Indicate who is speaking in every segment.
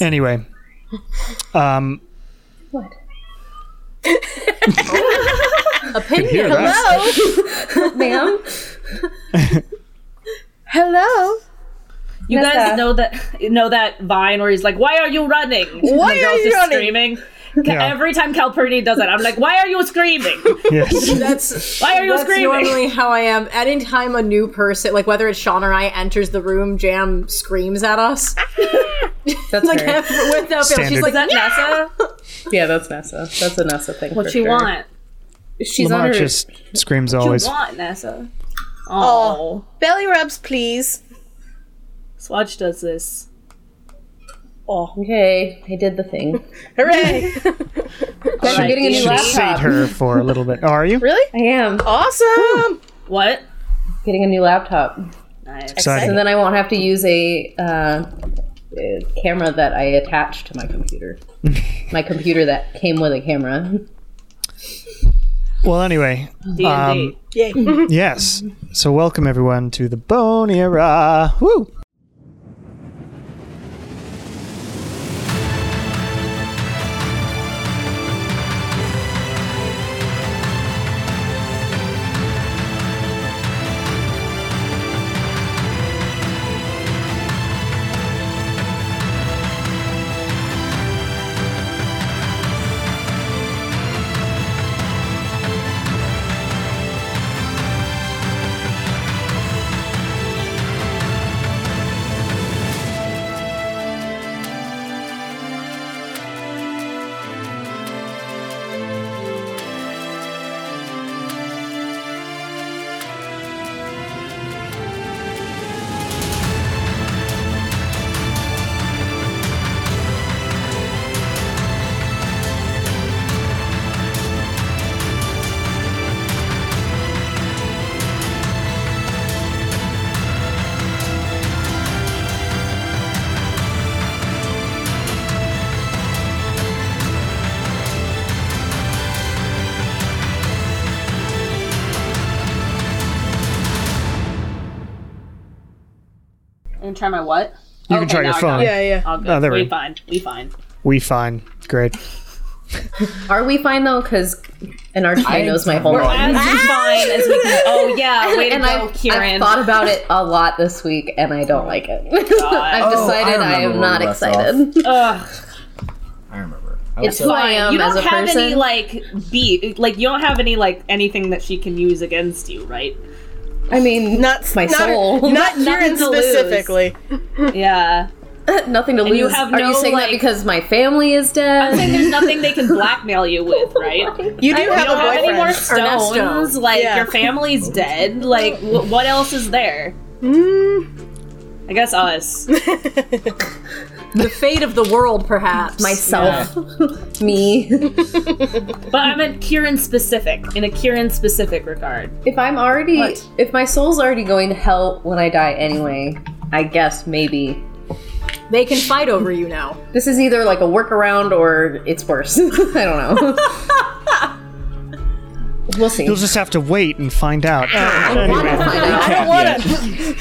Speaker 1: Anyway, um,
Speaker 2: What?
Speaker 1: hear
Speaker 3: Opinion.
Speaker 1: that.
Speaker 2: Hello?
Speaker 3: Ma'am.
Speaker 2: Hello?
Speaker 4: You
Speaker 2: Nessa.
Speaker 4: guys know that you know that vine where he's like, "Why are you running?"
Speaker 2: Why
Speaker 4: and the
Speaker 2: are
Speaker 4: girl's
Speaker 2: you
Speaker 4: just
Speaker 2: running?
Speaker 4: screaming. Ca-
Speaker 1: Yeah.
Speaker 4: Every time Calpurnia does that, I'm like, "Why are you screaming?
Speaker 1: yes,
Speaker 3: That's
Speaker 4: Why are you
Speaker 3: that's
Speaker 4: screaming?"
Speaker 3: normally how I am. Any time a new person, like whether it's Sean or I, enters the room, Jam screams at us.
Speaker 5: That's
Speaker 3: like
Speaker 5: her.
Speaker 3: every- without fail, she's
Speaker 1: Standard.
Speaker 3: like,
Speaker 4: Is that Nessa?
Speaker 5: Yeah, that's Nessa. That's a Nessa thing.
Speaker 4: What
Speaker 5: for
Speaker 4: you
Speaker 5: sure.
Speaker 4: want?
Speaker 5: She's on
Speaker 1: Lamont
Speaker 5: her.
Speaker 1: just screams
Speaker 4: What
Speaker 1: always.
Speaker 4: you want, Nessa? Oh,
Speaker 2: Belly rubs, please.
Speaker 4: Swatch does this.
Speaker 5: Okay, I did the thing.
Speaker 2: Hooray.
Speaker 5: Guys, I'm getting a new
Speaker 1: Should
Speaker 5: laptop.
Speaker 1: seat her for a little bit. Are you
Speaker 2: really?
Speaker 5: I am
Speaker 2: Awesome.
Speaker 4: What?
Speaker 5: getting a new laptop,
Speaker 4: Nice.
Speaker 1: excited?
Speaker 5: and then I won't have to use a uh, a camera that I attach to my computer. my computer that came with a camera.
Speaker 1: Well, anyway,
Speaker 4: D&D.
Speaker 1: Um,
Speaker 2: Yay.
Speaker 1: yes. So welcome everyone to the Bone Era. Woo!
Speaker 4: I'm gonna try my what?
Speaker 1: You can try your
Speaker 4: now I
Speaker 1: phone.
Speaker 4: got it.
Speaker 2: Oh Yeah, yeah.
Speaker 4: All good.
Speaker 1: Oh, there we
Speaker 4: we
Speaker 1: go.
Speaker 4: fine. We fine.
Speaker 1: We fine. Great.
Speaker 5: Are we fine though? Because an archie knows my whole
Speaker 4: We're
Speaker 5: life.
Speaker 4: as fine as we can. Oh yeah, way to
Speaker 5: Ah! and
Speaker 4: go,
Speaker 5: I've, I've
Speaker 4: Kieran.
Speaker 5: thought about it a lot this week, and I don't like it.
Speaker 4: Oh,
Speaker 5: I've decided I,
Speaker 6: remember
Speaker 5: am
Speaker 6: where
Speaker 5: not
Speaker 6: we left
Speaker 5: excited.
Speaker 4: Ugh.
Speaker 6: I remember. I
Speaker 5: It's
Speaker 6: was
Speaker 5: who I am
Speaker 4: you
Speaker 5: as
Speaker 4: don't
Speaker 5: a
Speaker 4: have
Speaker 5: person.
Speaker 4: any like beat. Like you don't have any like anything that she can use against you, right?
Speaker 5: I mean,
Speaker 2: Not
Speaker 5: my
Speaker 2: not,
Speaker 5: soul.
Speaker 2: Not Kieran
Speaker 4: to lose.
Speaker 2: specifically.
Speaker 4: Yeah.
Speaker 5: nothing to lose.
Speaker 4: you have
Speaker 5: Are
Speaker 4: no,
Speaker 5: you saying
Speaker 4: like-
Speaker 5: that because my family is
Speaker 4: I'm saying
Speaker 5: dead?
Speaker 4: there's nothing they can blackmail you with, right?
Speaker 2: You do
Speaker 4: You
Speaker 2: have
Speaker 4: don't
Speaker 2: a
Speaker 4: have any more
Speaker 2: boyfriend.
Speaker 4: stones.
Speaker 3: Ernesto.
Speaker 4: Like
Speaker 2: Yeah.
Speaker 4: your family's dead. Like wh- what else is there? I guess us.
Speaker 3: the fate of the world, perhaps.
Speaker 5: Myself, me.
Speaker 4: But I meant Kieran specific in a Kieran specific regard.
Speaker 5: if I'm already, if my soul's already going to hell when I die anyway, I guess maybe
Speaker 3: they can fight over you now.
Speaker 5: this is either like a workaround or it's worse. I don't know. we'll see.
Speaker 1: You'll just have to wait and find out.
Speaker 2: I don't want to.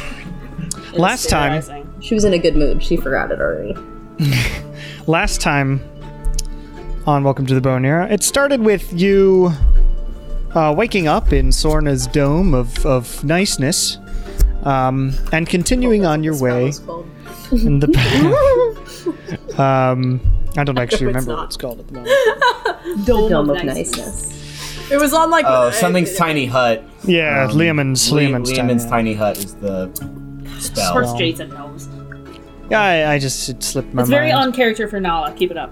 Speaker 1: Last time,
Speaker 4: Surprising.
Speaker 5: She was in a good mood. She forgot it already.
Speaker 1: last time on Welcome to the Bone Era, it started with you uh, waking up in Sorna's dome of, of niceness um, and continuing on your way in the. um, I don't actually remember what it's called at the moment.
Speaker 4: Dome,
Speaker 5: Dome
Speaker 4: of
Speaker 5: of
Speaker 4: niceness.
Speaker 5: niceness.
Speaker 3: It was on like
Speaker 6: Oh, something's tiny hut.
Speaker 1: Yeah, Liam's
Speaker 6: Le-
Speaker 1: Liam's
Speaker 6: Lehman's
Speaker 1: time.
Speaker 6: tiny hut is the
Speaker 1: Oh,
Speaker 4: Of
Speaker 6: spell.
Speaker 4: course, Jason knows.
Speaker 1: Yeah, I, I just it slipped my
Speaker 4: It's
Speaker 1: mind.
Speaker 4: very on character for Nala. Keep it up.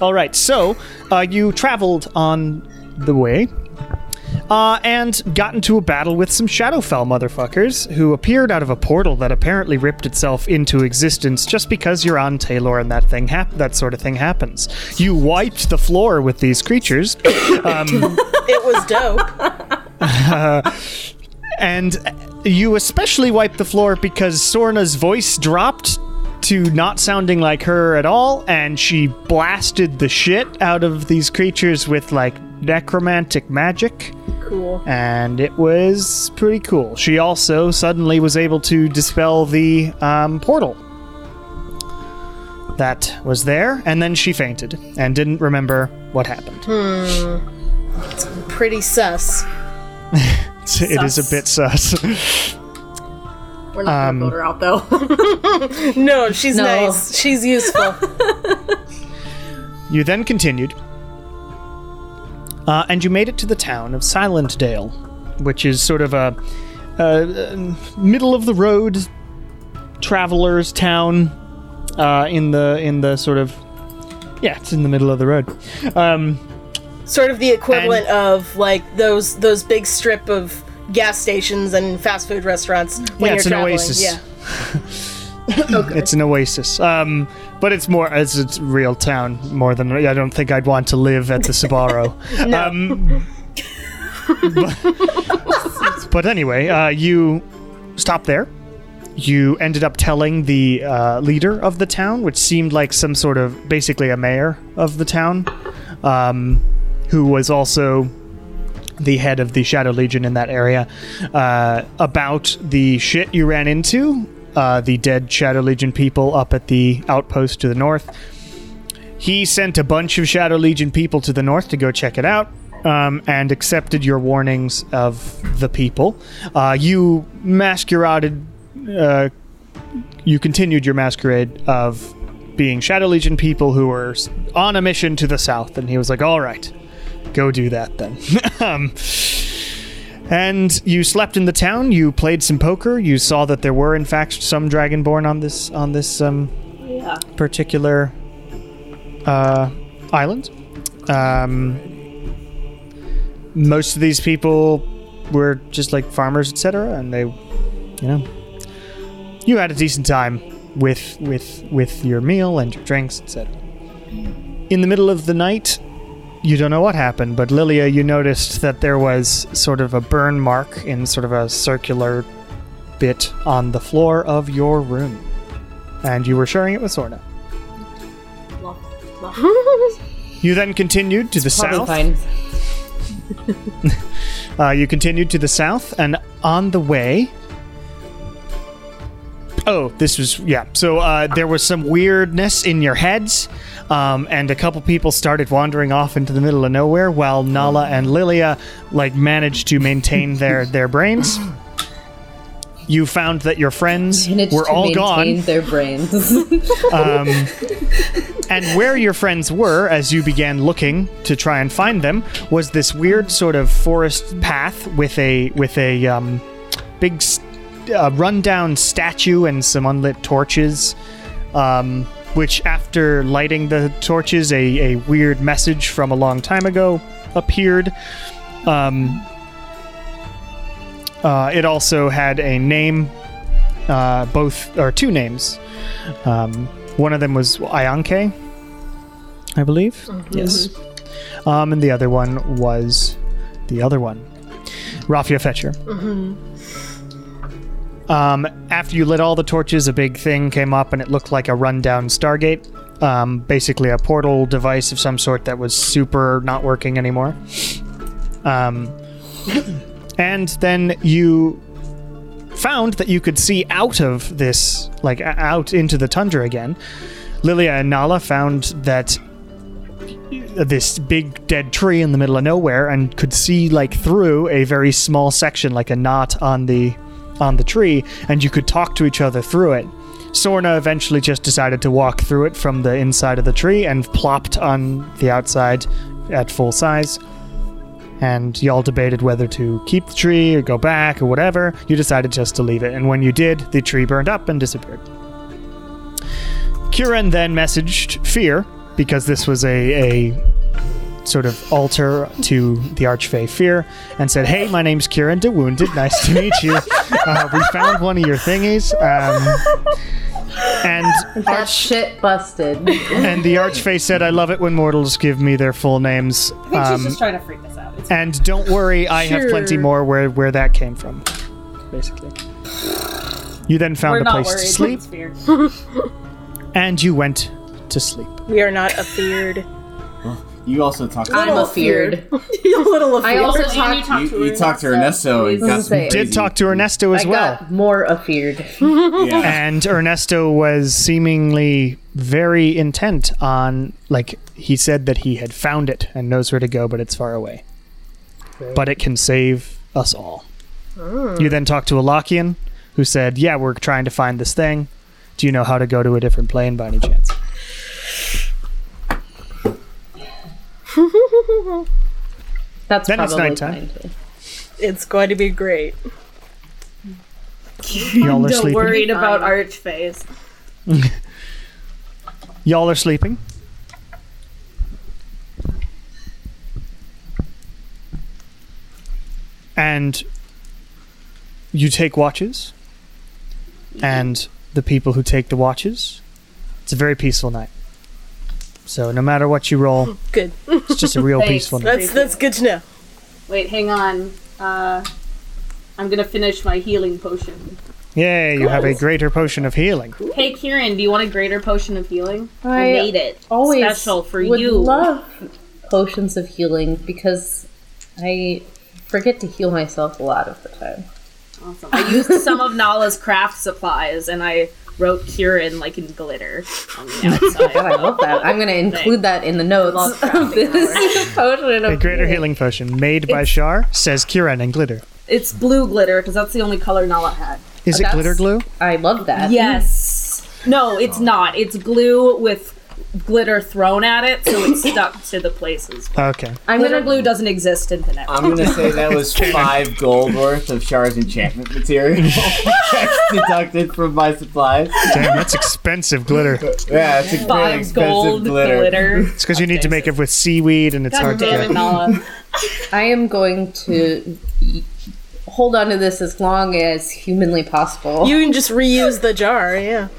Speaker 1: All right, so uh, you traveled on the way uh, and got into a battle with some Shadowfell motherfuckers who appeared out of a portal that apparently ripped itself into existence just because you're on Taylor and that thing hap- that sort of thing happens. You wiped the floor with these creatures,
Speaker 2: It was dope.
Speaker 1: and you especially wiped the floor because Sorna's voice dropped to not sounding like her at all, and she blasted the shit out of these creatures with like necromantic magic.
Speaker 2: Cool.
Speaker 1: and it was pretty cool. She also suddenly was able to dispel the um, portal. that was there, and then she fainted and didn't remember what happened.
Speaker 2: Pretty sus.
Speaker 1: It is a bit sus.
Speaker 3: We're not
Speaker 1: um,
Speaker 3: gonna vote her out though.
Speaker 2: No, she's
Speaker 5: No.
Speaker 2: nice. She's useful.
Speaker 1: You then continued, uh, and you made it to the town of Silentdale, which is sort of a, a middle of the road traveler's town uh, in the in the sort of yeah, it's in the middle of the road. Um,
Speaker 2: sort of the equivalent of like those those big strip of gas stations and fast food restaurants when
Speaker 1: yeah,
Speaker 2: you're
Speaker 1: it's an
Speaker 2: traveling.
Speaker 1: oasis.
Speaker 2: Yeah.
Speaker 1: It's an oasis. Um, but it's more as it's a real town more than I don't think I'd want to live at the Sabaro. um, but, but anyway, uh, you stop there. You ended up telling the uh, leader of the town, which seemed like some sort of basically a mayor of the town, um, who was also the head of the Shadow Legion in that area, uh, about the shit you ran into, uh, the dead Shadow Legion people up at the outpost to the north. He sent a bunch of Shadow Legion people to the north to go check it out. Um, and accepted your warnings of the people. Uh, you masqueraded, uh, you continued your masquerade of being Shadow Legion people who were s- on a mission to the south. And he was like, all right, go do that then. um, and you slept in the town. You played some poker. You saw that there were, in fact, some Dragonborn on this on this um, particular uh, island. Um, most of these people were just like farmers, etc., and they, you know, you had a decent time with with with your meal and your drinks, etc. In the middle of the night, you don't know what happened, but Lilia, you noticed that there was sort of a burn mark in sort of a circular bit on the floor of your room. And you were sharing it with Sorna. You then continued to the south.
Speaker 5: Probably fine.
Speaker 1: Uh, you continued to the south, and on the way. Oh, this was yeah. So uh, there was some weirdness in your heads, um, and a couple people started wandering off into the middle of nowhere, while Nala and Lilia like managed to maintain their their brains. You found that your friends
Speaker 5: Managed
Speaker 1: were
Speaker 5: to
Speaker 1: all
Speaker 5: maintain
Speaker 1: gone.
Speaker 5: Their brains.
Speaker 1: And where your friends were, as you began looking to try and find them, was this weird sort of forest path with a with a um, big s- uh, rundown statue and some unlit torches. Um, which, after lighting the torches, a, a weird message from a long time ago appeared. Um, uh, it also had a name, uh, both or two names. Um, one of them was Ayanke, I believe. Yes. Um, and the other one was the other one, Raffia Fetcher. Um, after you lit all the torches, a big thing came up and it looked like a rundown Stargate. Um, basically, a portal device of some sort that was super not working anymore. Um, and then you found that you could see out of this, like o- out into the tundra again. Lilia and Nala found that this big dead tree in the middle of nowhere and could see like through a very small section like a knot on the on the tree and you could talk to each other through it sorna eventually just decided to walk through it from the inside of the tree and plopped on the outside at full size and y'all debated whether to keep the tree or go back or whatever you decided just to leave it and when you did the tree burned up and disappeared Kieran then messaged Fear because this was a, a sort of altar to the Archfey Fear and said, Hey, my name's Kieran DeWounded. Nice to meet you. Uh, we found one of your thingies. Um, and
Speaker 5: that shit busted.
Speaker 1: and the Archfey said, I love it when mortals give me their full names.
Speaker 4: I think
Speaker 1: Um,
Speaker 4: she's just trying to freak us out. It's
Speaker 1: and don't worry, I have plenty
Speaker 2: Sure.
Speaker 1: more where, where that came from, basically. You then found
Speaker 4: we're
Speaker 1: a
Speaker 4: not
Speaker 1: place
Speaker 4: worried.
Speaker 1: to sleep
Speaker 4: It's fear.
Speaker 1: and you went to sleep.
Speaker 2: We are not afeared.
Speaker 6: You also talked to
Speaker 5: I'm
Speaker 2: Little
Speaker 5: afeared.
Speaker 2: a little afraid.
Speaker 5: I also
Speaker 4: And you
Speaker 5: talked.
Speaker 4: talked to
Speaker 6: you, you talked to Ernesto and got some
Speaker 5: Did
Speaker 6: crazy-
Speaker 1: Did talk to Ernesto as
Speaker 5: I
Speaker 1: well.
Speaker 5: got more afeared.
Speaker 6: Yeah.
Speaker 1: and Ernesto was seemingly very intent on like he said that he had found it and knows where to go, but it's far away. But it can save us all. You then talked to Alakian, who said, "Yeah, we're trying to find this thing. Do you know how to go to a different plane by any chance?"
Speaker 5: That's
Speaker 1: Then it's
Speaker 5: probably
Speaker 1: nighttime.
Speaker 5: fine, too.
Speaker 2: It's going to be great.
Speaker 1: Y'all are sleeping.
Speaker 4: worried about Archface.
Speaker 1: Y'all are sleeping. And you take watches, and the people who take the watches, it's a very peaceful night. So no matter what you roll,
Speaker 2: Good.
Speaker 1: it's just a real peaceful night.
Speaker 2: That's that's good to know.
Speaker 4: Wait, hang on. Uh, I'm gonna finish my healing potion.
Speaker 1: Yay, you have a greater potion of healing.
Speaker 4: Hey, Kieran, do you want a greater potion of healing?
Speaker 5: I
Speaker 4: made it
Speaker 5: Always
Speaker 4: special for
Speaker 5: would
Speaker 4: you.
Speaker 5: love potions of healing because I forget to heal myself a lot of the time.
Speaker 4: Awesome. I used some of Nala's craft supplies, and I wrote Kieran like in glitter on the outside.
Speaker 5: God, I love that. I'm going to include that in the notes of this potion
Speaker 1: A
Speaker 5: of
Speaker 1: greater healing potion made by Shar, says Kieran and Glitter.
Speaker 4: it's blue glitter because that's the only color Nala had.
Speaker 1: Is it
Speaker 5: That's-
Speaker 1: glitter glue?
Speaker 5: I love that.
Speaker 4: Yes. No, it's
Speaker 6: Oh.
Speaker 4: not. It's glue with glitter thrown at it, so it's stuck to the places.
Speaker 1: Okay.
Speaker 5: I'm
Speaker 4: Glitter
Speaker 5: going to
Speaker 4: glue doesn't exist in Panet.
Speaker 6: I'm gonna say that was five gold worth of Char's enchantment material That's deducted from my supplies.
Speaker 1: Damn, that's expensive glitter. It's
Speaker 6: Yeah, it's a very
Speaker 4: Five
Speaker 6: expensive
Speaker 4: gold glitter.
Speaker 6: glitter.
Speaker 1: because you need to make it with seaweed and it's hard to
Speaker 4: Damn
Speaker 1: get.
Speaker 4: it, Nala.
Speaker 5: I am going to y- hold on to this as long as humanly possible.
Speaker 2: You can just reuse the jar. Yeah.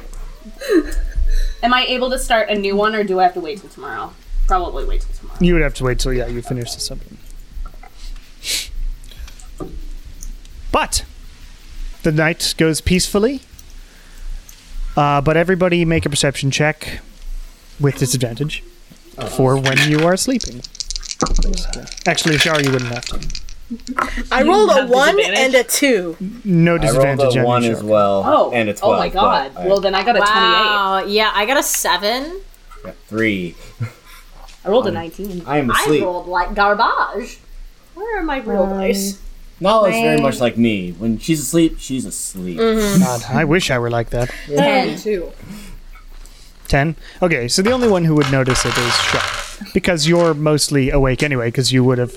Speaker 4: Am I able to start a new one, or do I have to wait till tomorrow? Probably wait till tomorrow.
Speaker 1: You would have to wait till yeah you finish this up. But the night goes peacefully. Uh, but everybody make a perception check with disadvantage
Speaker 6: Uh-huh.
Speaker 1: for when you are sleeping. basically. Actually, Shar, you wouldn't have to.
Speaker 2: I rolled a
Speaker 4: have
Speaker 2: one
Speaker 4: disadvantage?
Speaker 2: and a two.
Speaker 1: No
Speaker 6: I rolled
Speaker 1: disadvantage
Speaker 6: a
Speaker 1: on
Speaker 6: one
Speaker 1: you,
Speaker 6: as
Speaker 1: Shar.
Speaker 6: well.
Speaker 4: Oh,
Speaker 6: and a twelve.
Speaker 4: oh my god.
Speaker 6: but I
Speaker 4: Well, then I got a
Speaker 3: Wow. Yeah, I got a seven.
Speaker 6: got three.
Speaker 4: 28. I rolled a 19.
Speaker 6: I am
Speaker 3: I
Speaker 6: asleep.
Speaker 3: rolled like garbage. Where are my
Speaker 4: Um,
Speaker 3: real dice?
Speaker 6: Nala is very much like me. When she's asleep, she's asleep.
Speaker 4: Mm-hmm.
Speaker 1: God, I wish I were like that.
Speaker 3: Ten. Two.
Speaker 1: Ten. Okay, so the only one who would notice it is Shar, because you're mostly awake anyway, because you would have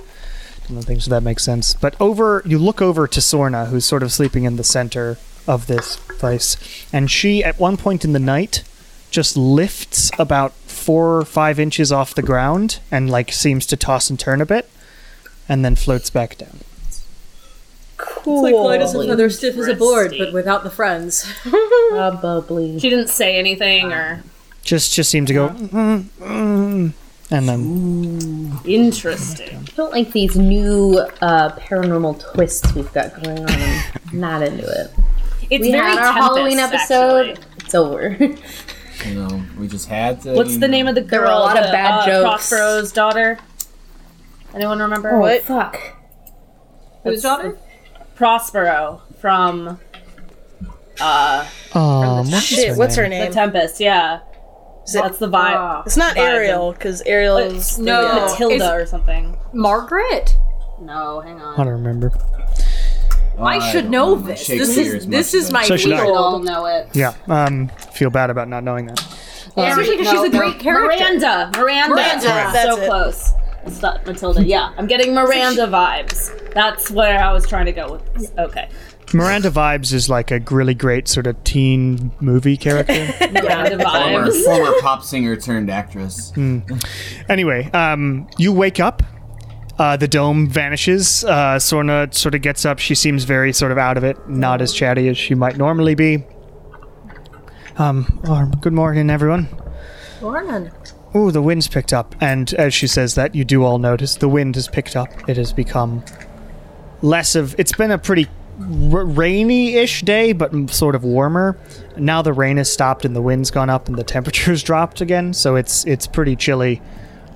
Speaker 1: done the thing, so that makes sense. But over, you look over to Sorna, who's sort of sleeping in the center of this place, and she, at one point in the night, just lifts about four or five inches off the ground and like seems to toss and turn a bit, and then floats back down.
Speaker 3: It's like light as a feather, stiff as a board,
Speaker 4: Rusty.
Speaker 3: but without the friends.
Speaker 5: Probably.
Speaker 4: She didn't say anything, or.
Speaker 1: Just, just seemed to go, mm, mm, and then
Speaker 4: Interesting.
Speaker 5: I don't like these new uh, paranormal twists we've got going on. I'm not into it.
Speaker 4: It's
Speaker 5: We
Speaker 4: very
Speaker 5: had our
Speaker 4: Tempest,
Speaker 5: Halloween episode.
Speaker 4: actually.
Speaker 5: It's over.
Speaker 6: You know, we just had to.
Speaker 4: What's
Speaker 6: you
Speaker 4: the
Speaker 6: know,
Speaker 4: name of the girl?
Speaker 5: There were a lot of
Speaker 4: the,
Speaker 5: bad
Speaker 4: uh,
Speaker 5: jokes. Oh.
Speaker 4: Prospero's daughter. Anyone remember?
Speaker 5: what? Fuck.
Speaker 4: Whose daughter? Prospero from
Speaker 1: um, what is
Speaker 2: Shit. What's her name?
Speaker 4: The Tempest. Yeah. That's the
Speaker 5: Ah.
Speaker 4: vibe.
Speaker 2: It's not Ariel because Ariel is
Speaker 4: no,
Speaker 3: no,
Speaker 4: Matilda
Speaker 3: it's-
Speaker 4: or something.
Speaker 3: Margaret.
Speaker 4: No, hang
Speaker 1: I
Speaker 4: on.
Speaker 1: don't remember.
Speaker 3: Oh, I should
Speaker 6: don't
Speaker 3: know this. This
Speaker 6: Shakespeare
Speaker 3: is
Speaker 6: much
Speaker 3: this
Speaker 6: of
Speaker 3: is
Speaker 6: a-
Speaker 3: my
Speaker 1: So should I.
Speaker 4: We all
Speaker 3: field.
Speaker 4: know it.
Speaker 1: Yeah, um, feel bad about not knowing that.
Speaker 3: Especially 'cause
Speaker 4: No,
Speaker 3: she's a
Speaker 4: no.
Speaker 3: great character.
Speaker 4: Miranda, Miranda,
Speaker 3: Miranda.
Speaker 2: That's
Speaker 4: so
Speaker 2: it.
Speaker 4: close. It's not Matilda. Yeah, I'm getting Miranda vibes. That's where I was trying to go with this. Okay,
Speaker 1: Miranda Vibes is like a really great sort of teen movie character.
Speaker 4: Miranda
Speaker 6: Former,
Speaker 4: vibes.
Speaker 6: former pop singer turned actress.
Speaker 1: Mm. anyway, um, you wake up. Uh, the dome vanishes. Uh, Sorna sort of gets up. She seems very sort of out of it, not as chatty as she might normally be. Um, or- good morning, everyone.
Speaker 3: Morning.
Speaker 1: Ooh, the wind's picked up. And as she says that, you do all notice the wind has picked up. It has become less of. It's been a pretty r- rainy ish day, but m- sort of warmer. Now the rain has stopped and the wind's gone up and the temperature's dropped again, so it's it's pretty chilly.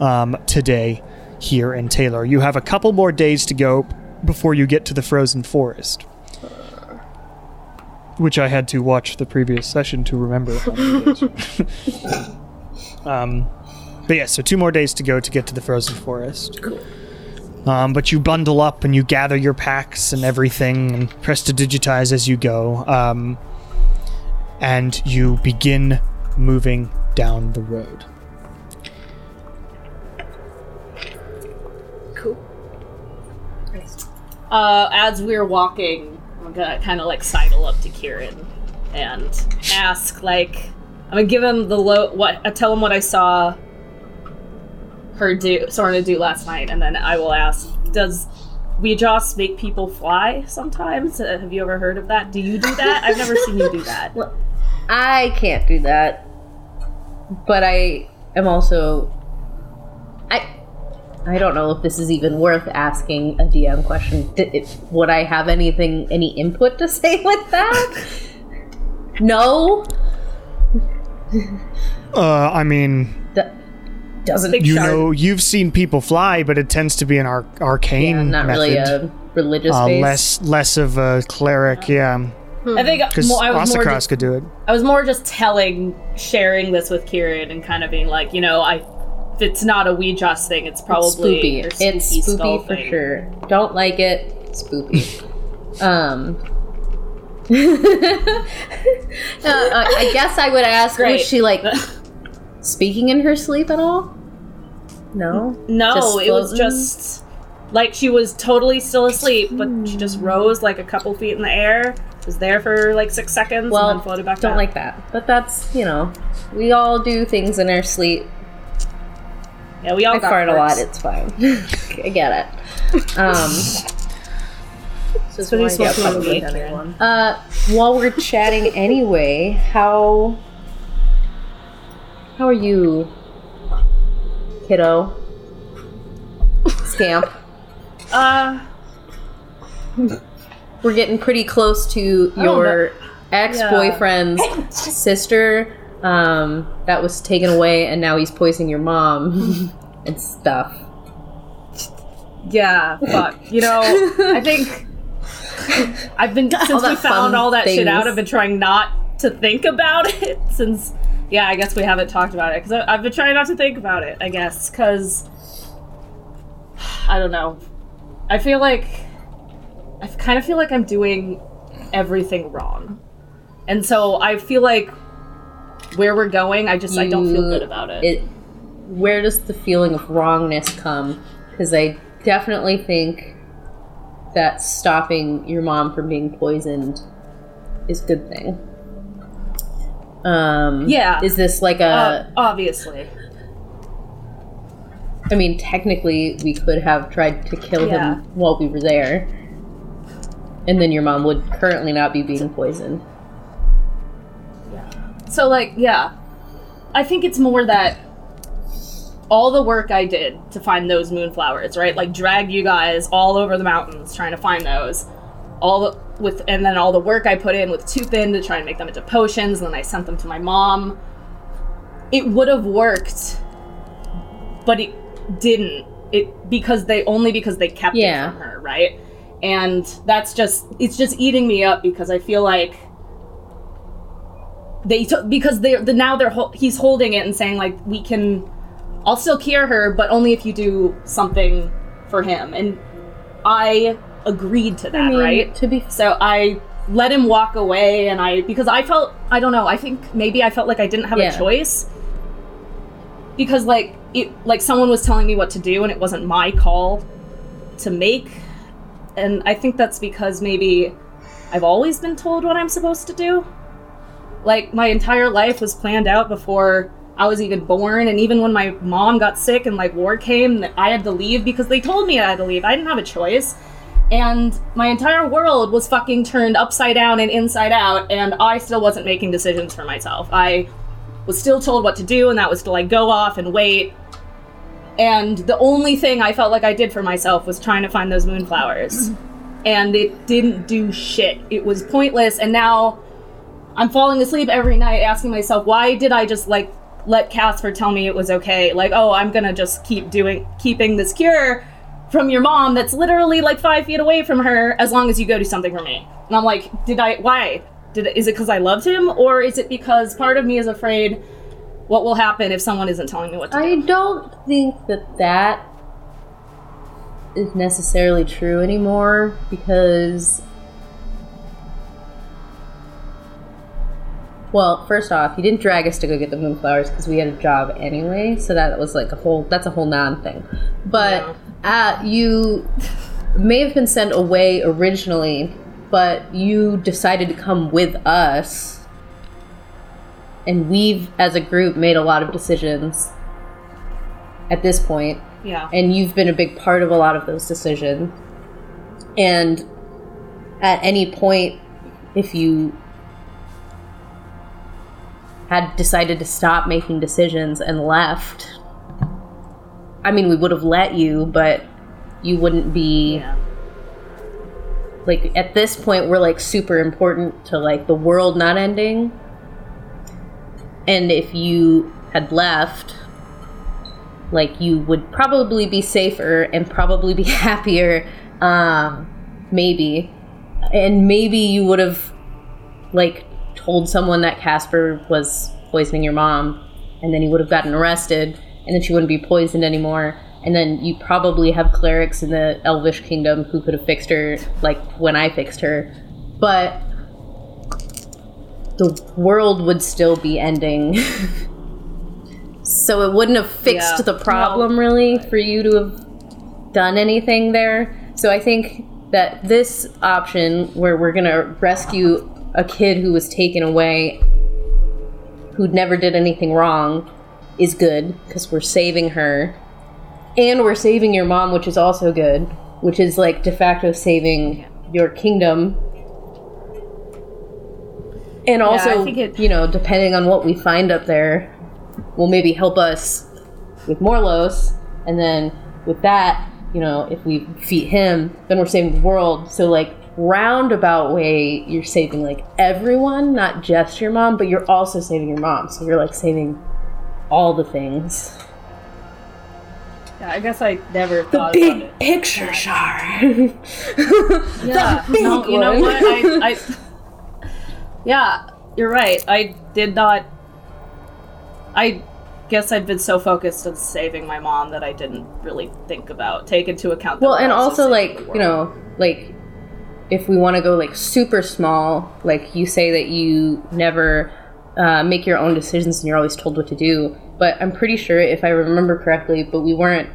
Speaker 7: um, today here in Taylor. You have a couple more days to go before you get to the frozen forest, which I had to watch the previous session to remember. how many days. um, but yeah, so two more days to go to get to the frozen forest. Cool. Um, but you bundle up and you gather your packs and everything and press to digitize as you go. Um, and you begin moving down the road.
Speaker 4: Uh, as we're walking, I'm gonna kind of like sidle up to Kieran and ask, like, I'm gonna give him the low what I tell him what I saw her do Sorna do last night, and then I will ask, does Weejoss make people fly sometimes? Uh, have you ever heard of that? Do you do that? I've never seen you do that.
Speaker 5: I can't do that. But I am also I I don't know if this is even worth asking a DM question. D- if, would I have anything any input to say with that? no.
Speaker 7: Uh, I mean,
Speaker 5: D- doesn't
Speaker 7: you know, you've seen people fly, but it tends to be an ar- arcane
Speaker 5: Yeah, not
Speaker 7: method.
Speaker 5: really a religious
Speaker 7: uh,
Speaker 5: base.
Speaker 7: less less of a cleric, yeah.
Speaker 4: I think
Speaker 7: Because
Speaker 4: mo- I was more
Speaker 7: Ossacross
Speaker 4: just-
Speaker 7: could do it.
Speaker 4: I was more just telling, sharing this with Kieran, and kind of being like, you know, I if it's not a Weejoss thing. It's probably
Speaker 5: spoopy.
Speaker 4: a
Speaker 5: It's
Speaker 4: skull
Speaker 5: spoopy for
Speaker 4: thing.
Speaker 5: sure. Don't like it. Spoopy. um. Uh, uh, I guess I would ask,
Speaker 4: Great.
Speaker 5: was she like speaking in her sleep at all? No.
Speaker 4: No,
Speaker 5: Just
Speaker 4: it was
Speaker 5: floating?
Speaker 4: just like she was totally still asleep, but
Speaker 5: Hmm.
Speaker 4: she just rose like a couple feet in the air, was there for like six seconds,
Speaker 5: Well,
Speaker 4: and then floated back
Speaker 5: Don't
Speaker 4: down.
Speaker 5: like that. But that's you know, we all do things in our sleep.
Speaker 4: yeah, we all
Speaker 5: I
Speaker 4: got
Speaker 5: fart a lot.
Speaker 4: perks.
Speaker 5: It's fine. I get it. Um.
Speaker 1: That's
Speaker 4: what he's supposed to
Speaker 5: probably.
Speaker 4: be anyone.
Speaker 5: Uh, while we're chatting anyway, how how are you, kiddo? Scamp.
Speaker 4: Uh,
Speaker 5: We're getting pretty close to
Speaker 4: don't
Speaker 5: your ex-boyfriend's sister um, that was taken away, and now he's poisoning your mom and stuff.
Speaker 4: yeah, fuck. You know, I think I've been since we
Speaker 5: that fun
Speaker 4: found all that shit
Speaker 5: things.
Speaker 4: out. I've been trying not to think about it since. Yeah, I guess we haven't talked about it because I've been trying not to think about it. I guess because I don't know. I feel like I kind of feel like I'm doing everything wrong, and so I feel like where we're going, I just I don't feel
Speaker 5: You-
Speaker 4: good about it.
Speaker 5: it where does the feeling of wrongness come because i definitely think that stopping your mom from being poisoned is a good thing um
Speaker 4: Yeah.
Speaker 5: is this like
Speaker 4: Uh,
Speaker 5: a? I
Speaker 4: obviously,
Speaker 5: mean technically we could have tried to kill
Speaker 4: Yeah.
Speaker 5: him while we were there and then your mom would currently not be being poisoned
Speaker 4: So like, yeah. I think it's more that all the work I did to find those moonflowers, right? Like drag you guys all over the mountains trying to find those. All the, with and then all the work I put in with Tupin to try and make them into potions, and then I sent them to my mom. It would have worked, but it didn't. It because they only because they kept
Speaker 5: Yeah.
Speaker 4: it from her, right? And that's just it's just eating me up because I feel like they took because they're the, now they're hol- he's holding it and saying like we can i'll still cure her but only if you do something for him and i agreed to that
Speaker 5: I mean,
Speaker 4: right
Speaker 5: to be
Speaker 4: so i let him walk away and i because i felt i don't know i think maybe i felt like i didn't have
Speaker 5: Yeah.
Speaker 4: a choice because like it like someone was telling me what to do and it wasn't my call to make and i think that's because maybe i've always been told what i'm supposed to do like my entire life was planned out before I was even born, and even when my mom got sick and like war came, I had to leave because they told me I had to leave. I didn't have a choice. And my entire world was fucking turned upside down and inside out, and I still wasn't making decisions for myself. I was still told what to do, and that was to like go off and wait. And the only thing I felt like I did for myself was trying to find those moonflowers. And it didn't do shit. It was pointless, and now I'm falling asleep every night asking myself, why did I just like let Casper tell me it was okay. Like, oh, I'm gonna just keep doing keeping this cure from your mom that's literally like five feet away from her as long as you go do something for me. And I'm like, did I? Why? Did is it because I loved him or is it because part of me is afraid what will happen if someone isn't telling me what to do?
Speaker 5: I don't think that that is necessarily true anymore because. Well, first off, you didn't drag us to go get the moonflowers because we had a job anyway, so that was like a whole that's a whole non thing. But uh, you may have been sent away originally, but you decided to come with us, and we've as a group made a lot of decisions at this point
Speaker 4: Yeah.
Speaker 5: and you've been a big part of a lot of those decisions. And at any point, if you had decided to stop making decisions and left, I mean, we would have let you, but you wouldn't be.
Speaker 4: Yeah.
Speaker 5: Like, at this point, we're like super important to like the world not ending. And if you had left, like you would probably be safer and probably be happier um maybe and maybe you would have like told someone that casper was poisoning your mom and then you would have gotten arrested and then she wouldn't be poisoned anymore and then you probably have clerics in the elvish kingdom who could have fixed her like when i fixed her but the world would still be ending so it wouldn't have fixed
Speaker 4: Yeah.
Speaker 5: the problem really for you to have done anything there. So I think that this option where we're going to rescue a kid who was taken away who never did anything wrong is good because we're saving her and we're saving your mom, which is also good, which is like de facto saving your kingdom. And also,
Speaker 4: think it-
Speaker 5: you know, depending on what we find up there, will maybe help us with Morlos, and then with that, you know, if we defeat him, then we're saving the world. So like roundabout way, you're saving like everyone, not just your mom, but you're also saving your mom. So you're like saving all the things.
Speaker 4: Yeah, I guess I never thought about it.
Speaker 5: picture, Shar. yeah,
Speaker 4: No, you know what? I, I, yeah, you're right. I did not. I guess I'd been so focused on saving my mom that I didn't really think about take into account. That
Speaker 5: well
Speaker 4: we're
Speaker 5: and also
Speaker 4: saving
Speaker 5: like
Speaker 4: the
Speaker 5: you know like if we want to go like super small like you say that you never uh, make your own decisions and you're always told what to do but i'm pretty sure if i remember correctly but we weren't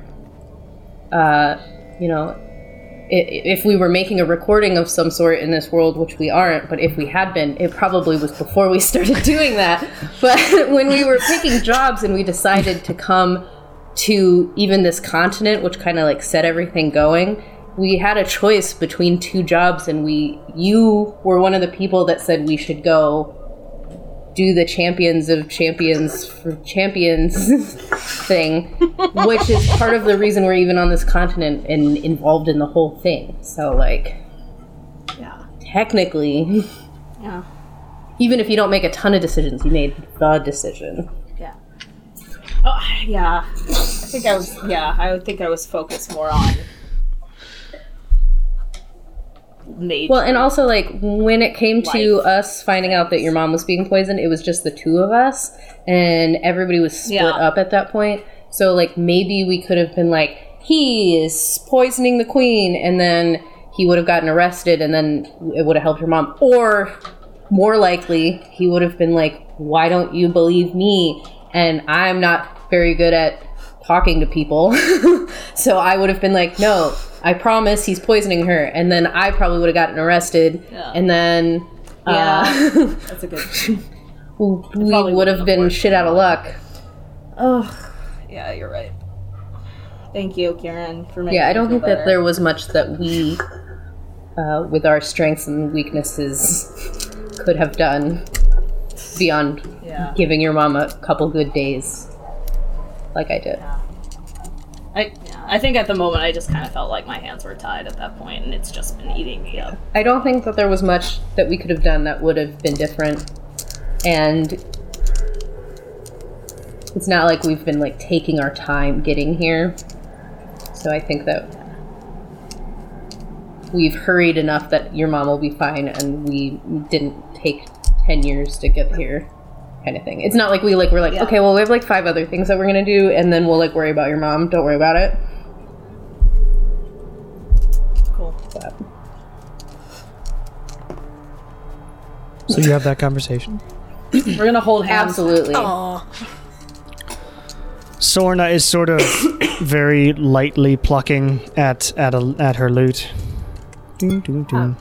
Speaker 5: uh, you know i- if we were making a recording of some sort in this world which we aren't but if we had been it probably was before we started doing that but when we were picking jobs and we decided to come to even this continent, which kind of like set everything going. We had a choice between two jobs, and we you were one of the people that said we should go do the champions of champions for champions thing, which is part of the reason we're even on this continent and involved in the whole thing. So like,
Speaker 4: Yeah.
Speaker 5: technically,
Speaker 4: Yeah.
Speaker 5: even if you don't make a ton of decisions, you made the decision.
Speaker 4: Oh, yeah. I think I was. Yeah, I would think I was focused more on. Nature.
Speaker 5: Well, and also like when it came to us finding out that your mom was being poisoned, it was just the two of us, and everybody was split
Speaker 4: Yeah.
Speaker 5: up at that point. So like maybe we could have been like, he is poisoning the queen, and then he would have gotten arrested, and then it would have helped your mom. Or more likely, he would have been like, why don't you believe me? And I'm not very good at talking to people. so I would have been like, no, I promise he's poisoning her. And then I probably would have gotten arrested. And then
Speaker 4: yeah, uh, that's a good.
Speaker 5: we would have been shit out of luck.
Speaker 4: Oh, yeah, you're right. Thank you, Kieran, for making.
Speaker 5: Yeah, I
Speaker 4: me
Speaker 5: don't
Speaker 4: feel
Speaker 5: think that
Speaker 4: better.
Speaker 5: there was much that we, uh, with our strengths and weaknesses, could have done beyond
Speaker 4: Yeah.
Speaker 5: giving your mom a couple good days like I did.
Speaker 4: I, yeah, I think at the moment I just kind of felt like my hands were tied at that point, and it's just been eating me up.
Speaker 5: I don't think that there was much that we could have done that would have been different. And It's not like we've been like taking our time getting here. So I think that we've hurried enough that your mom will be fine and we didn't take 10 years to get here kind of thing. It's not like we like we're like okay, well we have like five other things that we're going to do and then we'll like worry about your mom. Don't worry about it.
Speaker 4: Cool.
Speaker 1: So you have that conversation.
Speaker 4: We're gonna hold hands.
Speaker 5: Absolutely.
Speaker 2: Aw.
Speaker 1: Sorna is sort of very lightly plucking at at a, at her lute. Ding, ding, ding.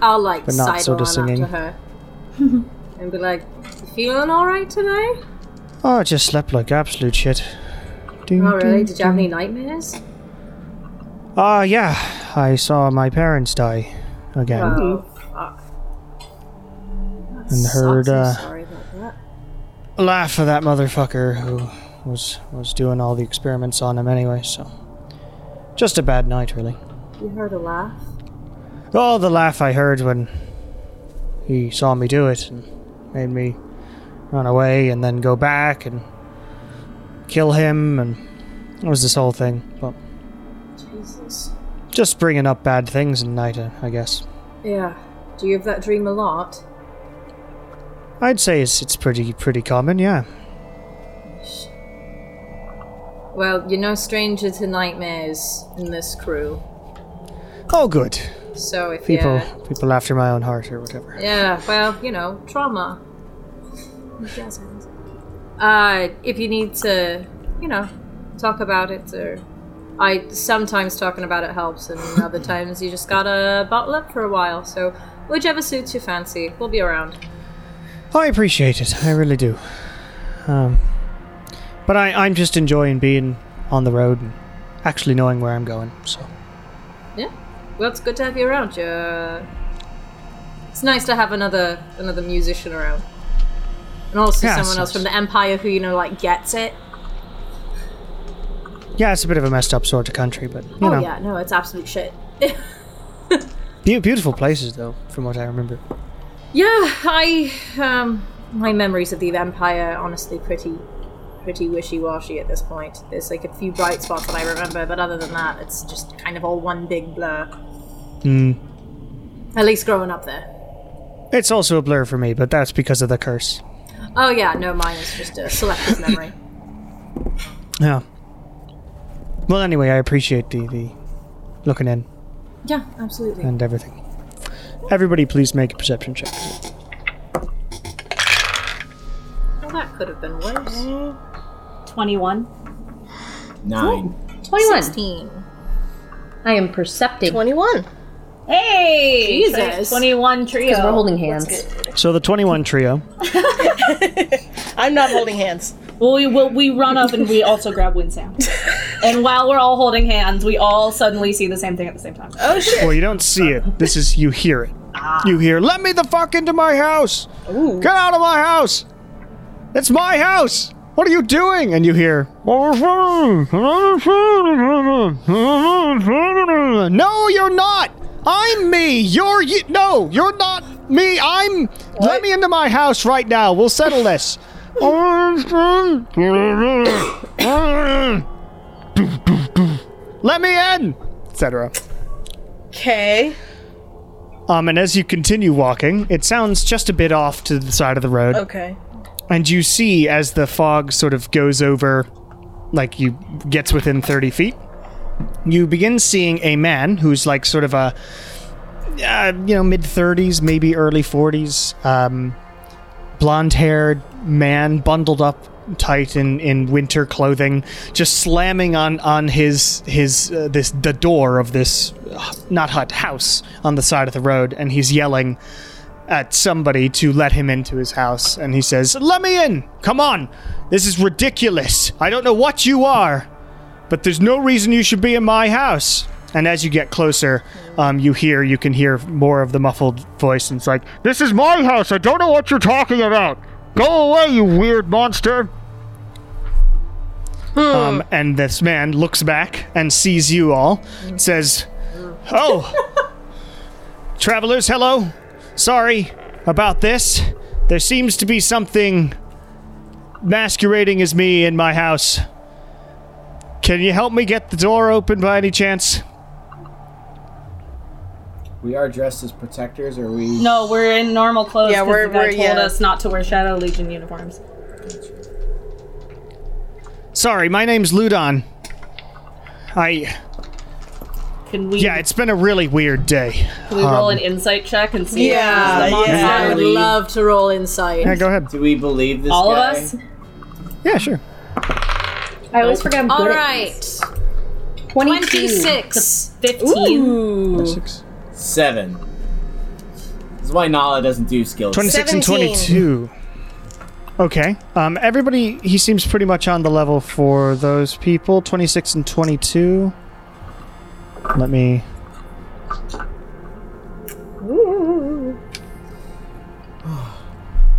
Speaker 3: I'll like
Speaker 1: not
Speaker 3: sidle
Speaker 1: sort of
Speaker 3: on
Speaker 1: singing.
Speaker 3: up to her and be like, "Feeling all right today?
Speaker 1: Oh, I just slept like absolute shit. Ding,
Speaker 3: Oh, really?
Speaker 1: ding.
Speaker 3: Did you have any nightmares?"
Speaker 1: Ah, yeah. I saw my parents die again.
Speaker 3: Oh, fuck. That
Speaker 1: And heard,
Speaker 3: sucks. I'm
Speaker 1: uh,
Speaker 3: sorry about that.
Speaker 1: laugh for that motherfucker who was was doing all the experiments on him anyway. So, just a bad night, really.
Speaker 3: You heard a laugh.
Speaker 1: Oh, the laugh I heard when he saw me do it and made me run away and then go back and kill him, and it was this whole thing. But
Speaker 3: Jesus.
Speaker 1: just bringing up bad things in night, uh, I I guess.
Speaker 3: Yeah. Do you have that dream a lot?
Speaker 1: I'd say it's it's pretty pretty common, yeah.
Speaker 3: Well, you're no stranger to nightmares in this crew.
Speaker 1: Oh, good.
Speaker 3: So if
Speaker 1: People
Speaker 3: you're
Speaker 1: people after my own heart or whatever.
Speaker 3: Yeah, well, you know, trauma. Jazz hands. Uh, if you need to, you know, talk about it, or I sometimes talking about it helps, and other times you just gotta bottle up for a while. So, whichever suits your fancy, we'll be around.
Speaker 1: I appreciate it. I really do. Um, but I, I'm just enjoying being on the road and actually knowing where I'm going. So
Speaker 3: Yeah, well, it's good to have you around. you it's nice to have another another musician around, and also
Speaker 1: Yeah,
Speaker 3: someone
Speaker 1: so-
Speaker 3: else from the Empire who you know like gets it.
Speaker 1: yeah, it's a bit of a messed up sort of country, but you
Speaker 3: oh
Speaker 1: know,
Speaker 3: yeah, no, it's absolute shit.
Speaker 1: beau- beautiful places though, from what I remember.
Speaker 3: Yeah, I um my memories of the vampire honestly pretty pretty wishy-washy at this point. There's like a few bright spots that I remember, but other than that, it's just kind of all one big blur. At least growing up there.
Speaker 1: It's also a blur for me, but that's because of the curse.
Speaker 3: Oh yeah, no, mine is just a selective memory.
Speaker 1: Yeah. Well, anyway, I appreciate the the looking in
Speaker 3: Yeah, absolutely.
Speaker 1: and everything. Everybody, please make a perception check.
Speaker 3: Well, that could have been worse.
Speaker 4: Twenty-one.
Speaker 6: Nine.
Speaker 5: 21.
Speaker 3: Sixteen.
Speaker 5: I am percepting.
Speaker 2: Twenty-one.
Speaker 4: Hey,
Speaker 3: Jesus.
Speaker 4: Twenty-one trio.
Speaker 5: We're holding hands.
Speaker 1: So the twenty-one trio.
Speaker 2: I'm not holding hands.
Speaker 4: Well, we, well, we run up and we also grab Winsam. and while we're all holding hands, we all suddenly see the same thing at the same time.
Speaker 2: Oh shit.
Speaker 1: Well, you don't see it. This is you hear it. You hear, "Let me the fuck into my house! Get out of my house! It's my house! What are you doing?" And you hear, "No, you're not. I'm me. You're you. No, you're not me. I'm. Let me into my house right now. We'll settle this." Let me in, etc.
Speaker 2: Okay.
Speaker 1: Um, and as you continue walking, it sounds just a bit off to the side of the road,
Speaker 2: Okay.
Speaker 1: and you see as the fog sort of goes over, like you gets within thirty feet, you begin seeing a man who's like sort of a, uh, you know, mid thirties, maybe early forties, um, blonde haired man, bundled up tight in, in winter clothing, just slamming on on his his uh, this the door of this uh, not hut house on the side of the road, and he's yelling at somebody to let him into his house, and he says, "Let me in! Come on! This is ridiculous! I don't know what you are, but there's no reason you should be in my house." And as you get closer, um, you hear you can hear more of the muffled voice, and it's like, "This is my house. I don't know what you're talking about. Go away, you weird monster!" Um, and this man looks back and sees you all, says, "Oh, travelers, hello. Sorry about this. There seems to be something masquerading as me in my house. Can you help me get the door open by any chance?
Speaker 6: We are dressed as protectors, or we?
Speaker 4: No, we're in normal clothes.
Speaker 2: Yeah,
Speaker 4: 'cause
Speaker 2: we're-
Speaker 4: the guy
Speaker 2: we're-
Speaker 4: told
Speaker 2: yeah.
Speaker 4: us not to wear Shadow Legion uniforms.
Speaker 1: Sorry, my name's Ludon. I
Speaker 4: Can we?
Speaker 1: yeah, it's been a really weird day.
Speaker 4: can we roll an insight check and see?
Speaker 2: Yeah,
Speaker 4: if it's the
Speaker 2: yeah.
Speaker 4: monster?
Speaker 3: I would love to roll insight.
Speaker 1: Yeah, go ahead.
Speaker 6: Do we believe this
Speaker 4: All of
Speaker 6: guy?
Speaker 4: us.
Speaker 1: Yeah, sure.
Speaker 5: I always forget. I'm good
Speaker 3: All
Speaker 5: at
Speaker 3: right,
Speaker 5: 22.
Speaker 3: twenty-six.
Speaker 4: Fifteen.
Speaker 1: Six.
Speaker 6: Seven. This is why Nala doesn't do skills.
Speaker 1: 26 and 22. Okay. Um, everybody, he seems pretty much on the level for those people. 26 and 22. Let me.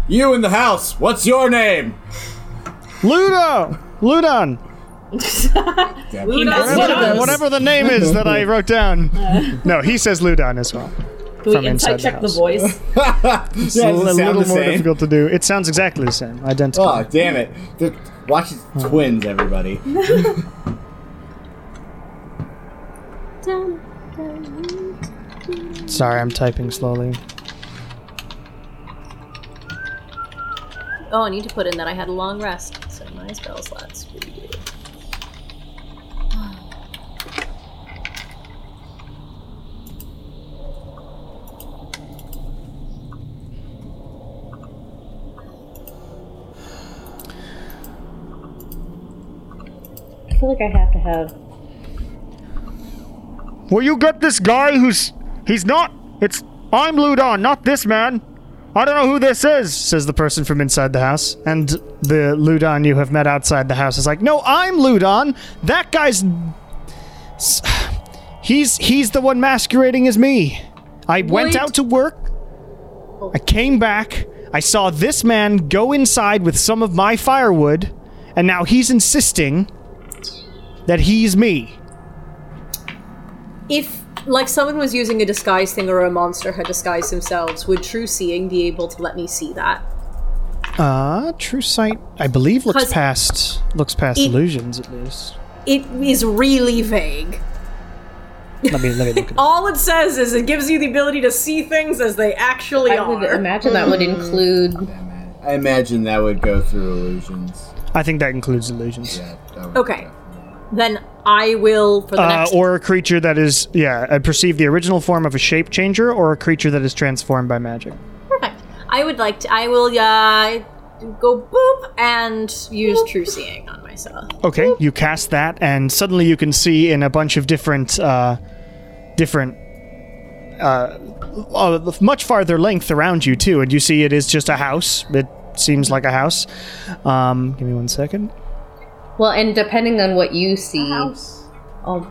Speaker 6: You in the house. What's your name?
Speaker 1: Ludo! Ludon!
Speaker 4: He messed
Speaker 1: Whatever,
Speaker 4: it up.
Speaker 1: whatever the name is that I wrote down. No, he says Ludon as well.
Speaker 4: Can
Speaker 1: from
Speaker 4: we
Speaker 1: inside the
Speaker 4: insight check the
Speaker 1: house.
Speaker 4: voice?
Speaker 6: It's
Speaker 1: a li- little more difficult to do. It sounds exactly the same. Identical.
Speaker 6: Oh damn it! They're, watch it, twins, everybody.
Speaker 1: Sorry, I'm typing slowly.
Speaker 3: Oh, I need to put in that I had a long rest, so my spell slots. redo.
Speaker 5: I feel like I have to have.
Speaker 1: Will you get this guy who's. He's not. It's. I'm Ludon, not this man. I don't know who this is, says the person from inside the house. And the Ludon you have met outside the house is like, No, I'm Ludon. That guy's. He's he's the one masquerading as me. I went
Speaker 3: Wait.
Speaker 1: out to work. I came back. I saw this man go inside with some of my firewood, and now he's insisting that he's me.
Speaker 3: If like someone was using a disguise thing or a monster had disguised themselves, would true seeing be able to let me see that?
Speaker 1: Uh, true sight, I believe, looks
Speaker 3: 'Cause-
Speaker 1: past looks past
Speaker 3: It-
Speaker 1: illusions at least.
Speaker 3: It is really vague.
Speaker 1: Let me let me look. At
Speaker 3: All it says is it gives you the ability to see things as they actually
Speaker 5: I would
Speaker 3: are.
Speaker 5: imagine that would include.
Speaker 6: I imagine that would go through illusions.
Speaker 3: Oh.
Speaker 1: it. I think that includes illusions.
Speaker 6: Yeah, that would
Speaker 3: Okay. Then I will for the
Speaker 1: Uh,
Speaker 3: next
Speaker 1: or a creature that is yeah, I perceive the original form of a shape changer, or a creature that is transformed by magic.
Speaker 3: Perfect. I would like to. I will uh, go boop and use true seeing on myself.
Speaker 1: Okay, you cast that, and suddenly you can see in a bunch of different, uh, different, uh, uh, much farther length around you too, and you see it is just a house. It seems like a house. Um, give me one second.
Speaker 5: Well, and depending on what you see, I'll,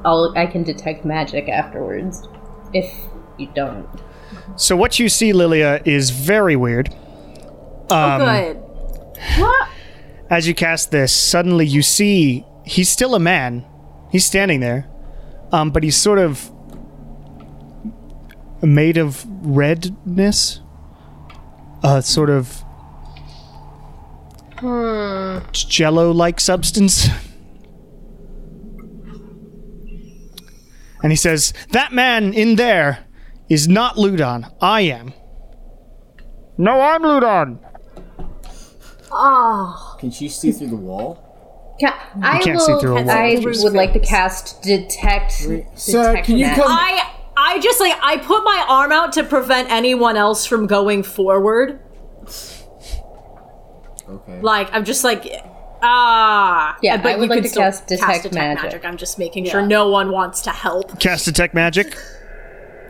Speaker 5: I'll, I can detect magic afterwards. If you don't.
Speaker 1: So what you see, Lilia, is very weird. Um,
Speaker 3: Good.
Speaker 1: As you cast this, suddenly you see he's still a man. He's standing there, um, but he's sort of made of redness, a sort of jello-like substance. And he says, "That man in there is not Ludon. I am." No, I'm Ludon.
Speaker 3: Ah,
Speaker 6: Can she see through the wall?
Speaker 5: Ca- I
Speaker 1: can't
Speaker 5: will.
Speaker 1: see through a wall.
Speaker 5: I would like to cast detect.
Speaker 6: Sir,
Speaker 5: detect
Speaker 6: can you
Speaker 5: magic.
Speaker 6: come?
Speaker 3: I I just like I put my arm out to prevent anyone else from going forward.
Speaker 6: Okay.
Speaker 3: Like I'm just like ah.
Speaker 5: Yeah, I
Speaker 3: but
Speaker 5: would
Speaker 3: you
Speaker 5: like
Speaker 3: can
Speaker 5: to
Speaker 3: still
Speaker 5: cast detect magic.
Speaker 3: I'm just making sure no one wants to help.
Speaker 1: Cast detect magic.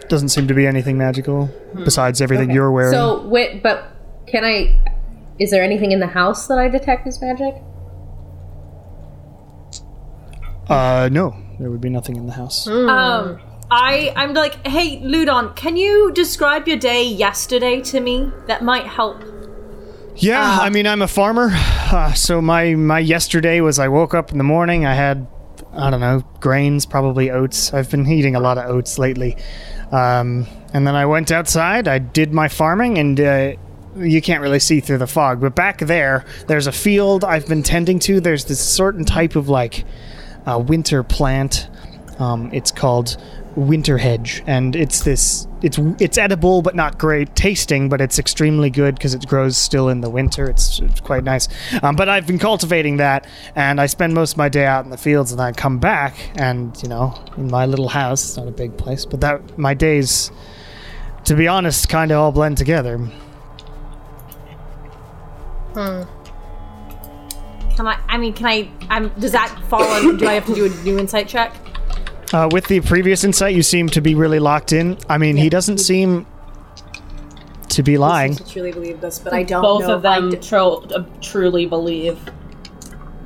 Speaker 1: Doesn't seem to be anything magical besides everything you're wearing.
Speaker 5: So wait, but can I? Is there anything in the house that I detect as magic?
Speaker 1: uh, no, there would be nothing in the house.
Speaker 3: Um, I I'm like, hey Ludon, can you describe your day yesterday to me? That might help.
Speaker 1: Yeah, I mean, I'm a farmer, uh, so my my yesterday was I woke up in the morning. I had I don't know grains, probably oats. I've been eating a lot of oats lately, um, and then I went outside. I did my farming, and uh, you can't really see through the fog, but back there, there's a field I've been tending to. There's this certain type of like uh, winter plant. Um, it's called winter hedge, and it's this. It's it's edible, but not great tasting, but it's extremely good because it grows still in the winter. It's, it's quite nice. Um, but I've been cultivating that, and I spend most of my day out in the fields, and I come back, and you know, in my little house. It's not a big place, but that my days, to be honest, kind of all blend together.
Speaker 3: Am I, I mean, can I? Um, does that fall? on, do I have to do a new insight check?
Speaker 1: Uh, with the previous insight, you seem to be really locked in. I mean, he doesn't seem to be lying.
Speaker 3: I truly believe this, but I don't.
Speaker 4: Both
Speaker 3: know
Speaker 4: of
Speaker 3: if I
Speaker 4: them
Speaker 3: d-
Speaker 4: tro- uh, truly believe.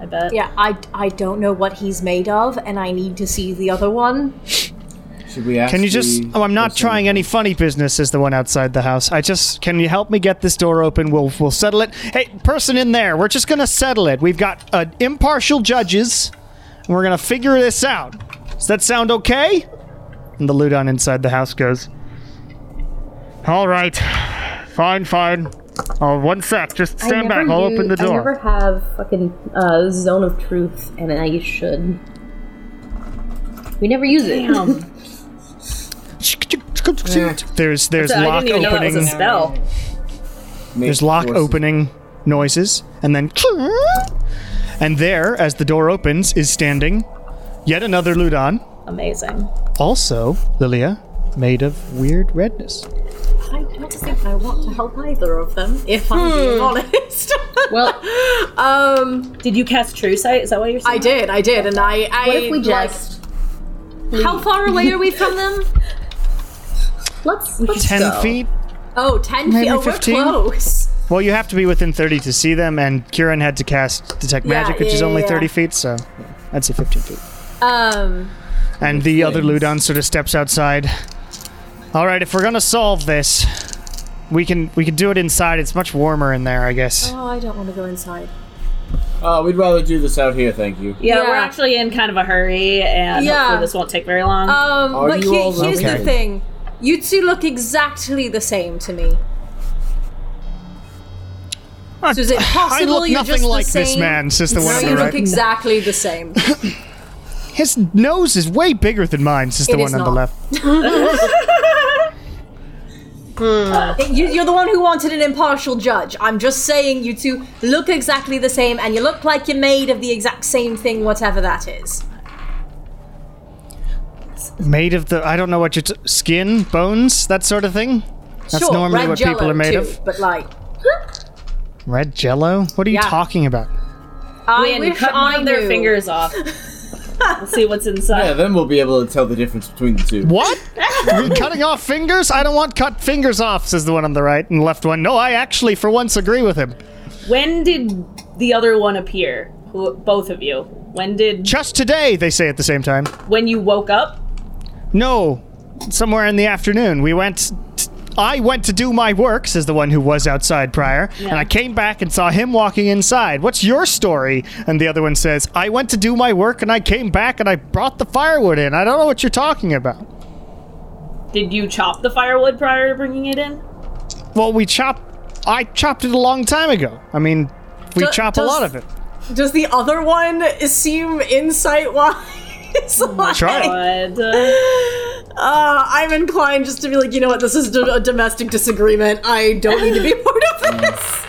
Speaker 4: I bet.
Speaker 3: yeah, I I don't know what he's made of, and I need to see the other one.
Speaker 6: Should we ask?
Speaker 1: Can you just?
Speaker 6: the
Speaker 1: Oh, I'm not
Speaker 6: person-
Speaker 1: trying any funny business. Is the one outside the house? I just. Can you help me get this door open? We'll we'll settle it. Hey, person in there, we're just gonna settle it. We've got uh, impartial judges, and we're gonna figure this out. Does that sound okay? And the Ludon inside the house goes. All right, fine, fine. Oh, one sec. Just stand back. I'll open the door.
Speaker 5: I never have fucking uh, zone of truth, and I should. We never use it.
Speaker 1: There's there's
Speaker 4: So I
Speaker 1: lock
Speaker 4: didn't even know that was
Speaker 1: opening.
Speaker 4: a spell.
Speaker 6: Make
Speaker 1: There's lock
Speaker 6: forces.
Speaker 1: opening noises, and then. And there, as the door opens, is standing yet another Ludon,
Speaker 4: Amazing.
Speaker 1: also Lilia, made of weird redness.
Speaker 3: I don't think I want to help either of them, if I'm being honest.
Speaker 5: well,
Speaker 3: um,
Speaker 4: Hmm. Did you cast True Sight? Is that what you're saying?
Speaker 3: I did, I did, and I. I
Speaker 5: what if we
Speaker 3: like-
Speaker 5: just
Speaker 3: how far away are we from them?
Speaker 5: let's let's
Speaker 1: Ten
Speaker 5: go.
Speaker 1: feet.
Speaker 3: Oh, 10
Speaker 1: Maybe
Speaker 3: feet. Oh,
Speaker 1: 15?
Speaker 3: we're close.
Speaker 1: Well, you have to be within 30 to see them, and Kieran had to cast detect
Speaker 3: Yeah,
Speaker 1: magic, which is
Speaker 3: yeah,
Speaker 1: only
Speaker 3: yeah.
Speaker 1: 30 feet, so I'd say 15 feet.
Speaker 3: Um,
Speaker 1: And the other Ludon sort of steps outside. All right, if we're gonna solve this, we can we can do it inside. It's much warmer in there, I guess.
Speaker 3: oh, I don't want to go inside.
Speaker 6: Uh, we'd rather do this out here, thank you.
Speaker 4: Yeah, we're
Speaker 3: Yeah.
Speaker 4: actually in kind of a hurry, and
Speaker 3: Yeah.
Speaker 4: hopefully this won't take very long.
Speaker 3: Um,
Speaker 6: Are
Speaker 3: but
Speaker 6: you
Speaker 3: he-
Speaker 6: all
Speaker 3: here's
Speaker 1: okay?
Speaker 3: the thing you two look exactly the same to me. So is it
Speaker 1: I
Speaker 3: possible
Speaker 1: look
Speaker 3: you're
Speaker 1: nothing
Speaker 3: just the
Speaker 1: like this
Speaker 3: same?
Speaker 1: man, says the one
Speaker 3: No,
Speaker 1: on
Speaker 3: you
Speaker 1: the
Speaker 3: look
Speaker 1: right.
Speaker 3: exactly the same.
Speaker 1: His nose is way bigger than mine, says the
Speaker 3: It
Speaker 1: one
Speaker 3: is
Speaker 1: on the
Speaker 3: not.
Speaker 1: left.
Speaker 3: You, you're the one who wanted an impartial judge. I'm just saying you two look exactly the same, and you look like you're made of the exact same thing, whatever that is.
Speaker 1: Made of the I don't know what your t- skin, bones, that sort of thing. That's
Speaker 3: sure,
Speaker 1: normally
Speaker 3: red
Speaker 1: what
Speaker 3: jello
Speaker 1: people are made
Speaker 3: too,
Speaker 1: of.
Speaker 3: But like,
Speaker 1: Red jello? What are you
Speaker 3: Yeah.
Speaker 1: talking about?
Speaker 3: I
Speaker 4: Win,
Speaker 3: wish
Speaker 4: cut one
Speaker 3: I
Speaker 4: of their
Speaker 3: knew.
Speaker 4: fingers off. we'll see what's
Speaker 6: Yeah,
Speaker 4: inside.
Speaker 6: then we'll be able to tell the difference between the two.
Speaker 1: What? Are we cutting off fingers? I don't want cut fingers off, says the one on the right and left one. No, I actually for once agree with him.
Speaker 4: When did the other one appear? Who, both of you. When did
Speaker 1: Just today, they say at the same time.
Speaker 4: when you woke up?
Speaker 1: No, somewhere in the afternoon. We went. T- I went to do my work, says the one who was outside prior, and I came back and saw him walking inside. What's your story? And the other one says, I went to do my work and I came back and I brought the firewood in. I don't know what you're talking about.
Speaker 4: Did you chop the firewood prior to bringing it in?
Speaker 1: Well, we chopped. I chopped it a long time ago. I mean, we
Speaker 2: Do-
Speaker 1: chop a
Speaker 2: does-
Speaker 1: lot of it.
Speaker 2: Does the other one seem insight wise? like,
Speaker 1: Try.
Speaker 2: Uh,
Speaker 4: But, uh,
Speaker 2: I'm inclined just to be like, you know what? This is d- a domestic disagreement. I don't need to be a part of this.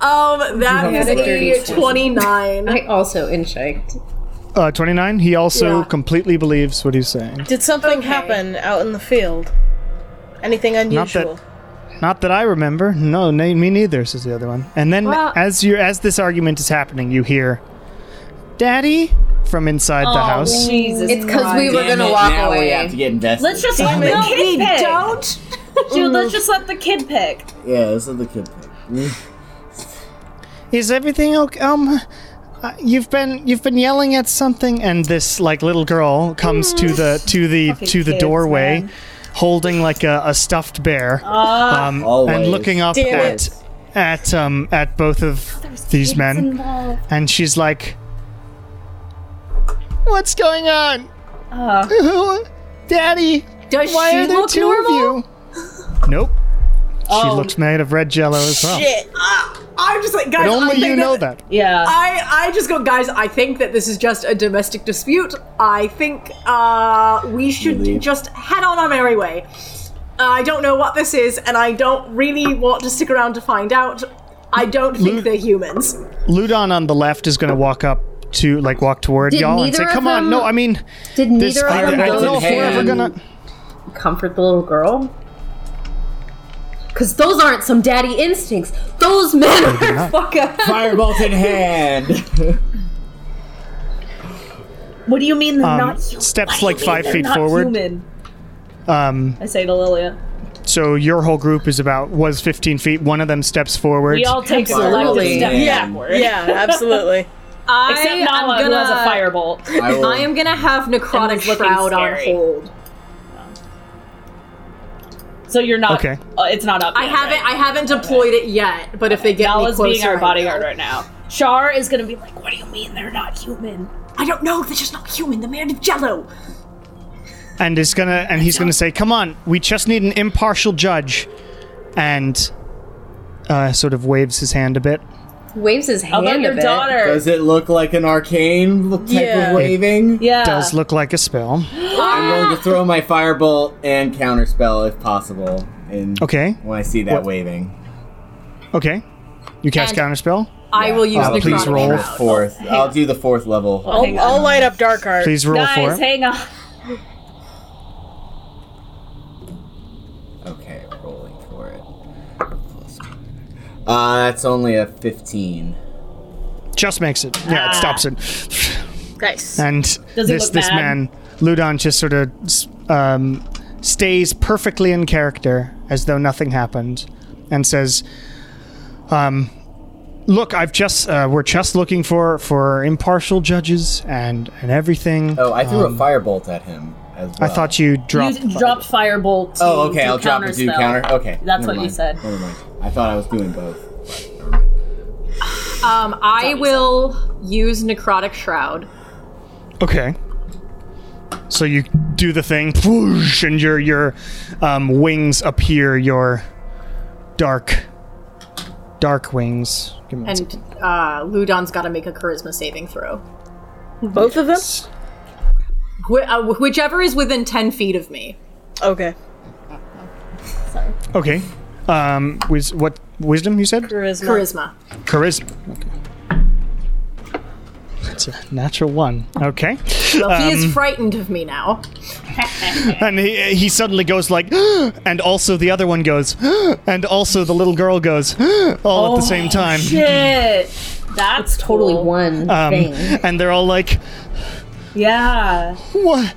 Speaker 2: Um, that
Speaker 5: have
Speaker 2: is
Speaker 5: a dirty
Speaker 2: a
Speaker 5: source.
Speaker 2: twenty-nine.
Speaker 5: I also inchecked.
Speaker 1: Uh, 29. He also
Speaker 2: Yeah.
Speaker 1: completely believes what he's saying.
Speaker 2: Did something happen out in the field? Anything
Speaker 1: Not that-
Speaker 2: unusual?
Speaker 1: Not that I remember. No, na- me neither. Says the other one. And then,
Speaker 3: Well-
Speaker 1: as you as this argument is happening, you hear, "Daddy," from inside the house.
Speaker 4: Jesus.
Speaker 5: It's because we were
Speaker 6: Damn
Speaker 5: gonna
Speaker 6: it,
Speaker 5: walk
Speaker 6: now we have to
Speaker 5: away.
Speaker 6: get invested.
Speaker 4: let's just let the
Speaker 2: No,
Speaker 4: kid
Speaker 2: we
Speaker 4: pick.
Speaker 2: don't.
Speaker 4: Dude, let's just let the kid pick.
Speaker 6: Yeah, this is the kid. thing.
Speaker 1: Is everything okay? Um, uh, you've been you've been yelling at something, and this like little girl comes to the to the to the
Speaker 4: kids,
Speaker 1: doorway,
Speaker 4: man.
Speaker 1: holding like a, a stuffed bear, um,
Speaker 6: Always.
Speaker 1: and looking up
Speaker 2: Damn
Speaker 1: at
Speaker 2: it.
Speaker 1: at um at both of these men, and she's like, "What's going on,
Speaker 4: Uh,
Speaker 1: Daddy?"
Speaker 3: Does
Speaker 1: Why
Speaker 3: she
Speaker 1: are there
Speaker 3: look
Speaker 1: two
Speaker 3: normal?
Speaker 1: of you? Nope. She looks made of red jello as well.
Speaker 8: Shit. Ah, I'm just like, guys.
Speaker 1: But
Speaker 8: I
Speaker 1: only you
Speaker 8: think
Speaker 1: know that.
Speaker 4: Yeah.
Speaker 3: Uh,
Speaker 8: I, I just go, guys, I think that this is just a domestic dispute. I think uh, we should
Speaker 6: Really?
Speaker 8: just head on our merry way. I don't know what this is, and I don't really want to stick around to find out. I don't think
Speaker 1: Luke-
Speaker 8: they're humans.
Speaker 1: Ludon on the left is going to walk up to, like, walk toward
Speaker 5: Did
Speaker 1: y'all and
Speaker 5: neither
Speaker 1: say,
Speaker 5: of
Speaker 1: "Come on,
Speaker 5: them-
Speaker 1: no, I mean,
Speaker 5: Did
Speaker 1: this.
Speaker 5: neither
Speaker 1: I,
Speaker 5: of them
Speaker 1: I don't know
Speaker 5: go
Speaker 1: if we're ever
Speaker 6: hand.
Speaker 1: gonna."
Speaker 5: comfort the little girl? Because those aren't some daddy instincts. Those men are fuck up.
Speaker 6: Firebolt in hand.
Speaker 4: What do you mean they're
Speaker 1: Um,
Speaker 4: not human?
Speaker 1: steps
Speaker 4: What do you
Speaker 1: like
Speaker 4: mean
Speaker 1: five
Speaker 4: they're
Speaker 1: feet
Speaker 4: not
Speaker 1: forward.
Speaker 4: Human?
Speaker 1: Um,
Speaker 4: I say to Lilia.
Speaker 1: so your whole group is about was 15 feet. One of them steps forward.
Speaker 4: We all take
Speaker 5: Absolutely.
Speaker 4: selective steps
Speaker 6: Yeah.
Speaker 4: backward.
Speaker 8: absolutely.
Speaker 3: I
Speaker 4: Except
Speaker 3: am
Speaker 4: Nala,
Speaker 3: gonna,
Speaker 4: who has a firebolt.
Speaker 6: I, will,
Speaker 3: I am gonna have necrotic
Speaker 4: Someone's looking
Speaker 3: shroud on
Speaker 4: scary.
Speaker 3: hold.
Speaker 4: So you're not.
Speaker 1: Okay.
Speaker 4: Uh, it's not up.
Speaker 3: I
Speaker 4: yet,
Speaker 3: haven't
Speaker 4: Right?
Speaker 3: I haven't deployed it yet, but if they get me
Speaker 4: Nala's
Speaker 3: closer,
Speaker 4: being our
Speaker 3: I
Speaker 4: bodyguard
Speaker 3: will.
Speaker 4: right now. Shar is gonna be like, "What do you mean they're not human?"
Speaker 8: I don't know. They're just not human. They're made of jello.
Speaker 1: and is gonna and he's gonna say, "Come on, we just need an impartial judge," and uh, sort of waves his hand a bit.
Speaker 5: Waves his
Speaker 4: How
Speaker 5: hand
Speaker 4: about
Speaker 5: a
Speaker 4: your
Speaker 5: bit.
Speaker 4: daughter?
Speaker 6: does it look like an arcane type
Speaker 8: Yeah.
Speaker 6: of waving?
Speaker 4: yeah.
Speaker 1: Does look like a spell.
Speaker 6: I'm going to throw my firebolt and counterspell if possible. And
Speaker 1: Okay,
Speaker 6: when I see that
Speaker 1: What-
Speaker 6: waving,
Speaker 1: okay. You cast
Speaker 3: And-
Speaker 1: counterspell.
Speaker 3: I will use
Speaker 1: Uh,
Speaker 3: necrotic
Speaker 1: please roll.
Speaker 3: shroud.
Speaker 6: fourth. I'll do the fourth level.
Speaker 4: Oh, hang on.
Speaker 2: light up Dark Art.
Speaker 1: Please roll for
Speaker 4: Guys,
Speaker 1: it.
Speaker 4: hang on.
Speaker 6: Okay, rolling for it. Uh, that's only a 15.
Speaker 1: Just makes it. Yeah, it
Speaker 4: Ah.
Speaker 1: stops it.
Speaker 2: Nice.
Speaker 1: And
Speaker 4: Does he
Speaker 1: this
Speaker 4: look
Speaker 1: this
Speaker 4: mad?
Speaker 1: man, Ludon, just sort of um, stays perfectly in character as though nothing happened, and says, um, "Look, I've just uh, we're just looking for for impartial judges and and everything.
Speaker 6: Oh, I threw a firebolt at him as well.
Speaker 1: Um, I thought you dropped.
Speaker 4: you dropped firebolt. To
Speaker 6: Oh, okay.
Speaker 4: do
Speaker 6: I'll drop a do
Speaker 4: spell.
Speaker 6: counter. Okay.
Speaker 4: That's
Speaker 6: never
Speaker 4: what you
Speaker 6: mind.
Speaker 4: said.
Speaker 6: Never mind. I thought I was doing both.
Speaker 3: Um, I will use necrotic shroud.
Speaker 1: Okay. So you do the thing, whoosh, and your your um, wings appear. Your dark dark wings. Give me one
Speaker 3: And uh, Ludon's got to make a charisma saving throw.
Speaker 2: Both of them?
Speaker 3: Wh- uh, wh- whichever is within 10 feet of me.
Speaker 2: Okay.
Speaker 1: Okay. Um, wis- what wisdom you said?
Speaker 3: Charisma.
Speaker 1: Charisma. Okay. That's a natural one. Okay.
Speaker 3: Well, he
Speaker 1: Um,
Speaker 3: is frightened of me now.
Speaker 1: And he he suddenly goes like, and also the other one goes, and also the little girl goes, all at the same time.
Speaker 4: Oh, Shit. That's
Speaker 5: Totally
Speaker 4: cool.
Speaker 5: one
Speaker 1: Um,
Speaker 5: thing.
Speaker 1: and they're all like,
Speaker 4: Yeah.
Speaker 1: what?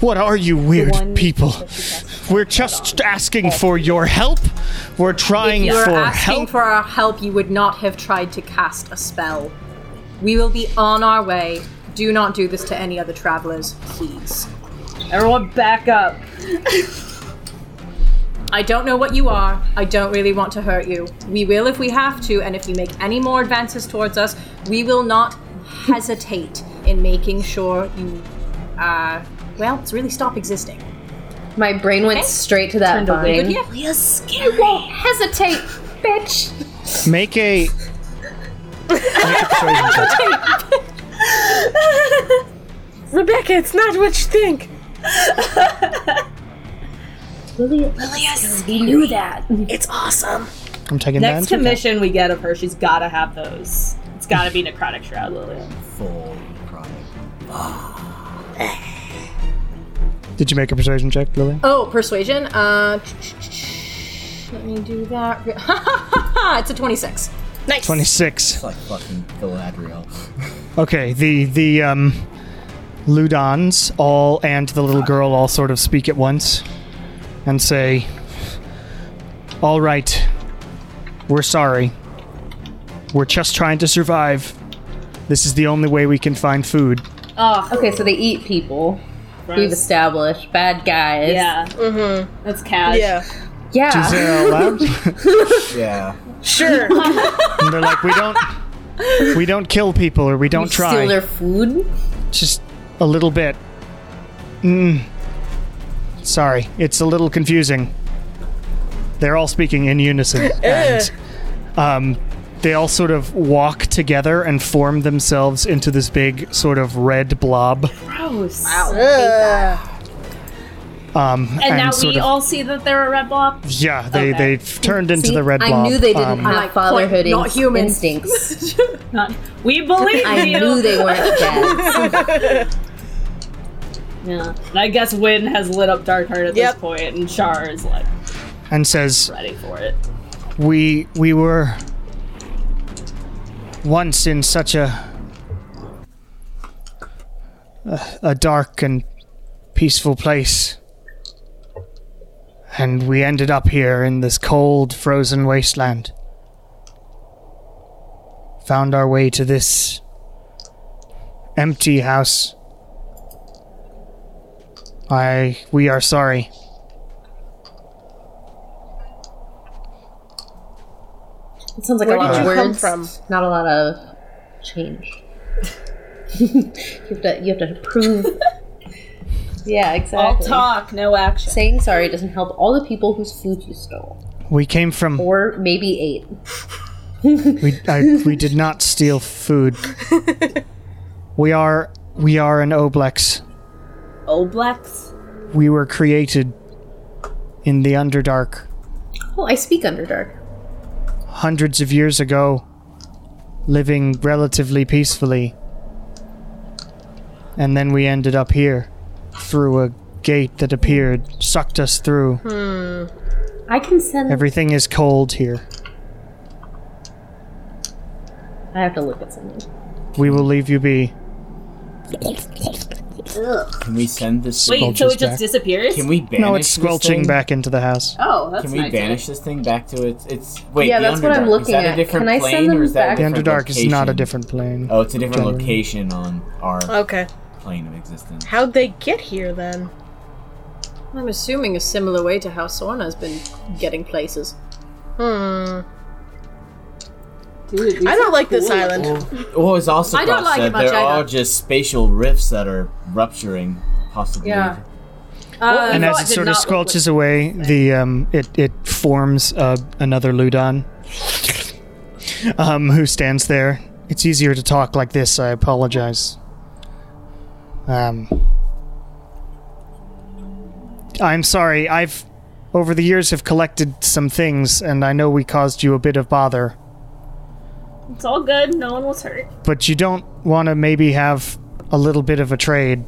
Speaker 1: What are you weird
Speaker 4: one-
Speaker 1: people? We're just asking for your help. We're trying
Speaker 3: You are
Speaker 1: for
Speaker 3: asking
Speaker 1: help.
Speaker 3: for our help. You would not have tried to cast a spell. We will be on our way. Do not do this to any other travelers, please.
Speaker 4: Everyone, back up.
Speaker 3: I don't know what you are. I don't really want to hurt you. We will if we have to, and if you make any more advances towards us, we will not hesitate in making sure you, uh, well, it's really stop existing.
Speaker 5: My brain went straight to that vine.
Speaker 3: Yeah.
Speaker 5: Hesitate, bitch.
Speaker 1: Make a. Make a persuasion check.
Speaker 2: Rebecca, it's not what you think.
Speaker 5: We knew that.
Speaker 2: It's awesome.
Speaker 1: I'm taking
Speaker 4: Next
Speaker 1: that. into account.
Speaker 4: commission we get of her, she's gotta have those. It's gotta be necrotic shroud, Lilia.
Speaker 6: Full product.
Speaker 1: Did you make a persuasion check, Lily?
Speaker 3: Oh, persuasion. Uh, let me do that. it's a 26.
Speaker 2: Nice.
Speaker 1: 26.
Speaker 6: It's like fucking Galadriel.
Speaker 1: Okay, the the um Ludons all and the little girl all sort of speak at once and say All right. We're sorry. We're just trying to survive. This is the only way we can find food.
Speaker 5: Okay, so they eat people. We've established bad guys.
Speaker 4: Yeah. Mm-hmm. That's cash.
Speaker 2: Yeah.
Speaker 5: Yeah.
Speaker 1: They're all loud.
Speaker 6: Yeah.
Speaker 2: Sure.
Speaker 1: and they're like, We don't we don't kill people or we don't try.
Speaker 5: Steal their food.
Speaker 1: just a little bit. Mm. Sorry, it's a little confusing. They're all speaking in unison, and um, they all sort of walk together and form themselves into this big sort of red blob.
Speaker 4: Gross.
Speaker 1: Um,
Speaker 4: And, now
Speaker 1: sort
Speaker 4: we
Speaker 1: of,
Speaker 4: all see that they're a red blob.
Speaker 1: yeah, they
Speaker 4: okay.
Speaker 1: they turned into
Speaker 5: See,
Speaker 1: the red blob.
Speaker 5: I knew they didn't
Speaker 1: Um,
Speaker 5: have
Speaker 9: like,
Speaker 5: fatherhood
Speaker 9: point- not
Speaker 5: in-
Speaker 9: human.
Speaker 5: instincts.
Speaker 4: Not, we believe
Speaker 5: I
Speaker 4: you.
Speaker 5: knew they weren't dads.
Speaker 4: Yeah. And I guess Wynn has lit up Darkheart at
Speaker 2: Yep.
Speaker 4: this point, and Char is like
Speaker 1: and says,
Speaker 4: ready for it.
Speaker 1: "We we were once in such a a, a dark and peaceful place." And we ended up here in this cold, frozen wasteland. Found our way to this empty house. I. We are sorry.
Speaker 5: It sounds like a
Speaker 2: Where
Speaker 5: lot
Speaker 2: did
Speaker 5: of
Speaker 2: you
Speaker 5: words.
Speaker 2: come from?
Speaker 5: Not a lot of change. you have to you have to prove. yeah,
Speaker 4: All
Speaker 5: exactly.
Speaker 4: talk, no action.
Speaker 5: Saying sorry doesn't help all the people whose food you stole,
Speaker 1: We came from.
Speaker 5: or maybe ate.
Speaker 1: We I, we did not steal food. we are we are an Oblex.
Speaker 4: Oblex.
Speaker 1: We were created in the Underdark
Speaker 5: Oh, I speak Underdark.
Speaker 1: hundreds of years ago, living relatively peacefully, and then we ended up here through a gate that appeared, sucked us through.
Speaker 5: I can send.
Speaker 1: Everything is cold here.
Speaker 5: I have to look at something.
Speaker 1: We will leave you be.
Speaker 6: Can we send this?
Speaker 4: Wait, so
Speaker 1: Squelches
Speaker 4: it just
Speaker 1: back.
Speaker 4: disappears?
Speaker 6: Can we banish?
Speaker 1: No, it's
Speaker 6: this
Speaker 1: squelching
Speaker 6: thing?
Speaker 1: back into the house.
Speaker 4: oh, that's
Speaker 6: Can
Speaker 4: an
Speaker 6: we
Speaker 4: idea.
Speaker 6: banish this thing back to its its? Wait,
Speaker 5: Yeah,
Speaker 6: the
Speaker 5: that's what I'm
Speaker 6: Underdark.
Speaker 5: looking
Speaker 6: is that
Speaker 5: at.
Speaker 6: A different
Speaker 5: Can I send
Speaker 6: plane,
Speaker 5: them
Speaker 6: or is that
Speaker 5: back?
Speaker 1: The
Speaker 5: The
Speaker 6: a different
Speaker 1: Underdark is not a
Speaker 6: location?
Speaker 1: different plane.
Speaker 6: Oh, it's a different
Speaker 1: Generally.
Speaker 6: location on our
Speaker 2: Okay.
Speaker 6: plane of existence.
Speaker 2: How'd they get here then?
Speaker 3: I'm assuming a similar way to how Sorna's been getting places.
Speaker 2: Hmm.
Speaker 4: Dude, these
Speaker 2: I
Speaker 4: are
Speaker 2: don't like this
Speaker 4: cool.
Speaker 2: island.
Speaker 6: Well, it's also
Speaker 3: I don't
Speaker 6: thought
Speaker 3: like
Speaker 6: that
Speaker 3: it much
Speaker 6: there
Speaker 3: either.
Speaker 6: are just spatial rifts that are rupturing, possibly.
Speaker 3: Yeah.
Speaker 4: Uh,
Speaker 1: and
Speaker 4: no,
Speaker 1: as
Speaker 4: it
Speaker 1: it
Speaker 4: did
Speaker 1: sort
Speaker 4: not
Speaker 1: of
Speaker 4: look
Speaker 1: squelches away, the um, it it forms uh, another Ludon, um, who stands there. It's easier to talk like this. I apologize. Um, I'm sorry. I've over the years have collected some things, and I know we caused you a bit of bother.
Speaker 4: It's all good. No one was hurt.
Speaker 1: But you don't want to maybe have a little bit of a trade.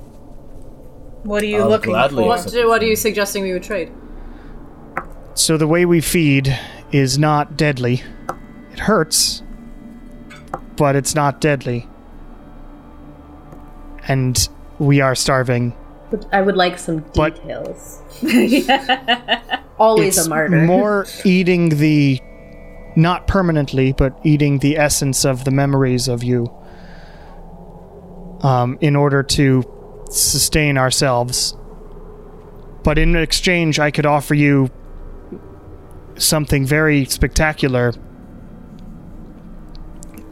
Speaker 2: What are you
Speaker 6: I'll
Speaker 2: looking
Speaker 6: gladly
Speaker 2: for?
Speaker 3: What, do, what are you suggesting we would trade?
Speaker 1: So the way we feed is not deadly. It hurts, but it's not deadly. And we are starving.
Speaker 5: But I would like some
Speaker 1: But-
Speaker 5: details. Always
Speaker 1: it's
Speaker 5: a martyr.
Speaker 1: more eating the not permanently, but eating the essence of the memories of you. Um, in order to sustain ourselves. But in exchange, I could offer you something very spectacular.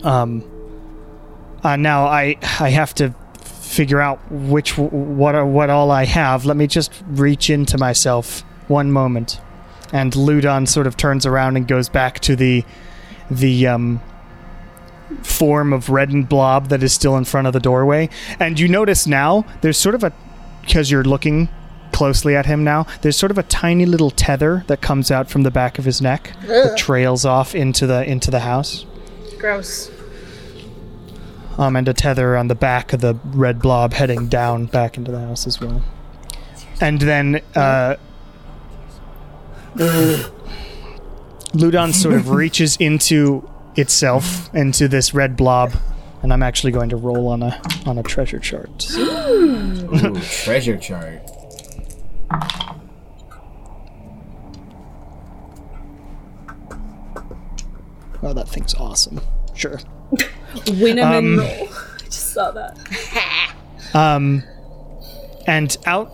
Speaker 1: Um, uh, now I I have to figure out which what are, what all I have. Let me just reach into myself one moment. And Ludon sort of turns around and goes back to the the um, form of reddened blob that is still in front of the doorway. And you notice now there's sort of a because you're looking closely at him now. There's sort of a tiny little tether that comes out from the back of his neck that trails off into the into the house.
Speaker 2: Gross.
Speaker 1: Um, and a tether on the back of the red blob heading down back into the house as well. And then uh, Ludon sort of reaches into itself into this red blob, and I'm actually going to roll on a on a treasure chart.
Speaker 6: Ooh, treasure chart.
Speaker 1: Oh, that thing's awesome. Sure. Um,
Speaker 4: Winneman. I just saw that.
Speaker 1: Um, and out,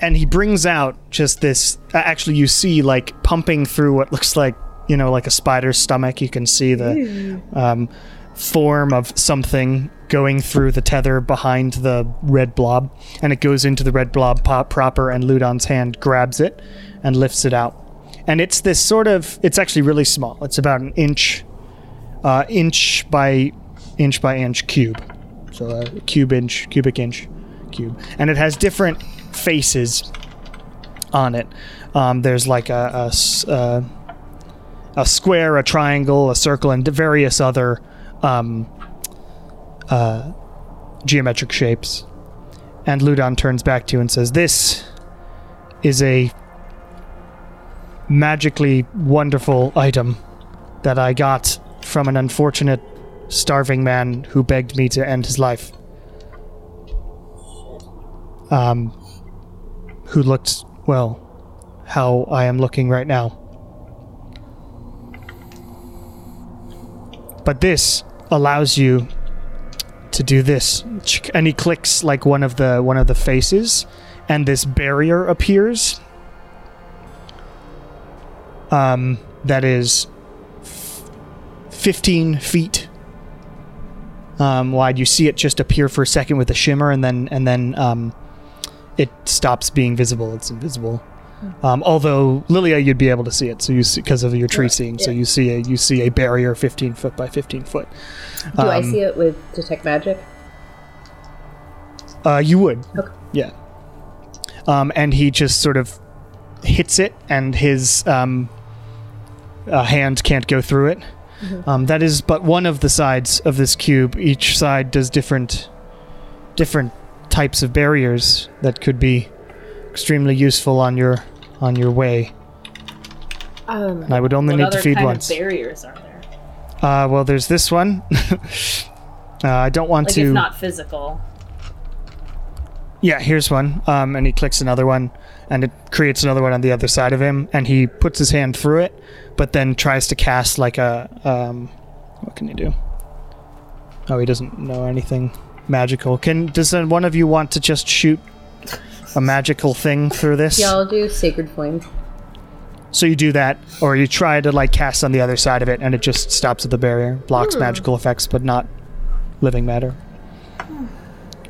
Speaker 1: and he brings out just this. a- Actually, you see like pumping through what looks like you know like a spider's stomach. You can see the um, form of something going through the tether behind the red blob, and it goes into the red blob pop proper. And Ludon's hand grabs it and lifts it out. and it's this sort of. It's actually really small. It's about an inch, uh, inch by inch by inch cube, so uh, cube inch, cubic inch, cube, and it has different faces on it. Um, there's like a, a s- uh, a square, a triangle, a circle, and various other um, uh, geometric shapes. And Ludon turns back to you and says, This is a magically wonderful item that I got from an unfortunate starving man who begged me to end his life. Um, who looked, well, how I am looking right now. But this allows you to do this Chick- and he clicks like one of the one of the faces and this barrier appears um, that is f- 15 feet um, wide you see it just appear for a second with a shimmer and then and then um, it stops being visible it's invisible um, although Lilia, you'd be able to see it, so you because of your tree seeing, so you see a you see a barrier fifteen foot by fifteen foot.
Speaker 5: Do
Speaker 1: um,
Speaker 5: I see it with detect magic?
Speaker 1: Uh, you would. Yeah. Um, and he just sort of hits it, and his um, uh, hand can't go through it.
Speaker 4: Mm-hmm.
Speaker 1: Um, that is but one of the sides of this cube. Each side does different, different types of barriers that could be extremely useful on your on your way.
Speaker 3: Um,
Speaker 1: And I would only
Speaker 4: What
Speaker 1: need
Speaker 4: other
Speaker 1: to feed
Speaker 4: kind
Speaker 1: once.
Speaker 4: of barriers are there?
Speaker 1: uh, well, there's this one. uh, I don't want
Speaker 4: Like,
Speaker 1: to.
Speaker 4: if not physical.
Speaker 1: yeah, here's one. Um, and he clicks another one, and it creates another one on the other side of him. And he puts his hand through it, but then tries to cast like a. Um, what can he do? Oh, he doesn't know anything magical. Can does uh, one of you want to just shoot a magical thing through this?
Speaker 5: Yeah, I'll do sacred flame.
Speaker 1: So you do that, or you try to like cast on the other side of it, and it just stops at the barrier,
Speaker 5: Hmm.
Speaker 1: blocks magical effects, but not living matter.
Speaker 5: Hmm.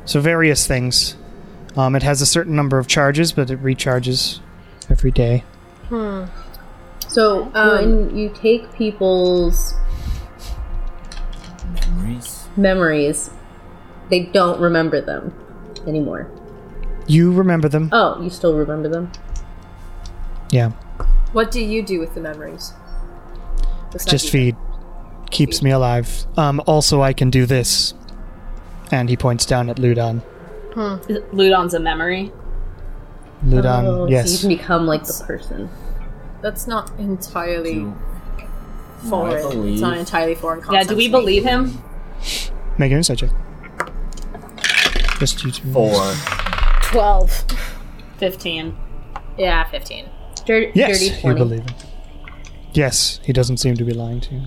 Speaker 1: So various things. Um, it has a certain number of charges, but it recharges every day.
Speaker 5: So when you take people's
Speaker 6: Memories.
Speaker 5: memories, they don't remember them anymore.
Speaker 1: You remember them?
Speaker 5: Oh, you still remember them? Oh.
Speaker 1: yeah.
Speaker 3: what do you do with the memories? Besides
Speaker 1: Just
Speaker 3: eat
Speaker 1: feed. Keeps me alive. Um, also, I can do this. And he points down at Ludon.
Speaker 4: Is it- Ludon's a memory.
Speaker 1: Ludon,
Speaker 5: oh,
Speaker 1: um, yes.
Speaker 5: So you can become like the person.
Speaker 3: them? That's not entirely
Speaker 6: Do I
Speaker 3: foreign. It's not
Speaker 6: believe-
Speaker 3: entirely foreign
Speaker 4: Yeah,
Speaker 3: concept.
Speaker 4: do we
Speaker 3: to me.
Speaker 4: believe him?
Speaker 1: Make an insight check. Just you two.
Speaker 6: Four.
Speaker 10: 12.
Speaker 4: 15.
Speaker 3: Yeah, fifteen.
Speaker 5: Dir-
Speaker 1: Yes,
Speaker 5: dirty
Speaker 1: you
Speaker 5: 20.
Speaker 1: believe him. Yes, he doesn't seem to be lying to you.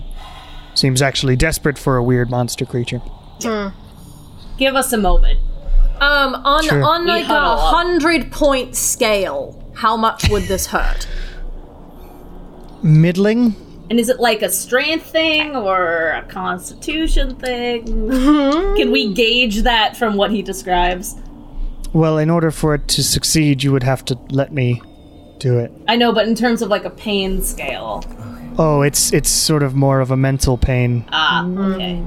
Speaker 1: Seems actually desperate for a weird monster creature.
Speaker 4: Give us a moment.
Speaker 3: Um, on
Speaker 1: Sure.
Speaker 3: on like
Speaker 4: huddle
Speaker 3: a
Speaker 4: up.
Speaker 3: hundred point scale, how much would this hurt?
Speaker 1: Middling?
Speaker 4: And is it like a strength thing or a constitution thing? Can we gauge that from what he describes?
Speaker 1: Well, in order for it to succeed, you would have to let me do it.
Speaker 4: I know, but in terms of like a pain scale.
Speaker 1: Oh, it's it's sort of more of a mental pain.
Speaker 4: Ah, okay.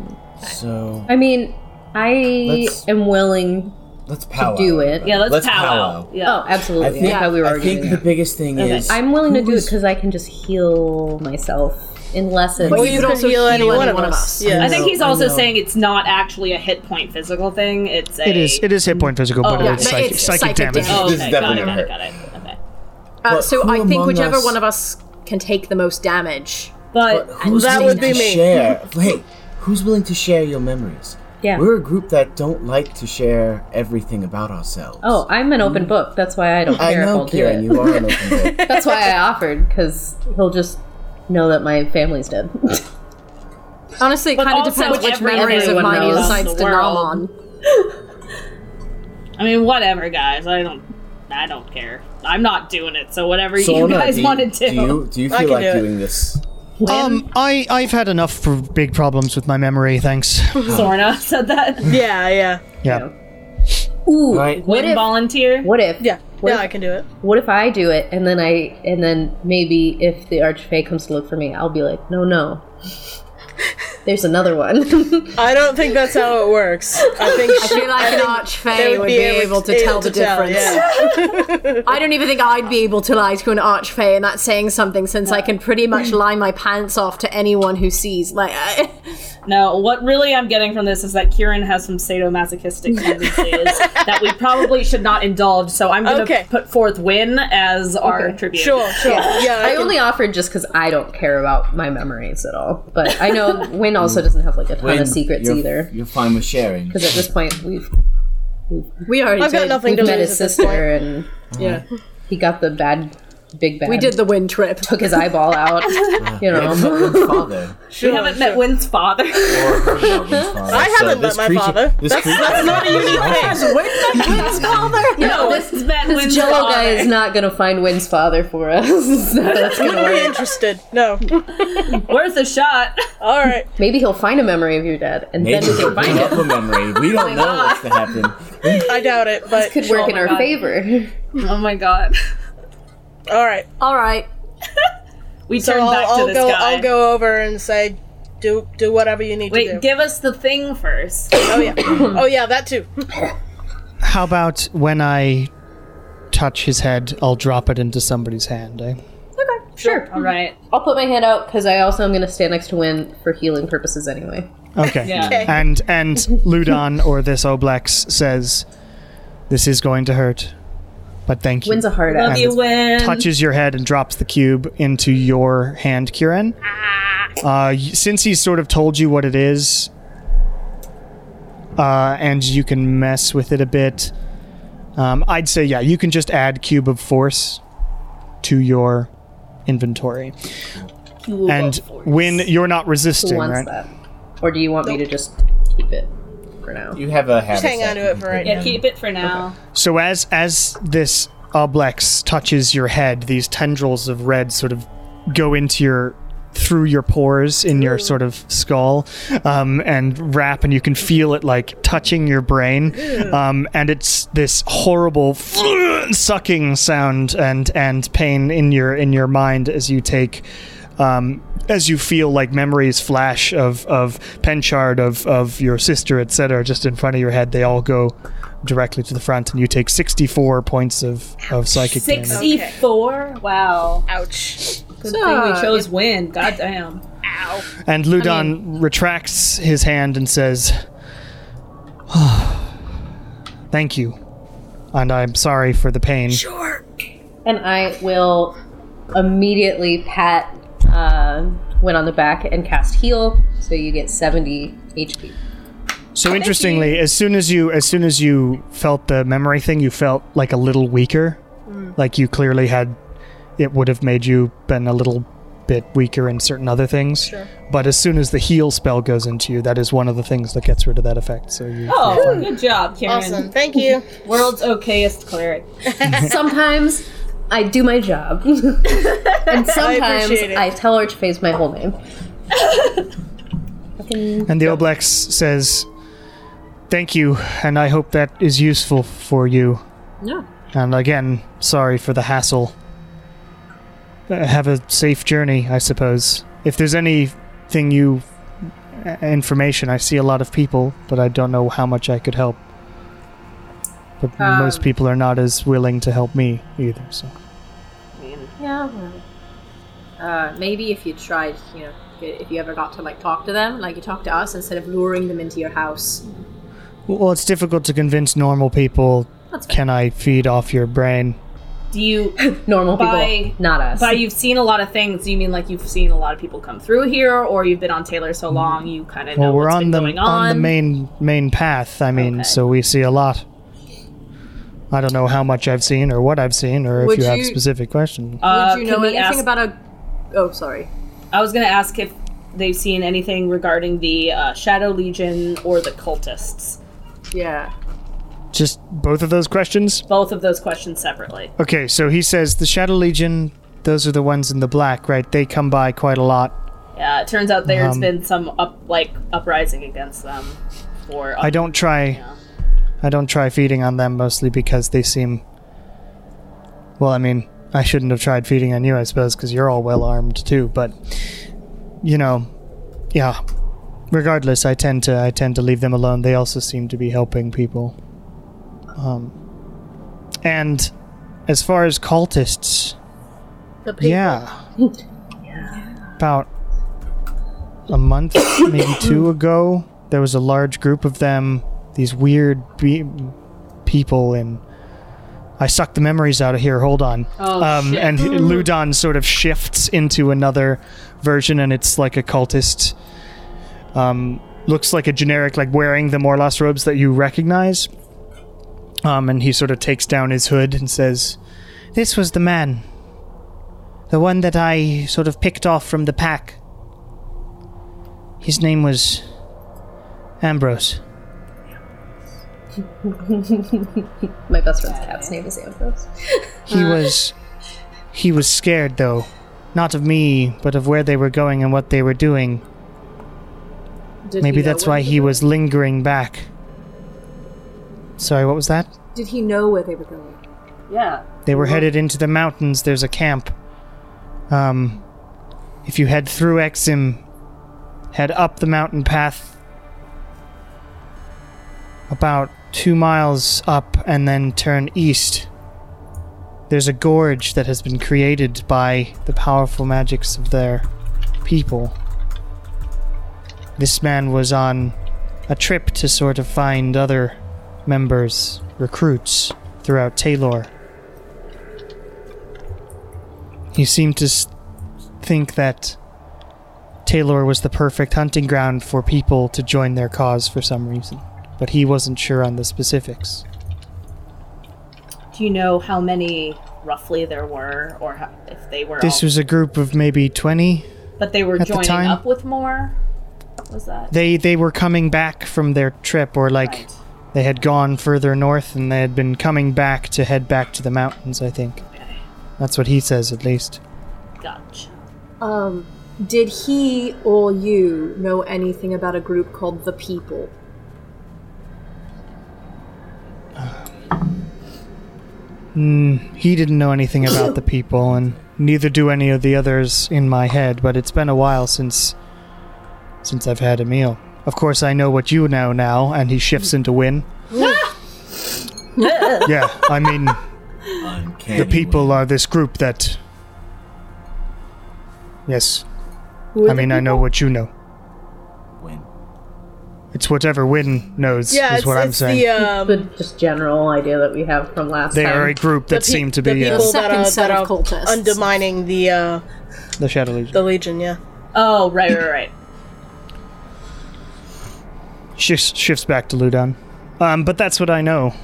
Speaker 6: So
Speaker 5: I mean, I
Speaker 6: Let's-
Speaker 5: am willing
Speaker 6: let's power.
Speaker 5: to do it.
Speaker 4: Yeah, let's,
Speaker 6: Let's
Speaker 4: powwow.
Speaker 6: powwow.
Speaker 4: Yeah.
Speaker 5: Oh, absolutely.
Speaker 6: I think,
Speaker 5: That's how we were
Speaker 6: I
Speaker 5: arguing.
Speaker 6: think the biggest thing
Speaker 4: Okay.
Speaker 6: is
Speaker 5: I'm willing to do it because I can just heal myself unless it's.
Speaker 2: Well, you could also heal any one of us.
Speaker 10: Yeah.
Speaker 4: I think he's
Speaker 6: I
Speaker 4: also
Speaker 6: know.
Speaker 4: saying it's not actually a hit point physical thing. It's a.
Speaker 1: It is it is hit point physical, but
Speaker 4: Oh, yeah,
Speaker 1: it is
Speaker 3: but
Speaker 1: psychic,
Speaker 3: it's
Speaker 1: psychic,
Speaker 3: psychic
Speaker 1: damage.
Speaker 3: damage.
Speaker 4: Oh,
Speaker 6: This is
Speaker 4: okay. Got
Speaker 6: definitely
Speaker 4: it, got
Speaker 6: gonna
Speaker 4: it, got it. Okay.
Speaker 3: Uh,
Speaker 6: But
Speaker 3: so
Speaker 6: who
Speaker 3: I think
Speaker 6: among
Speaker 3: whichever
Speaker 6: us-
Speaker 3: one of us can take the most damage.
Speaker 4: But
Speaker 6: who's
Speaker 10: That
Speaker 6: willing
Speaker 10: would be
Speaker 6: to
Speaker 10: me.
Speaker 6: Share? Hey, who's willing to share your memories?
Speaker 5: Yeah.
Speaker 6: We're a group that don't like to share everything about ourselves.
Speaker 5: Oh, I'm an open book. That's why I don't
Speaker 6: I
Speaker 5: care if
Speaker 6: know,
Speaker 5: I'll do
Speaker 6: Kieran,
Speaker 5: it.
Speaker 6: you are an open book.
Speaker 5: That's why I offered because he'll just know that my family's dead.
Speaker 3: Honestly, it kind of
Speaker 4: also
Speaker 3: depends which
Speaker 4: everyone
Speaker 3: memories of mine he
Speaker 5: knows
Speaker 3: decides to
Speaker 4: the
Speaker 3: nom
Speaker 4: world.
Speaker 3: on.
Speaker 4: I mean, whatever, guys. I don't. I don't care. I'm not doing it. So whatever you
Speaker 6: Sona,
Speaker 4: guys
Speaker 6: do
Speaker 4: want to do.
Speaker 6: Do you, do you
Speaker 10: I
Speaker 6: feel
Speaker 10: can
Speaker 6: like
Speaker 10: do it.
Speaker 6: doing this?
Speaker 1: Um, I I've had enough for big problems with my memory, thanks.
Speaker 4: Sorna said that.
Speaker 10: Yeah, yeah.
Speaker 1: Yeah.
Speaker 5: Ooh,
Speaker 6: Right.
Speaker 5: what
Speaker 4: One
Speaker 5: if?
Speaker 4: volunteer.
Speaker 5: What if?
Speaker 2: Yeah,
Speaker 5: What
Speaker 2: yeah,
Speaker 5: if-
Speaker 2: I can do it.
Speaker 5: What if I do it and then I and then maybe if the archfey comes to look for me, I'll be like, no, no. There's another one.
Speaker 2: I don't think that's how it works. I think
Speaker 3: I feel like an archfey
Speaker 2: would
Speaker 3: would be
Speaker 2: be
Speaker 3: able,
Speaker 2: able
Speaker 3: to
Speaker 2: to-
Speaker 3: tell
Speaker 2: able
Speaker 3: the
Speaker 2: to tell,
Speaker 3: difference. I don't even think I'd be able to lie to an archfey, and that's saying something since I can pretty much lie my pants off to anyone who sees. Like, I,
Speaker 4: No, what really I'm getting from this is that Kieran has some sadomasochistic tendencies that we probably should not indulge. So I'm going to
Speaker 2: Okay.
Speaker 4: put forth Win as our tribute.
Speaker 2: Sure, sure. Yeah,
Speaker 5: I
Speaker 2: I can-
Speaker 5: only offered just because I don't care about my memories at all. But I know Win also doesn't have like a ton
Speaker 6: Win,
Speaker 5: of secrets
Speaker 6: you're,
Speaker 5: either.
Speaker 6: You're fine with sharing.
Speaker 5: Because at this point, we've
Speaker 3: we already
Speaker 2: I've got
Speaker 3: did.
Speaker 2: nothing
Speaker 5: we've
Speaker 2: to
Speaker 5: met
Speaker 2: lose
Speaker 5: his
Speaker 2: at this
Speaker 5: sister
Speaker 2: point.
Speaker 5: and
Speaker 6: Uh-huh.
Speaker 3: Yeah.
Speaker 5: he got the bad, big bad.
Speaker 3: We did the wind trip.
Speaker 5: took his eyeball out. you
Speaker 6: Yeah,
Speaker 5: know,
Speaker 6: but with father.
Speaker 4: we haven't met Win's father.
Speaker 6: Or heard about with father.
Speaker 2: I
Speaker 6: So
Speaker 2: haven't
Speaker 6: this
Speaker 2: met my
Speaker 6: creature-
Speaker 2: father.
Speaker 6: This
Speaker 2: That's,
Speaker 6: creature-
Speaker 2: that's not a unique thing.
Speaker 4: no, this is met Win's
Speaker 5: this Jello
Speaker 4: father.
Speaker 5: guy is not gonna find Win's father for us. It's not- that's gonna
Speaker 2: Wouldn't be
Speaker 5: work.
Speaker 2: interested. No.
Speaker 4: Worth a shot.
Speaker 2: All right.
Speaker 5: Maybe he'll find a memory of your dad, and
Speaker 6: Maybe
Speaker 5: then we
Speaker 6: he'll
Speaker 5: can
Speaker 6: bring
Speaker 5: find
Speaker 6: up
Speaker 5: it.
Speaker 6: a memory. We don't know what's to happen.
Speaker 2: I doubt it, but
Speaker 5: Could work
Speaker 4: Oh
Speaker 5: in
Speaker 4: my
Speaker 5: our
Speaker 4: God.
Speaker 5: favor.
Speaker 4: Oh my god.
Speaker 2: all right.
Speaker 3: All right.
Speaker 4: We
Speaker 2: So
Speaker 4: turn
Speaker 2: I'll,
Speaker 4: back to
Speaker 2: I'll
Speaker 4: this
Speaker 2: go.
Speaker 4: guy.
Speaker 2: I'll go over and say, do do whatever you need
Speaker 4: Wait,
Speaker 2: to do.
Speaker 4: give us the thing first.
Speaker 2: oh yeah. Oh yeah. That too.
Speaker 1: How about when I touch his head, I'll drop it into somebody's hand, eh?
Speaker 5: Sure.
Speaker 4: All right.
Speaker 5: I'll put my hand out because I also am gonna stand next to Win for healing purposes anyway.
Speaker 1: Okay.
Speaker 4: Yeah.
Speaker 1: And and Ludon or this Oblex says, "This is going to hurt, but thank you."
Speaker 5: Win's a hard
Speaker 4: Love
Speaker 5: ass.
Speaker 4: you, Win.
Speaker 1: touches your head and drops the cube into your hand, Kieran. Uh, y- since he's sort of told you what it is, uh, and you can mess with it a bit, um, I'd say, yeah, you can just add Cube of Force to your inventory. and when you're not
Speaker 5: Who
Speaker 1: resisting,
Speaker 5: wants
Speaker 1: right?
Speaker 5: that? Or do you want me to just keep it for now?
Speaker 6: You have a habit.
Speaker 2: Hang on to it for right
Speaker 4: Yeah,
Speaker 2: now.
Speaker 4: keep it for now.
Speaker 1: So as as this oblex touches your head, these tendrils of red sort of go into your through your pores in your sort of skull um, and wrap and you can feel it like touching your brain um, and it's this horrible sucking sound and and pain in your in your mind as you take um, as you feel like memories flash of of Penchard, of of your sister, etc., just in front of your head, they all go directly to the front, and you take sixty four points of of psychic damage.
Speaker 4: Sixty-four. Wow.
Speaker 2: Ouch.
Speaker 4: Good thing we chose Win. God damn.
Speaker 1: And Ludon retracts his hand and says, "Oh, "Thank you, and I'm sorry for the pain."
Speaker 5: and I will immediately pat uh, Win on the back and cast heal, so you get 70 HP.
Speaker 1: So interestingly, as soon as you as soon as you felt the memory thing, you felt like a little weaker. Like you clearly had it would have made you been a little bit weaker in certain other things. But as soon as the heal spell goes into you, that is one of the things that gets rid of that effect. So you
Speaker 4: Oh, good job, Karen.
Speaker 2: Awesome. Thank you.
Speaker 4: World's okayest cleric.
Speaker 5: Sometimes I do my job, and sometimes
Speaker 2: appreciate it.
Speaker 5: I, tell Archface my whole name.
Speaker 1: And the Oblex says, Thank you, and I hope that is useful for you.
Speaker 11: Yeah.
Speaker 1: And again, sorry for the hassle. Uh, Have a safe journey, I suppose. If there's anything you. uh, information, I see a lot of people, but I don't know how much I could help. But most people are not as willing to help me either, so.
Speaker 11: Yeah. well, Uh, maybe if you tried, you know, if you ever got to like talk to them, like you talk to us instead of luring them into your house.
Speaker 1: Well, it's difficult to convince normal people. Can I feed off your brain?
Speaker 4: Do you
Speaker 5: Normal
Speaker 4: By-
Speaker 5: people, not us.
Speaker 4: by you've seen a lot of things? Do you mean like you've seen a lot of people come through here, or you've been on Taylor so long you kind of know
Speaker 1: Well, we're
Speaker 4: what's
Speaker 1: on
Speaker 4: been
Speaker 1: the
Speaker 4: going
Speaker 1: on.
Speaker 4: on?
Speaker 1: the main main path. I mean,
Speaker 4: Okay.
Speaker 1: so we see a lot. I don't know how much I've seen or what I've seen or
Speaker 11: Would
Speaker 1: if you, have
Speaker 11: you-
Speaker 1: specific questions.
Speaker 4: Uh,
Speaker 11: Would you know
Speaker 4: can we
Speaker 11: anything
Speaker 4: ask-
Speaker 11: about a? Oh, sorry.
Speaker 4: I was gonna ask if they've seen anything regarding the uh, Shadow Legion or the cultists.
Speaker 11: Yeah.
Speaker 1: Just both of those questions.
Speaker 4: Both of those questions separately.
Speaker 1: Okay, so he says the Shadow Legion. Those are the ones in the black, right? They come by quite a lot.
Speaker 4: Yeah, it turns out there's
Speaker 1: Um,
Speaker 4: been some up like uprising against them. For uh,
Speaker 1: I don't try. I don't try feeding on them mostly because they seem. Well, I mean, I shouldn't have tried feeding on you, I suppose, because you're all well armed too. But, you know, yeah. Regardless, I tend to I tend to leave them alone. They also seem to be helping people. Um, and as far as cultists,
Speaker 2: The paper.
Speaker 1: yeah. About a month, maybe two ago, there was a large group of them, these weird be- people in. I sucked the memories out of here. Hold on.
Speaker 4: Oh,
Speaker 1: um,
Speaker 4: shit.
Speaker 1: And Ludon sort of shifts into another version, and it's like a cultist. Um, looks like a generic, like wearing the Morlas robes that you recognize. Um, and he sort of takes down his hood and says, "This was the man." The one that I sort of picked off from the pack. His name was Ambrose.
Speaker 5: My best friend's cat's name is Ambrose.
Speaker 1: He was he was scared though, not of me, but of where they were going and what they were doing.
Speaker 3: Did
Speaker 1: Maybe
Speaker 3: he know
Speaker 1: that's
Speaker 3: where
Speaker 1: why
Speaker 3: they
Speaker 1: he
Speaker 3: were
Speaker 1: was lingering back. Sorry, what was that?
Speaker 3: going? Did he know where they were going? Mm-hmm.
Speaker 4: Yeah.
Speaker 1: They were headed into the mountains. There's a camp. Um, if you head through Exim, head up the mountain path about two miles up and then turn east. There's a gorge that has been created by the powerful magics of their people. This man was on a trip to sort of find other members, recruits, throughout Taylor. He seemed to s- think that Taylor was the perfect hunting ground for people to join their cause for some reason, but he wasn't sure on the specifics.
Speaker 4: Do you know how many roughly there were, or how, if they were?
Speaker 1: This
Speaker 4: all,
Speaker 1: was a group of maybe 20.
Speaker 4: but they were
Speaker 1: at the
Speaker 4: joining
Speaker 1: time-
Speaker 4: up with more. What was that?
Speaker 1: They they were coming back from their trip or like
Speaker 4: Right.
Speaker 1: they had gone further north and they had been coming back to head back to the mountains, I think. That's what he says at least.
Speaker 4: Gotcha.
Speaker 3: Um, did he or you know anything about a group called the People?
Speaker 1: Mm, he didn't know anything about the people, and neither do any of the others in my head. But it's been a while since since I've had a meal. Of course, I know what you know now, and he shifts into Win. yeah, I mean, the people are this group that. Yes, I mean I know what you know.
Speaker 6: Win.
Speaker 1: It's whatever Win knows
Speaker 2: Yeah,
Speaker 1: is
Speaker 2: it's,
Speaker 1: what I'm
Speaker 2: it's
Speaker 1: saying.
Speaker 2: the um,
Speaker 5: The just general idea that we have from last
Speaker 1: they
Speaker 5: time.
Speaker 1: are a group that
Speaker 2: pe-
Speaker 1: seem to be
Speaker 2: the
Speaker 1: uh,
Speaker 2: people that
Speaker 3: Second
Speaker 2: are,
Speaker 3: set
Speaker 2: that
Speaker 3: of
Speaker 2: are
Speaker 3: cultists.
Speaker 2: undermining the uh,
Speaker 1: the Shadow Legion.
Speaker 2: the legion. Yeah,
Speaker 4: Oh, right, right, right.
Speaker 1: Shifts, shifts back to Ludon. Um, but that's what I know.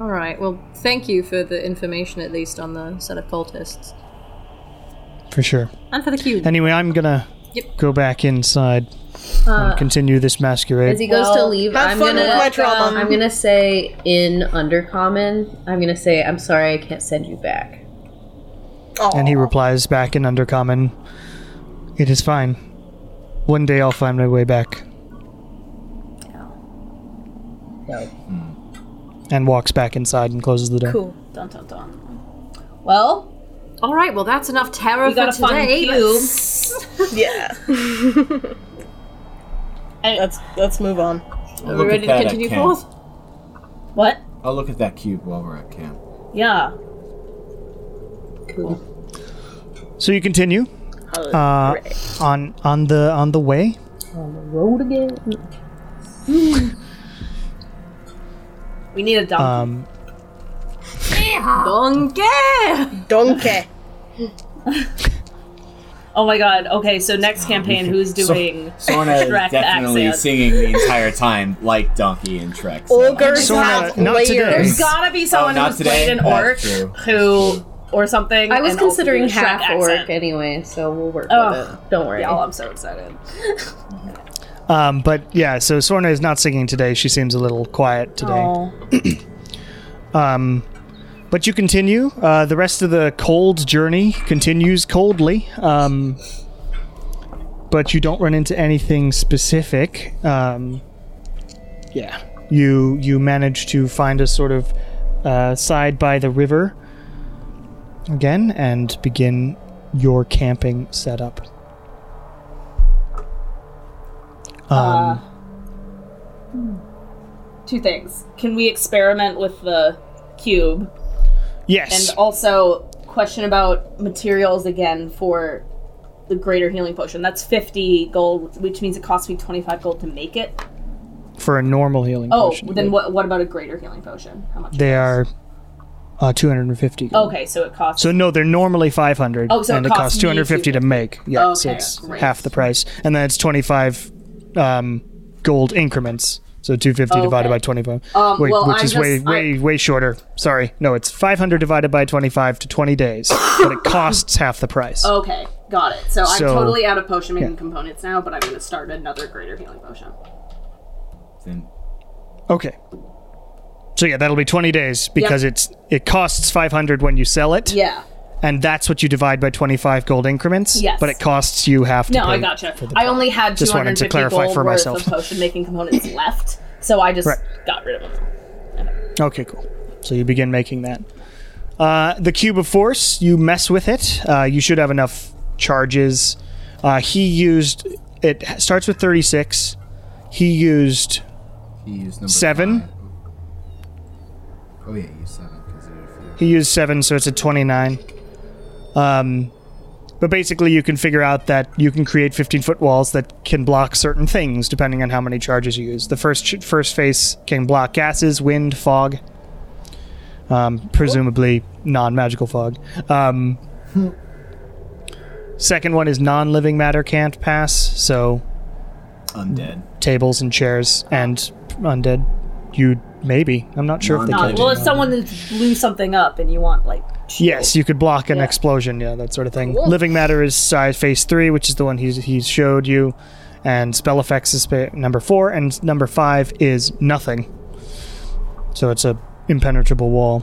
Speaker 3: All right. Well, thank you for the information, at least on the set of cultists,
Speaker 1: For sure.
Speaker 3: and for the cube.
Speaker 1: Anyway, I'm gonna
Speaker 3: Yep.
Speaker 1: go back inside
Speaker 2: Uh,
Speaker 1: and continue this masquerade.
Speaker 5: As he goes to leave,
Speaker 2: have
Speaker 5: I'm
Speaker 2: fun
Speaker 5: gonna um,
Speaker 2: with my trauma.
Speaker 5: I'm gonna say in Undercommon, I'm gonna say I'm sorry I can't send you back.
Speaker 1: and he replies back in Undercommon, "It is fine. One day I'll find my way back."
Speaker 5: No.
Speaker 1: Hmm. And walks back inside and closes the door.
Speaker 4: Cool. Dun dun dun. Well,
Speaker 3: All right. Well, that's enough terror
Speaker 4: we
Speaker 3: for
Speaker 4: gotta find
Speaker 3: today.
Speaker 4: Cube.
Speaker 2: yeah. let's let's move on.
Speaker 6: I'll
Speaker 3: We're
Speaker 6: look at
Speaker 3: ready to
Speaker 6: that at
Speaker 3: continue
Speaker 6: camp.
Speaker 3: forth.
Speaker 4: What?
Speaker 6: I'll look at that cube while we're at camp.
Speaker 4: Yeah.
Speaker 1: So you continue uh, on on the on the way.
Speaker 5: Road again.
Speaker 4: We need a donkey.
Speaker 1: Um,
Speaker 3: Donkey.
Speaker 2: Donkey.
Speaker 4: oh my god. Okay, so
Speaker 1: uh,
Speaker 4: next campaign, who's
Speaker 6: So-
Speaker 4: doing?
Speaker 6: Sorna is
Speaker 4: Shrek the
Speaker 6: definitely
Speaker 4: accent.
Speaker 6: singing the entire time like Donkey and Shrek. so-
Speaker 2: Ogres
Speaker 1: Sora,
Speaker 2: have
Speaker 1: not
Speaker 2: layers.
Speaker 1: today.
Speaker 4: There's gotta be someone
Speaker 6: Oh, not
Speaker 4: who's played
Speaker 6: today.
Speaker 4: an
Speaker 6: That's
Speaker 4: orc
Speaker 6: true.
Speaker 4: who or something.
Speaker 5: I was
Speaker 4: and also
Speaker 5: considering
Speaker 4: do a Shrek
Speaker 5: half orc
Speaker 4: accent.
Speaker 5: anyway, so we'll work
Speaker 4: Ugh.
Speaker 5: with it. Don't worry.
Speaker 4: Y'all, I'm so excited.
Speaker 1: um, but yeah, so Sorna is not singing today. She seems a little quiet today. Um, but you continue. Uh, the rest of the cold journey continues coldly. Um, but you don't run into anything specific. Um, yeah. you you manage to find a sort of uh, side by the river again and begin your camping setup.
Speaker 4: Uh,
Speaker 1: Um,
Speaker 4: Two things. Can we experiment with the cube?
Speaker 1: yes.
Speaker 4: And also, question about materials again for the greater healing potion. That's 50 gold, which means it costs me 25 gold to make it.
Speaker 1: for a normal healing
Speaker 4: Oh,
Speaker 1: potion.
Speaker 4: then what, what about a greater healing potion? How much?
Speaker 1: They are uh, 250. gold.
Speaker 4: Okay, so it costs.
Speaker 1: So no, they're normally 500
Speaker 4: Oh, so it
Speaker 1: and it
Speaker 4: costs
Speaker 1: costs
Speaker 4: me
Speaker 1: 250 to make. Yeah, so
Speaker 4: Okay,
Speaker 1: it's
Speaker 4: great.
Speaker 1: half the price. And then it's 25 um, gold increments. So 250 divided
Speaker 4: Oh, Okay.
Speaker 1: by 25,
Speaker 4: Um,
Speaker 1: Wait,
Speaker 4: well,
Speaker 1: which
Speaker 4: I'm
Speaker 1: is way,
Speaker 4: just- I-
Speaker 1: way, way shorter. Sorry, no, it's 500 divided by 25 to 20 days, but it costs half the price.
Speaker 4: okay, got it. So, I'm
Speaker 1: So-
Speaker 4: totally out of potion making components now, but I'm going to start another greater healing potion.
Speaker 6: Then
Speaker 1: Okay. So yeah, that'll be 20 days because it's it costs 500 when you sell it.
Speaker 4: Yeah.
Speaker 1: and that's what you divide by 25 gold increments.
Speaker 4: Yes.
Speaker 1: But it costs you half to
Speaker 4: No,
Speaker 1: pay
Speaker 4: I gotcha.
Speaker 1: for the
Speaker 4: I
Speaker 1: pot.
Speaker 4: only had
Speaker 1: Just wanted to
Speaker 4: 250
Speaker 1: clarify
Speaker 4: gold
Speaker 1: for
Speaker 4: worth
Speaker 1: myself.
Speaker 4: of potion making components left, so I just
Speaker 1: Right.
Speaker 4: got rid of them.
Speaker 1: Okay, cool. So you begin making that. Uh, the cube of force, you mess with it. Uh, you should have enough charges. Uh, he used. It starts with 36. He used
Speaker 6: he used number
Speaker 1: Seven?
Speaker 6: five. Oh yeah, use seven because
Speaker 1: He used seven, so it's a twenty-nine. Um, but basically, you can figure out that you can create fifteen-foot walls that can block certain things depending on how many charges you use. The first ch- first face can block gases, wind, fog, um, presumably non-magical fog. Um, second one is non-living matter can't pass, so
Speaker 6: undead.
Speaker 1: tables and chairs and undead. You maybe I'm not sure if they
Speaker 6: Non-
Speaker 1: can.
Speaker 4: Uh, well, if someone blew something up and you want like
Speaker 1: Yes, you could block an explosion, yeah, that sort of thing. Living matter is size phase three, which is the one he's he showed you, and spell effects is spa- number four, and number five is nothing. So it's a impenetrable wall.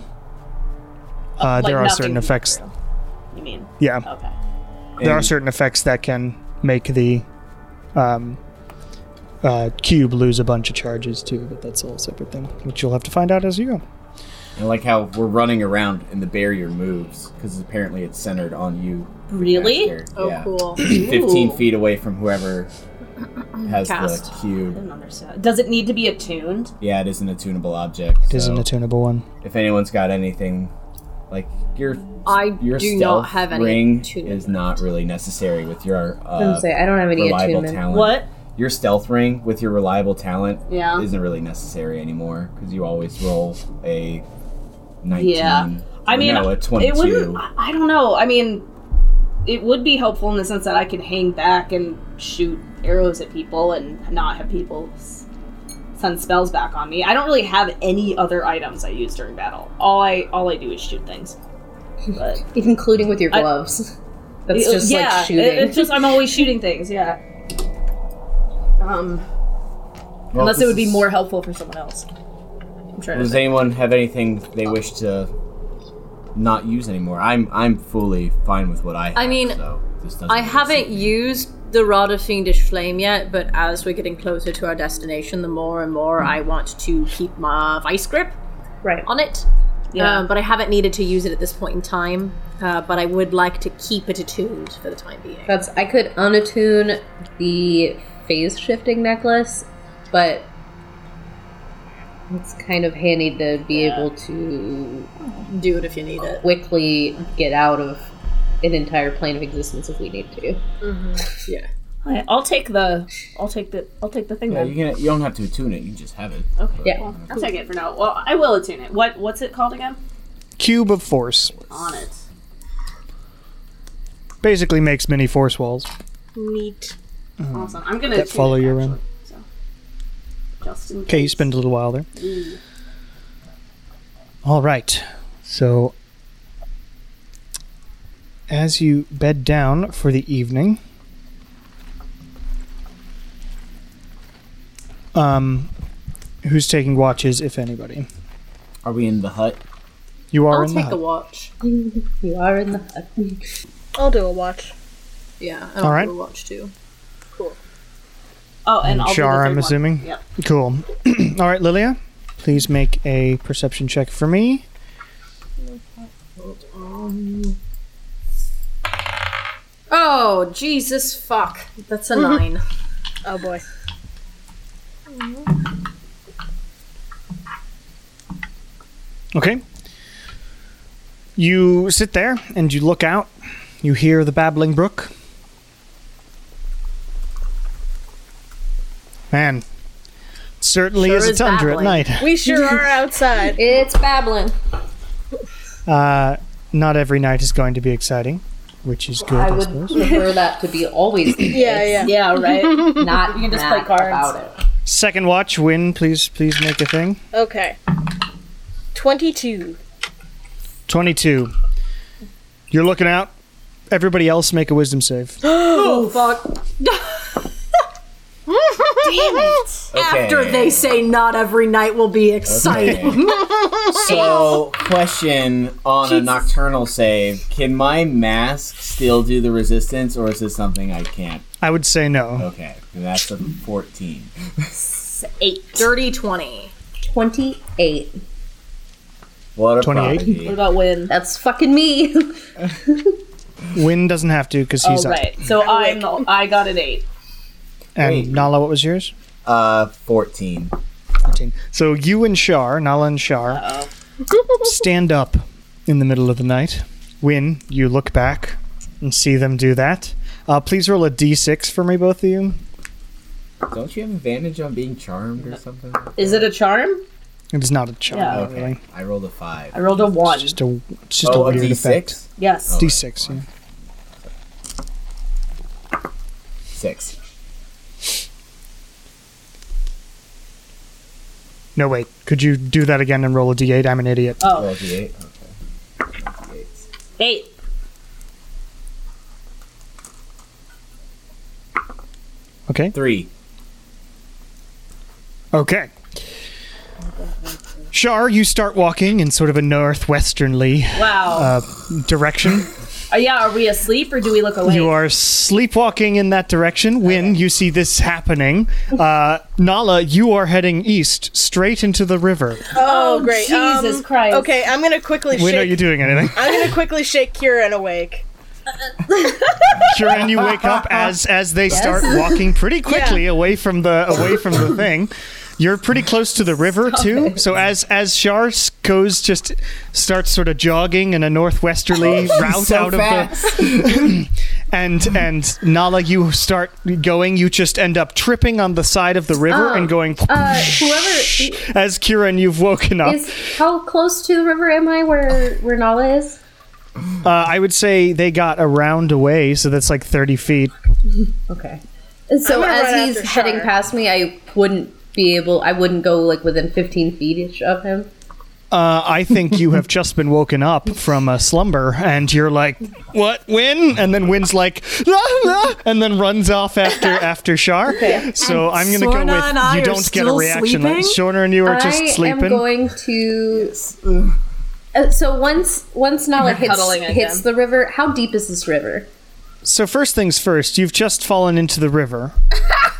Speaker 1: Uh,
Speaker 4: like
Speaker 1: there are
Speaker 4: nothing
Speaker 1: certain
Speaker 4: can go
Speaker 1: effects.
Speaker 4: through, You mean?
Speaker 1: Yeah,
Speaker 4: Okay.
Speaker 1: there are certain effects that can make the um, uh, cube lose a bunch of charges too, but that's a whole separate thing, which you'll have to find out as you go.
Speaker 6: I like how we're running around and the barrier moves because apparently it's centered on you.
Speaker 4: Really?
Speaker 6: Master.
Speaker 3: Oh,
Speaker 6: yeah.
Speaker 3: cool.
Speaker 6: 15 feet away from whoever has
Speaker 3: Cast.
Speaker 6: the
Speaker 4: I
Speaker 6: cube.
Speaker 4: don't understand. Does it need to be attuned?
Speaker 6: Yeah, it is an attunable object.
Speaker 1: It is
Speaker 6: so
Speaker 1: an attunable one.
Speaker 6: If anyone's got anything, like your
Speaker 3: I
Speaker 6: your
Speaker 3: do
Speaker 6: stealth
Speaker 3: not have any
Speaker 6: ring
Speaker 3: attunement.
Speaker 6: is not really necessary with your
Speaker 5: I
Speaker 6: uh,
Speaker 5: was gonna say, I don't have any
Speaker 6: reliable
Speaker 5: attunement.
Speaker 6: talent.
Speaker 4: What?
Speaker 6: Your stealth ring with your reliable talent
Speaker 4: Yeah.
Speaker 6: isn't really necessary anymore because you always roll a 19.
Speaker 4: Yeah. I
Speaker 6: or
Speaker 4: mean,
Speaker 6: no, a
Speaker 4: it
Speaker 6: 22.
Speaker 4: wouldn't. I I don't know. I mean, it would be helpful in the sense that I could hang back and shoot arrows at people and not have people s- send spells back on me. I don't really have any other items I use during battle. All I all I do is shoot things. But
Speaker 5: Including with your
Speaker 4: I-
Speaker 5: gloves. That's just
Speaker 4: yeah,
Speaker 5: like
Speaker 4: it-
Speaker 5: shooting.
Speaker 4: it's just I'm always shooting things. Yeah. Um,
Speaker 6: Well,
Speaker 4: unless it
Speaker 6: this
Speaker 4: would be
Speaker 6: is-
Speaker 4: more helpful for someone else. I'm trying to.
Speaker 6: Does
Speaker 4: Think.
Speaker 6: anyone have anything they wish to not use anymore? I'm I'm fully fine with what I. Have,
Speaker 3: I mean,
Speaker 6: so this doesn't
Speaker 3: I
Speaker 6: really
Speaker 3: haven't
Speaker 6: seem-
Speaker 3: used the Rod of Fiendish Flame yet, but as we're getting closer to our destination, the more and more I want to keep my vice grip
Speaker 5: right.
Speaker 3: on it.
Speaker 4: Yeah.
Speaker 3: Um, but I haven't needed to use it at this point in time. Uh, but I would like to keep it attuned for the time being.
Speaker 5: That's I could unattune the phase shifting necklace, but it's kind of handy to be able to
Speaker 3: Do it if you need it.
Speaker 5: quickly get out of an entire plane of existence if we need to.
Speaker 3: Yeah.
Speaker 4: Alright, I'll take the. I'll take the. I'll take the thing.
Speaker 6: Yeah,
Speaker 4: then.
Speaker 6: you can. You don't have to attune it. You can just have it.
Speaker 4: Okay.
Speaker 5: Yeah.
Speaker 4: Well, I'll take it for now. Well, I will attune it. What What's it called again?
Speaker 1: Cube of force
Speaker 4: On it.
Speaker 1: basically makes mini force walls.
Speaker 4: Neat. Awesome. I'm gonna
Speaker 1: That
Speaker 4: attune
Speaker 1: follow
Speaker 4: it,
Speaker 1: you around.
Speaker 4: actually, So. Just in
Speaker 1: Okay, you
Speaker 4: case.
Speaker 1: spend a little while there. All right. So, as you bed down for the evening, um, who's taking watches, if anybody?
Speaker 6: Are we in the hut?
Speaker 1: You are
Speaker 3: I'll
Speaker 1: in the
Speaker 3: take a
Speaker 1: hut.
Speaker 3: watch.
Speaker 5: You are in the hut.
Speaker 12: I'll do a watch.
Speaker 3: Yeah.
Speaker 1: All right.
Speaker 3: A watch too.
Speaker 4: Oh, and I'll do the
Speaker 1: Char,
Speaker 4: third
Speaker 1: I'm
Speaker 4: one.
Speaker 1: assuming.
Speaker 4: Yep.
Speaker 1: Cool. All right, Lilia, please make a perception check for me.
Speaker 3: Oh, Jesus fuck. That's a nine.
Speaker 2: Oh boy.
Speaker 1: Okay. You sit there and you look out. You hear the babbling brook. Man, certainly
Speaker 3: Sure
Speaker 1: is a
Speaker 3: is
Speaker 1: tundra
Speaker 3: babbling.
Speaker 1: at night.
Speaker 2: We sure are outside.
Speaker 5: It's babbling.
Speaker 1: Uh, not every night is going to be exciting, which is good, I,
Speaker 5: I would
Speaker 1: suppose.
Speaker 5: prefer that to be always the
Speaker 2: Yeah,
Speaker 5: case,
Speaker 2: yeah.
Speaker 4: Yeah, right.
Speaker 5: Not you
Speaker 4: can just play cards.
Speaker 5: about it.
Speaker 1: Second watch, win. Please, please make a thing.
Speaker 2: Okay. 22.
Speaker 1: 22. You're looking out. Everybody else make a wisdom save.
Speaker 6: Okay.
Speaker 13: After they say not every night will be exciting.
Speaker 6: So, question on a nocturnal save: Can my mask still do the resistance, or is this something I can't?
Speaker 1: I would say no.
Speaker 6: Okay, that's a fourteen.
Speaker 3: Dirty 20.
Speaker 5: Twenty-eight.
Speaker 6: What a
Speaker 1: 28?
Speaker 4: what
Speaker 6: prodigy.
Speaker 4: about win?
Speaker 5: That's fucking me.
Speaker 1: Win doesn't have to because
Speaker 4: Oh,
Speaker 1: he's up.
Speaker 4: right. So I'm. the- I got an eight.
Speaker 1: And
Speaker 6: Wait.
Speaker 1: Nala, what was yours?
Speaker 6: Uh, fourteen.
Speaker 1: 14. So you and Shar, Nala and Shar, stand up in the middle of the night. Win, you look back and see them do that. Uh, please roll a d6 for me, both of you.
Speaker 6: Don't you have advantage on being charmed or something?
Speaker 4: Is it a charm?
Speaker 1: It is not a charm,
Speaker 4: Yeah.
Speaker 1: really.
Speaker 6: Okay, I rolled a five.
Speaker 4: I rolled a one.
Speaker 1: It's just a, it's just
Speaker 6: Oh,
Speaker 1: a
Speaker 6: a
Speaker 1: weird
Speaker 6: D
Speaker 1: effect.
Speaker 6: six.
Speaker 4: Yes.
Speaker 6: Oh.
Speaker 1: D6, yeah.
Speaker 6: Six.
Speaker 1: No, wait. Could you do that again and roll a d8? I'm an idiot.
Speaker 6: Roll a d8. Okay. Eight.
Speaker 4: Oh, Eight.
Speaker 1: Okay.
Speaker 6: Three.
Speaker 1: Okay. Shar, you start walking in sort of a northwesternly
Speaker 4: Wow.
Speaker 1: uh, direction.
Speaker 4: Uh, yeah. Are we asleep or do we look away?
Speaker 1: You are sleepwalking in that direction when you see this happening. Uh, Nala, you are heading east, straight into the river.
Speaker 2: Oh, great.
Speaker 4: Jesus
Speaker 2: Um,
Speaker 4: Christ.
Speaker 2: Okay, I'm gonna quickly
Speaker 1: When are
Speaker 2: shake.
Speaker 1: you doing anything?
Speaker 2: I'm gonna quickly shake Kieran awake.
Speaker 1: Kieran, you wake up as as they start walking pretty quickly away from the away from the thing. You're pretty close to the river too, so as as Shar goes, just starts sort of jogging in a northwesterly route out of the and and Nala, you start going. You just end up tripping on the side of the river and going.
Speaker 5: Uh, whoever
Speaker 1: as Kieran, you've woken up.
Speaker 5: is, how close to the river am I? Where where Nala is?
Speaker 1: Uh, I would say they got around away, so that's like thirty feet.
Speaker 5: Okay. And so
Speaker 2: I'm gonna
Speaker 5: as
Speaker 2: run
Speaker 5: he's
Speaker 2: after
Speaker 5: heading
Speaker 2: Shar.
Speaker 5: past me, I wouldn't be able. I wouldn't go like within fifteen feet ish of him.
Speaker 1: Uh, I think you have just been woken up from a slumber, and you're like, "What, Win?" And then Win's like, "Ah, ah," and then runs off after after Shar. So I'm gonna
Speaker 13: Sorna
Speaker 1: go
Speaker 13: and I
Speaker 1: with you
Speaker 13: are
Speaker 1: don't get a
Speaker 13: still
Speaker 1: reaction. Like,
Speaker 13: sleeping?
Speaker 1: Shorner and you are
Speaker 5: I
Speaker 1: just sleeping.
Speaker 5: am going to. Uh, so once once Nala hits
Speaker 4: cuddling again.
Speaker 5: hits the river, how deep is this river?
Speaker 1: so first things first, you've just fallen into the river.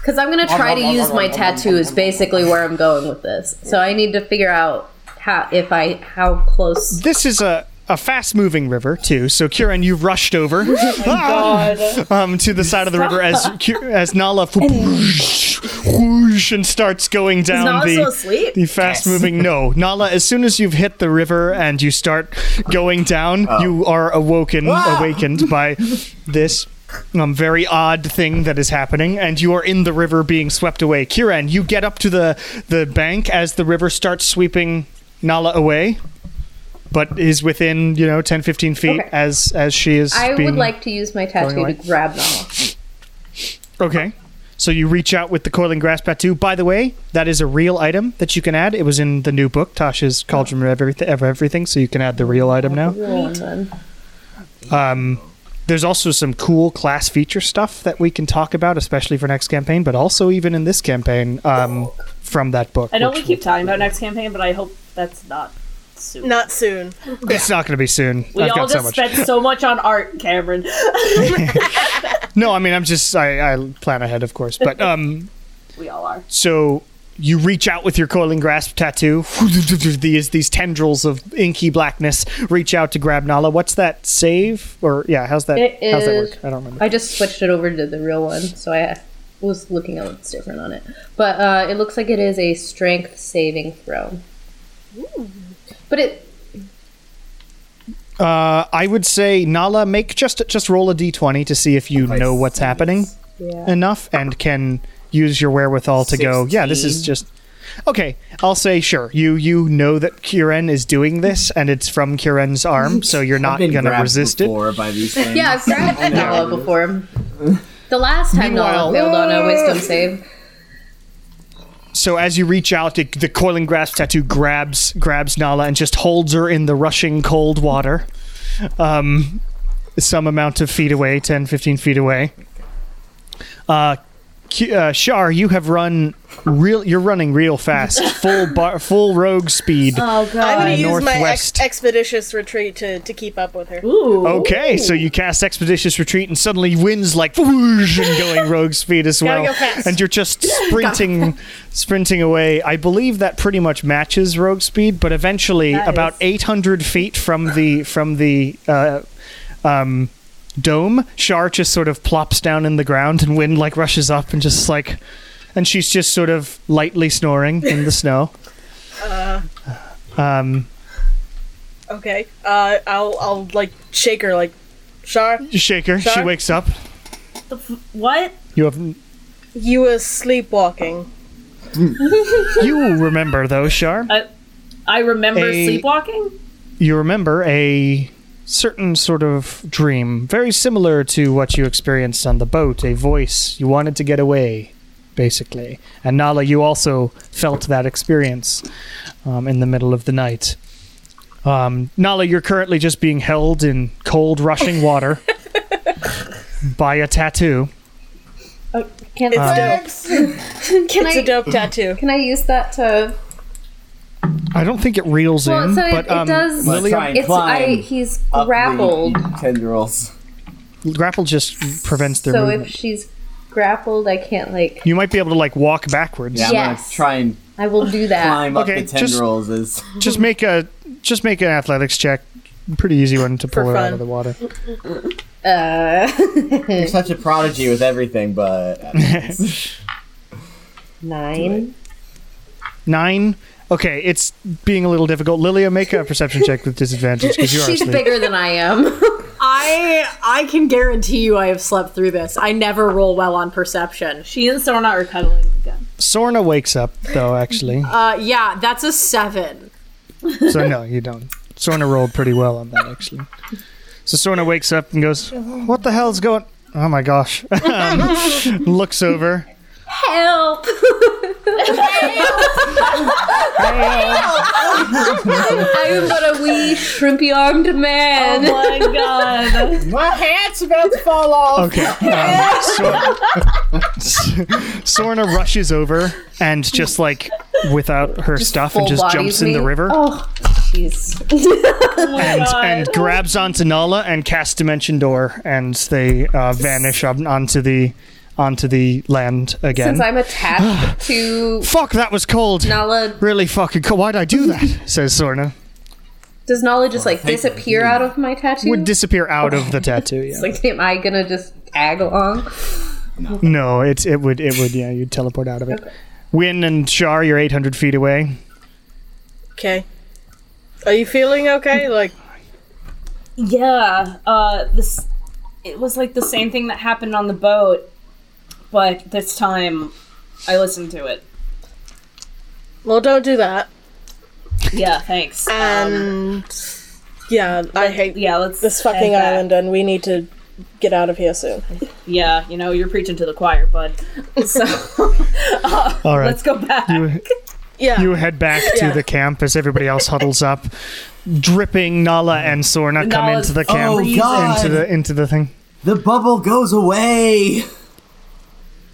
Speaker 5: Because I'm gonna try to use my tattoo is basically where I'm going with this. So I need to figure out how if I how close.
Speaker 1: This is a a fast moving river too. So Kieran, you rushed over
Speaker 4: Oh
Speaker 1: Ah! um, to the side of the river as Ki- as Nala whoosh, whoosh, and starts going down
Speaker 4: Nala
Speaker 1: the
Speaker 4: still asleep?
Speaker 1: the fast moving. No, Nala. As soon as you've hit the river and you start going down, you are awoken awakened by this. Um, very odd thing that is happening, and you are in the river being swept away. Kieran, you get up to the the bank as the river starts sweeping Nala away but is within you know 10 15 feet
Speaker 5: Okay.
Speaker 1: as as she is
Speaker 5: I
Speaker 1: being
Speaker 5: would like to use my tattoo
Speaker 1: away.
Speaker 5: to grab Nala.
Speaker 1: okay so you reach out with the coiling grass tattoo by the way that is a real item that you can add it was in the new book tasha's cauldron of everything, of everything so you can add the real item now Um,
Speaker 5: And then-
Speaker 1: there's also some cool class feature stuff that we can talk about especially for next campaign but also even in this campaign um, from that book
Speaker 4: I know we
Speaker 1: which
Speaker 4: keep talking about next campaign, but I hope that's not soon.
Speaker 2: Not soon.
Speaker 1: will- it's not going to be soon
Speaker 4: we
Speaker 1: i've
Speaker 4: all
Speaker 1: got
Speaker 4: just
Speaker 1: so much
Speaker 4: spent so much on art, Cameron.
Speaker 1: No, I mean I'm just I, I plan ahead, of course, but um,
Speaker 4: we all are.
Speaker 1: So you reach out with your coiling grasp tattoo. These these tendrils of inky blackness reach out to grab Nala. What's that save? Or yeah, how's that?
Speaker 5: It
Speaker 1: how's that
Speaker 5: is-
Speaker 1: work? I don't remember.
Speaker 5: I just switched it over to the real one, so I was looking at what's different on it. But uh, it looks like it is a strength saving throw. But it
Speaker 1: Uh, I would say Nala, make just just roll a d20 to see if you know what's happening enough and can use your wherewithal to go. Yeah, this is
Speaker 6: 16.
Speaker 1: just okay. I'll say sure. You you know that Kieran is doing this, and it's from Kieran's arm, so you're not
Speaker 6: Been
Speaker 1: gonna
Speaker 6: grabbed
Speaker 1: resist it.
Speaker 6: before by these things.
Speaker 5: yeah, I've grabbed
Speaker 6: I know.
Speaker 5: Nala before. The last time Nala
Speaker 1: Meanwhile-
Speaker 5: failed on a wisdom save.
Speaker 1: So as you reach out, it, the coiling grasp tattoo grabs grabs Nala and just holds her in the rushing cold water, um, some amount of feet away, 10, 15 feet away. Uh, Q- uh, Shar, you have run real. You're running real fast, full bar, full rogue speed.
Speaker 5: Oh
Speaker 2: I'm gonna
Speaker 1: Uh,
Speaker 2: use my
Speaker 1: northwest.
Speaker 2: ex- expeditious retreat to, to keep up with her.
Speaker 4: Ooh.
Speaker 1: Okay, so you cast Expeditious Retreat and suddenly winds like whoosh and going rogue speed as well.
Speaker 2: go fast.
Speaker 1: And you're just sprinting sprinting away. I believe that pretty much matches rogue speed, but eventually about 800 feet from the from the uh, um, dome, Shar just sort of plops down in the ground and wind like rushes up and just like and she's just sort of lightly snoring in the snow. Um
Speaker 2: Okay. Uh, I'll I'll like shake her like, Shar,
Speaker 1: shake her. She
Speaker 2: Shar?
Speaker 1: wakes up.
Speaker 4: What?
Speaker 1: You have
Speaker 2: you were sleepwalking.
Speaker 1: you remember though, Shar?
Speaker 4: I remember
Speaker 1: A-
Speaker 4: sleepwalking.
Speaker 1: you remember a certain sort of dream, very similar to what you experienced on the boat. A voice, you wanted to get away, basically. And Nala, you also felt that experience um, in the middle of the night. Um, Nala, you're currently just being held in cold, rushing water by a tattoo.
Speaker 5: Oh, Can,
Speaker 2: It's
Speaker 5: I,
Speaker 2: dope.
Speaker 5: can,
Speaker 2: It's
Speaker 5: I,
Speaker 2: a dope tattoo.
Speaker 5: can I use that to.
Speaker 1: I don't think it reels
Speaker 5: Well,
Speaker 1: in,
Speaker 5: so it,
Speaker 1: but um,
Speaker 5: it does.
Speaker 6: Let's try and
Speaker 5: It's,
Speaker 6: climb
Speaker 5: I, he's
Speaker 6: up the
Speaker 5: grappled.
Speaker 6: tendrils.
Speaker 1: grapple just prevents their
Speaker 5: So if
Speaker 1: movement.
Speaker 5: she's grappled, I can't, like.
Speaker 1: you might be able to like walk backwards.
Speaker 6: Yeah, I'm
Speaker 5: Yes.
Speaker 6: gonna try and
Speaker 5: I will do that.
Speaker 6: climb
Speaker 1: Okay,
Speaker 6: up the
Speaker 1: just-
Speaker 6: tendrils. Is
Speaker 1: just
Speaker 5: Hmm.
Speaker 1: make a just make an athletics check. Pretty easy one to pull her out
Speaker 2: fun.
Speaker 1: of the water.
Speaker 5: Uh,
Speaker 6: you're such a prodigy with everything, but
Speaker 5: nine.
Speaker 1: Nine. Okay, it's being a little difficult. Lilia, make a perception check with disadvantage because you are
Speaker 5: She's
Speaker 1: asleep.
Speaker 5: bigger than I am.
Speaker 3: I I can guarantee you I have slept through this. I never roll well on perception.
Speaker 4: She and Sorna are cuddling again.
Speaker 1: Sorna wakes up though, actually.
Speaker 3: Uh, yeah, that's a seven.
Speaker 1: So no, you don't. Sorna rolled pretty well on that actually. So Sorna wakes up and goes, "What the hell's going?" Oh my gosh! Um, looks over.
Speaker 5: Help! I am but a wee shrimpy armed
Speaker 1: Oh,
Speaker 5: man.
Speaker 4: my god.
Speaker 6: my hat's about to fall off.
Speaker 1: Okay. Um, Sor- Sorna rushes over and just like without her stuff and
Speaker 5: Full
Speaker 1: just
Speaker 5: bodies
Speaker 1: jumps in the
Speaker 5: me.
Speaker 1: river
Speaker 5: Oh, jeez.
Speaker 1: and, and grabs onto Nala and casts Dimension Door and they uh, vanish on, onto the onto the land again.
Speaker 5: Since I'm attached to
Speaker 1: Fuck, that was cold.
Speaker 5: Nala,
Speaker 1: Really fucking cold. Why'd I do that? says Sorna.
Speaker 5: does Nala just like disappear out of my tattoo?
Speaker 1: Would disappear out of the tattoo. Yeah.
Speaker 5: like, am I gonna just tag along?
Speaker 1: no, it's it would it would yeah. You'd teleport out of it. Win and Shar, you're 800 feet away.
Speaker 2: Okay. Are you feeling okay? Like
Speaker 4: Yeah, uh, this it was like the same thing that happened on the boat, but this time I listened to it.
Speaker 2: well, don't do that.
Speaker 4: Yeah, thanks. Um,
Speaker 2: And yeah, I hate
Speaker 4: yeah, let's
Speaker 2: Um, this
Speaker 4: head
Speaker 2: fucking
Speaker 4: back.
Speaker 2: island, and we need to get out of here soon.
Speaker 4: Yeah, you know you're preaching to the choir, bud. So
Speaker 1: All right.
Speaker 4: let's go back.
Speaker 2: Yeah.
Speaker 1: You head back to the camp as everybody else huddles up. Dripping Nala and Sorna come
Speaker 4: Nala's
Speaker 1: into the camp,
Speaker 6: freezing.
Speaker 1: into the into the thing.
Speaker 6: The bubble goes away.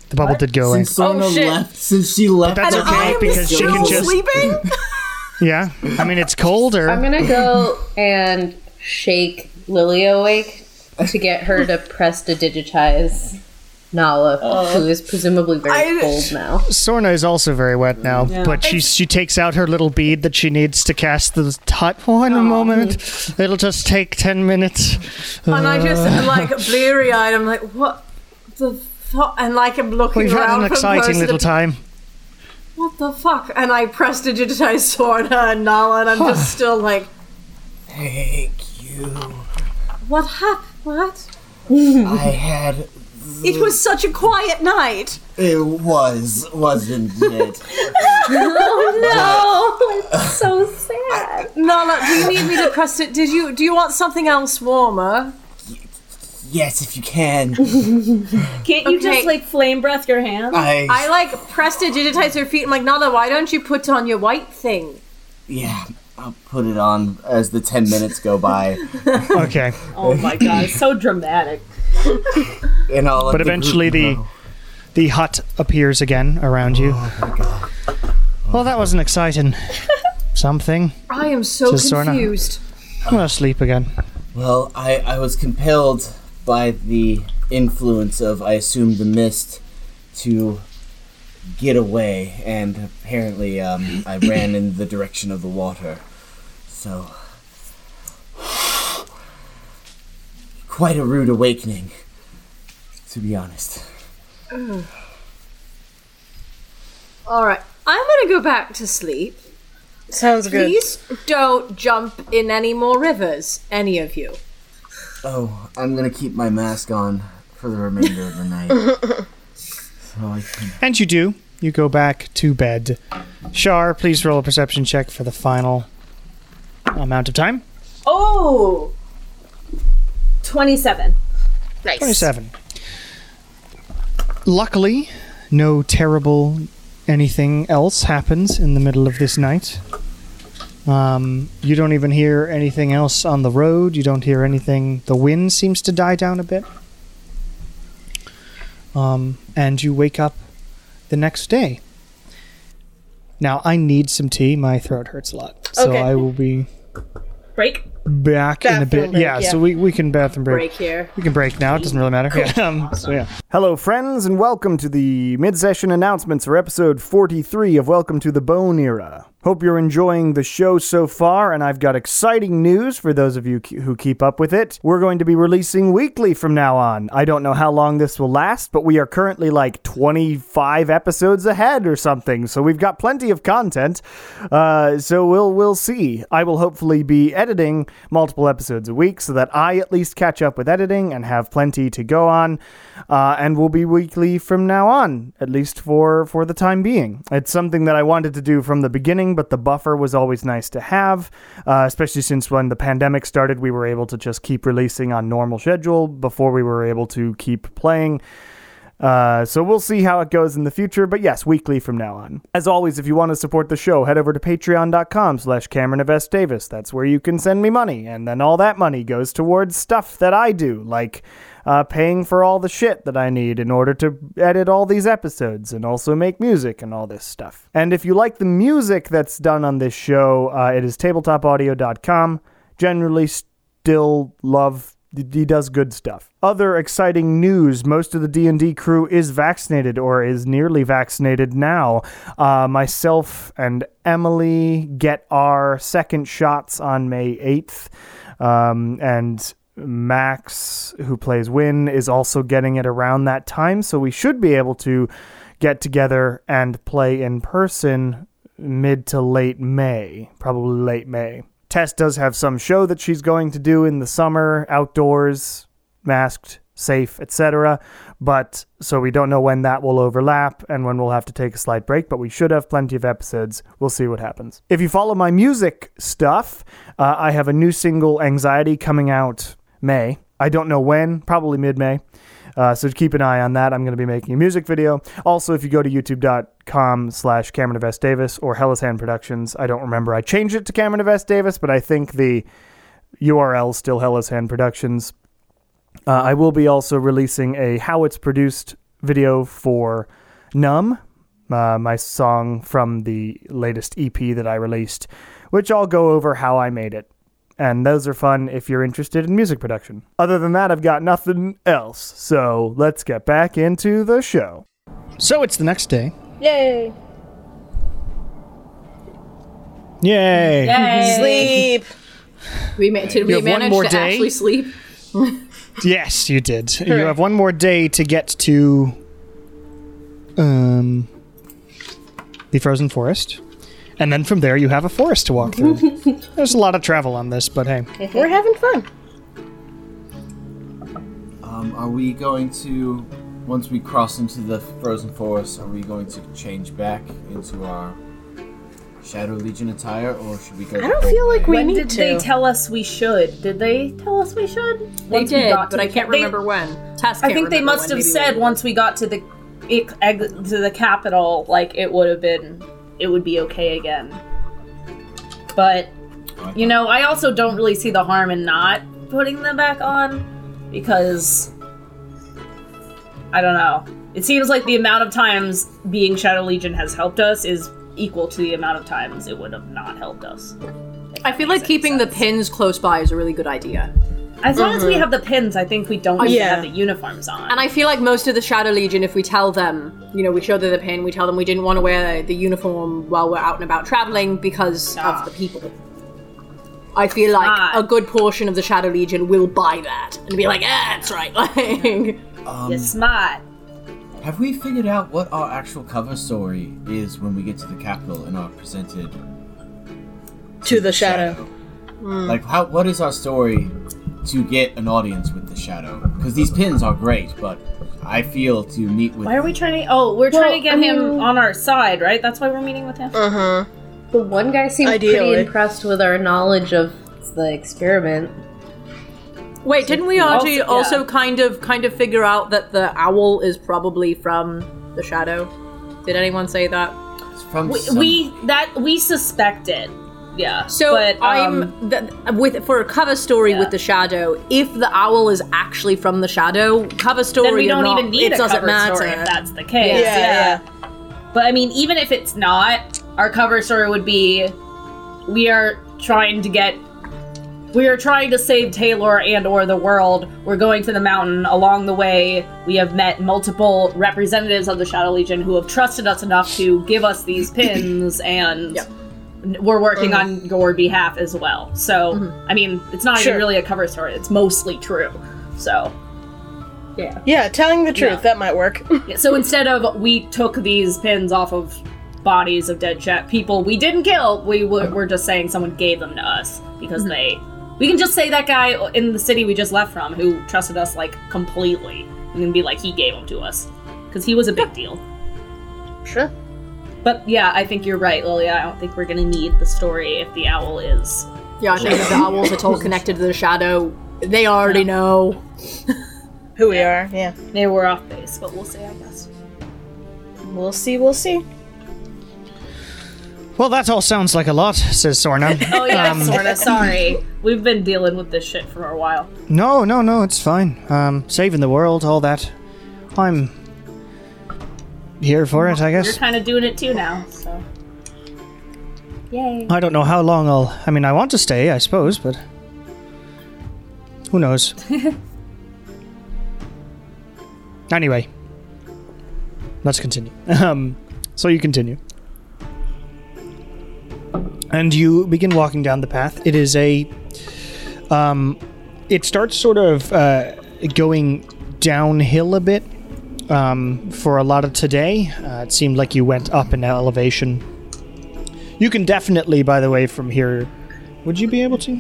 Speaker 1: The bubble did go away.
Speaker 6: Since Sorna
Speaker 2: Oh, shit.
Speaker 6: left, since she left,
Speaker 1: That's
Speaker 6: the
Speaker 1: okay
Speaker 6: camp,
Speaker 1: because she
Speaker 6: still
Speaker 1: can just
Speaker 3: Sleeping?
Speaker 1: yeah. I mean, it's colder.
Speaker 5: I'm gonna go and shake Lily awake to get her to press to digitize. Nala,
Speaker 1: Oh.
Speaker 5: who is presumably very
Speaker 3: I-
Speaker 5: cold now.
Speaker 1: Sorna is also very wet now, but she she takes out her little bead that she needs to cast the hot one a moment. It'll just take ten minutes.
Speaker 3: And I just am like bleary eyed. I'm like, what the fuck? And like I'm looking
Speaker 1: We've
Speaker 3: around
Speaker 1: had an
Speaker 3: from
Speaker 1: exciting
Speaker 3: person
Speaker 1: little
Speaker 3: to-
Speaker 1: time.
Speaker 3: What the fuck? And I prestidigitize Sorna uh, and Nala, and I'm just still like,
Speaker 6: Thank you.
Speaker 3: what happened? What?
Speaker 6: I had. Mm.
Speaker 3: It was such a quiet night.
Speaker 6: It was, wasn't it?
Speaker 3: Oh,
Speaker 5: So sad.
Speaker 3: Nala, do you need me to press it? Did you? Do you want something else warmer?
Speaker 6: yes, if you can.
Speaker 4: Can't you just
Speaker 3: Okay.
Speaker 4: like flame breath your hand?
Speaker 6: I.
Speaker 3: I like prestidigitize her feet. I'm like, Nala, why don't you put on your white thing?
Speaker 6: yeah, I'll put it on as the 10 minutes go by.
Speaker 1: Okay,
Speaker 4: Oh my god, it's so dramatic.
Speaker 6: And I'll let
Speaker 1: but
Speaker 6: the group
Speaker 1: eventually the
Speaker 6: know.
Speaker 1: the hut appears again around you.
Speaker 6: Oh,
Speaker 1: Well, that was an exciting something.
Speaker 3: I am so
Speaker 1: Just Sorna.
Speaker 3: confused.
Speaker 1: I'm gonna sleep again.
Speaker 6: Well, I, I was compelled by the influence of, I assume, the mist to get away, and apparently um, I ran in the direction of the water. So. Quite a rude awakening, to be honest.
Speaker 3: All right, I'm gonna go back to sleep.
Speaker 2: Sounds good.
Speaker 3: Please don't jump in any more rivers, any of you.
Speaker 6: Oh, I'm gonna keep my mask on for the remainder of the night. so I can.
Speaker 1: And you do. You go back to bed. Shar, please roll a perception check for the final amount of time.
Speaker 4: Oh! 27.
Speaker 2: Nice.
Speaker 1: 27. Luckily, no terrible anything else happens in the middle of this night. Um, you don't even hear anything else on the road. You don't hear anything. The wind seems to die down a bit. Um, and you wake up the next day. Now, I need some tea. My throat hurts a lot. So
Speaker 2: Okay.
Speaker 1: I will be
Speaker 4: Break?
Speaker 1: back in a bit.
Speaker 2: Bathroom break,
Speaker 1: yeah,
Speaker 2: yeah.
Speaker 1: so we, we can bathroom break.
Speaker 3: Break here.
Speaker 1: We can break now. It doesn't really matter. Yeah. Um, so yeah. Hello, friends, and welcome to the mid-session announcements for episode 43 of Welcome to the Bone Era. Hope you're enjoying the show so far, and I've got exciting news for those of you ke- who keep up with it. We're going to be releasing weekly from now on. I don't know how long this will last, but we are currently like 25 episodes ahead or something, so we've got plenty of content. Uh, so we'll we'll see. I will hopefully be editing multiple episodes a week so that I at least catch up with editing and have plenty to go on. Uh, and will be weekly from now on, at least for for the time being. It's something that I wanted to do from the beginning, but the buffer was always nice to have, uh, especially since when the pandemic started, we were able to just keep releasing on normal schedule before we were able to keep playing. Uh, so we'll see how it goes in the future, but yes, weekly from now on. As always, if you want to support the show, head over to patreon.com slash Cameron of S. Davis. That's where you can send me money, and then all that money goes towards stuff that I do, like uh, paying for all the shit that I need in order to edit all these episodes and also make music and all this stuff. And if you like the music that's done on this show, uh, it is tabletopaudio.com. Generally, still love he does good stuff. Other exciting news: most of the D and D crew is vaccinated or is nearly vaccinated now. Uh, myself and Emily get our second shots on May eighth, um, and Max, who plays Win, is also getting it around that time. So we should be able to get together and play in person mid to late May, probably late May. Tess does have some show that she's going to do in the summer, outdoors, masked, safe, etc. But so we don't know when that will overlap and when we'll have to take a slight break, but we should have plenty of episodes. We'll see what happens. If you follow my music stuff, uh, I have a new single, Anxiety, coming out May. I don't know when, probably mid May. Uh, so keep an eye on that. I'm going to be making a music video. Also, if you go to youtube.com slash Cameron of S. Davis or Hellas Hand Productions, I don't remember. I changed it to Cameron of S. Davis, but I think the URL is still Hellas Hand Productions. Uh, I will be also releasing a how it's produced video for Numb, uh, my
Speaker 14: E
Speaker 1: song from the latest EP that I released, which I'll go over how I made it
Speaker 14: And those are fun if you're interested in music production. Other than that, I've got nothing else. So let's get back into the show.
Speaker 7: So it's the next day.
Speaker 4: Yay!
Speaker 7: Yay!
Speaker 2: Sleep.
Speaker 1: We ma- did
Speaker 7: You
Speaker 1: we
Speaker 7: have one
Speaker 1: manage
Speaker 7: more
Speaker 1: to
Speaker 7: day?
Speaker 1: actually sleep?
Speaker 7: Yes, you did. You have one more day to get to um the frozen forest. And then from there you have a forest to walk through. There's a lot of travel on this, but hey.
Speaker 2: We're having fun.
Speaker 6: Um, are we going to, once we cross into the frozen forest, are we going to change back into our Shadow Legion attire, or should we go?
Speaker 2: I don't feel like we
Speaker 4: When
Speaker 2: need
Speaker 4: did
Speaker 2: to.
Speaker 4: they tell us we should? Did they tell us we should?
Speaker 1: They
Speaker 4: Once we
Speaker 1: did,
Speaker 4: got to
Speaker 1: but I
Speaker 4: the
Speaker 1: can't
Speaker 4: ca- they-
Speaker 1: remember when. Task
Speaker 4: I think they must have said once we got to the ec- eg- to the capital, like it would have been, it would be okay again. But you know, I also don't really see the harm in not putting them back on because I don't know. It seems like the amount of times being Shadow Legion has helped us is equal to the amount of times it would have not helped us.
Speaker 1: I feel like keeping the pins close by is a really good idea.
Speaker 4: As long as we have the pins, I think we don't need
Speaker 2: yeah.
Speaker 4: to have the uniforms on.
Speaker 1: And I feel like most of the Shadow Legion, if we tell them, you know, we show them the pin, we tell them we didn't want to wear the uniform while we're out and about traveling because of the people. I feel like
Speaker 4: Ah.
Speaker 1: a good portion of the Shadow Legion will buy that and be like, "Ah, that's right." Like,
Speaker 4: You're smart.
Speaker 6: Have we figured out what our actual cover story is when we get to the capital and are presented
Speaker 2: To the shadow.
Speaker 6: Like, how? What is our story to get an audience with the shadow? Because these pins are great, but I feel to meet with.
Speaker 4: Why are we trying to? Oh, we're trying to get
Speaker 5: I
Speaker 4: him
Speaker 5: mean-
Speaker 4: on our side, right? That's why we're meeting with him.
Speaker 5: The one guy seemed
Speaker 2: Ideally.
Speaker 5: pretty impressed with our knowledge of the experiment.
Speaker 1: wait, didn't we actually
Speaker 4: yeah.
Speaker 1: also kind of kind of figure out that the owl is probably from the Shadow? Did anyone say that?
Speaker 6: It's from
Speaker 4: we,
Speaker 6: some-
Speaker 4: we that we suspected. Yeah.
Speaker 1: So
Speaker 4: but, um,
Speaker 1: I'm th- with for a cover story
Speaker 4: Yeah.
Speaker 1: with the shadow. If the owl is actually from the shadow, cover story.
Speaker 4: Then we
Speaker 1: or
Speaker 4: don't
Speaker 1: not,
Speaker 4: even need
Speaker 1: it
Speaker 4: a
Speaker 1: doesn't
Speaker 4: cover
Speaker 1: matter.
Speaker 4: story if that's the case.
Speaker 2: Yeah, yeah.
Speaker 4: But I mean, even if it's not, our cover story would be we are trying to get we are trying to save Taylor and or the world. We're going to the mountain. Along the way, we have met multiple representatives of the Shadow Legion who have trusted us enough to give us these pins and We're working on your behalf as well. So, I mean, it's not
Speaker 2: Sure.
Speaker 4: even really a cover story. It's mostly true. So,
Speaker 2: Yeah, telling the truth. That might work.
Speaker 4: Yeah, so instead of we took these pins off of bodies of dead chat people we didn't kill, we were, were just saying someone gave them to us because they. We can just say that guy in the city we just left from who trusted us like completely and then be like he gave them to us because he was a big deal.
Speaker 2: sure.
Speaker 4: But yeah, I think you're right, Lilia. I don't think we're gonna need the story if the owl is.
Speaker 1: Yeah, I think if the owls are all connected to the shadow, they already know.
Speaker 2: Who we are. Yeah.
Speaker 4: They were off base, but we'll see. I guess.
Speaker 2: We'll see. We'll see.
Speaker 7: Well, that all sounds like a lot, says Sorna.
Speaker 4: Oh yeah, Sorna. Sorry, we've been dealing with this shit for a while.
Speaker 7: No, no, no, it's fine. Um, saving the world, all that. I'm here for it, I
Speaker 4: You're
Speaker 7: guess.
Speaker 4: kind of doing it too now, so.
Speaker 7: I don't know how long I'll. I mean, I want to stay, I suppose, but. Who knows? anyway. Let's continue. Um, so you continue. And you begin walking down the path. It is a. Um, it starts sort of uh, going downhill a bit. Um, for a lot of today, uh, it seemed like you went up in elevation you can definitely, by the way, from here. Would you be able to?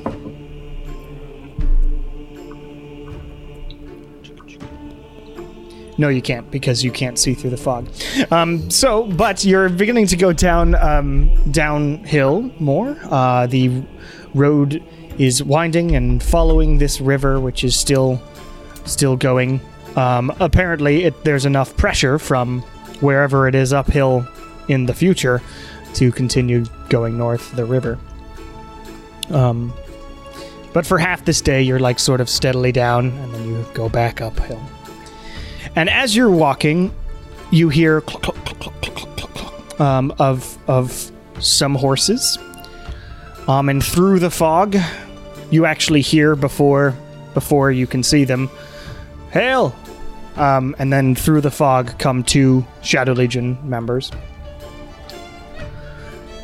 Speaker 7: No, you can't because you can't see through the fog. Um, so, but you're beginning to go down um, downhill more. Uh, the road is winding and following this river, which is still still going. Um, apparently, it, there's enough pressure from wherever it is uphill in the future to continue going north the river. Um, but for half this day, you're like sort of steadily down, and then you go back uphill. And as you're walking, you hear cluck, cluck, cluck, cluck, cluck, cluck, cluck, cluck, um, of of some horses. Um, and through the fog, you actually hear before before you can see them. Hail! Um, and then through the fog come two Shadow Legion members,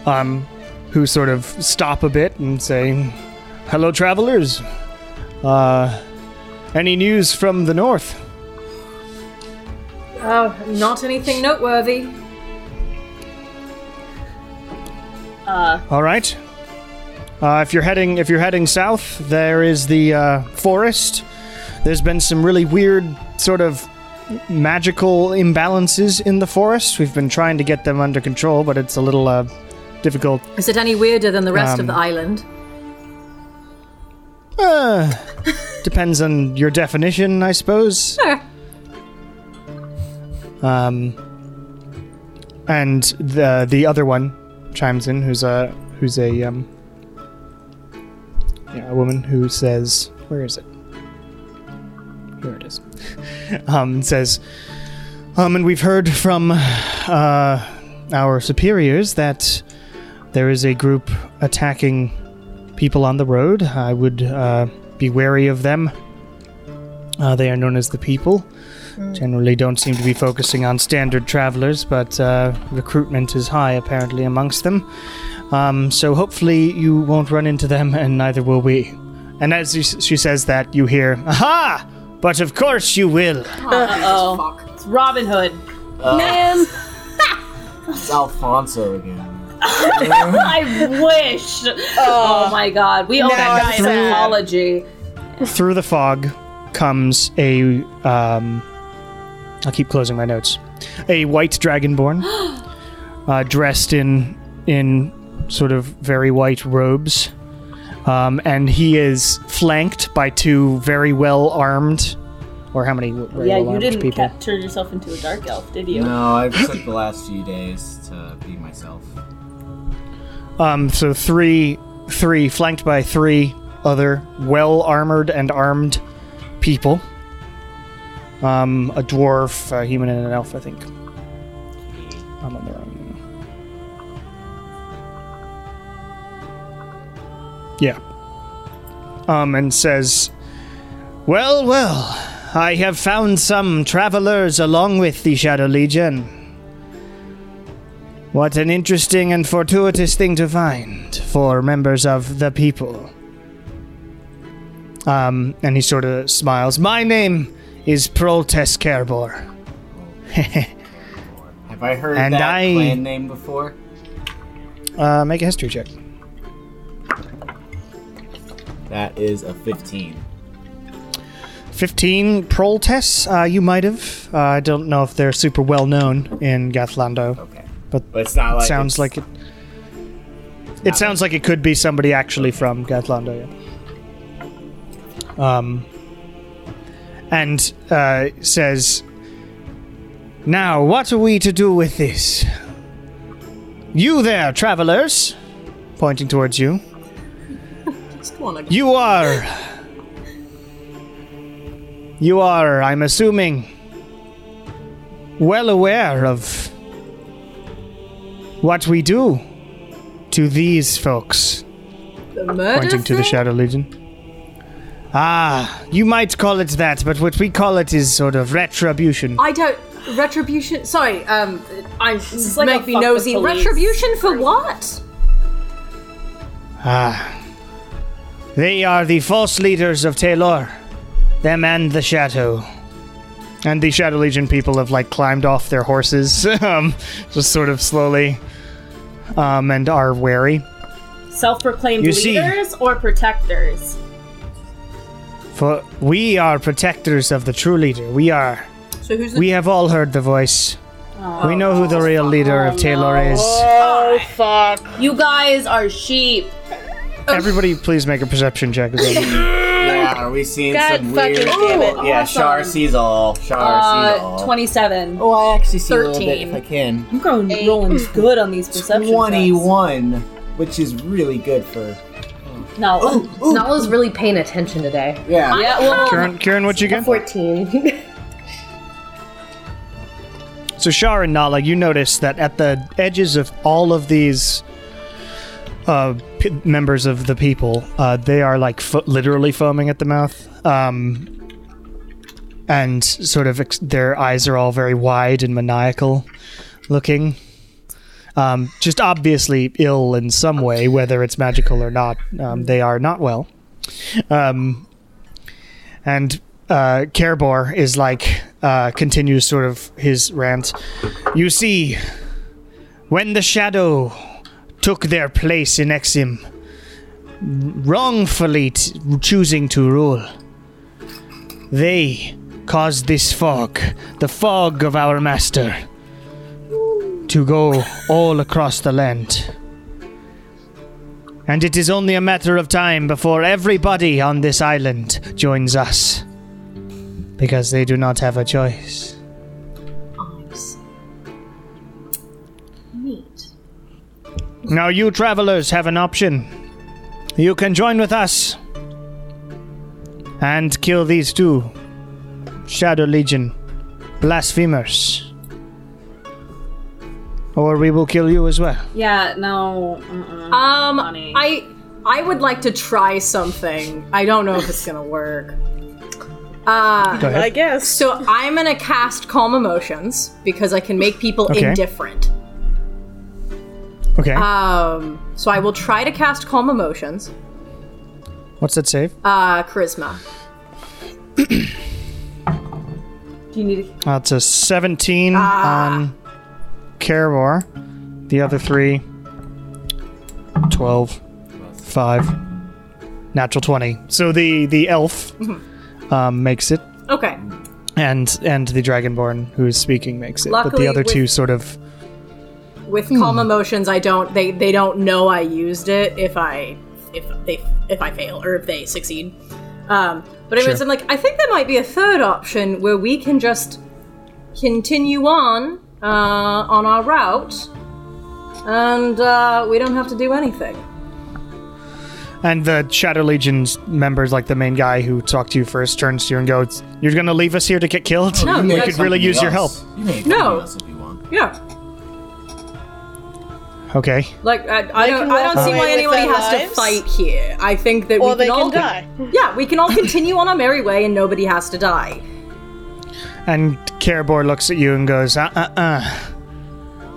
Speaker 7: um, who sort of stop a bit and say, "Hello, travelers. Uh, any news from the north?"
Speaker 1: Oh, not anything noteworthy.
Speaker 7: All right. Uh, if you're heading if you're heading south, there is the uh, forest. There's been some really weird sort of magical imbalances in the forest. We've been trying to get them under control, but it's a little uh, difficult.
Speaker 1: Is it any weirder than the rest
Speaker 7: Um,
Speaker 1: of the island?
Speaker 7: Uh, depends on your definition, I suppose.
Speaker 1: Sure.
Speaker 7: Um, and the the other one chimes in, who's a who's a um, yeah, a woman who says, "Where is it? Here it is." um, says, um, and we've heard from uh, our superiors that there is a group attacking people on the road. I would uh, be wary of them. Uh, they are known as the people generally don't seem to be focusing on standard travelers, but uh, recruitment is high apparently amongst them. Um, so hopefully you won't run into them, and neither will we. And as she- she says that, you hear, "Aha! But of course you will."
Speaker 4: It's Robin Hood.
Speaker 7: Uh,
Speaker 6: Man! it's Alfonso again.
Speaker 4: I wish. Oh, my god. We owe that guy an apology.
Speaker 7: Through the fog comes a. Um, I'll keep closing my notes. A white dragonborn, uh, dressed in in sort of very white robes, um, and he is flanked by two very well armed, or how many? w- Very
Speaker 4: Yeah, you
Speaker 7: well-armed
Speaker 4: didn't
Speaker 7: people.
Speaker 4: capture yourself into a dark elf, did you?
Speaker 6: No, I've took the last few days to be myself.
Speaker 7: Um, so three, three flanked by three other well armored and armed people. Um, a dwarf, a human, and an elf, I think. I'm on the wrong. Yeah. Um, and says, "Well, well, I have found some travelers along with the Shadow Legion." What an interesting and fortuitous thing to find for members of the people. Um, and he sort of smiles. My name is Proltes Kerbor.
Speaker 6: Have I heard
Speaker 7: And
Speaker 6: that
Speaker 7: I-
Speaker 6: clan name before?
Speaker 7: Uh, make a history check.
Speaker 6: That is a 15.
Speaker 7: 15 Proltes, uh, you might have. Uh, I don't know if they're super well known in Gathlando.
Speaker 6: Okay.
Speaker 7: But
Speaker 6: But it's not like. it's-
Speaker 7: sounds like it. It sounds like it could be somebody actually from Gathlanda. Yeah. Um, and uh, says, "Now, what are we to do with this? You there, travelers?" Pointing towards you. You are. You are, I'm assuming, well aware of what we do to these folks,
Speaker 1: The murder
Speaker 7: pointing to the
Speaker 1: thing?
Speaker 7: Shadow Legion. Ah, you might call it that, but what we call it is sort of retribution.
Speaker 1: I don't. Retribution. Sorry. Um, I'm
Speaker 4: like a
Speaker 1: make me
Speaker 4: fuck the
Speaker 1: nosy.
Speaker 4: police
Speaker 1: Retribution for what?
Speaker 7: Ah. They are the false leaders of Taylor. Them and the Shadow. And the Shadow Legion people have, like, climbed off their horses, um, just sort of slowly, um, and are wary.
Speaker 4: Self-proclaimed
Speaker 7: You see-
Speaker 4: leaders or protectors?
Speaker 7: For we are protectors of the true leader. We are.
Speaker 3: So who's the Oh.
Speaker 7: We have all heard the voice. we know who the real leader of Taylor is.
Speaker 4: You guys are sheep.
Speaker 7: Everybody, please make a perception check. as well.
Speaker 6: Yeah, are we seeing some weird.
Speaker 2: damn it.
Speaker 6: yeah, Shar sees all. Shar sees all.
Speaker 4: Uh, 27.
Speaker 6: Oh, I actually see a little bit
Speaker 1: 13.
Speaker 6: if I can.
Speaker 4: I'm growing, rolling good on these perception checks.
Speaker 6: 21, which is really good for.
Speaker 4: No.
Speaker 7: Oh.
Speaker 5: Nala's really paying attention today.
Speaker 6: Yeah.
Speaker 4: Yeah, well,
Speaker 7: Kieran, Kieran, what you get?
Speaker 5: 14.
Speaker 7: So Shar and Nala, you notice that at the edges of all of these uh, p- members of the people, uh, they are like fo- literally foaming at the mouth, um, and sort of ex- their eyes are all very wide and maniacal looking. Um, just obviously ill in some way, whether it's magical or not. Um, they are not well. Um, and uh, Kerbor is like uh, continues sort of his rant. You see, when the shadow took their place in Exim, wrongfully t- choosing to rule, they caused this fog, the fog of our master, to go all across the land. And it is only a matter of time before everybody on this island joins us. Because they do not have a choice. Now, you travelers have an option. You can join with us and kill these two Shadow Legion blasphemers. Or we will kill you as well.
Speaker 4: Yeah, no. Mm-mm.
Speaker 3: Um,
Speaker 4: Funny.
Speaker 3: I I would like to try something. I don't know if it's gonna work. Uh,
Speaker 7: Go ahead.
Speaker 2: I guess.
Speaker 3: so I'm gonna cast Calm Emotions because I can make people
Speaker 7: Okay.
Speaker 3: indifferent.
Speaker 7: Okay.
Speaker 3: Um, so I will try to cast Calm Emotions.
Speaker 7: What's that save?
Speaker 3: Uh, charisma.
Speaker 4: Do you need to-
Speaker 7: That's a 17
Speaker 3: Ah.
Speaker 7: on Karavor. The other three 12, 5, natural 20. So the, the elf um, makes it,
Speaker 3: Mm-hmm. Okay.
Speaker 7: and and the dragonborn who is speaking makes it. but
Speaker 3: Luckily,
Speaker 7: the other
Speaker 3: with-
Speaker 7: two sort of.
Speaker 3: With Calm Emotions, I don't. They they don't know I used it if I if they if I fail or if they succeed. Um, but anyways,
Speaker 7: Sure.
Speaker 3: I'm like, I think there might be a third option where we can just continue on uh, on our route, and uh, we don't have to do anything.
Speaker 7: And the Shadow Legion's members, like the main guy who talked to you first, turns to you and goes, You're going to leave us here to get killed?
Speaker 3: No,
Speaker 7: we
Speaker 3: you
Speaker 7: could really use your help.
Speaker 6: You may
Speaker 3: No.
Speaker 6: us if you want.
Speaker 3: Yeah.
Speaker 7: Okay.
Speaker 3: Like I, I don't,
Speaker 2: can
Speaker 3: I don't
Speaker 2: walk
Speaker 3: see
Speaker 2: away
Speaker 3: why
Speaker 2: with
Speaker 3: anybody
Speaker 2: their
Speaker 3: has to
Speaker 2: lives.
Speaker 3: fight here. I think that
Speaker 2: Or
Speaker 3: we
Speaker 2: they
Speaker 3: all
Speaker 2: can die.
Speaker 3: Yeah, we can all continue on our merry way, and nobody has to die.
Speaker 7: And Karabor looks at you and goes, uh uh uh.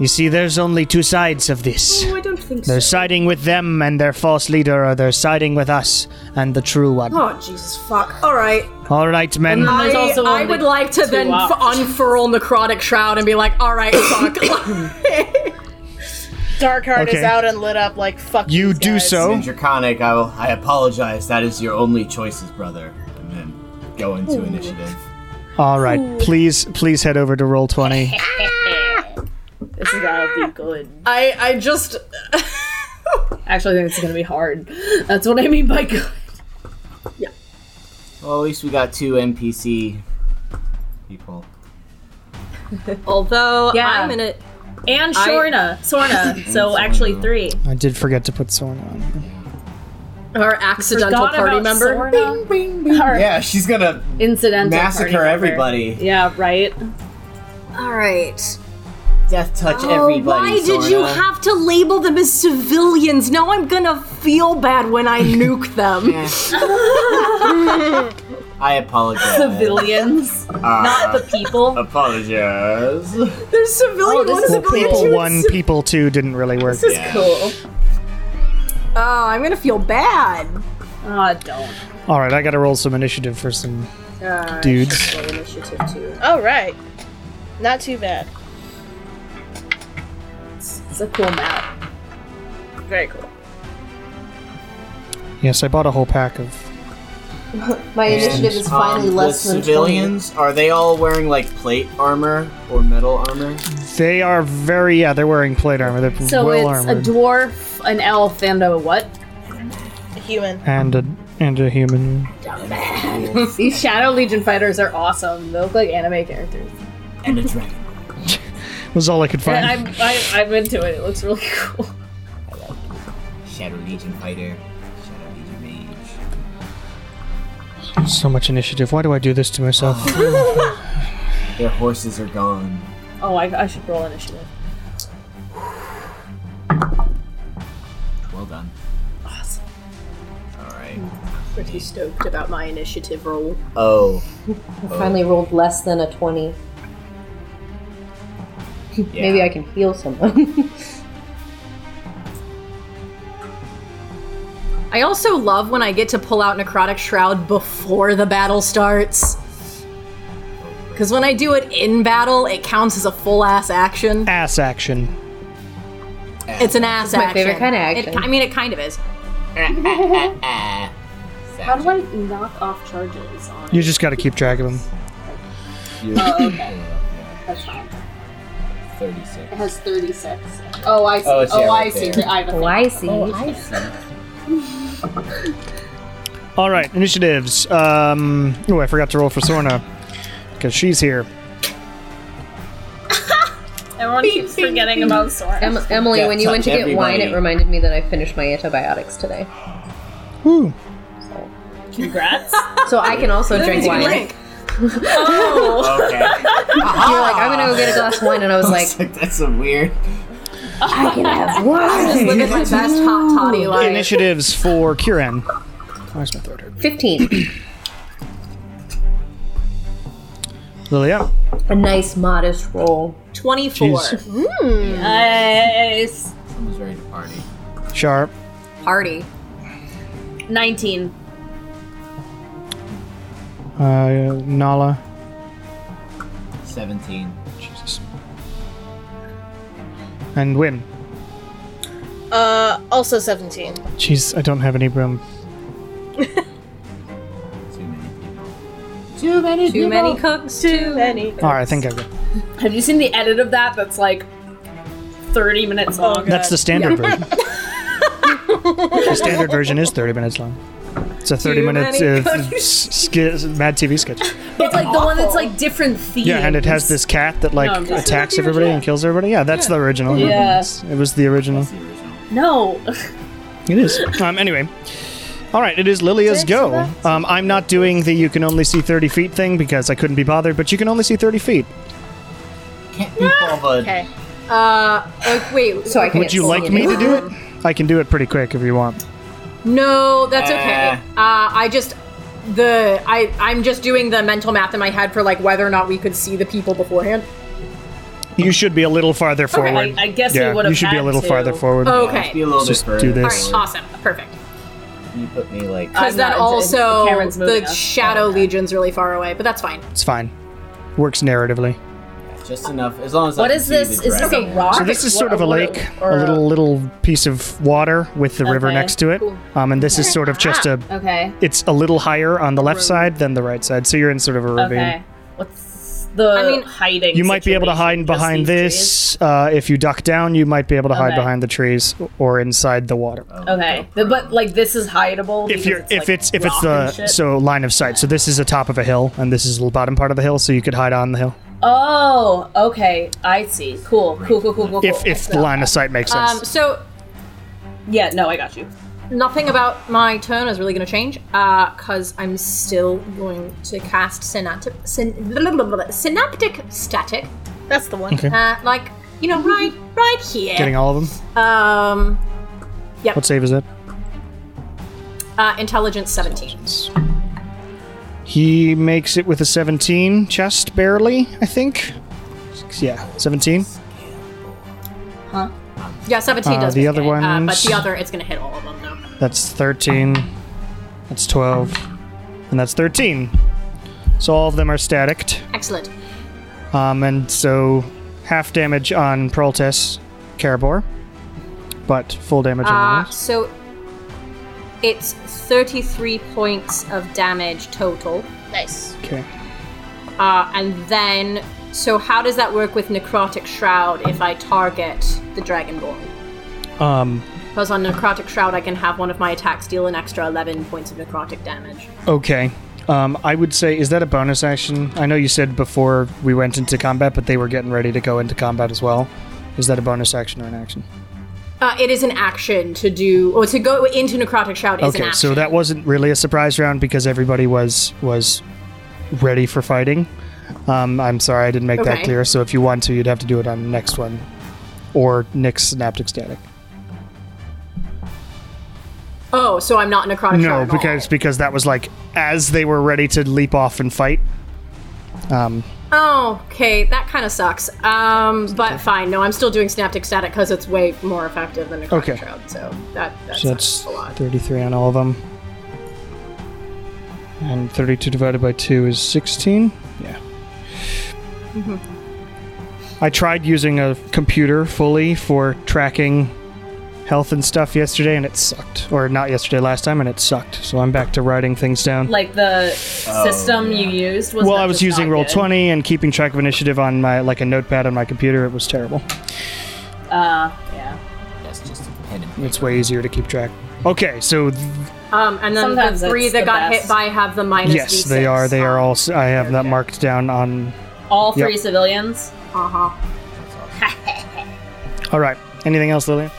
Speaker 7: You see, there's only two sides of this.
Speaker 3: I don't think so.
Speaker 7: They're siding with them and their false leader, or they're siding with us and the true one.
Speaker 3: Oh Jesus fuck! All right,
Speaker 7: All right, men.
Speaker 4: There's
Speaker 3: I,
Speaker 4: also
Speaker 3: I
Speaker 4: only
Speaker 3: would like to then
Speaker 4: left.
Speaker 3: f- unfurl necrotic shroud and be like, all right, fuck.
Speaker 2: Dark Heart
Speaker 7: Okay.
Speaker 2: is out and lit up like fuck.
Speaker 7: You
Speaker 2: these
Speaker 7: do
Speaker 2: guys.
Speaker 7: so.
Speaker 6: In Draconic, I will. I apologize. That is your only choices, brother. And then go into initiative.
Speaker 7: All right, please, please head over to roll 20.
Speaker 4: This is gonna be good.
Speaker 3: I I just
Speaker 4: Actually, I think it's gonna be hard. That's what I mean by good.
Speaker 6: Well, at least we got two NPC people.
Speaker 3: although
Speaker 4: Yeah.
Speaker 3: I'm in it.
Speaker 4: And Shorna. Sorna. So actually three.
Speaker 7: I did forget to put Sorn on.
Speaker 3: Our accidental
Speaker 4: Forgot
Speaker 3: party
Speaker 4: about
Speaker 3: member.
Speaker 4: Sorna. Her
Speaker 6: Yeah, she's gonna
Speaker 4: Incidental party
Speaker 6: massacre
Speaker 4: member.
Speaker 6: everybody.
Speaker 4: Yeah, right.
Speaker 3: All right.
Speaker 6: Death touch
Speaker 3: Oh,
Speaker 6: everybody.
Speaker 3: why did you
Speaker 6: Sorna.
Speaker 3: have to label them as civilians? Now I'm gonna feel bad when I nuke them.
Speaker 6: I apologize.
Speaker 4: Civilians, not the people.
Speaker 6: Apologize.
Speaker 3: There's civilian
Speaker 4: this
Speaker 3: one
Speaker 4: is
Speaker 3: civilian
Speaker 4: cool.
Speaker 3: two,
Speaker 7: People
Speaker 3: and
Speaker 7: one,
Speaker 3: civ-
Speaker 7: people two didn't really work.
Speaker 4: This is cool.
Speaker 3: Oh, I'm gonna feel bad.
Speaker 4: Ah, don't.
Speaker 7: All right, I gotta roll some initiative for some dudes.
Speaker 3: Initiative two.
Speaker 2: All right, not too bad.
Speaker 4: It's a cool map.
Speaker 2: Very cool.
Speaker 7: Yes, I bought a whole pack of.
Speaker 5: My initiative is finally
Speaker 6: Um,
Speaker 5: less
Speaker 6: the
Speaker 5: than
Speaker 6: civilians are they all wearing like plate armor or metal armor?
Speaker 7: They are very, yeah, they're wearing plate armor. They're
Speaker 4: So
Speaker 7: well
Speaker 4: it's
Speaker 7: armored.
Speaker 4: a dwarf, an elf, and a what?
Speaker 2: Human.
Speaker 7: and a and a human.
Speaker 4: These Shadow Legion fighters are awesome. They look like anime characters.
Speaker 6: And a dragon.
Speaker 7: was all I could find.
Speaker 4: I'm, I, I'm into it. It looks really cool.
Speaker 6: Shadow Legion fighter. Shadow Legion mage.
Speaker 7: So much initiative. Why do I do this to myself?
Speaker 6: Their horses are gone.
Speaker 4: Oh, I, I should roll initiative.
Speaker 6: Well done.
Speaker 3: Pretty stoked about my initiative roll.
Speaker 6: Oh,
Speaker 5: I finally rolled less than a 20. Maybe I can heal someone.
Speaker 3: I also love when I get to pull out Necrotic Shroud before the battle starts. Because when I do it in battle, it counts as a full ass action.
Speaker 7: Ass action.
Speaker 3: It's an ass
Speaker 5: my
Speaker 3: action.
Speaker 5: favorite kind of
Speaker 3: It-
Speaker 5: action.
Speaker 3: I mean, it kind of is.
Speaker 6: Ah,
Speaker 4: How do I knock off charges on
Speaker 7: You just got to keep track of them.
Speaker 6: you
Speaker 4: Oh, That's fine.
Speaker 6: 36.
Speaker 4: It has 36. Oh, I see.
Speaker 6: Oh,
Speaker 4: Oh,
Speaker 6: it's yeah,
Speaker 4: I
Speaker 6: right
Speaker 4: see.
Speaker 6: there.
Speaker 4: I have a thing.
Speaker 5: Why see?
Speaker 7: Oh. All right, initiatives. Um, oh, I forgot to roll for Sorna because she's here.
Speaker 4: Everyone keeps forgetting about Sora.
Speaker 5: Em- Emily,
Speaker 6: Yeah,
Speaker 5: when you
Speaker 6: tell
Speaker 5: went to get wine,
Speaker 6: everybody.
Speaker 5: it reminded me that I finished my antibiotics today.
Speaker 7: Woo.
Speaker 4: Congrats.
Speaker 5: So I can also drink wine.
Speaker 6: Okay.
Speaker 5: You're like, I'm gonna go get a glass of wine, and I was like,
Speaker 6: That's a weird.
Speaker 5: I can have wine.
Speaker 3: Look at my best hot
Speaker 5: "Hmm."
Speaker 3: toddy line.
Speaker 7: Initiatives for Kieran. Where's my throat hurt?
Speaker 5: Fifteen.
Speaker 7: Lilia.
Speaker 5: A nice modest roll.
Speaker 3: 24.
Speaker 7: Jeez.
Speaker 4: nice.
Speaker 6: Someone's ready to party.
Speaker 7: Sharp.
Speaker 3: Party.
Speaker 4: 19.
Speaker 7: Uh, Nala.
Speaker 6: 17.
Speaker 7: Jesus. And Wim.
Speaker 2: Uh, also 17.
Speaker 7: Jeez, I don't have any room.
Speaker 6: Too many people.
Speaker 3: Too many cooks, too many.
Speaker 7: All right, I think I've got.
Speaker 4: Have you seen the edit of that? That's like 30 minutes long.
Speaker 7: That's the standard version. the standard version is 30 minutes long. It's a 30 minutes of s- sk- Mad TV sketch.
Speaker 4: It's like the one that's like different themes.
Speaker 7: Yeah, and it has this cat that like
Speaker 4: No, I'm just-
Speaker 7: attacks everybody and kills everybody. Yeah, that's the original.
Speaker 4: Yeah.
Speaker 7: It was the original.
Speaker 6: The original.
Speaker 4: No.
Speaker 7: It is. Um, anyway. All right, it is Lilia's go. Um, I'm not doing the you can only see 30 feet thing because I couldn't be bothered, but you can only see 30 feet.
Speaker 6: Can't be
Speaker 4: Ah,
Speaker 6: bothered.
Speaker 2: Okay.
Speaker 3: Uh, oh, wait.
Speaker 5: So I can.
Speaker 7: Would you like me to do it? I can do it pretty quick if you want.
Speaker 3: No, that's okay.
Speaker 6: Eh.
Speaker 3: Uh, I just the I I'm just doing the mental math in my head for like whether or not we could see the people beforehand.
Speaker 7: You should be a little farther forward.
Speaker 4: I- I guess we
Speaker 7: yeah,
Speaker 4: would've
Speaker 7: you should be a
Speaker 4: had
Speaker 7: little
Speaker 4: to. Oh,
Speaker 7: farther forward.
Speaker 3: Okay.
Speaker 6: Be a little
Speaker 7: Just
Speaker 6: bit further.
Speaker 7: do this.
Speaker 3: All right. Awesome. Perfect.
Speaker 6: You put me like.
Speaker 3: Because
Speaker 4: I'm
Speaker 3: then
Speaker 4: not-
Speaker 3: also
Speaker 4: Cameron's
Speaker 3: the
Speaker 4: moving us.
Speaker 3: shadow legion's really far away, but that's fine.
Speaker 7: It's fine. Works narratively.
Speaker 6: Just enough. As long as
Speaker 4: What
Speaker 6: I can
Speaker 4: is
Speaker 6: see
Speaker 4: this?
Speaker 6: The
Speaker 4: Is this a
Speaker 6: dragon.
Speaker 4: rock?
Speaker 7: So this is
Speaker 4: What-
Speaker 7: sort of a
Speaker 4: what-
Speaker 7: lake,
Speaker 4: or
Speaker 7: a little little piece of water with the river
Speaker 4: Okay. Ah.
Speaker 7: next to it. Um, and this is sort of just a.
Speaker 4: Okay.
Speaker 7: It's a little higher on the left side than the right side, so you're in sort of a ravine.
Speaker 4: Okay. What's the I
Speaker 3: mean,
Speaker 4: mean, hiding?
Speaker 7: You might be able to
Speaker 4: situation?
Speaker 7: hide
Speaker 4: Just
Speaker 7: behind
Speaker 4: these
Speaker 7: this. Uh, if you duck down, you might be able to hide
Speaker 4: Okay.
Speaker 7: behind the trees or inside the water.
Speaker 4: trees? Okay. The- but like this is hideable.
Speaker 7: if
Speaker 4: because
Speaker 7: you're, if
Speaker 4: like,
Speaker 7: it's if it's
Speaker 4: rock
Speaker 7: the
Speaker 4: and shit?
Speaker 7: so line of sight. So this is the top of a hill, and this is the bottom part of the hill, so you could hide on the hill
Speaker 4: Oh, okay. I see. Cool. Cool. Cool. Cool. Cool. cool.
Speaker 7: if if the line of sight makes sense.
Speaker 3: Um, so
Speaker 4: Yeah. No, I got you.
Speaker 3: nothing about my turn is really going to change because I'm still going to cast synaptic syn- blah, blah, blah, blah, synaptic static,
Speaker 2: That's the one.
Speaker 3: uh, like you know, right right here.
Speaker 7: Getting all of them.
Speaker 3: um,
Speaker 7: What save is that?
Speaker 3: uh, intelligence seventeen.
Speaker 7: He makes it with a 17 chest, barely, I think. Six- Yeah, 17.
Speaker 3: Yeah, 17
Speaker 7: Uh,
Speaker 3: does.
Speaker 7: the
Speaker 3: make
Speaker 7: other
Speaker 3: it, uh, but
Speaker 7: ones-
Speaker 3: the other, it's going to hit all of them, though.
Speaker 7: That's 13. That's 12. And that's 13. So all of them are staticked.
Speaker 3: Excellent.
Speaker 7: Um, and so half damage on Proltess Karabor, but full damage on the
Speaker 3: Uh,
Speaker 7: others.
Speaker 3: so it's 33 points of damage total.
Speaker 2: Nice.
Speaker 7: Okay.
Speaker 3: Uh, and then, so how does that work with Necrotic Shroud if I target the Dragonborn?
Speaker 7: Um,
Speaker 3: Because on Necrotic Shroud, I can have one of my attacks deal an extra 11 points of necrotic damage.
Speaker 7: okay. Um, I would say, is that a bonus action? I know you said before we went into combat, but they were getting ready to go into combat as well. Is that a bonus action or an action?
Speaker 3: Uh, it is an action to do, or to go into Necrotic Shroud is an
Speaker 7: okay
Speaker 3: action.
Speaker 7: so that wasn't really a surprise round because everybody was was ready for fighting um, i'm sorry i didn't make that
Speaker 3: Okay.
Speaker 7: clear so if you want to you'd have to do it on the next one or nick's synaptic static
Speaker 3: Oh, so I'm not in a chronic shock
Speaker 7: No,
Speaker 3: at all.
Speaker 7: because because that was like as they were ready to leap off and fight. Um,
Speaker 3: Oh, okay, that kind of sucks. Um, but fine. No, I'm still doing synaptic static because it's way more effective than a chronic
Speaker 7: Okay.
Speaker 3: shroud. So that that
Speaker 7: so
Speaker 3: sucks
Speaker 7: that's
Speaker 3: a lot.
Speaker 7: 33 on all of them. And 32 divided by 2 is 16. Yeah.
Speaker 4: Mm-hmm.
Speaker 7: I tried using a computer fully for tracking health and stuff yesterday, and it sucked. Or not yesterday, last time, and it sucked. So I'm back to writing things down.
Speaker 4: Like the system you used was.
Speaker 7: well,
Speaker 4: not
Speaker 7: I was
Speaker 4: just
Speaker 7: using
Speaker 4: not
Speaker 7: roll
Speaker 4: good.
Speaker 7: 20 and keeping track of initiative on my like a notepad on my computer. It was terrible.
Speaker 4: Uh, yeah.
Speaker 6: That's just a pen and
Speaker 7: It's way easier to keep track. Okay, so th-
Speaker 3: Um, and then
Speaker 4: Sometimes
Speaker 3: the three
Speaker 4: it's
Speaker 3: that
Speaker 4: the
Speaker 3: got hit
Speaker 4: best.
Speaker 3: by have the minus.
Speaker 7: yes, they are. They are all. s- I have that marked down on.
Speaker 4: All three
Speaker 7: Yep.
Speaker 4: civilians.
Speaker 3: Uh huh.
Speaker 7: All right. Anything else, Lillian?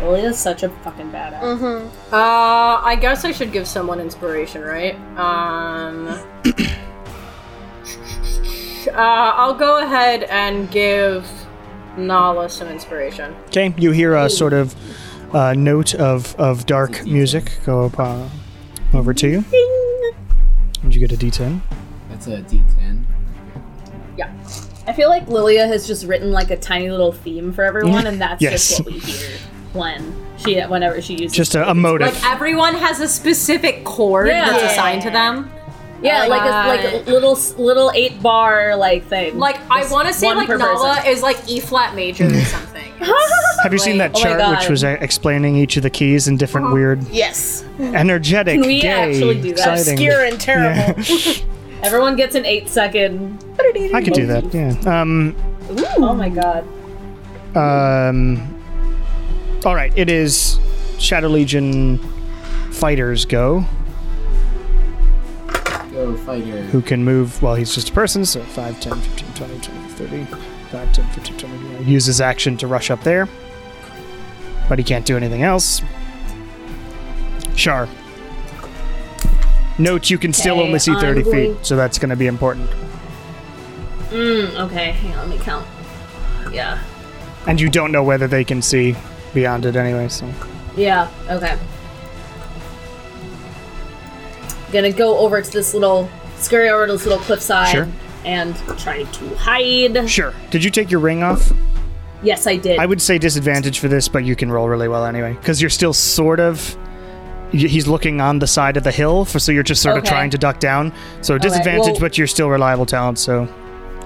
Speaker 4: Lilia's such a fucking badass. Mm-hmm.
Speaker 3: Uh, I guess I should give someone inspiration, right? Um. uh, I'll go ahead and give Nala some inspiration.
Speaker 7: Okay, you hear a sort of uh, note of, of dark music go up, uh, over to you. And you get a D10.
Speaker 6: That's a D10.
Speaker 4: I feel like Lilia has just written like a tiny little theme for everyone, and that's
Speaker 7: Yes.
Speaker 4: just what we hear when she whenever she uses.
Speaker 7: Just a, a motive.
Speaker 3: Like everyone has a specific chord
Speaker 4: Yeah.
Speaker 3: that's assigned to them.
Speaker 4: yeah, like a, like a little little eight bar like thing.
Speaker 3: Like I
Speaker 4: Just
Speaker 3: want to say
Speaker 4: one
Speaker 3: like
Speaker 4: per
Speaker 3: Nala
Speaker 4: person.
Speaker 3: is like E flat major or something.
Speaker 7: have you seen that
Speaker 4: oh my
Speaker 7: chart which
Speaker 4: God. Uh-huh.
Speaker 7: was uh, explaining each of the keys in different weird,
Speaker 2: Yes.
Speaker 7: energetic,
Speaker 4: Can we
Speaker 7: gay,
Speaker 4: actually do that?
Speaker 7: exciting-
Speaker 2: Obscure and terrible.
Speaker 4: Everyone gets an eight second.
Speaker 7: I could do that. Yeah. Um.
Speaker 4: Oh my god.
Speaker 7: Um. All right. It is Shadow Legion fighters go.
Speaker 6: Go fighter.
Speaker 7: who can move well he's just a person so 5 10 15 20 20 30 5 10 15 20 20 use his action to rush up there but he can't do anything else Shar note you can still
Speaker 4: Okay,
Speaker 7: only see
Speaker 4: I'm
Speaker 7: 30
Speaker 4: going-
Speaker 7: feet so that's going to be important
Speaker 4: Mm, okay, hang on, let me count. Yeah.
Speaker 7: and you don't know whether they can see beyond it anyway so
Speaker 4: Yeah. Okay. Gonna go over to this little scurry over to this little cliffside
Speaker 7: Sure.
Speaker 4: and try to hide.
Speaker 7: sure did you take your ring off
Speaker 4: Yes, I did.
Speaker 7: I would say disadvantage for this, but you can roll really well anyway because you're still sort of. y- He's looking on the side of the hill, for, so you're just sort of
Speaker 4: Okay.
Speaker 7: trying to duck down. So disadvantage,
Speaker 4: well-
Speaker 7: but you're still reliable talent. So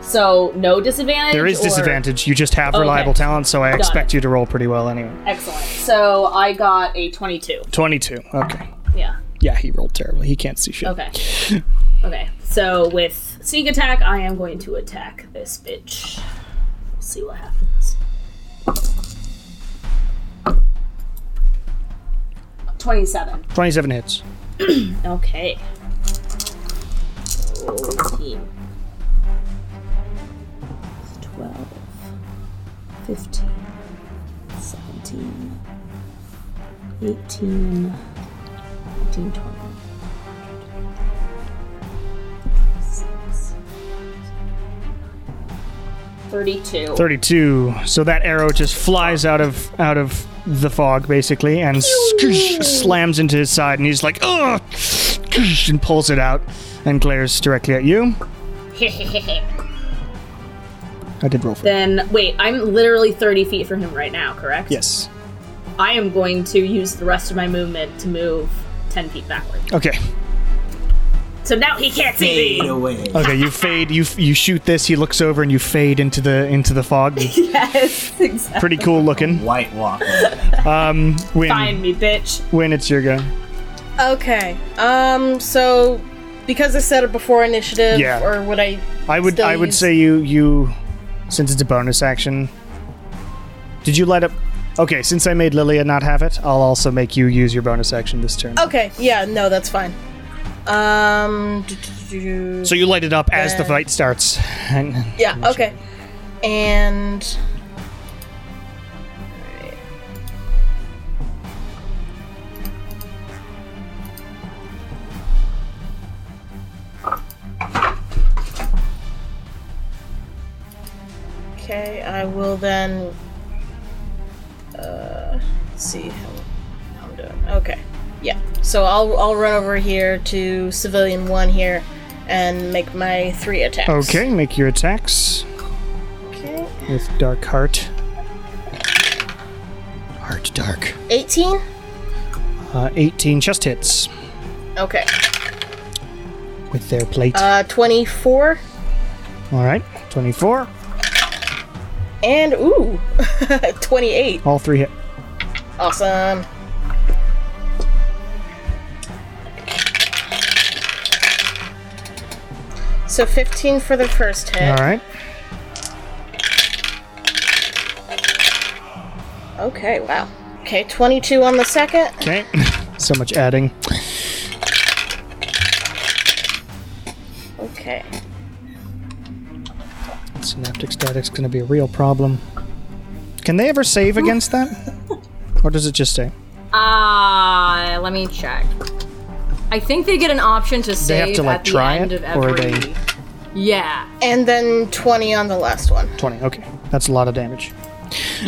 Speaker 4: so no disadvantage.
Speaker 7: there is
Speaker 4: or-
Speaker 7: disadvantage. You just have
Speaker 4: Okay.
Speaker 7: reliable talent, so I expect you to roll pretty well anyway.
Speaker 4: Excellent. So I got a 22.
Speaker 7: Twenty-two. Okay.
Speaker 4: Yeah.
Speaker 7: Yeah, he rolled terribly. He can't see shit.
Speaker 4: Okay. okay. So with sneak attack, I am going to attack this bitch. See what happens. 27.
Speaker 7: Twenty-seven hits.
Speaker 4: Okay. Fourteen. 12, 15, 17, 18, 19, 20. 26, 32.
Speaker 7: Thirty-two. So that arrow just flies out of out of the fog basically and skoosh, slams into his side, and he's like, "Ugh!" skoosh, and pulls it out and glares directly at you. I did roll for it.
Speaker 4: then, wait, I'm literally 30 feet from him right now, correct?
Speaker 7: Yes.
Speaker 4: I am going to use the rest of my movement to move 10 feet backward.
Speaker 7: Okay.
Speaker 4: So now he can't see
Speaker 6: Fade
Speaker 4: me.
Speaker 6: away.
Speaker 7: Okay. You fade. You you shoot this. He looks over and you fade into the into the fog.
Speaker 4: Yes, exactly.
Speaker 7: Pretty cool looking.
Speaker 6: White Walker.
Speaker 7: When
Speaker 4: Find me, bitch.
Speaker 7: when it's your go.
Speaker 2: Okay. Um. So, because I said it before initiative,
Speaker 7: Yeah.
Speaker 2: or would I?
Speaker 7: I would
Speaker 2: Still
Speaker 7: I would
Speaker 2: use-
Speaker 7: say you you since it's a bonus action. Did you light up? Okay. Since I made Lilia not have it, I'll also make you use your bonus action this turn.
Speaker 2: Okay. Yeah. No, that's fine. Um. do, do, do, do.
Speaker 7: So you light it up as the fight starts. And
Speaker 2: Yeah. Okay. And. Okay, I will then. Uh, let's see how, how I'm doing. Okay. Yeah. So I'll I'll run over here to civilian one here and make my three attacks.
Speaker 7: Okay, make your attacks.
Speaker 2: Okay.
Speaker 7: with Dark Heart. Heart Dark.
Speaker 2: 18.
Speaker 7: Uh, 18 chest hits
Speaker 2: Okay.
Speaker 7: with their plate.
Speaker 2: Uh 24
Speaker 7: All right, 24.
Speaker 2: and ooh 28.
Speaker 7: All three hit.
Speaker 2: Awesome. So 15 for the first hit.
Speaker 7: All right.
Speaker 2: Okay, wow. Okay, 22 on the second.
Speaker 7: Okay. so much adding.
Speaker 2: Okay.
Speaker 7: Synaptic static's going to be a real problem. Can they ever save against that? Or does it just say?
Speaker 1: Ah, let me check. I think they get an option to
Speaker 7: They
Speaker 1: save
Speaker 7: have to like
Speaker 1: at the
Speaker 7: try
Speaker 1: end
Speaker 7: it,
Speaker 1: of
Speaker 7: or
Speaker 1: every.
Speaker 7: they
Speaker 1: Yeah.
Speaker 2: And then 20 on the last one.
Speaker 7: twenty. Okay, that's a lot of damage.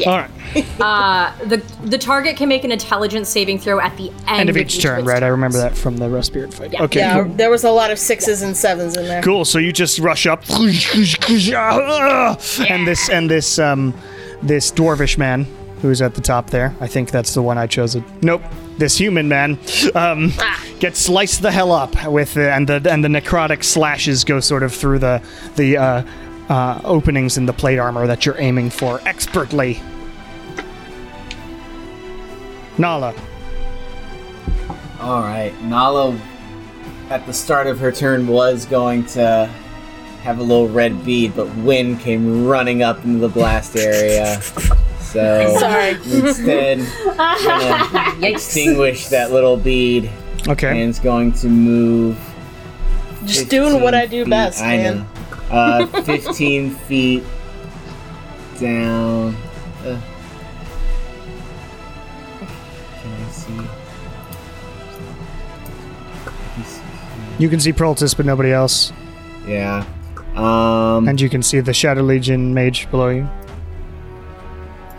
Speaker 7: All right,
Speaker 1: The the target can make an intelligence saving throw at the end
Speaker 7: end of each turn,
Speaker 1: twist.
Speaker 7: right? I remember that from the Respirit fight. Okay,
Speaker 2: Yeah,
Speaker 7: cool.
Speaker 2: there was a lot of sixes and sevens in there.
Speaker 7: Cool. So you just rush up, and this and this um, this dwarvish man who's at the top there. I think that's the one I chose. Nope, this human man um, gets sliced the hell up with the, and the and the necrotic slashes go sort of through the the uh, uh, openings in the plate armor that you're aiming for expertly. Nala,
Speaker 6: All right, Nala, at the start of her turn, was going to have a little red bead, but Wynn came running up into the blast area. So instead, gonna extinguish that little bead,
Speaker 7: okay,
Speaker 6: and it's going to move.
Speaker 2: Just doing what
Speaker 6: 15
Speaker 2: I do
Speaker 6: feet-
Speaker 2: best,
Speaker 6: I
Speaker 2: man.
Speaker 6: know. Uh, 15 feet down. Uh, can I see? I can see-
Speaker 7: you can see Proltis, but nobody else,
Speaker 6: Yeah. Um.
Speaker 7: and you can see the Shadow Legion mage below you.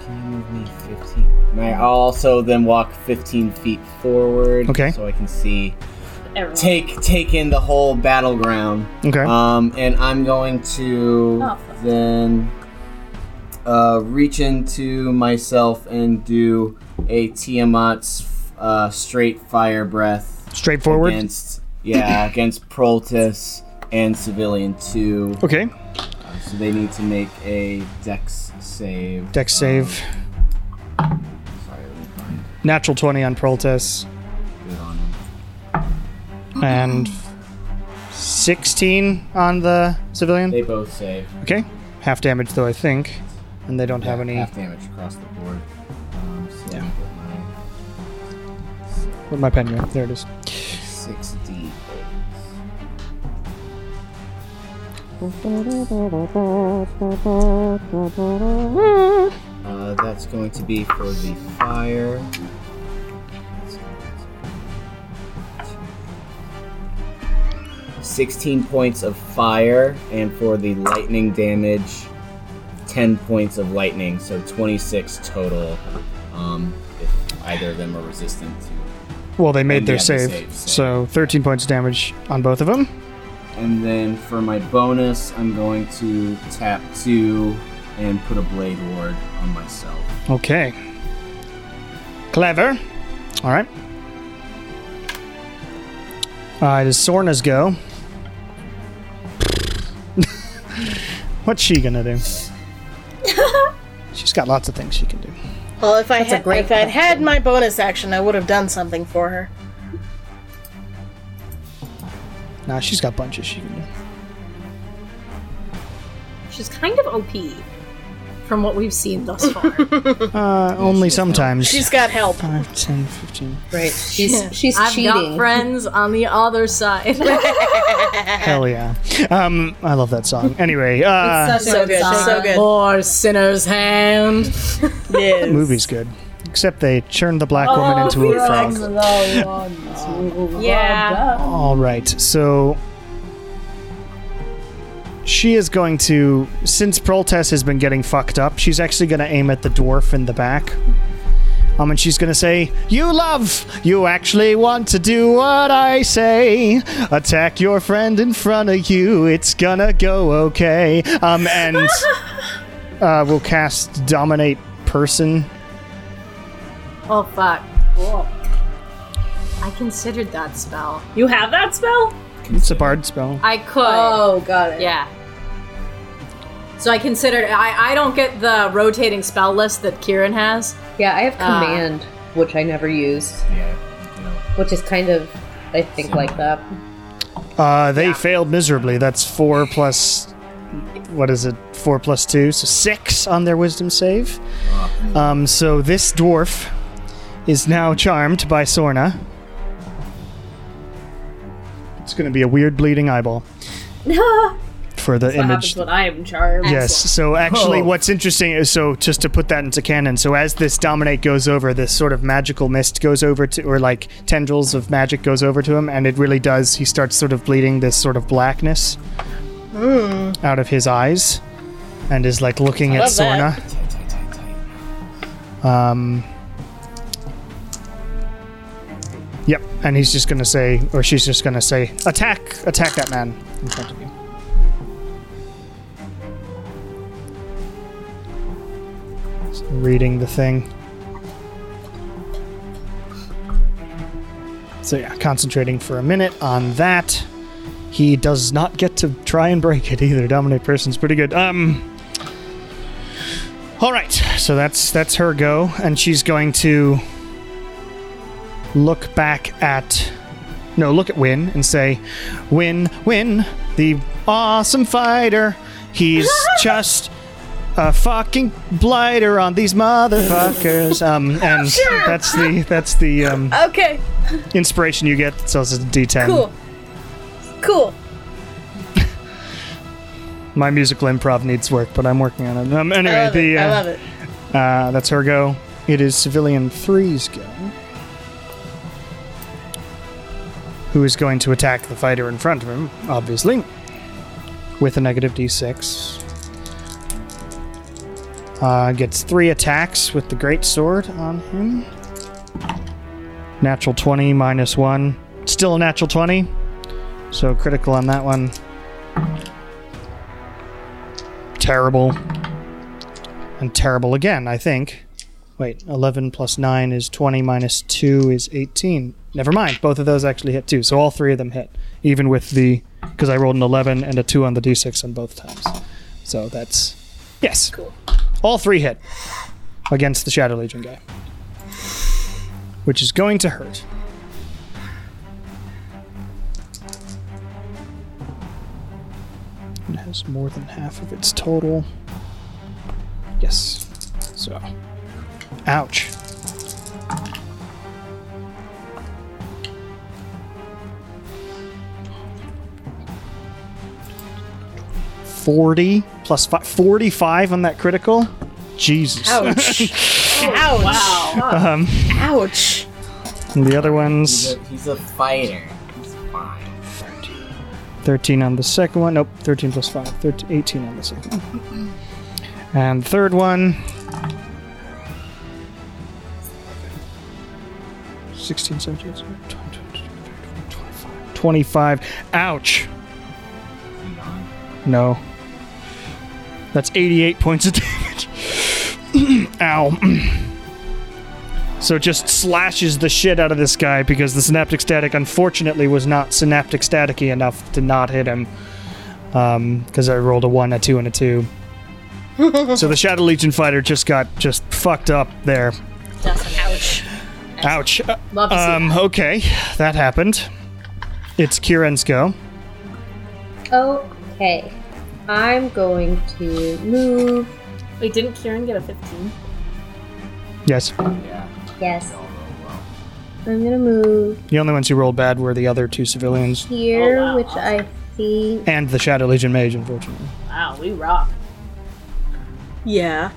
Speaker 6: can you move me 15? And I also then walk 15 feet forward.
Speaker 7: Okay.
Speaker 6: So I can see.
Speaker 4: Error.
Speaker 6: Take take in the whole battleground.
Speaker 7: Okay.
Speaker 6: Um, and I'm going to
Speaker 4: Oh, fuck.
Speaker 6: then uh, reach into myself and do a Tiamat's uh, straight fire breath
Speaker 7: Straightforward.
Speaker 6: against yeah against Proltus and Civilian Two.
Speaker 7: Okay.
Speaker 6: So they need to make a Dex save.
Speaker 7: Dex save.
Speaker 6: Um, sorry, let me find
Speaker 7: Natural 20 on Proltess.
Speaker 6: it on him.
Speaker 7: And 16 on the civilian.
Speaker 6: They both save.
Speaker 7: Okay. Half damage, though, I think. And they don't have any.
Speaker 6: half damage across the board. Um, so yeah. I
Speaker 7: What my pen go? There it is.
Speaker 6: get my six D. Uh, that's going to be for the fire. Sixteen points of fire, and for the lightning damage, ten points of lightning, so twenty-six total. Um, if either of them are resistant to,
Speaker 7: Well, they made
Speaker 6: And
Speaker 7: their
Speaker 6: yeah, they
Speaker 7: save.
Speaker 6: saved, so-
Speaker 7: So 13 points of damage on both of them.
Speaker 6: and then for my bonus, I'm going to tap two and put a blade ward on myself.
Speaker 7: Okay. Clever. All right. Uh, it is Sorna's go. What's she gonna do? She's got lots of things she can do.
Speaker 2: Well, if I had
Speaker 5: great
Speaker 2: if I'd had my bonus action, I would have done something for her.
Speaker 7: Nah, she's got bunches she can do. Uh,
Speaker 1: She's kind of OP from what we've seen thus far.
Speaker 7: Uh, only sometimes.
Speaker 2: She's got help.
Speaker 7: 5, 10, 15.
Speaker 5: Right. She's she's
Speaker 1: I've got
Speaker 5: cheating.
Speaker 1: friends on the other side.
Speaker 7: Hell yeah. Um, I love that song. Anyway, uh,
Speaker 2: So good, so good.
Speaker 1: or sinner's hand.
Speaker 2: Yes.
Speaker 7: movie's good. Except they turned the black
Speaker 2: Oh,
Speaker 7: woman into a frog.
Speaker 1: Yeah.
Speaker 7: All right, so she is going to, since Proltess has been getting fucked up, she's actually going to aim at the dwarf in the back Um, and she's gonna say, "You love. You actually want to do what I say. Attack your friend in front of you. It's gonna go okay." Um, and uh, we'll cast dominate person.
Speaker 1: Oh fuck. I considered that spell.
Speaker 4: You have that spell?
Speaker 7: It's a bard spell.
Speaker 1: I could.
Speaker 3: Oh, got it.
Speaker 1: Yeah. So I considered I, I don't get the rotating spell list that Kieran has.
Speaker 5: Yeah, I have command, which I never used,
Speaker 6: Yeah. you know.
Speaker 5: which is kind of, I think, like that.
Speaker 7: Uh, they failed miserably. That's four plus. What is it? Four plus two, so six on their wisdom save. Um, so this dwarf is now charmed by Sorna. It's going to be a weird bleeding eyeball for the
Speaker 4: What
Speaker 7: image.
Speaker 4: happens when I am charmed?
Speaker 7: Yes. So actually,
Speaker 6: Oh.
Speaker 7: what's interesting is so just to put that into canon. So as this dominate goes over, this sort of magical mist goes over to, or like tendrils of magic goes over to him, and it really does. He starts sort of bleeding this sort of blackness out of his eyes, and is like looking at
Speaker 2: Hmm. love
Speaker 7: Sorna.
Speaker 2: that.
Speaker 6: Tight, tight, tight, tight.
Speaker 7: Um. Yep, and he's just gonna say, or she's just gonna say, attack, attack that man in front of you. Just reading the thing. So yeah, concentrating for a minute on that. He does not get to try and break it either. Dominate person's pretty good. Um. All right, so that's that's her go, and she's going to look back at no, look at Win and say, "Win, Win, the awesome fighter. He's just a fucking blighter on these motherfuckers." Um, and that's the that's the um,
Speaker 2: Okay,
Speaker 7: inspiration you get. So it's a D10.
Speaker 2: cool. Cool.
Speaker 7: My musical improv needs work, but I'm working on it. Um, anyway,
Speaker 2: I love,
Speaker 7: the
Speaker 2: it. I
Speaker 7: uh,
Speaker 2: love it.
Speaker 7: Uh, that's her go. It is Civilian Three's go. Who is going to attack the fighter in front of him, obviously, with a negative d6. Uh, gets three attacks with the great sword on him. Natural 20 minus 1. Still a natural 20. So critical on that one. Terrible and terrible again, I think. Wait, 11 plus 9 is 20, minus 2 is 18. Never mind, both of those actually hit too. So all three of them hit, even with the. Because I rolled an 11 and a 2 on the d6 on both times. So that's. Yes. Cool. All three hit against the Shadow Legion guy, which is going to hurt. It has more than half of its total. Yes. So. Ouch. Forty plus fi- forty-five on that critical. Jesus. Um,
Speaker 4: Wow.
Speaker 2: Ouch.
Speaker 7: And the other
Speaker 6: He's
Speaker 7: ones.
Speaker 6: a, he's a fighter. He's fine.
Speaker 7: 13 on the second one. Nope, 13 plus 5. 13, 18 on the second one. And third one. 16, 17, 18, 20, 25. 25. Ouch! No. That's 88 points of damage. Ow. So it just slashes the shit out of this guy because the synaptic static, unfortunately, was not synaptic staticky enough to not hit him. Because I rolled a one, a two, and a two. so the Shadow Legion fighter just got just fucked up there. Ouch. Ouch.
Speaker 4: Love to see
Speaker 7: Um, okay, that happened. It's Kieran's go.
Speaker 5: Okay. I'm going to move.
Speaker 4: that. Wait, didn't Kieran get a 15?
Speaker 7: Yes.
Speaker 5: Yes. I'm going to move
Speaker 7: The only ones who rolled bad were the other two civilians
Speaker 5: here, which I think.
Speaker 7: and the Shadow Legion mage, unfortunately.
Speaker 4: Wow, we rock.
Speaker 2: Yeah.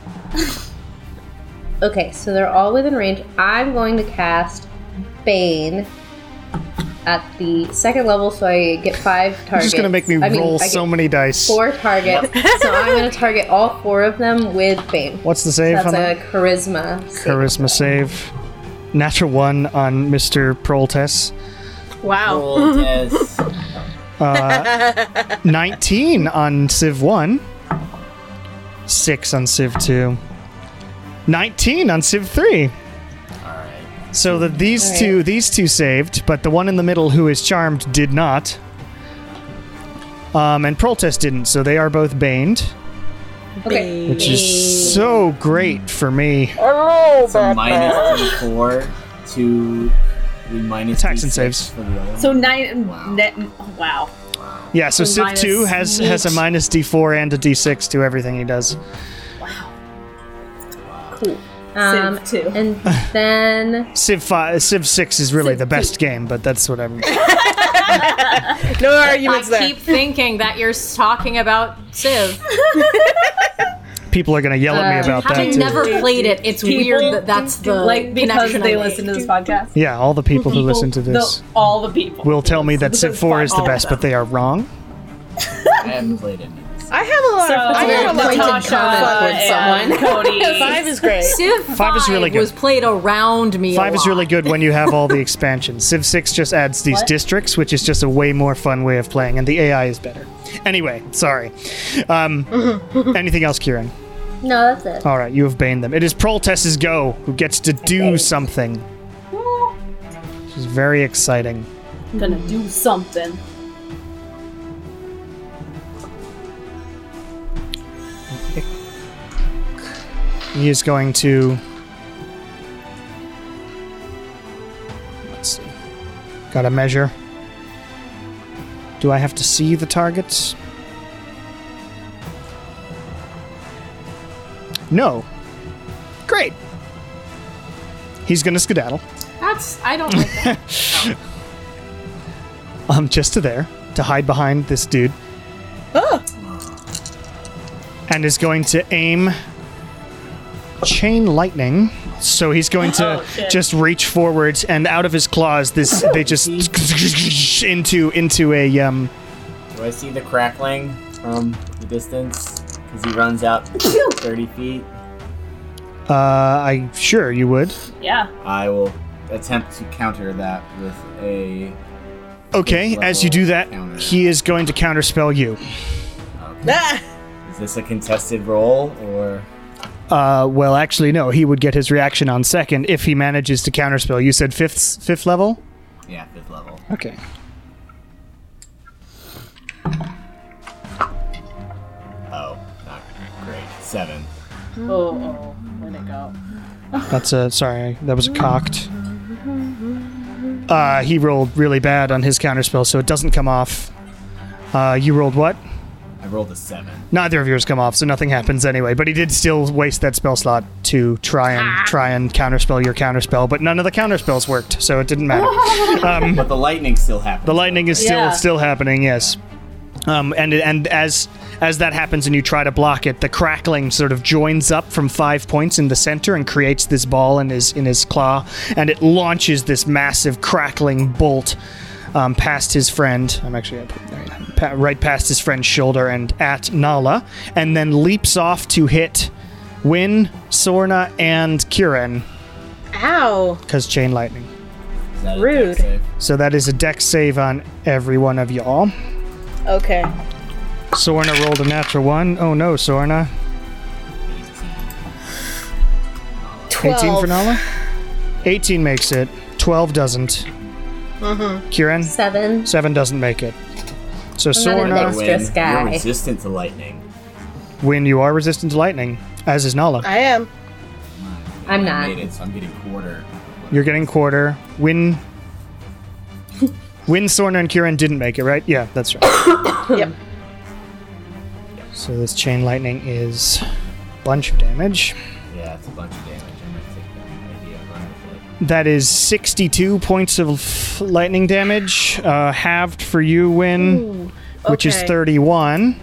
Speaker 5: Okay, so they're all within range. I'm going to cast Bane at the second level, so I get five targets.
Speaker 7: It's just gonna make me
Speaker 5: I mean,
Speaker 7: roll
Speaker 5: I get
Speaker 7: so many dice.
Speaker 5: Four targets. so I'm gonna target all four of them with Bane.
Speaker 7: What's the save
Speaker 5: That's
Speaker 7: on
Speaker 5: a
Speaker 7: that?
Speaker 5: charisma. save.
Speaker 7: Charisma save. Natural one on Mr. Proltess.
Speaker 2: Wow.
Speaker 6: Roll test.
Speaker 7: 19 on Civ 1. 6 on Civ 2. 19 on Civ 3. So that these two these two saved, but the one in the middle who is charmed did not. Um, and Protest didn't, so they are both baned,
Speaker 5: Okay.
Speaker 7: which is so great for me.
Speaker 6: So minus d4 to the minus
Speaker 7: Attacks and
Speaker 6: d6
Speaker 7: saves.
Speaker 6: for the other.
Speaker 4: So nine. Wow. Net, wow.
Speaker 7: Yeah, so Civ
Speaker 4: minus
Speaker 7: 2 has has a minus d4 and a d6 to everything he does.
Speaker 5: Um,
Speaker 4: Civ two.
Speaker 5: And then
Speaker 7: Civ 5 Civ 6 is really the best game, but that's what I'm
Speaker 2: No arguments
Speaker 1: I
Speaker 2: there.
Speaker 1: keep thinking that you're talking about Civ.
Speaker 7: people are going to yell at me about that.
Speaker 1: Having
Speaker 7: too.
Speaker 1: never played it, it's weird that that's the
Speaker 4: like because
Speaker 1: connection
Speaker 4: they
Speaker 1: I made.
Speaker 4: listen to this podcast.
Speaker 7: Yeah, all the people who listen to
Speaker 4: People-
Speaker 7: this
Speaker 4: the- all the people.
Speaker 7: will tell me that
Speaker 4: This
Speaker 7: Civ
Speaker 4: is
Speaker 7: 4
Speaker 4: fun.
Speaker 7: is the
Speaker 4: All of
Speaker 7: best, but they are wrong.
Speaker 6: I haven't played any of this.
Speaker 2: I have a lot
Speaker 4: So,
Speaker 2: of. I have a lot of
Speaker 4: Uh, Natasha and Cody.
Speaker 2: Five is great.
Speaker 1: Civ 5,
Speaker 7: Five is really good.
Speaker 1: was played around me. a
Speaker 7: 5 is really
Speaker 1: lot.
Speaker 7: good when you have all the expansion. Civ 6 just adds these districts, which is just a way more fun way of playing, and the AI is better. Anyway, sorry. Um, anything else, Kieran?
Speaker 5: no, that's it.
Speaker 7: All right, you have baned them. It is Proltess's go, who gets to do something. Which is very exciting.
Speaker 4: gonna do something.
Speaker 7: He is going to. Let's see. Got to measure. Do I have to see the targets? No. Great. He's going to skedaddle.
Speaker 1: That's I don't like that.
Speaker 7: Um, just to there to hide behind this dude. And is going to aim chain lightning. So he's going to just reach forwards, and out of his claws, this they just into into a um.
Speaker 6: Do I see the crackling from the distance? Because he runs out 30 feet.
Speaker 7: Uh, I sure you would.
Speaker 4: Yeah.
Speaker 6: I will attempt to counter that with a.
Speaker 7: Okay, as you do that, he is going to counterspell you.
Speaker 2: Ah,
Speaker 6: Is this a contested roll or?
Speaker 7: Uh, well, actually, no. He would get his reaction on second if he manages to counterspell. You said fifth fifth level.
Speaker 6: Yeah, fifth level.
Speaker 7: Okay.
Speaker 6: Oh, not great. Seven.
Speaker 4: Oh, oh, where'd it go?
Speaker 7: That's a sorry. That was a cocked. Uh, he rolled really bad on his counterspell, so it doesn't come off. Uh, you rolled what?
Speaker 6: I rolled a seven.
Speaker 7: Neither of yours come off, so nothing happens anyway. But he did still waste that spell slot to try and try and counterspell your counterspell, but none of the counterspells worked, so it didn't matter.
Speaker 6: But the lightning still happens.
Speaker 7: the lightning is still
Speaker 4: Yeah.
Speaker 7: still happening, yes. Um, and and as as that happens, and you try to block it, the crackling sort of joins up from five points in the center and creates this ball in his in his claw, and it launches this massive crackling bolt um, past his friend. I'm actually gonna put- all right, pa- right past his friend's shoulder and at Nala, and then leaps off to hit Win, Sorna, and Kieran
Speaker 2: Ow.
Speaker 7: because chain lightning.
Speaker 6: Is that a dex
Speaker 2: Rude.
Speaker 6: save?
Speaker 7: So that is a deck save on every one of y'all.
Speaker 2: Okay.
Speaker 7: Sorna rolled a natural one. Oh no, Sorna. 18 for
Speaker 2: Twelve.
Speaker 7: Nala? 18 makes it. 12 doesn't.
Speaker 2: Mm-hmm.
Speaker 7: Kieran?
Speaker 5: Seven.
Speaker 7: 7 doesn't make it. So
Speaker 5: Another
Speaker 6: I
Speaker 5: dex.
Speaker 7: Sorna,
Speaker 6: win.
Speaker 5: Stress guy.
Speaker 6: You're resistant to lightning.
Speaker 7: when you are resistant to lightning, as is Nala.
Speaker 2: I am.
Speaker 5: I'm
Speaker 6: I
Speaker 5: not.
Speaker 6: made it, so I'm getting quarter.
Speaker 7: You're getting quarter. Win. Win, Sorna, and Kieran didn't make it, right? Yeah, that's right.
Speaker 2: Yep.
Speaker 7: So this chain lightning is bunch of damage.
Speaker 6: Yeah, it's a bunch of damage. I'm gonna take that idea and run with it.
Speaker 7: That is 62 points of lightning damage, uh, halved for you, Win, which is
Speaker 2: okay.
Speaker 7: 31.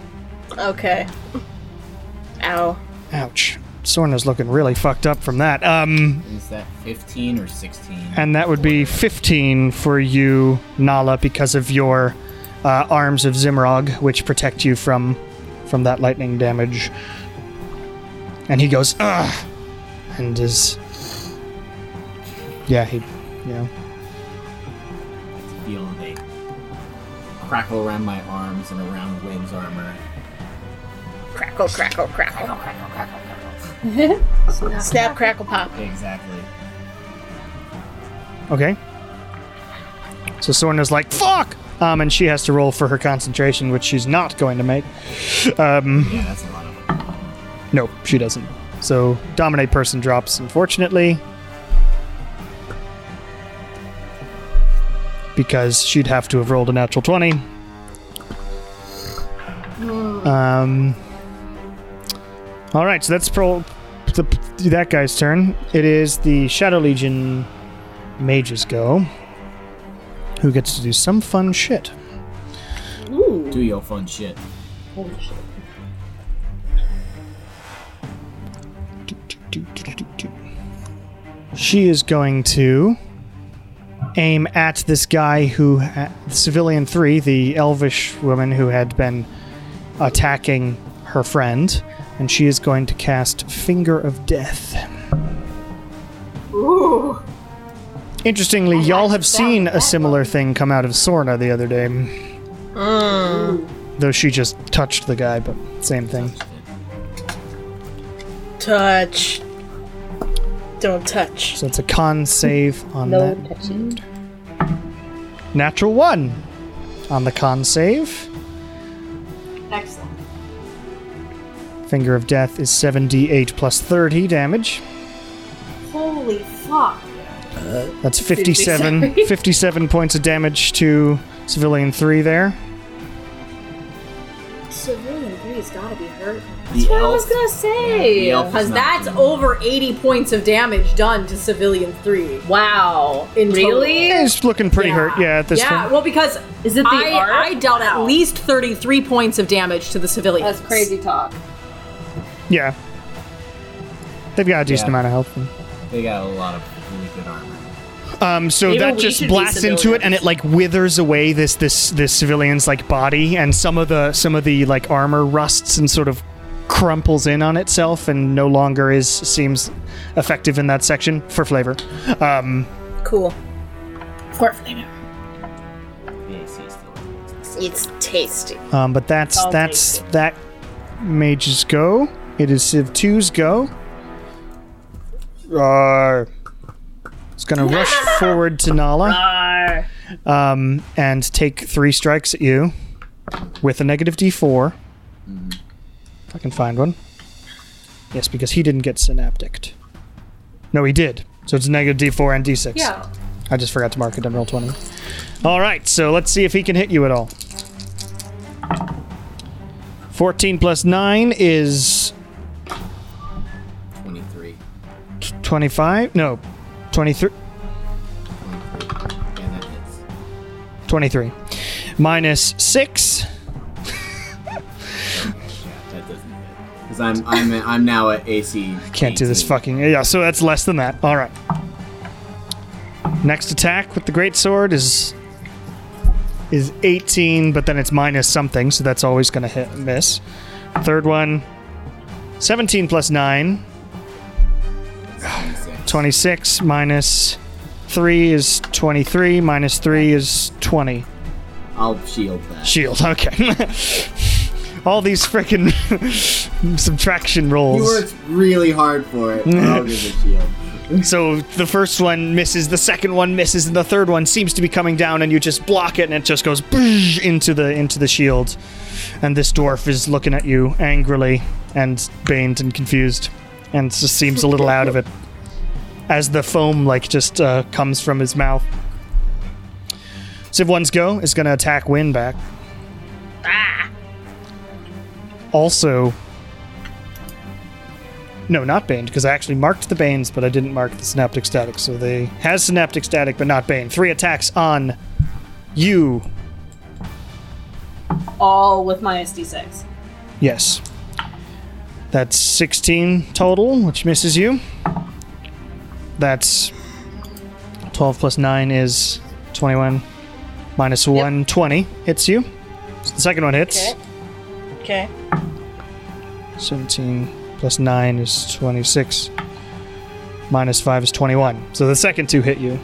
Speaker 2: Okay. Ow.
Speaker 7: Ouch. Sorna's looking really fucked up from that. Um,
Speaker 6: Is that 15 or 16?
Speaker 7: and that would be 15 for you, Nala, because of your uh, arms of Zimrog, which protect you from from that lightning damage. And he goes, ugh, and is, yeah, he, you know,
Speaker 6: feel they crackle around my arms and around Wayne's armor.
Speaker 2: Crackle, crackle, crackle.
Speaker 6: Crackle, crackle, crackle.
Speaker 2: Snap, crackle, pop.
Speaker 6: Exactly.
Speaker 7: okay. So Sorna's like, fuck, um, and she has to roll for her concentration, which she's not going to make.
Speaker 6: Yeah, that's a lot of
Speaker 7: No, she doesn't. So dominate person drops, unfortunately, because she'd have to have rolled a natural twenty. Um. All right, so that's pro. The, that guy's turn. It is the Shadow Legion mages go, who gets to do some fun shit.
Speaker 6: Do your fun shit.
Speaker 7: She is going to aim at this guy who, uh, civilian three, the elvish woman who had been attacking her friend, and she is going to cast Finger of Death. Interestingly, y'all have seen a similar thing come out of Sorna the other day. Though she just touched the guy, but same thing.
Speaker 2: Touch. Don't touch.
Speaker 7: So it's a con save on
Speaker 5: No
Speaker 7: that.
Speaker 5: touching.
Speaker 7: Natural one on the con save.
Speaker 4: Excellent.
Speaker 7: Finger of Death is 7d8 plus 30 damage.
Speaker 4: Holy fuck.
Speaker 7: That's 57, 57 points of damage to Civilian 3 there.
Speaker 4: Civilian 3's gotta be hurt.
Speaker 6: The
Speaker 4: I was gonna say.
Speaker 6: Yeah, the elf is
Speaker 4: Because
Speaker 6: not
Speaker 4: that's
Speaker 6: doing
Speaker 4: over 80 points of damage done to Civilian 3. Wow. really?
Speaker 7: It's looking pretty hurt, yeah, at this
Speaker 4: Yeah,
Speaker 7: point.
Speaker 4: well, because
Speaker 1: Is it the
Speaker 4: I,
Speaker 1: art?
Speaker 4: I dealt at least 33 points of damage to the civilians.
Speaker 1: That's crazy talk.
Speaker 7: Yeah. They've got a decent
Speaker 6: Yeah.
Speaker 7: amount of health.
Speaker 6: They got a lot of really good armor.
Speaker 7: Um, so
Speaker 4: Maybe
Speaker 7: that
Speaker 4: we should
Speaker 7: just
Speaker 4: be
Speaker 7: blasts into it, and it like withers away this this this civilian's like body, and some of the some of the like armor rusts and sort of crumples in on itself, and no longer is seems effective in that section for flavor. Um,
Speaker 2: Cool.
Speaker 6: The AC is still.
Speaker 2: It's tasty.
Speaker 7: Um, but that's that's that mage's go. It is Civ 2's go. Roar. It's gonna rush forward to Nala. Um, and take three strikes at you with a negative D4. If I can find one. Yes, because he didn't get synaptic. No, he did. So it's negative D4 and D6.
Speaker 4: Yeah.
Speaker 7: I just forgot to mark it on roll 20. All right, so let's see if he can hit you at all. 14 plus 9 is
Speaker 6: 23.
Speaker 7: 25. No, 23.
Speaker 6: 23. Yeah, that hits.
Speaker 7: 23. Minus 6.
Speaker 6: Yeah, that doesn't hit. Because I'm, I'm, I'm now at AC.
Speaker 7: Can't do this
Speaker 6: 18.
Speaker 7: fucking. Yeah, so that's less than that. All right. Next attack with the great sword is is 18, but then it's minus something, so that's always going to hit and miss. Third one 17 plus 9
Speaker 6: 26.
Speaker 7: 26 minus 3 is 23 minus 3 is 20
Speaker 6: I'll shield that.
Speaker 7: shield okay all these freaking subtraction
Speaker 6: He
Speaker 7: rolls
Speaker 6: worked really hard for it. but I'll give it shield.
Speaker 7: so the first one misses the second one misses and the third one seems to be coming down and you just block it and it just goes into the into the shield and this dwarf is looking at you angrily and baned and confused and just seems a little out of it as the foam like just uh, comes from his mouth Civ 1's go is going to attack Win back. Also, no, not Bane, because I actually marked the Banes, but I didn't mark the Synaptic Static, so they has Synaptic Static, but not Bane. Three attacks on you.
Speaker 4: All with minus D6.
Speaker 7: Yes. That's 16 total, which misses you. That's 12 plus 9 is 21. Minus 1, 20 hits you. So the second one hits.
Speaker 2: Okay.
Speaker 7: 17 plus 9 is 26. Minus 5 is 21. So the second two hit you.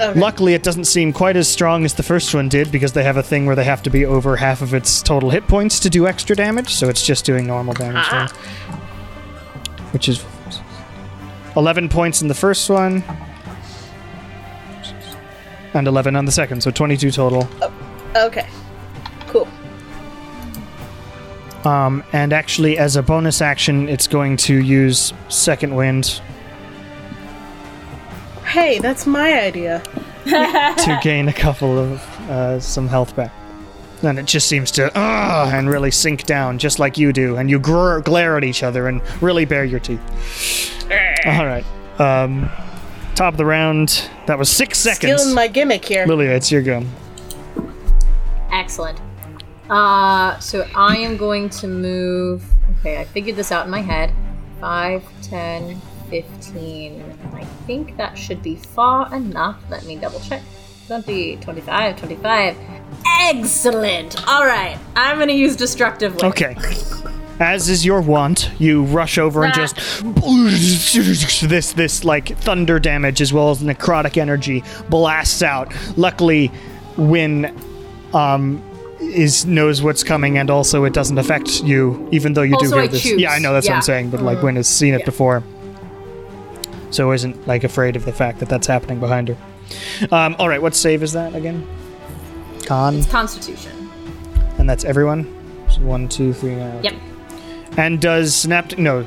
Speaker 2: Okay.
Speaker 7: Luckily, it doesn't seem quite as strong as the first one did because they have a thing where they have to be over half of its total hit points to do extra damage, so it's just doing normal damage there. Which is 11 points in the first one and 11 on the second, so 22 total.
Speaker 2: Okay. Cool.
Speaker 7: Um, and actually, as a bonus action, it's going to use Second Wind
Speaker 2: Hey, that's my idea.
Speaker 7: to gain a couple of uh, some health back. And it just seems to ah and really sink down, just like you do, and you gr- glare at each other and really bare your teeth. All right, um, top of the round. That was six seconds.
Speaker 2: Stealing my gimmick here.
Speaker 7: Lilia, it's your go.
Speaker 1: Excellent. Uh, so I am going to move. Okay, I figured this out in my head. 5, 10, 15. I think that should be far enough. Let me double check. 20, 25, 25. Excellent! Alright, I'm gonna use Destructive Wave.
Speaker 7: Okay. As is your wont, you rush over and just
Speaker 1: Ah.
Speaker 7: this this like thunder damage as well as necrotic energy blasts out. Luckily, Win um is knows what's coming and also it doesn't affect you, even though you do
Speaker 1: Also,
Speaker 7: hear
Speaker 1: I
Speaker 7: this.
Speaker 1: choose.
Speaker 7: Yeah, I know that's what
Speaker 1: Yeah.
Speaker 7: I'm saying, but like Win has seen it before. So isn't like afraid of the fact that that's happening behind her. Um, all right, what save is that again? Con,
Speaker 1: Constitution.
Speaker 7: and that's everyone. So one, two, three. Nine.
Speaker 1: Yep.
Speaker 7: And does Snapt no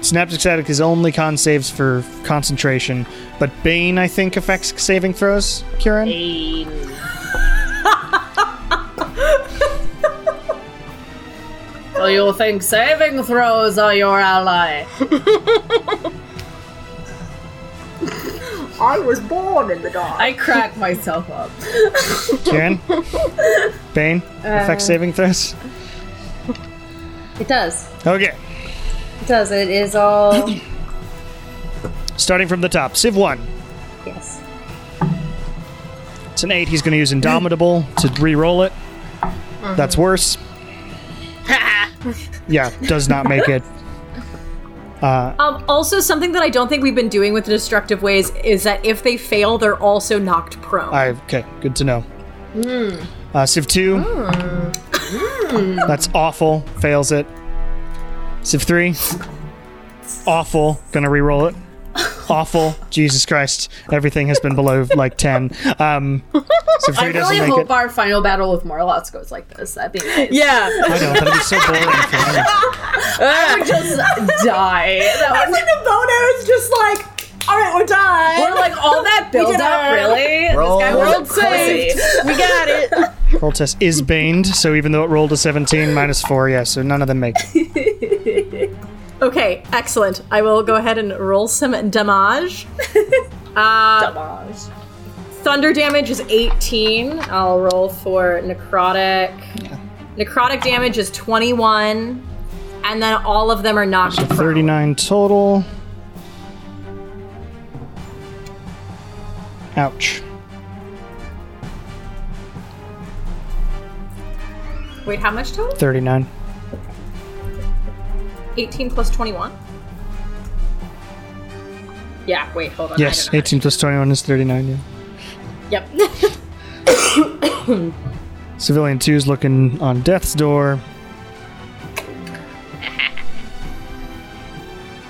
Speaker 7: Synaptic Static is only con saves for concentration, but Bane I think affects saving throws, Kieran?
Speaker 4: So you think saving throws are your ally?
Speaker 3: I was born in the dark.
Speaker 4: I crack myself up.
Speaker 7: Kieran? Bane affects saving throws?
Speaker 5: It does.
Speaker 7: Okay.
Speaker 5: It does. It is all.
Speaker 7: Starting from the top. Civ one.
Speaker 5: yes.
Speaker 7: It's an eight, he's gonna use Indomitable to re-roll it. That's worse. yeah, does not make it.
Speaker 1: Um, also, something that I don't think we've been doing with the Destructive Waves is that if they fail, they're also knocked prone.
Speaker 7: I okay, good to know.
Speaker 4: Hmm.
Speaker 7: Uh, Civ two. That's awful. Fails it. Civ three. Awful. Gonna re-roll it. Awful. Jesus Christ. Everything has been below like ten. Um, Civ three
Speaker 4: I
Speaker 7: doesn't
Speaker 4: really
Speaker 7: make
Speaker 4: hope
Speaker 7: it.
Speaker 4: our final battle with Morlots goes like this. That'd be nice.
Speaker 2: Yeah.
Speaker 7: I know that'd be so boring for me.
Speaker 4: Just die. That would-
Speaker 3: the boner is just like, all right, we're done.
Speaker 4: We're like all that build up, really?
Speaker 6: Roll.
Speaker 4: this guy
Speaker 6: World
Speaker 4: was a pussy.
Speaker 2: we got it.
Speaker 7: Roll test is baned, so even though it rolled a seventeen minus four, yeah, so none of them make. it.
Speaker 1: Okay, excellent. I will go ahead and roll some damage. Uh,
Speaker 4: Damage.
Speaker 1: Thunder damage is 18. I'll roll for necrotic. Necrotic damage is 21. And then all of them are knocked prone.
Speaker 7: Thirty-nine total. Ouch.
Speaker 1: Wait, how much total?
Speaker 7: 39.
Speaker 1: 18 plus 21? Yeah, wait, hold on. I
Speaker 7: Yes,
Speaker 1: don't know.
Speaker 7: 18 plus 21 is 39, yeah.
Speaker 1: Yep.
Speaker 7: Civilian 2 is looking on death's door.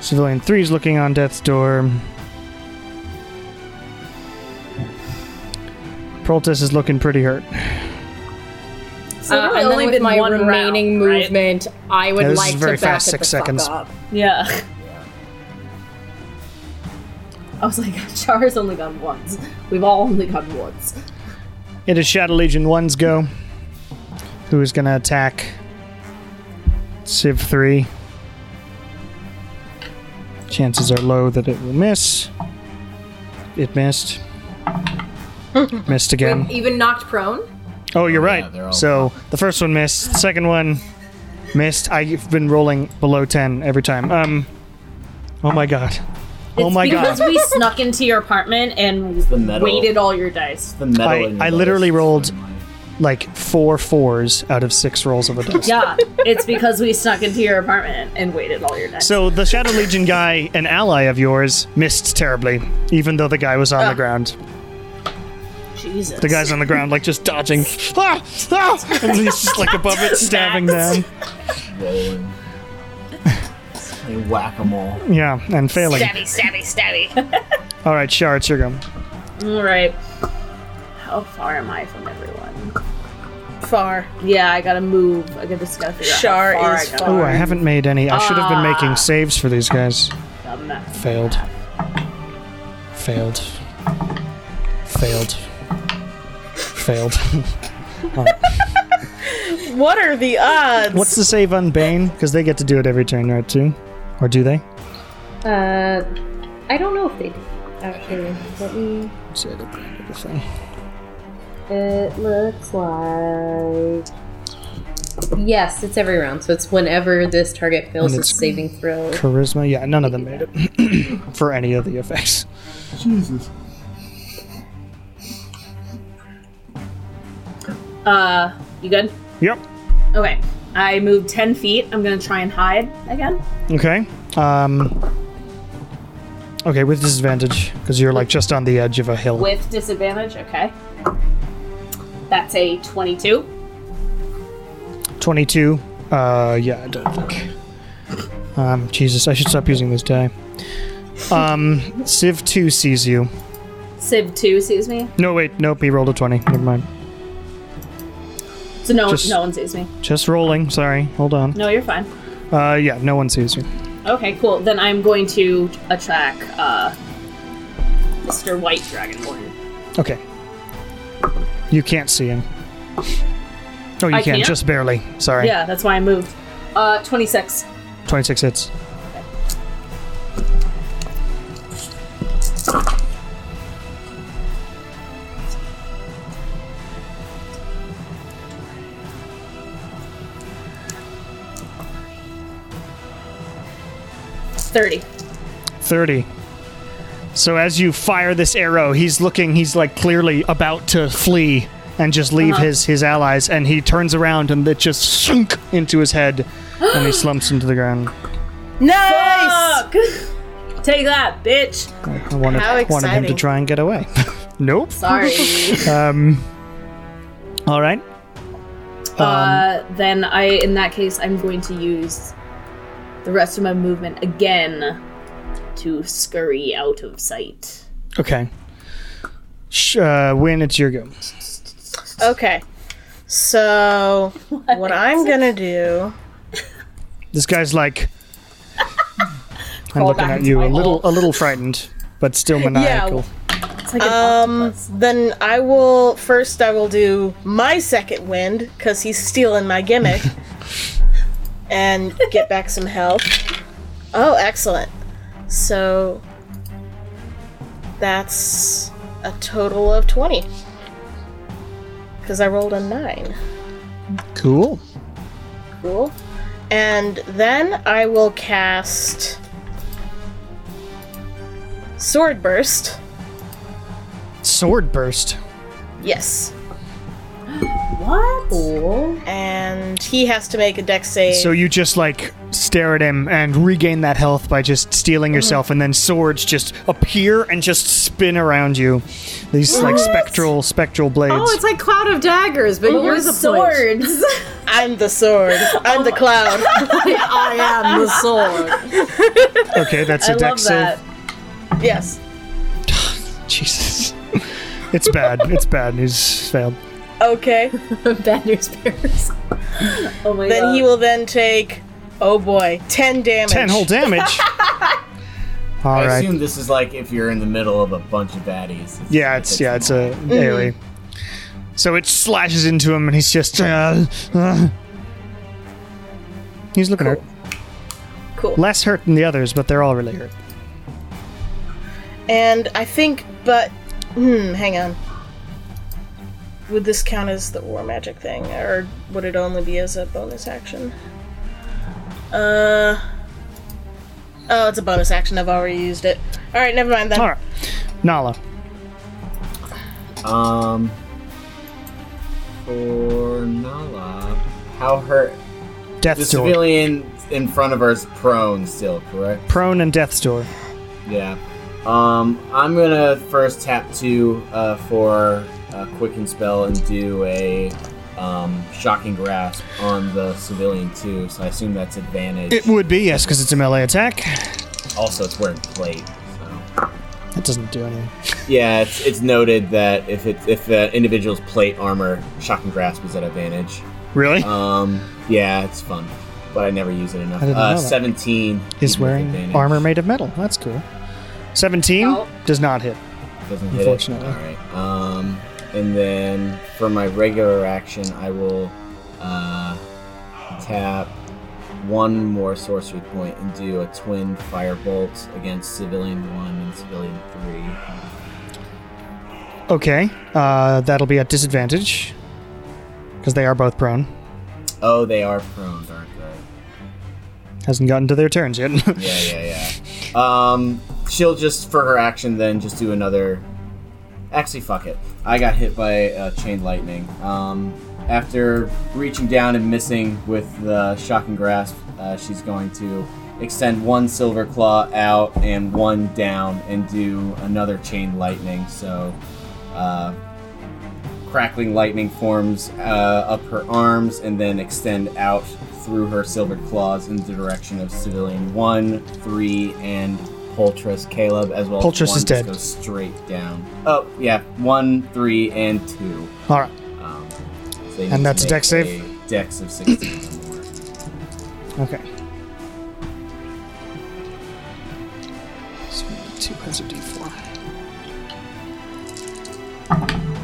Speaker 7: Civilian 3 is looking on death's door. Proltus is looking pretty hurt.
Speaker 1: Uh,
Speaker 4: really
Speaker 1: and
Speaker 4: only
Speaker 1: then with
Speaker 4: been
Speaker 1: my
Speaker 4: one
Speaker 1: remaining
Speaker 4: round, right?
Speaker 1: movement, I would
Speaker 7: Yeah, this
Speaker 1: like
Speaker 7: is very
Speaker 1: to back
Speaker 7: fast,
Speaker 1: it
Speaker 7: six
Speaker 1: the fuck
Speaker 7: seconds.
Speaker 1: up.
Speaker 4: Yeah. I was like, Char's only gone once. We've all only gone once.
Speaker 7: It is Shadow Legion 1's go. Who is going to attack Civ 3? Chances are low that it will miss. It missed. missed again.
Speaker 1: Even knocked prone?
Speaker 7: Oh, you're right.
Speaker 6: they're all-
Speaker 7: so the first one missed. Second one Missed. I've been rolling below 10 every time. Um. Oh my god. oh
Speaker 4: It's
Speaker 7: my
Speaker 4: because
Speaker 7: god.
Speaker 4: we snuck into your apartment and
Speaker 6: the metal.
Speaker 4: weighted all your dice.
Speaker 6: The metal
Speaker 7: I-
Speaker 6: in your
Speaker 7: I literally
Speaker 6: dice.
Speaker 7: rolled- Like four fours out of six rolls of a dice.
Speaker 4: Yeah, it's because we snuck into your apartment and weighted all your dice.
Speaker 7: So the Shadow Legion guy, an ally of yours, missed terribly, even though the guy was
Speaker 2: Ah.
Speaker 7: on the ground.
Speaker 2: Jesus.
Speaker 7: The guy's on the ground, like just dodging. ah! Ah! And he's just like above it, stabbing down.
Speaker 6: Rolling. They whack 'em all.
Speaker 7: Yeah, and failing.
Speaker 2: Stabby, stabby, stabby.
Speaker 7: All right, Shar, it's your go.
Speaker 4: all right, how far am I from everyone?
Speaker 2: Far.
Speaker 4: Yeah, I gotta move. I gotta just gotta figure
Speaker 2: Char
Speaker 4: out how far
Speaker 2: is
Speaker 4: I gotta
Speaker 7: Oh, I
Speaker 2: Um,
Speaker 7: haven't made any. I should have
Speaker 2: uh,
Speaker 7: been making saves for these guys.
Speaker 4: Them.
Speaker 7: Failed. Failed. Failed. Failed.
Speaker 2: What are the odds?
Speaker 7: What's the save on Bane? Because they get to do it every turn, right? Too, or do they?
Speaker 5: Uh, I don't know if they do. Actually, let me. It looks like. Yes, it's every round, so it's whenever this target fails
Speaker 7: And
Speaker 5: its
Speaker 7: it's-
Speaker 5: saving throw.
Speaker 7: Charisma? Yeah, none of them made it for any of the effects.
Speaker 4: Uh, you good?
Speaker 7: Yep.
Speaker 4: Okay, I moved ten feet. I'm gonna try and hide again.
Speaker 7: Okay. Um. Okay, with disadvantage because you're like just on the edge of a hill.
Speaker 4: With disadvantage, okay. That's a 22.
Speaker 7: 22. Uh, yeah, I don't think. Um, Jesus, I should stop using this die. Um, Civ 2 sees you.
Speaker 4: Civ 2 sees me.
Speaker 7: No, wait, nope, he rolled a 20. Never mind.
Speaker 4: So no,
Speaker 7: Just-
Speaker 4: no one sees me.
Speaker 7: Just rolling, sorry. Hold on.
Speaker 4: No, you're fine.
Speaker 7: Uh, yeah, no one sees you.
Speaker 4: Okay, cool. Then I'm going to attack uh, Mr. White Dragonborn.
Speaker 7: Okay. You can't see him. Oh, you
Speaker 4: I
Speaker 7: can,
Speaker 4: can't?
Speaker 7: just barely. Sorry.
Speaker 4: Yeah, that's why I moved. Uh, 26.
Speaker 7: 26 hits.
Speaker 4: It's 30.
Speaker 7: 30. So as you fire this arrow, he's looking, he's like clearly about to flee and just leave his, his allies, and he turns around and it just sunk into his head and he slumps into the ground.
Speaker 2: nice!
Speaker 4: Fuck! Take that, bitch!
Speaker 7: I wanted,
Speaker 2: How
Speaker 7: wanted him to
Speaker 2: exciting.
Speaker 7: try and get away. nope.
Speaker 4: Sorry.
Speaker 7: Um, all right.
Speaker 4: uh, then I, in that case, I'm going to use the rest of my movement again to scurry out of sight.
Speaker 7: Okay. Sh- uh, Win, it's your go.
Speaker 2: Okay. So, what I'm gonna do.
Speaker 7: This guy's like. I'm
Speaker 4: Crawl
Speaker 7: looking
Speaker 4: back
Speaker 7: at
Speaker 4: into
Speaker 7: you
Speaker 4: my
Speaker 7: a little,
Speaker 4: hole.
Speaker 7: a little frightened, but still maniacal.
Speaker 4: It's like an
Speaker 2: Um, then I will. First, I will do my second wind, because he's stealing my gimmick, and get back some health. Oh, excellent. So, that's a total of 20. Because I rolled a 9.
Speaker 7: Cool.
Speaker 2: Cool. And then I will cast Sword Burst.
Speaker 7: Sword burst.
Speaker 2: Yes.
Speaker 4: What?
Speaker 2: And he has to make a dex save.
Speaker 7: So you just like stare at him and regain that health by just stealing yourself, and then swords just appear and just spin around you. These like spectral, spectral blades.
Speaker 3: Oh, it's like Cloud of Daggers, but
Speaker 4: Your
Speaker 3: yours a blade.
Speaker 4: swords.
Speaker 2: I'm the sword. I'm the cloud.
Speaker 3: I am the sword.
Speaker 7: okay, that's a
Speaker 4: I love
Speaker 7: dex save.
Speaker 4: that.
Speaker 2: yes.
Speaker 7: Jesus. It's bad. It's bad. He's failed.
Speaker 2: Okay.
Speaker 3: Bad news bears.
Speaker 4: Oh my
Speaker 2: Then
Speaker 4: god.
Speaker 2: he will then take, oh boy, 10 damage.
Speaker 7: 10 whole damage.
Speaker 6: I
Speaker 7: All right.
Speaker 6: assume this is like if you're in the middle of a bunch of baddies.
Speaker 7: Yeah, it's yeah, it's a melee. So it slashes into him and he's just uh, uh. He's looking hurt.
Speaker 2: Cool.
Speaker 7: Less hurt than the others, but they're all really hurt.
Speaker 2: And I think, but, hmm, hang on. Would this count as the war magic thing, or would it only be as a bonus action? Uh. Oh, it's a bonus action. I've already used it. All right, never mind then.
Speaker 7: All right, Nala.
Speaker 6: Um, for Nala, how hurt?
Speaker 7: Death
Speaker 6: The
Speaker 7: Door.
Speaker 6: civilian in front of her is prone still, correct?
Speaker 7: Prone and Death Door.
Speaker 6: Yeah. Um, I'm gonna first tap two uh, for a quicken spell and do a um, shocking grasp on the civilian too. So I assume that's advantage.
Speaker 7: It would be, yes, because it's a melee attack.
Speaker 6: also, it's wearing plate. So
Speaker 7: That doesn't do anything.
Speaker 6: yeah, it's, it's noted that if it if the individual's plate armor, shocking grasp is at advantage.
Speaker 7: Really?
Speaker 6: Um, yeah, it's fun, but I never use it enough.
Speaker 7: I didn't
Speaker 6: uh,
Speaker 7: know that.
Speaker 6: Seventeen
Speaker 7: He's
Speaker 6: even with
Speaker 7: wearing
Speaker 6: advantage.
Speaker 7: armor made of metal. That's cool. 17 does not hit.
Speaker 6: Doesn't hit it.
Speaker 7: Unfortunately.
Speaker 6: All right. Um, and then for my regular action, I will uh, tap one more sorcery point and do a twin firebolt against civilian one and civilian three.
Speaker 7: Okay, uh, that'll be at disadvantage because they are both prone.
Speaker 6: Oh, they are prone, aren't they?
Speaker 7: Hasn't gotten to their turns yet.
Speaker 6: Yeah, yeah, yeah. Um, she'll just for her action then just do another. Actually, fuck it. I got hit by uh, chain lightning. Um, after reaching down and missing with the shocking grasp, uh, she's going to extend one silver claw out and one down and do another chain lightning. So, uh, crackling lightning forms uh, up her arms and then extend out through her silvered claws in the direction of civilian one, three, and Poltrus Caleb, as well
Speaker 7: Poltrus
Speaker 6: as one
Speaker 7: is
Speaker 6: just
Speaker 7: dead.
Speaker 6: goes straight down. Oh yeah, one, three, and two.
Speaker 7: All right,
Speaker 6: Um, so they
Speaker 7: And
Speaker 6: need to
Speaker 7: that's a
Speaker 6: make
Speaker 7: dex save?
Speaker 6: a Dex of sixteen or more.
Speaker 7: okay. So we need Two heads of d4.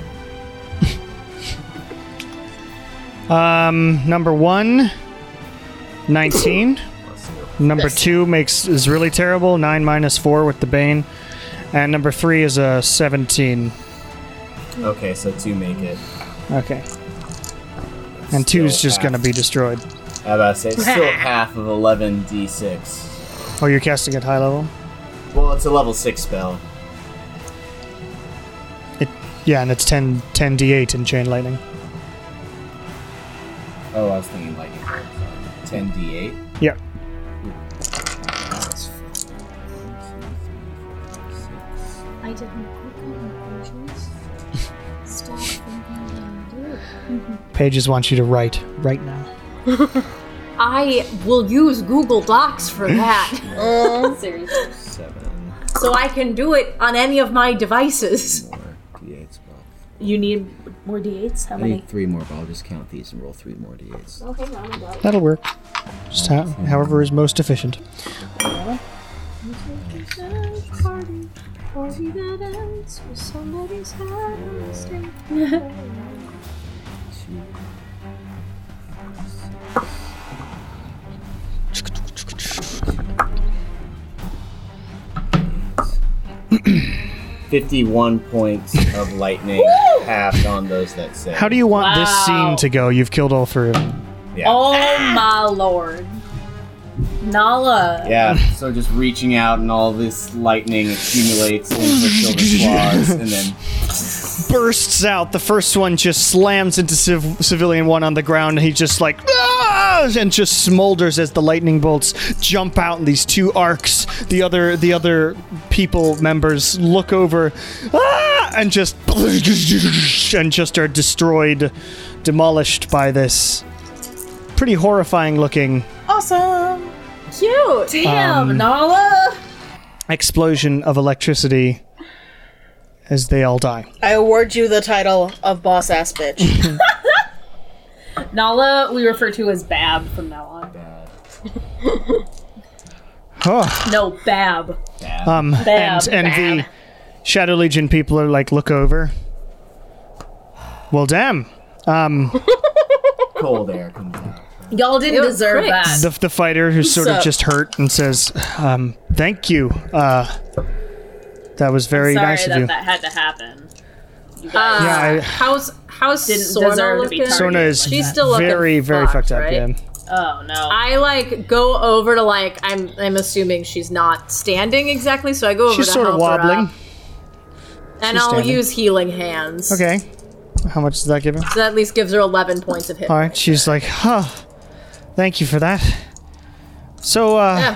Speaker 7: um, number one, 19.
Speaker 6: Plus two.
Speaker 7: Number two makes is really terrible. Nine minus four with the bane, and number three is a seventeen.
Speaker 6: Okay, so two make it.
Speaker 7: Okay, and two's
Speaker 6: Still
Speaker 7: just gonna
Speaker 6: half.
Speaker 7: be destroyed.
Speaker 6: How about I say still half of eleven d six?
Speaker 7: Oh, you're casting at high level.
Speaker 6: Well, it's a level six spell.
Speaker 7: It, yeah, and it's 10, 10 d8 in chain lightning.
Speaker 6: Oh, I was thinking lightning bolt. Ten d eight.
Speaker 7: Yeah,
Speaker 1: I didn't click on the pages. Stop thinking and do it.
Speaker 7: pages want you to write right now.
Speaker 1: I will use Google Docs for that,
Speaker 4: Seriously.
Speaker 6: Seven.
Speaker 1: so I can do it on any of my devices.
Speaker 6: Four d8s ball.
Speaker 4: You need more d8s? How
Speaker 6: I
Speaker 4: many?
Speaker 6: need three more, but I'll just count these and roll three more d8s.
Speaker 4: Okay, round it up.
Speaker 7: That'll work. Just how, however is most efficient.
Speaker 6: Fifty-one points of lightning halved on those that say.
Speaker 7: How do you want this scene
Speaker 4: Wow.
Speaker 7: to go? You've killed all three of them.
Speaker 6: Yeah.
Speaker 4: Oh my lord. Nala.
Speaker 6: Yeah, so just reaching out and all this lightning accumulates into the silver claws, and then
Speaker 7: Bursts out. The first one just slams into civ- civilian one on the ground, and he just like "Ah!" and just smolders as the lightning bolts jump out in these two arcs. The other the other people members look over "Ah!" and just and just are destroyed, demolished by this pretty horrifying looking
Speaker 2: Awesome.
Speaker 4: Cute. Damn,
Speaker 7: Um,
Speaker 4: Nala.
Speaker 7: explosion of electricity as they all die.
Speaker 2: I award you the title of boss ass bitch.
Speaker 4: Nala, we refer to as Bab from now on.
Speaker 7: Oh.
Speaker 4: No, Bab.
Speaker 7: Um, and and the Shadow Legion people are like, look over. Well, damn.
Speaker 6: cold air comes out.
Speaker 4: Y'all didn't deserve
Speaker 1: pricks.
Speaker 7: The, the fighter who's sort of
Speaker 2: up?
Speaker 7: just hurt and says, um, thank you. Uh, that was
Speaker 4: that.
Speaker 7: very
Speaker 4: Sorry
Speaker 7: nice of
Speaker 4: that
Speaker 7: you.
Speaker 4: that had to happen. You guys.
Speaker 7: Yeah, I,
Speaker 1: How's how's
Speaker 4: Didn't
Speaker 1: Sorna
Speaker 4: deserve to be
Speaker 1: looking?
Speaker 4: targeted.
Speaker 7: Sorna is
Speaker 1: She's still looking
Speaker 7: very, very
Speaker 1: fucked,
Speaker 7: fucked up.
Speaker 1: right?
Speaker 7: Yeah.
Speaker 4: Oh no.
Speaker 3: I like go over to like I'm I'm assuming she's not standing exactly, so I go over
Speaker 7: She's
Speaker 3: to
Speaker 7: sort of
Speaker 3: help her
Speaker 7: wobbling.
Speaker 3: up, and
Speaker 7: She's
Speaker 3: I'll
Speaker 7: standing.
Speaker 3: use healing hands.
Speaker 7: Okay. How much does that give him?
Speaker 3: So that at least gives her 11 points of hit.
Speaker 7: All right. She's like, huh. Thank you for that. So, uh,
Speaker 3: Yeah.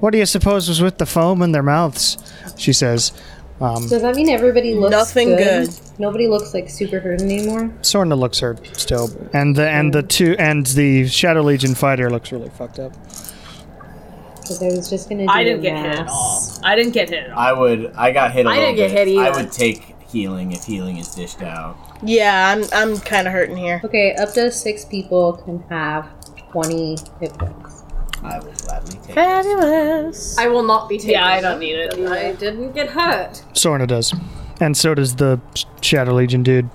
Speaker 7: what do you suppose was with the foam in their mouths? She says. Um,
Speaker 5: Does that mean everybody looks
Speaker 2: Nothing good.
Speaker 5: Nobody looks like super hurt anymore.
Speaker 7: Sorna looks hurt still, and the and the two and the Shadow Legion fighter looks really fucked up.
Speaker 5: Because I was just gonna. Do
Speaker 4: I didn't
Speaker 5: a
Speaker 4: get hit at
Speaker 5: mass.
Speaker 4: all. I didn't get hit at all.
Speaker 6: I would. I got hit. I
Speaker 3: I didn't get hit
Speaker 6: I
Speaker 3: either.
Speaker 6: would take healing if healing is dished out.
Speaker 2: Yeah, I'm I'm kind of hurting here.
Speaker 5: Okay, up to six people can have twenty hit points.
Speaker 6: I would gladly take. it.
Speaker 2: Fabulous.
Speaker 3: I will not be taken.
Speaker 4: Yeah, I don't need it.
Speaker 3: I didn't get hurt.
Speaker 7: Sorna does, and so does the Shadow Legion dude.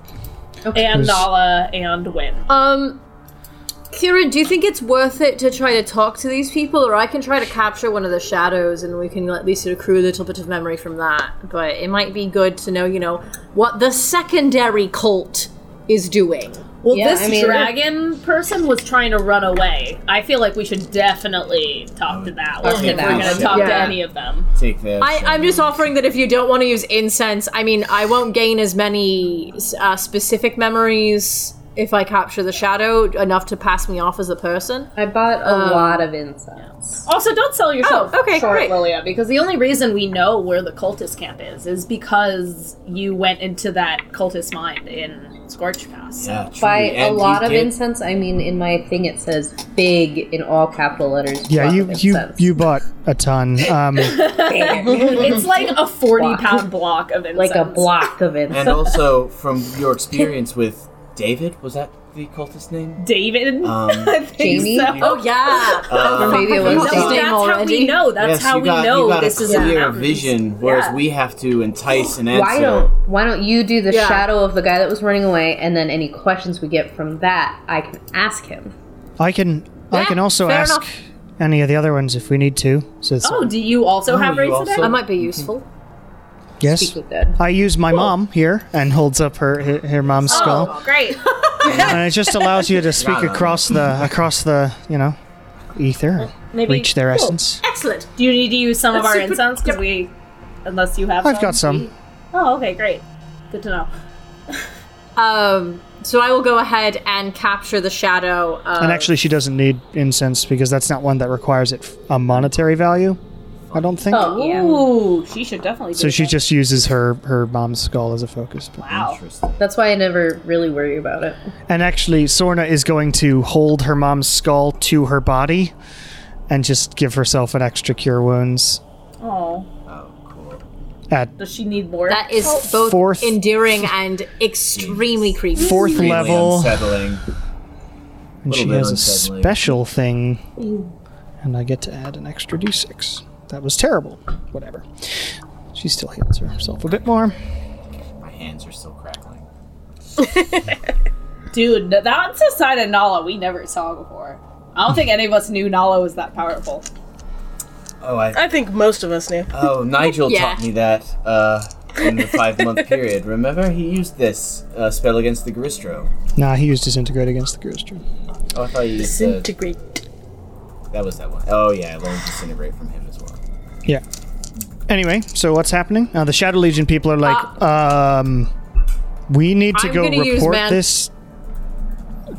Speaker 4: And Nala and Win.
Speaker 3: Um, Kira, do you think it's worth it to try to talk to these people, or I can try to capture one of the shadows and we can at least accrue a little bit of memory from that? But it might be good to know, you know, what the secondary cult is doing.
Speaker 4: Well,
Speaker 5: Yeah,
Speaker 4: this
Speaker 5: I mean-
Speaker 4: dragon person was trying to run away. I feel like we should definitely talk to that one
Speaker 5: to
Speaker 4: if
Speaker 5: that
Speaker 4: we're going
Speaker 6: one.
Speaker 4: to talk to
Speaker 3: Yeah.
Speaker 4: any of them.
Speaker 6: Take this.
Speaker 3: I, I'm just offering that if you don't want to use incense, I mean, I won't gain as many uh, specific memories if I capture the shadow enough to pass me off as a person.
Speaker 5: I bought a
Speaker 3: Um,
Speaker 5: lot of incense.
Speaker 4: Also, don't sell yourself
Speaker 3: Oh, okay,
Speaker 4: short,
Speaker 3: great.
Speaker 4: Lilia, because the only reason we know where the cultist camp is is because you went into that cultist mind in Scorch Pass.
Speaker 6: yeah, truly.
Speaker 5: By a
Speaker 6: And you
Speaker 5: lot of
Speaker 6: did-
Speaker 5: incense, I mean in my thing it says big in all capital letters.
Speaker 7: Yeah,
Speaker 5: lot
Speaker 7: you
Speaker 5: of
Speaker 7: you
Speaker 5: incense.
Speaker 7: you bought a ton. Um,
Speaker 4: It's like a 40 pound block of incense.
Speaker 5: like a block of incense.
Speaker 6: And also from your experience with David, was that the cultist name?
Speaker 4: David.
Speaker 6: Um,
Speaker 4: I think
Speaker 5: Jamie?
Speaker 4: so.
Speaker 3: Oh, yeah.
Speaker 6: um,
Speaker 5: Maybe it was
Speaker 4: No,
Speaker 3: Jamie. already.
Speaker 4: that's how we
Speaker 5: Jamie.
Speaker 4: know. That's
Speaker 6: yes,
Speaker 4: how
Speaker 6: you
Speaker 4: we
Speaker 6: got, you
Speaker 4: know
Speaker 6: got
Speaker 4: this
Speaker 6: a
Speaker 4: is in the
Speaker 6: clear
Speaker 4: mountains.
Speaker 6: vision, whereas
Speaker 4: Yeah.
Speaker 6: we have to entice and answer.
Speaker 5: why don't why don't you do the
Speaker 3: Yeah.
Speaker 5: shadow of the guy that was running away and then any questions we get from that I can ask him.
Speaker 7: I can I
Speaker 3: Yeah,
Speaker 7: can also
Speaker 3: fair
Speaker 7: ask
Speaker 3: enough.
Speaker 7: any of the other ones if we need to. So it's-
Speaker 4: Oh, do you also have
Speaker 6: you
Speaker 4: rates
Speaker 6: also-
Speaker 3: I
Speaker 4: today?
Speaker 3: might be useful.
Speaker 7: yes,
Speaker 5: Speak with dead.
Speaker 7: I use my mom here and holds up her her, her mom's skull,
Speaker 4: Oh, great.
Speaker 7: and it just allows you to speak
Speaker 6: Not on.
Speaker 7: across the across the you know ether, and
Speaker 4: maybe-
Speaker 7: reach their
Speaker 4: cool.
Speaker 7: essence.
Speaker 3: Excellent.
Speaker 4: Do you need to use some of our
Speaker 3: super-
Speaker 4: incense? Because we, unless you have,
Speaker 7: I've got some.
Speaker 4: Oh, okay, great. Good to know.
Speaker 3: Um, so I will go ahead and capture the shadow. Of,
Speaker 7: And actually, she doesn't need incense because that's not one that requires it f- a monetary value. I don't think.
Speaker 4: Ooh, she should definitely.
Speaker 7: So she just uses her her mom's skull as a focus. point.
Speaker 4: Wow.
Speaker 6: Interesting.
Speaker 5: That's why I never really worry about it.
Speaker 7: And actually, Sorna is going to hold her mom's skull to her body, and just give herself an extra cure wounds
Speaker 4: Oh,
Speaker 6: Oh, cool.
Speaker 7: at
Speaker 4: does she need more?
Speaker 3: that is both
Speaker 7: Fourth-
Speaker 3: endearing and extremely creepy.
Speaker 7: fourth
Speaker 6: Really
Speaker 7: level,
Speaker 6: unsettling.
Speaker 7: and she
Speaker 6: little bit
Speaker 7: has a
Speaker 6: unsettling.
Speaker 7: special thing, and I get to add an extra d6. That was terrible. Whatever. She still heals herself a bit more.
Speaker 6: My hands are still crackling.
Speaker 4: Dude, th- that's a side of Nala we never saw before. I don't think any of us knew Nala was that powerful.
Speaker 6: Oh, I
Speaker 2: I think most of us knew.
Speaker 7: Uh,
Speaker 6: Oh, Nigel
Speaker 3: Yeah.
Speaker 6: taught me that uh, in the five month period. Remember, he used this uh, spell against the Gristro.
Speaker 7: Nah, he used disintegrate against the Gristron.
Speaker 6: Oh, I thought you used uh,
Speaker 2: Disintegrate.
Speaker 6: that was that one. Oh yeah, I learned disintegrate from him as well.
Speaker 7: Yeah. Anyway, so what's happening? Uh, the Shadow Legion people are like, um, we need to
Speaker 3: Uh, I'm
Speaker 7: go
Speaker 3: gonna use
Speaker 7: report
Speaker 3: man-
Speaker 7: this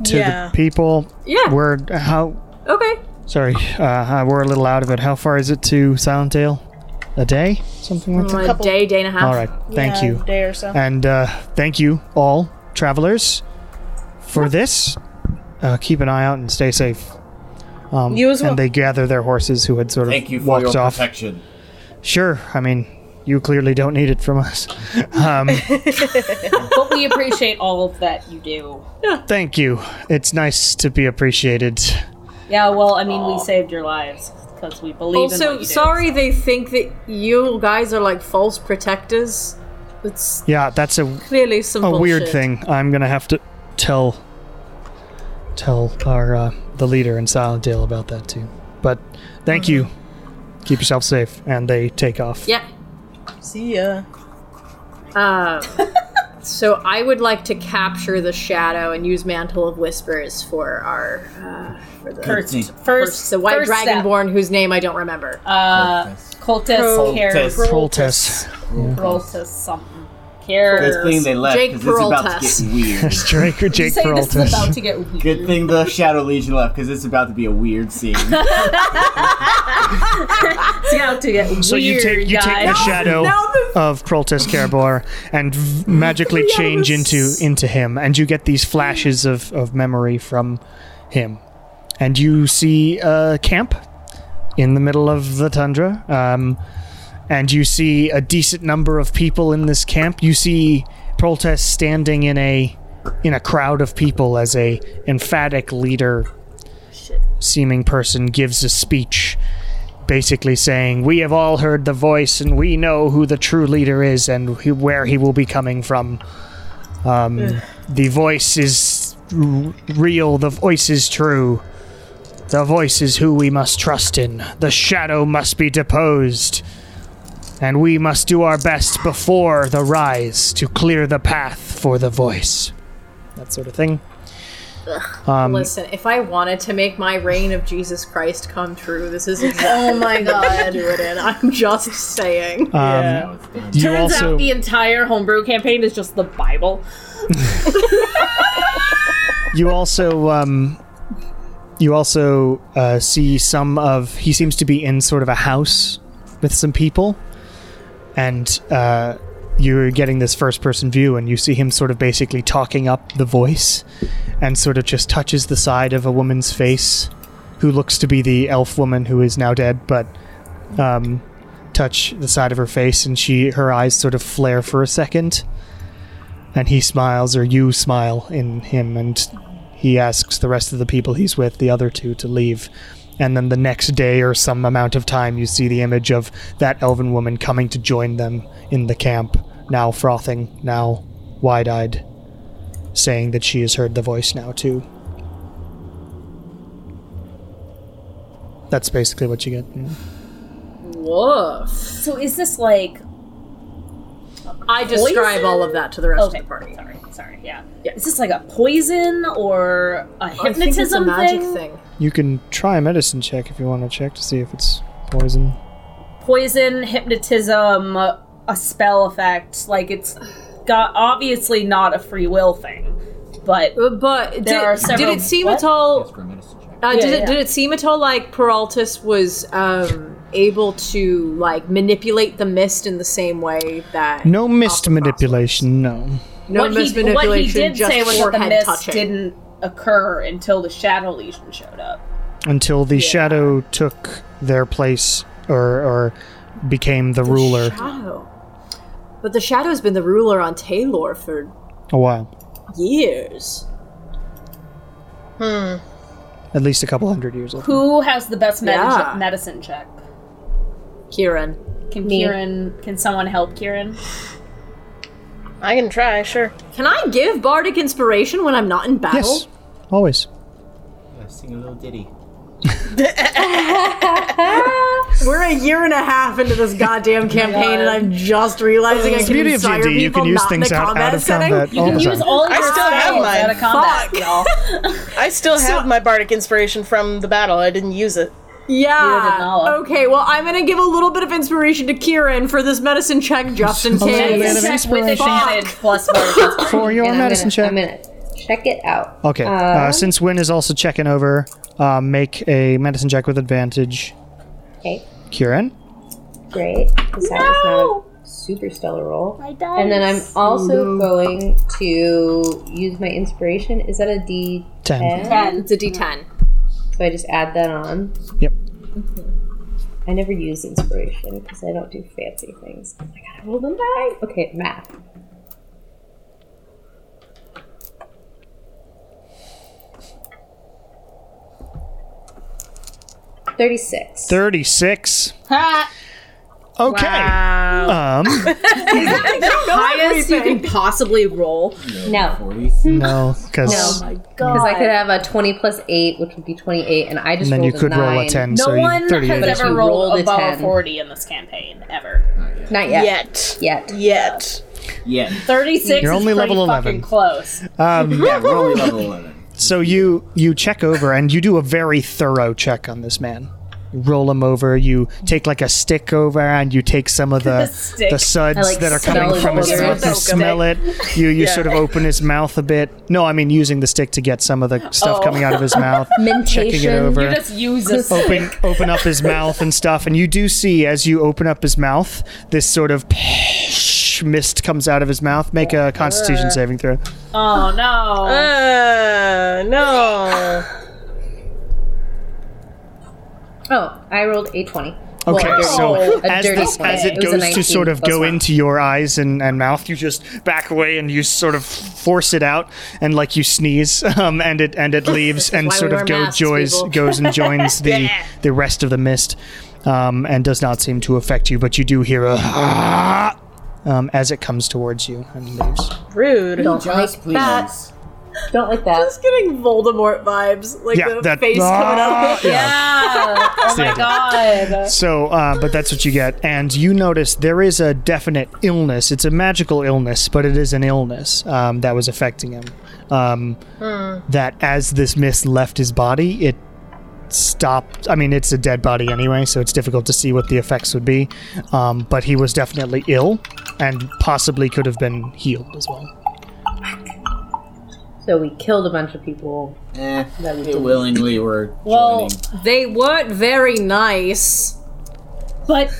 Speaker 7: to
Speaker 2: Yeah.
Speaker 7: the people.
Speaker 3: Yeah.
Speaker 7: We're how?
Speaker 3: Okay.
Speaker 7: Sorry, uh, we're a little out of it. How far is it to Silent Dale? A day? Something like that.
Speaker 3: A
Speaker 2: couple-
Speaker 3: day, day and a half.
Speaker 7: All right. Thank
Speaker 2: Yeah,
Speaker 7: you,
Speaker 2: Day or so.
Speaker 7: and uh, thank you all travelers for this. Uh, keep an eye out and stay safe. Um,
Speaker 2: You as well.
Speaker 7: And they gather their horses, who had sort of
Speaker 6: Thank you for
Speaker 7: walked
Speaker 6: your
Speaker 7: off.
Speaker 6: protection.
Speaker 7: Sure. I mean, you clearly don't need it from us. Um,
Speaker 4: But we appreciate all that you do.
Speaker 7: thank you. It's nice to be appreciated.
Speaker 4: Yeah, well, I mean, we saved your lives because we believe in what
Speaker 3: Also,
Speaker 4: you do.
Speaker 3: sorry they think that you guys are like false protectors. It's
Speaker 7: Yeah, that's a,
Speaker 3: clearly some
Speaker 7: a weird
Speaker 3: bullshit.
Speaker 7: thing. I'm gonna have to tell tell our uh, the leader in Silent Dale about that too. But
Speaker 4: Mm-hmm.
Speaker 7: thank you. Keep yourself safe. And they take off.
Speaker 3: Yeah.
Speaker 2: See ya.
Speaker 3: Um, So I would like to capture the shadow and use Mantle of Whispers for our uh, for the
Speaker 6: curtsy.
Speaker 3: first the white
Speaker 4: first step.
Speaker 3: dragonborn whose name I don't remember.
Speaker 4: Uh, cultist, care,
Speaker 6: Cultist.
Speaker 7: Proltus.
Speaker 4: cultist, something. Care.
Speaker 6: Good thing they left
Speaker 3: Jake
Speaker 6: because it's
Speaker 3: Peralta.
Speaker 6: about to get weird.
Speaker 7: Drake or Jake
Speaker 4: Say this is about
Speaker 7: Proltus.
Speaker 4: to get weird.
Speaker 6: Good thing the Shadow Legion left because it's about to be a weird scene.
Speaker 4: It's about to get weird.
Speaker 7: So you take you take the
Speaker 4: guys.
Speaker 7: shadow of Proltus Carabor and v- magically change into into him, and you get these flashes of, of memory from him, and you see a camp in the middle of the tundra, um, and you see a decent number of people in this camp. You see Proltus standing in a in a crowd of people as a emphatic leader seeming person gives a speech basically saying, We have all heard the voice and we know who the true leader is and who, where he will be coming from. Um, the voice is r- real, the voice is true. The voice is who we must trust in. The shadow must be deposed. And we must do our best before the rise to clear the path for the voice. That sort of thing.
Speaker 3: Um, Listen, if I wanted to make my reign of Jesus Christ come true, this is exactly
Speaker 5: Oh my god.
Speaker 3: do it in. I'm just saying.
Speaker 7: Um, you
Speaker 4: Turns
Speaker 7: also-
Speaker 4: out the entire homebrew campaign is just the Bible.
Speaker 7: you also um, you also uh, see some of he seems to be in sort of a house with some people and uh, you're getting this first person view and you see him sort of basically talking up the voice and sort of just touches the side of a woman's face who looks to be the elf woman who is now dead but um, touch the side of her face and she her eyes sort of flare for a second and he smiles or you smile in him and he asks the rest of the people he's with the other two to leave and then the next day or some amount of time you see the image of that elven woman coming to join them in the camp now frothing now wide-eyed saying that she has heard the voice now too that's basically what you get yeah.
Speaker 3: Woof.
Speaker 4: So is this like
Speaker 3: I describe all of that to the rest
Speaker 4: okay?
Speaker 3: of the party.
Speaker 4: Sorry, sorry. Yeah.
Speaker 3: Yeah.
Speaker 4: Is this like a poison or a
Speaker 3: I think it's a
Speaker 4: hypnotism
Speaker 3: magic
Speaker 4: thing?
Speaker 3: thing.
Speaker 7: you can try a medicine check if you want to check to see if it's poison
Speaker 4: Poison, hypnotism, a spell effect. Like it's got obviously not a free will thing, but
Speaker 3: But
Speaker 4: There
Speaker 3: did,
Speaker 4: are several-
Speaker 3: did it seem
Speaker 4: what?
Speaker 3: at all Uh, did,
Speaker 4: Yeah,
Speaker 3: it,
Speaker 4: yeah.
Speaker 3: did it seem at all like Peraltus was um, able to like manipulate the mist in the same way that
Speaker 7: no mist
Speaker 3: Optimus-
Speaker 7: manipulation no
Speaker 3: no
Speaker 4: what,
Speaker 3: mist
Speaker 4: he, what
Speaker 3: manipulation
Speaker 4: he did
Speaker 3: just
Speaker 4: say was that the
Speaker 3: forehead
Speaker 4: mist
Speaker 3: touching.
Speaker 4: didn't occur until the shadow legion showed up.
Speaker 7: until the shadow took their place or or became the, ruler
Speaker 3: Shadow. Oh. But the shadow's been the ruler on Taylor for
Speaker 7: a while
Speaker 3: years.
Speaker 7: at least a couple hundred years old
Speaker 4: Who has the best med-
Speaker 3: Yeah.
Speaker 4: medicine check?
Speaker 3: Kieran,
Speaker 4: Can Kieran? Can someone help Kieran?
Speaker 2: I can try, sure.
Speaker 3: can I give bardic inspiration when I'm not in battle?
Speaker 7: yes always
Speaker 6: Sing a little ditty.
Speaker 3: We're a year and a half into this
Speaker 4: Oh
Speaker 3: goddamn campaign, and I'm just realizing I
Speaker 7: the
Speaker 3: can
Speaker 7: beauty of
Speaker 3: inspire
Speaker 7: D&D you
Speaker 3: people
Speaker 7: can use
Speaker 3: not in
Speaker 7: things
Speaker 3: a
Speaker 7: out,
Speaker 3: combat
Speaker 7: out of
Speaker 3: setting.
Speaker 7: combat all the
Speaker 4: Use
Speaker 7: time.
Speaker 4: all your
Speaker 2: still have
Speaker 4: spells
Speaker 2: mine.
Speaker 4: out of combat,
Speaker 3: Fuck.
Speaker 4: y'all.
Speaker 2: I still have my bardic inspiration from the battle. I didn't use it.
Speaker 3: Yeah.
Speaker 4: did not.
Speaker 3: Okay, well, I'm going to give a little bit of inspiration to Kieran for this medicine check just in
Speaker 7: little
Speaker 3: case.
Speaker 7: bit of
Speaker 4: Check with
Speaker 7: inspiration.
Speaker 4: advantage plus one.
Speaker 7: for your
Speaker 5: And
Speaker 7: medicine check
Speaker 5: I'm gonna, I'm gonna check it out.
Speaker 7: okay uh, since win is also checking over uh, make a medicine check with advantage
Speaker 5: Okay,
Speaker 7: kieran
Speaker 5: great. 'cause that was not a super stellar roll. And then I'm also going to use my inspiration. Is that a D10?
Speaker 7: 10
Speaker 3: It's a d10.
Speaker 5: So I just add that on.
Speaker 7: yep
Speaker 5: I never use inspiration because I don't do fancy things. Oh my god, I rolled a nine. Okay, math. Thirty-six.
Speaker 7: 36 okay um
Speaker 4: Highest Uh, you can possibly roll.
Speaker 5: no,
Speaker 7: no because
Speaker 5: No. because I could have a twenty plus eight, which would be twenty-eight, and I just
Speaker 7: and then you
Speaker 5: rolled
Speaker 7: could
Speaker 5: a nine.
Speaker 7: roll a 10
Speaker 4: No
Speaker 7: so you,
Speaker 4: one
Speaker 7: 38
Speaker 4: has
Speaker 5: But if
Speaker 4: ever
Speaker 5: you
Speaker 4: rolled
Speaker 5: rolled a
Speaker 4: above
Speaker 5: 10.
Speaker 4: forty in this campaign ever.
Speaker 5: Not yet.
Speaker 2: Yet.
Speaker 5: Yet.
Speaker 2: Yet.
Speaker 6: Yeah.
Speaker 4: 36
Speaker 7: You're
Speaker 4: is
Speaker 7: only
Speaker 4: pretty
Speaker 7: level
Speaker 4: fucking
Speaker 7: 11.
Speaker 4: close.
Speaker 6: Yeah, we're only level 11.
Speaker 7: So you you check over and you do a very thorough check on this man. You roll him over. You take like a stick over and you take some of the
Speaker 4: stick.
Speaker 7: the suds
Speaker 5: I, like,
Speaker 7: that are
Speaker 5: smell
Speaker 7: coming
Speaker 5: his
Speaker 7: from his
Speaker 5: odor.
Speaker 7: mouth. You
Speaker 5: Smoke him.
Speaker 7: smell it. You you sort of open his mouth a bit. No, I mean using the stick to get some of the stuff
Speaker 4: Oh.
Speaker 7: coming out of his mouth. Checking it
Speaker 5: Mentation.
Speaker 7: over.
Speaker 4: You just use a
Speaker 7: open open up his mouth and stuff and you do see as you open up his mouth this sort of mist comes out of his mouth make a constitution saving throw
Speaker 4: Oh no.
Speaker 2: Uh, no.
Speaker 5: Oh, I rolled a twenty.
Speaker 7: Okay,
Speaker 5: Well, a dirty-
Speaker 7: so
Speaker 5: a
Speaker 7: as
Speaker 5: dirty
Speaker 7: this,
Speaker 5: 20.
Speaker 7: as it
Speaker 5: was a
Speaker 7: goes to
Speaker 5: 19
Speaker 7: sort of
Speaker 5: plus
Speaker 7: go
Speaker 5: one.
Speaker 7: into your eyes and, and mouth, you just back away and you sort of force it out, and like you sneeze, um, and it and it leaves and
Speaker 3: why we
Speaker 7: sort of
Speaker 3: wear
Speaker 7: go
Speaker 3: masks,
Speaker 7: joys,
Speaker 3: people.
Speaker 7: goes and joins the the rest of the mist, um, and does not seem to affect you, but you do hear a um, as it comes towards you and leaves.
Speaker 2: Rude.
Speaker 5: Don't
Speaker 6: Just
Speaker 5: like that.
Speaker 6: please.
Speaker 5: Don't like that.
Speaker 3: Just getting Voldemort vibes, like
Speaker 7: Yeah,
Speaker 3: the
Speaker 7: that
Speaker 3: face coming
Speaker 7: Ah!
Speaker 3: up.
Speaker 4: Yeah. Oh my god.
Speaker 7: So, uh, but that's what you get. And you notice there is a definite illness. It's a magical illness, but it is an illness um, that was affecting him. Um, That as this mist left his body, it stopped. I mean, it's a dead body anyway, so it's difficult to see what the effects would be. Um, but he was definitely ill and possibly could have been healed as well.
Speaker 5: So we killed a bunch of people.
Speaker 6: Eh, they willingly were
Speaker 4: Well,
Speaker 6: joining.
Speaker 3: They weren't very nice.
Speaker 4: But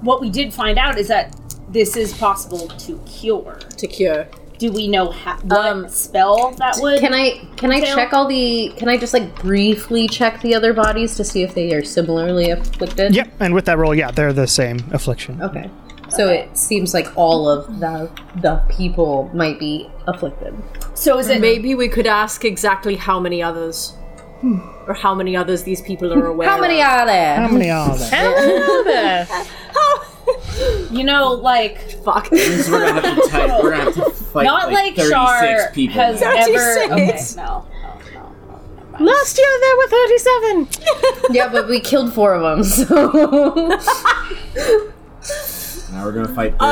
Speaker 4: what we did find out is that this is possible to cure.
Speaker 3: To cure.
Speaker 4: Do we know ha- what
Speaker 3: Um,
Speaker 4: spell that would?
Speaker 5: Can I can I check all the can I just like briefly check the other bodies to see if they are similarly afflicted?
Speaker 7: Yep, and with that roll, yeah, they're the same affliction.
Speaker 5: Okay. So it seems like all of the the people might be afflicted.
Speaker 4: so is it
Speaker 3: Maybe we could ask exactly how many others.
Speaker 4: Hmm.
Speaker 3: Or how many others these people are aware
Speaker 5: How many
Speaker 3: of.
Speaker 5: are
Speaker 7: How
Speaker 5: there?
Speaker 7: many are there?
Speaker 4: you know like
Speaker 3: Fuck.
Speaker 6: Means we're gonna have to type. We're gonna have to fight
Speaker 4: not like,
Speaker 6: like, 36
Speaker 4: Char
Speaker 6: people.
Speaker 4: has
Speaker 6: now.
Speaker 4: ever. Okay,
Speaker 3: 36.
Speaker 4: no. no, no.
Speaker 2: Last year there were 37.
Speaker 5: yeah, but we killed four of them. So
Speaker 6: Now we're gonna fight 32.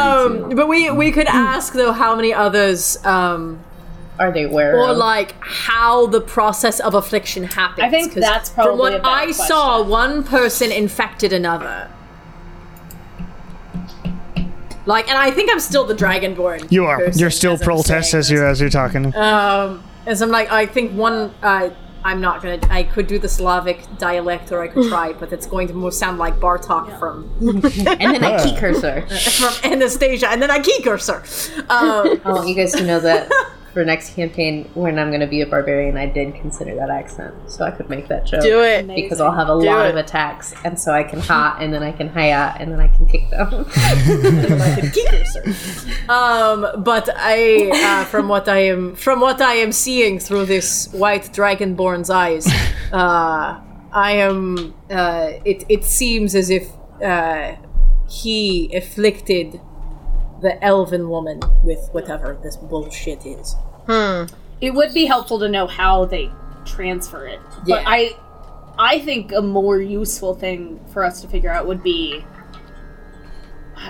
Speaker 3: Um, but we we could
Speaker 4: Hmm.
Speaker 3: ask though how many others, um,
Speaker 5: are they aware?
Speaker 3: or
Speaker 5: of-
Speaker 3: like how the process of affliction happens.
Speaker 4: I think
Speaker 3: 'cause
Speaker 4: that's
Speaker 3: from
Speaker 4: probably
Speaker 3: what
Speaker 4: a better
Speaker 3: I
Speaker 4: question.
Speaker 3: saw, one person infected another. Like, and I think I'm still the Dragonborn.
Speaker 7: You are.
Speaker 3: person
Speaker 7: You're still
Speaker 3: as I'm
Speaker 7: protest
Speaker 3: saying
Speaker 7: as you're as you're talking.
Speaker 3: Um, as I'm like, I think one, uh, I'm not gonna, I could do the Slavic dialect or I could try, but it's going to more sound like Bartok from,
Speaker 5: and then I key cursor.
Speaker 3: from Anastasia, and then I geek sir. Um,
Speaker 5: I want you guys to know that for next campaign, when I'm going to be a barbarian, I did consider that accent, so I could make that joke.
Speaker 2: Do it.
Speaker 5: Because I'll have a lot of attacks, and so I can ha, and then I can hiya, and then I can kick them.
Speaker 3: Um, but I, uh, from what I am, from what I am seeing through this white dragonborn's eyes, uh, I am. Uh, it it seems as if uh, he afflicted the elven woman with whatever this bullshit is.
Speaker 4: Hmm. It would be helpful to know how they transfer it.
Speaker 3: Yeah.
Speaker 4: But I I think a more useful thing for us to figure out would be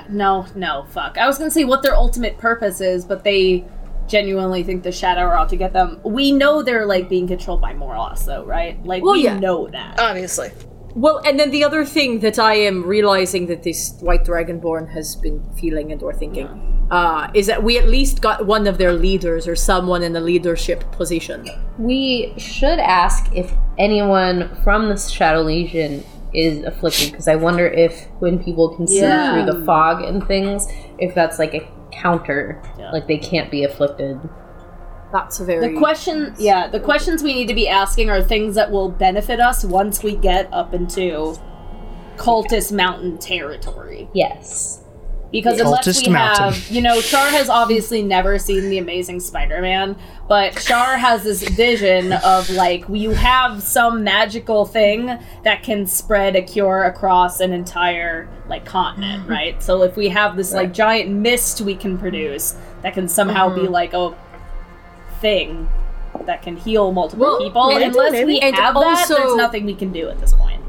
Speaker 4: no, no, fuck. I was gonna say what their ultimate purpose is, but they genuinely think the shadow are out to get them. We know they're like being controlled by Morlos though, right? Like
Speaker 3: Well,
Speaker 4: we
Speaker 3: yeah. Uh,
Speaker 4: know that.
Speaker 2: Obviously.
Speaker 3: Well, and then the other thing that I am realizing that this white dragonborn has been feeling and or thinking uh, is that we at least got one of their leaders or someone in a leadership position.
Speaker 5: we should ask if anyone from the Shadow Legion is afflicted, because I wonder if when people can see
Speaker 4: Yeah.
Speaker 5: through the fog and things, if that's like a counter, like they can't be afflicted.
Speaker 3: That's a very
Speaker 4: The question, yeah, the questions we need to be asking are things that will benefit us once we get up into cultist mountain territory.
Speaker 5: Yes.
Speaker 4: Because unless
Speaker 7: Cultist
Speaker 4: we
Speaker 7: mountain.
Speaker 4: have, you know, Char has obviously never seen The Amazing Spider-Man, but Char has this vision of like you have some magical thing that can spread a cure across an entire like
Speaker 3: Mm-hmm.
Speaker 4: continent, right? So if we have this like giant mist we can produce that can somehow be
Speaker 3: Mm-hmm.
Speaker 4: like a thing that can heal multiple
Speaker 3: Well,
Speaker 4: people,
Speaker 3: and-
Speaker 4: unless we
Speaker 3: and
Speaker 4: have
Speaker 3: also-
Speaker 4: that, there's nothing we can do at this point.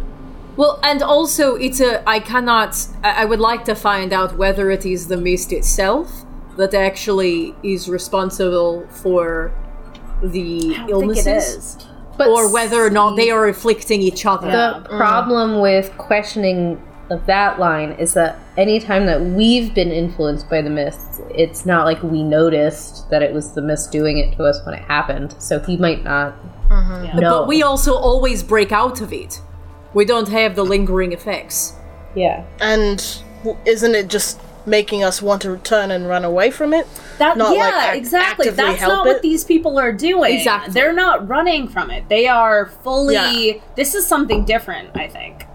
Speaker 3: Well, and also it's a I cannot. I I would like to find out whether it is the mist itself that actually is responsible for the illnesses,
Speaker 5: But
Speaker 3: or whether or not they are afflicting each other.
Speaker 5: The problem with questioning of that line is that anytime that we've been influenced by the mist, it's not like we noticed that it was the mist doing it to us when it happened. So he might not know.
Speaker 3: But we
Speaker 2: Oh.
Speaker 3: also always break out of it. We don't have the lingering effects.
Speaker 5: yeah.
Speaker 2: And w- isn't it just making us want to turn and run away from it?
Speaker 4: That
Speaker 2: Not,
Speaker 4: yeah,
Speaker 2: like, act-
Speaker 4: exactly.
Speaker 2: actively
Speaker 4: That's
Speaker 2: help
Speaker 4: not what
Speaker 2: it?
Speaker 4: these people are doing.
Speaker 3: Exactly.
Speaker 4: They're not running from it. They are fully
Speaker 2: Yeah.
Speaker 4: this is something different, I think.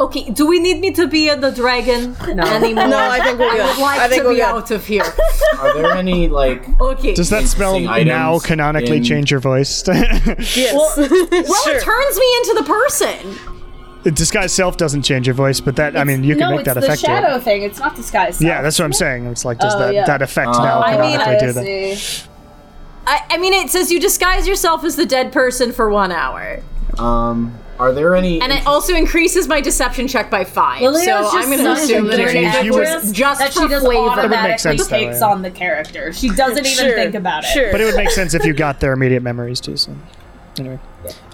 Speaker 3: Okay, do we need me to be in the dragon anymore?
Speaker 2: No, I think we're good.
Speaker 3: would like
Speaker 2: I think
Speaker 3: to
Speaker 2: we're
Speaker 3: be
Speaker 2: good.
Speaker 3: out of here.
Speaker 6: Are there any like?
Speaker 3: Okay.
Speaker 7: Does that spell
Speaker 6: Interesting items
Speaker 7: now canonically
Speaker 6: in-
Speaker 7: change your voice?
Speaker 2: Yes.
Speaker 3: well,
Speaker 2: sure.
Speaker 3: it turns me into the person.
Speaker 7: Disguise self doesn't change your voice, but that I mean you can
Speaker 4: no,
Speaker 7: make
Speaker 4: it's
Speaker 7: that
Speaker 4: the
Speaker 7: effective.
Speaker 4: shadow thing. It's not disguise.
Speaker 7: Yeah, that's what I'm saying. It's like does
Speaker 4: Oh,
Speaker 7: that
Speaker 4: yeah.
Speaker 7: that effect
Speaker 6: Oh.
Speaker 7: now
Speaker 4: I mean,
Speaker 7: canonically
Speaker 4: I
Speaker 7: do that?
Speaker 4: see.
Speaker 3: I, I mean, it says you disguise yourself as the dead person for one hour,
Speaker 6: Um, are there any?
Speaker 3: and it also increases my deception check by five. so I'm going to assume that
Speaker 7: good
Speaker 3: it
Speaker 7: actress you were-
Speaker 3: just
Speaker 4: that
Speaker 3: for
Speaker 4: she
Speaker 3: flavor.
Speaker 4: just
Speaker 7: That would make
Speaker 4: automatically
Speaker 7: sense, though,
Speaker 4: takes
Speaker 7: yeah.
Speaker 4: on the character. She doesn't even
Speaker 2: Sure,
Speaker 4: think about it.
Speaker 2: Sure.
Speaker 7: But it would make sense if you got their immediate memories too. So anyway,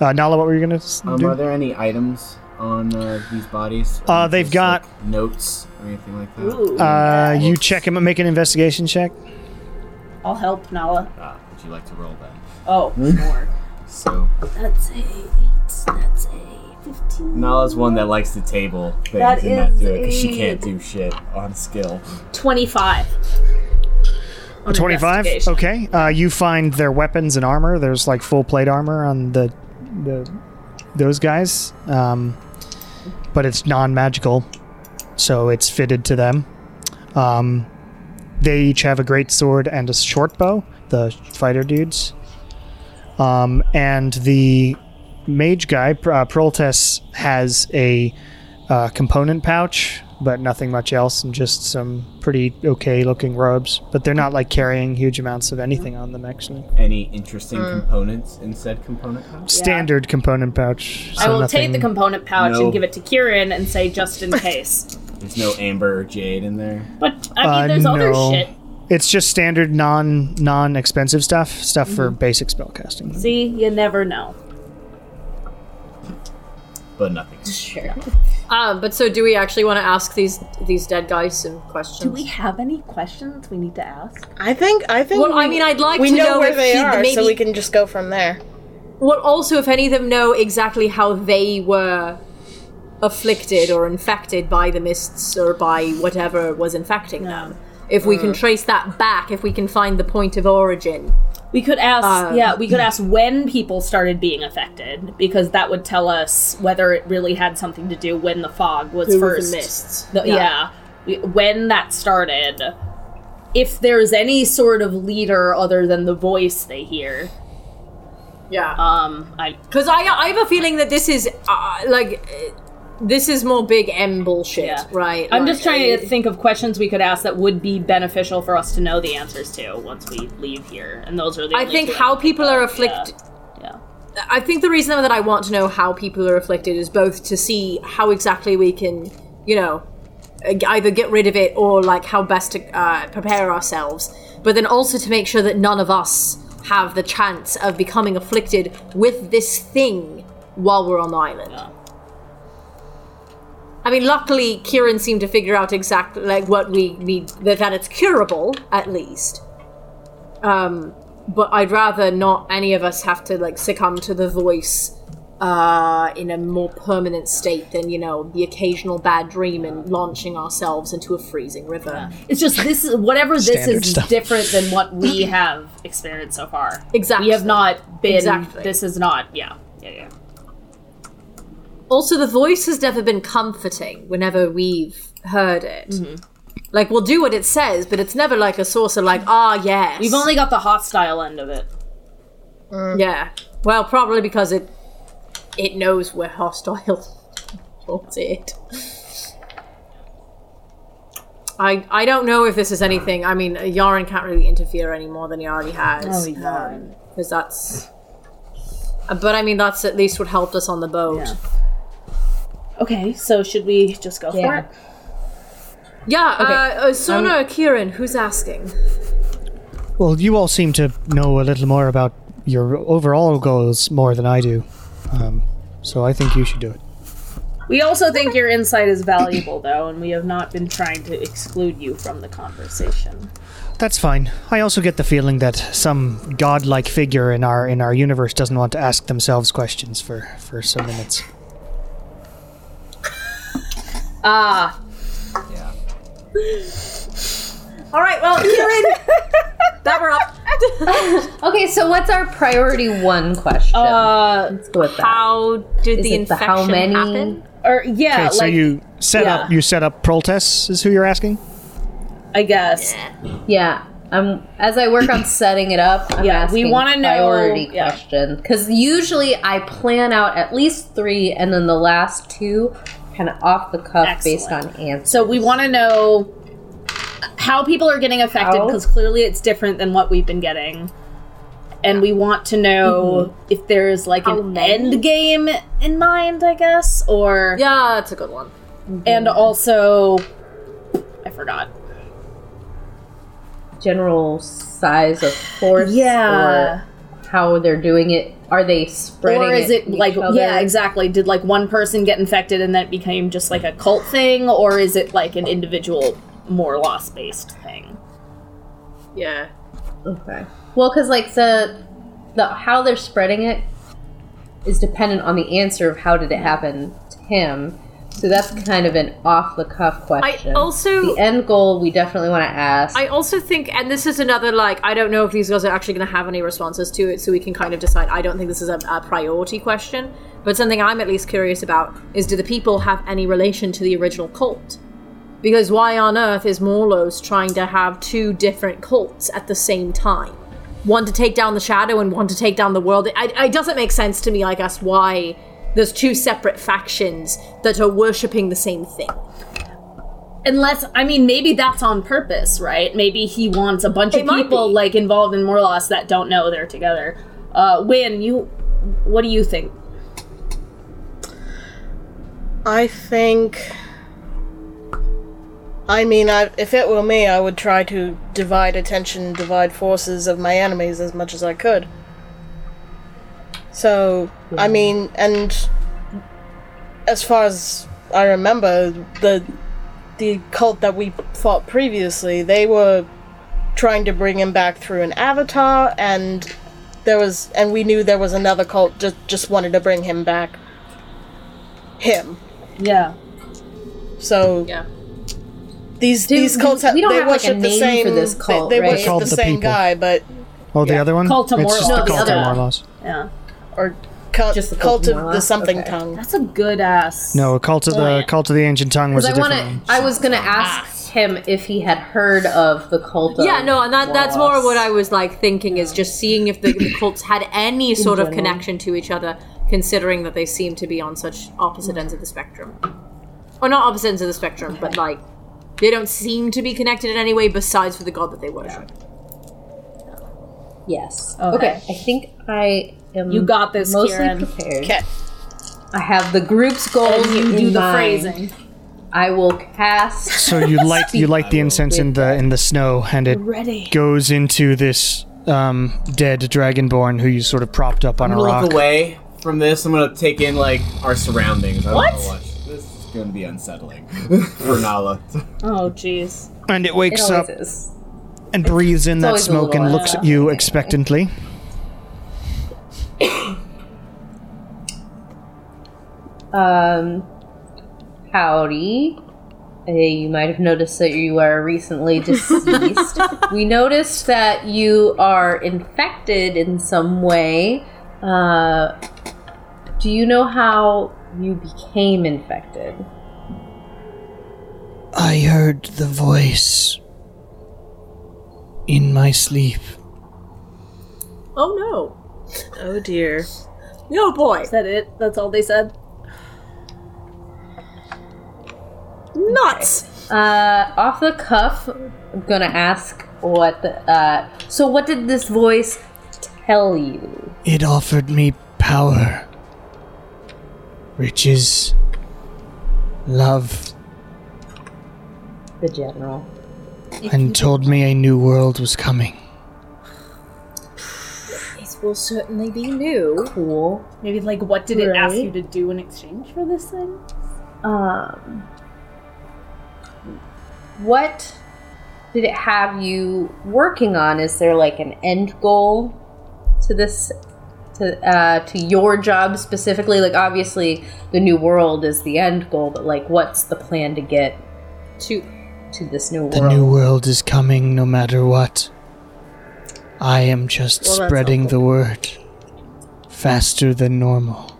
Speaker 7: uh, Nala, what were you gonna s-
Speaker 6: um,
Speaker 7: do?
Speaker 6: are there any items on uh, these bodies?
Speaker 7: Uh, they've
Speaker 6: Just,
Speaker 7: got-
Speaker 6: like, notes or anything like that.
Speaker 4: Ooh,
Speaker 7: uh, you check him. Make an investigation check.
Speaker 4: I'll help Nala.
Speaker 6: Ah, would you like to roll that?
Speaker 4: Oh, more.
Speaker 6: So
Speaker 4: That's a eight. That's a fifteen.
Speaker 6: Nala's one that likes to table things
Speaker 4: That
Speaker 6: and not
Speaker 4: is
Speaker 6: do it because she
Speaker 4: a-
Speaker 6: can't do shit on skill.
Speaker 4: Twenty-five. on
Speaker 7: Twenty-five.
Speaker 4: investigation.
Speaker 7: Okay. Uh, you find their weapons and armor. There's like full plate armor on the the those guys, um, but it's non-magical, so it's fitted to them. Um, they each have a great sword and a short bow. The fighter dudes, um, and the mage guy Pr- uh, Proltes has a uh, component pouch, but nothing much else, and just some pretty okay looking robes. But they're not like carrying huge amounts of anything on them, actually.
Speaker 6: Any interesting components in said component? pouch?
Speaker 7: Standard component pouch. So
Speaker 4: I will
Speaker 7: nothing...
Speaker 4: take the component pouch
Speaker 6: No.
Speaker 4: and give it to Kieran and say just in case.
Speaker 6: There's no amber or jade in there.
Speaker 4: But I mean,
Speaker 7: Uh,
Speaker 4: there's other
Speaker 7: no.
Speaker 4: shit.
Speaker 7: It's just standard non non expensive stuff, stuff for
Speaker 4: Mm-hmm.
Speaker 7: basic spellcasting.
Speaker 4: See, you never know.
Speaker 6: but nothing.
Speaker 3: Uh, but so, do we actually want to ask these these dead guys some questions?
Speaker 4: Do we have any questions we need to ask?
Speaker 2: I think I think
Speaker 3: Well, I
Speaker 2: we-
Speaker 3: mean, I'd like
Speaker 2: we
Speaker 3: to
Speaker 2: know,
Speaker 3: know
Speaker 2: where
Speaker 3: if
Speaker 2: they
Speaker 3: he-
Speaker 2: are, so
Speaker 3: maybe-
Speaker 2: we can just go from there.
Speaker 3: Well, also, if any of them know exactly how they were afflicted or infected by the mists or by whatever was infecting them, if we
Speaker 4: Uh.
Speaker 3: can trace that back, if we can find the point of origin.
Speaker 4: We could ask,
Speaker 3: Uh,
Speaker 4: yeah, we could ask when people started being affected because that would tell us whether it really had something to do when the fog was
Speaker 3: Who were the
Speaker 4: first.
Speaker 3: mists?
Speaker 4: The-
Speaker 3: Yeah.
Speaker 4: yeah. We- when that started. If there's any sort of leader other than the voice they hear,
Speaker 3: Yeah,
Speaker 4: um, I
Speaker 3: because I I have a feeling that this is uh, like uh, this is more big M bullshit,
Speaker 4: Yeah.
Speaker 3: right?
Speaker 4: I'm
Speaker 3: Like,
Speaker 4: just trying
Speaker 3: uh,
Speaker 4: to think of questions we could ask that would be beneficial for us to know the answers to once we leave here. And those are the.
Speaker 3: I
Speaker 4: only
Speaker 3: think
Speaker 4: two
Speaker 3: how
Speaker 4: can think
Speaker 3: people are
Speaker 4: of. Yeah.
Speaker 3: afflicted. I think the reason that I want to know how people are afflicted is both to see how exactly we can, you know, uh, either get rid of it or like how best to uh, prepare ourselves, but then also to make sure that none of us have the chance of becoming afflicted with this thing while we're on the island. I mean, luckily, Kieran seemed to figure out exactly like what we need that, that it's curable at least. Um, but I'd rather not any of us have to like succumb to the voice uh, in a more permanent state than you know the occasional bad dream and launching ourselves into a freezing river.
Speaker 4: It's just this is whatever this
Speaker 7: Standard
Speaker 4: is
Speaker 7: stuff.
Speaker 4: different than what we have experienced so far.
Speaker 3: Exactly.
Speaker 4: We have not been.
Speaker 3: Exactly.
Speaker 4: This is not. Yeah. Yeah. Yeah.
Speaker 3: Also, the voice has never been comforting whenever we've heard it.
Speaker 4: Mm-hmm.
Speaker 3: Like we'll do what it says, but it's never like a source of like, ah, yes.
Speaker 4: We've only got the hostile end of it.
Speaker 3: yeah. Well, probably because it it knows we're hostile towards it. I I don't know if this is anything. I mean, Yaren can't really interfere any more than he already has.
Speaker 4: Oh, Yaren.
Speaker 3: because that's. uh, But I mean, that's at least what helped us on the boat.
Speaker 4: Okay, so should we just go
Speaker 5: Yeah.
Speaker 4: for it?
Speaker 3: Yeah, uh, uh, Sona or Kieran, who's asking?
Speaker 7: Well, you all seem to know a little more about your overall goals more than I do, um, so I think you should do it.
Speaker 4: We also think your insight is valuable, though, and we have not been trying to exclude you from the conversation.
Speaker 7: That's fine. I also get the feeling that some godlike figure in our in our universe doesn't want to ask themselves questions for for some minutes.
Speaker 3: All right, well, Kieran, that we're up.
Speaker 5: Okay, so what's our priority one question?
Speaker 4: Uh,
Speaker 5: Let's go with that.
Speaker 1: How did
Speaker 5: Is
Speaker 1: the
Speaker 5: it the
Speaker 1: infection
Speaker 5: how many?
Speaker 1: happen?
Speaker 4: or yeah,
Speaker 7: Okay,
Speaker 4: like
Speaker 7: so you set up
Speaker 4: yeah.
Speaker 7: you set up Proltess is who you're asking.
Speaker 4: I guess.
Speaker 5: Yeah. Um, as I work on setting it up, I'm
Speaker 4: Yeah, we
Speaker 5: asking
Speaker 4: wanna know-
Speaker 5: priority
Speaker 4: yeah.
Speaker 5: question because usually I plan out at least three, and then the last two kind of off the cuff based on
Speaker 4: Excellent.
Speaker 5: answers.
Speaker 4: So we want to know how people are getting affected
Speaker 5: How?
Speaker 4: because clearly it's different than what we've been getting. And we want to know
Speaker 3: Mm-hmm.
Speaker 4: if there's like an end game in mind, I guess, or
Speaker 3: Yeah, that's a good one.
Speaker 4: and also I forgot.
Speaker 5: General size of force,
Speaker 4: Yeah.
Speaker 5: or how they're doing it. Are they spreading?
Speaker 4: Or is it
Speaker 5: to
Speaker 4: like
Speaker 5: each other?
Speaker 4: yeah, exactly. Did like one person get infected and then it became just like a cult thing or is it like an individual more loss-based thing?
Speaker 3: Yeah.
Speaker 5: Okay. Well, because like the the how they're spreading it is dependent on the answer of how did it happen to him. So that's kind of an off the cuff question.
Speaker 3: also-
Speaker 5: the end goal we definitely want to ask.
Speaker 3: I also think, and this is another, like, I don't know if these guys are actually going to have any responses to it, so we can kind of decide. I don't think this is a, a priority question, but something I'm at least curious about is do the people have any relation to the original cult? Because why on earth is Morlos trying to have two different cults at the same time? One to take down the shadow and one to take down the world. It, I- it doesn't make sense to me, I guess, why there's two separate factions that are worshipping the same thing.
Speaker 4: Unless, I mean, maybe that's on purpose, right? Maybe he wants a bunch
Speaker 3: It
Speaker 4: of
Speaker 3: might
Speaker 4: people
Speaker 3: be.
Speaker 4: like involved in Morlos that don't know they're together. Uh, Win, you, what do you think?
Speaker 2: I think. I mean, I, if it were me, I would try to divide attention, divide forces of my enemies as much as I could. So, I
Speaker 5: Mm-hmm.
Speaker 2: mean, and as far as I remember, the the cult that we fought previously, they were trying to bring him back through an avatar, and there was, and we knew there was another cult just just wanted to bring him back. Him.
Speaker 4: Yeah,
Speaker 2: So
Speaker 3: Yeah.
Speaker 2: these
Speaker 5: Dude,
Speaker 2: these cults
Speaker 5: we-
Speaker 2: ha-
Speaker 5: we don't
Speaker 2: they
Speaker 5: have, like, a
Speaker 2: worship the
Speaker 5: name
Speaker 2: same
Speaker 5: for this
Speaker 2: they-
Speaker 5: cult,
Speaker 2: they,
Speaker 5: right?
Speaker 2: worship
Speaker 7: Cult
Speaker 2: the
Speaker 7: the
Speaker 2: same
Speaker 7: people.
Speaker 2: guy but
Speaker 7: Oh, the other one.
Speaker 4: Cult of
Speaker 7: It's just
Speaker 4: Morlos.
Speaker 7: the
Speaker 4: No, the
Speaker 7: cult
Speaker 4: other
Speaker 7: of
Speaker 4: one.
Speaker 7: Morlos.
Speaker 4: yeah.
Speaker 2: or cult,
Speaker 5: Just the
Speaker 2: cult,
Speaker 5: cult
Speaker 2: of
Speaker 5: Morlock?
Speaker 2: the something
Speaker 5: Okay.
Speaker 2: tongue
Speaker 4: That's a good ass.
Speaker 7: No, cult of the cult of the ancient tongue was a
Speaker 5: I
Speaker 7: different
Speaker 5: want
Speaker 7: one.
Speaker 5: to. I was gonna ask him if he had heard of the cult. Of
Speaker 3: Yeah, no, and that, that's more what I was like thinking is just seeing if the, the cults had any sort of connection to each other, considering that they seem to be on such opposite ends of the spectrum. Or not opposite ends of the spectrum, but like they don't seem to be connected in any way besides for the god that they worship.
Speaker 5: Yes.
Speaker 4: Okay.
Speaker 5: Okay. I think I am.
Speaker 4: You got this,
Speaker 5: Mostly
Speaker 4: Kieran.
Speaker 5: prepared.
Speaker 2: Okay.
Speaker 5: I have the group's goals.
Speaker 4: And you do
Speaker 5: in
Speaker 4: the
Speaker 5: mind.
Speaker 4: phrasing.
Speaker 5: I will cast.
Speaker 7: So you light you light the incense in the in the snow, and it
Speaker 4: Ready.
Speaker 7: goes into this um, dead dragonborn who you sort of propped up on a
Speaker 6: I'm gonna
Speaker 7: rock.
Speaker 6: look away from this. I'm gonna take in like our surroundings. I what? This is gonna be unsettling for Nala.
Speaker 4: Oh, jeez.
Speaker 7: And it
Speaker 5: It
Speaker 7: wakes up
Speaker 5: always is.
Speaker 7: and breathes in that
Speaker 5: always a
Speaker 7: smoke
Speaker 5: little
Speaker 7: and
Speaker 5: while.
Speaker 7: looks at you expectantly.
Speaker 5: Um, howdy. Uh, you might have noticed that you are recently deceased. we noticed that you are infected in some way. Uh, do you know how you became infected?
Speaker 7: I heard the voice in my sleep.
Speaker 3: Oh no.
Speaker 2: oh dear
Speaker 3: No boy.
Speaker 4: Is that it? That's all they said?
Speaker 3: Nuts!
Speaker 5: Uh, off the cuff, I'm gonna ask what the. Uh, so, what did this voice tell you?
Speaker 7: It offered me power, riches, love,
Speaker 5: the general.
Speaker 7: and told me a new world was coming.
Speaker 1: It will certainly be new.
Speaker 5: Cool.
Speaker 4: Maybe like, what did it ask
Speaker 5: Right.
Speaker 4: you to do in exchange for this thing?
Speaker 5: Um, what did it have you working on? Is there like an end goal to this, to uh, to your job specifically? Like, obviously, the new world is the end goal, but like, what's the plan to get to to this new
Speaker 7: The
Speaker 5: world?
Speaker 7: new world is coming no matter what. I am just
Speaker 2: Well, that's
Speaker 7: spreading the word faster than normal.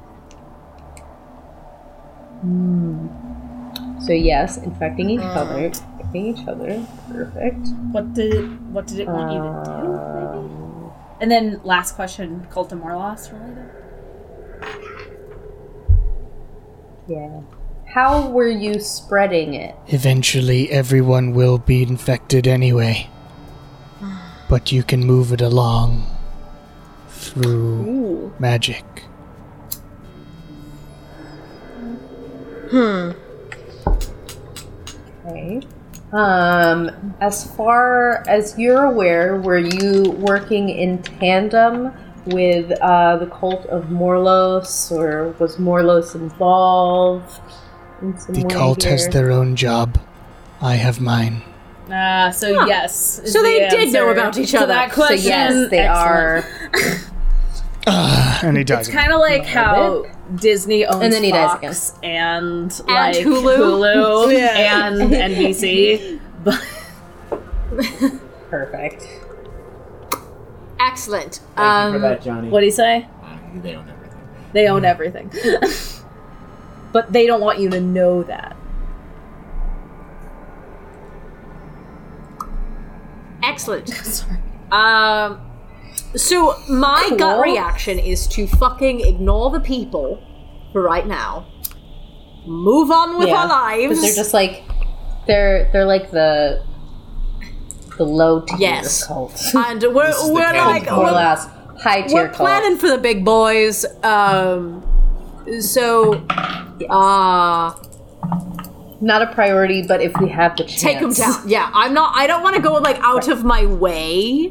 Speaker 5: so yes, infecting each other, infecting each other. Perfect.
Speaker 4: What did what did it want you to do? Maybe? And then last question, cult of Morlos related.
Speaker 5: Yeah. How were you spreading it?
Speaker 7: Eventually, everyone will be infected anyway. But you can move it along through magic.
Speaker 5: Okay. Um, as far as you're aware, were you working in tandem with uh, the cult of Morlos, or was Morlos involved in some
Speaker 7: The
Speaker 5: way
Speaker 7: cult has
Speaker 5: here?
Speaker 7: their own job. I have mine.
Speaker 4: Ah, so yes. is
Speaker 3: So they
Speaker 4: the
Speaker 3: did know
Speaker 4: answer
Speaker 3: about each
Speaker 4: to
Speaker 3: other.
Speaker 4: that
Speaker 5: So
Speaker 4: question.
Speaker 5: yes, they
Speaker 4: Excellent.
Speaker 5: are.
Speaker 7: And he dies.
Speaker 4: It's kind of like how Disney owns
Speaker 5: And then he dies
Speaker 4: Fox and like
Speaker 3: Hulu.
Speaker 4: Hulu
Speaker 2: Yeah.
Speaker 4: and NBC. But
Speaker 5: Perfect.
Speaker 3: Excellent.
Speaker 6: Thank you
Speaker 3: Um,
Speaker 6: for that, Johnny.
Speaker 4: what do you say?
Speaker 6: Ah, they don't have anything.
Speaker 4: They own everything. but they don't want you to know that.
Speaker 3: Excellent. Um, so my gut reaction is to fucking ignore the people for right now. Move on with
Speaker 5: Yeah.
Speaker 3: our lives.
Speaker 5: They're just like they're they're like the the low tier
Speaker 3: Yes.
Speaker 5: cult.
Speaker 3: and we're
Speaker 6: is the
Speaker 3: we're
Speaker 6: canon
Speaker 3: like
Speaker 6: part.
Speaker 5: More or
Speaker 3: we're,
Speaker 5: less high tier
Speaker 3: we're
Speaker 5: cult.
Speaker 3: planning for the big boys. Um, so uh
Speaker 5: Not a priority, but if we have the chance,
Speaker 3: take them down. Yeah, I'm not. I don't want to go like out of my way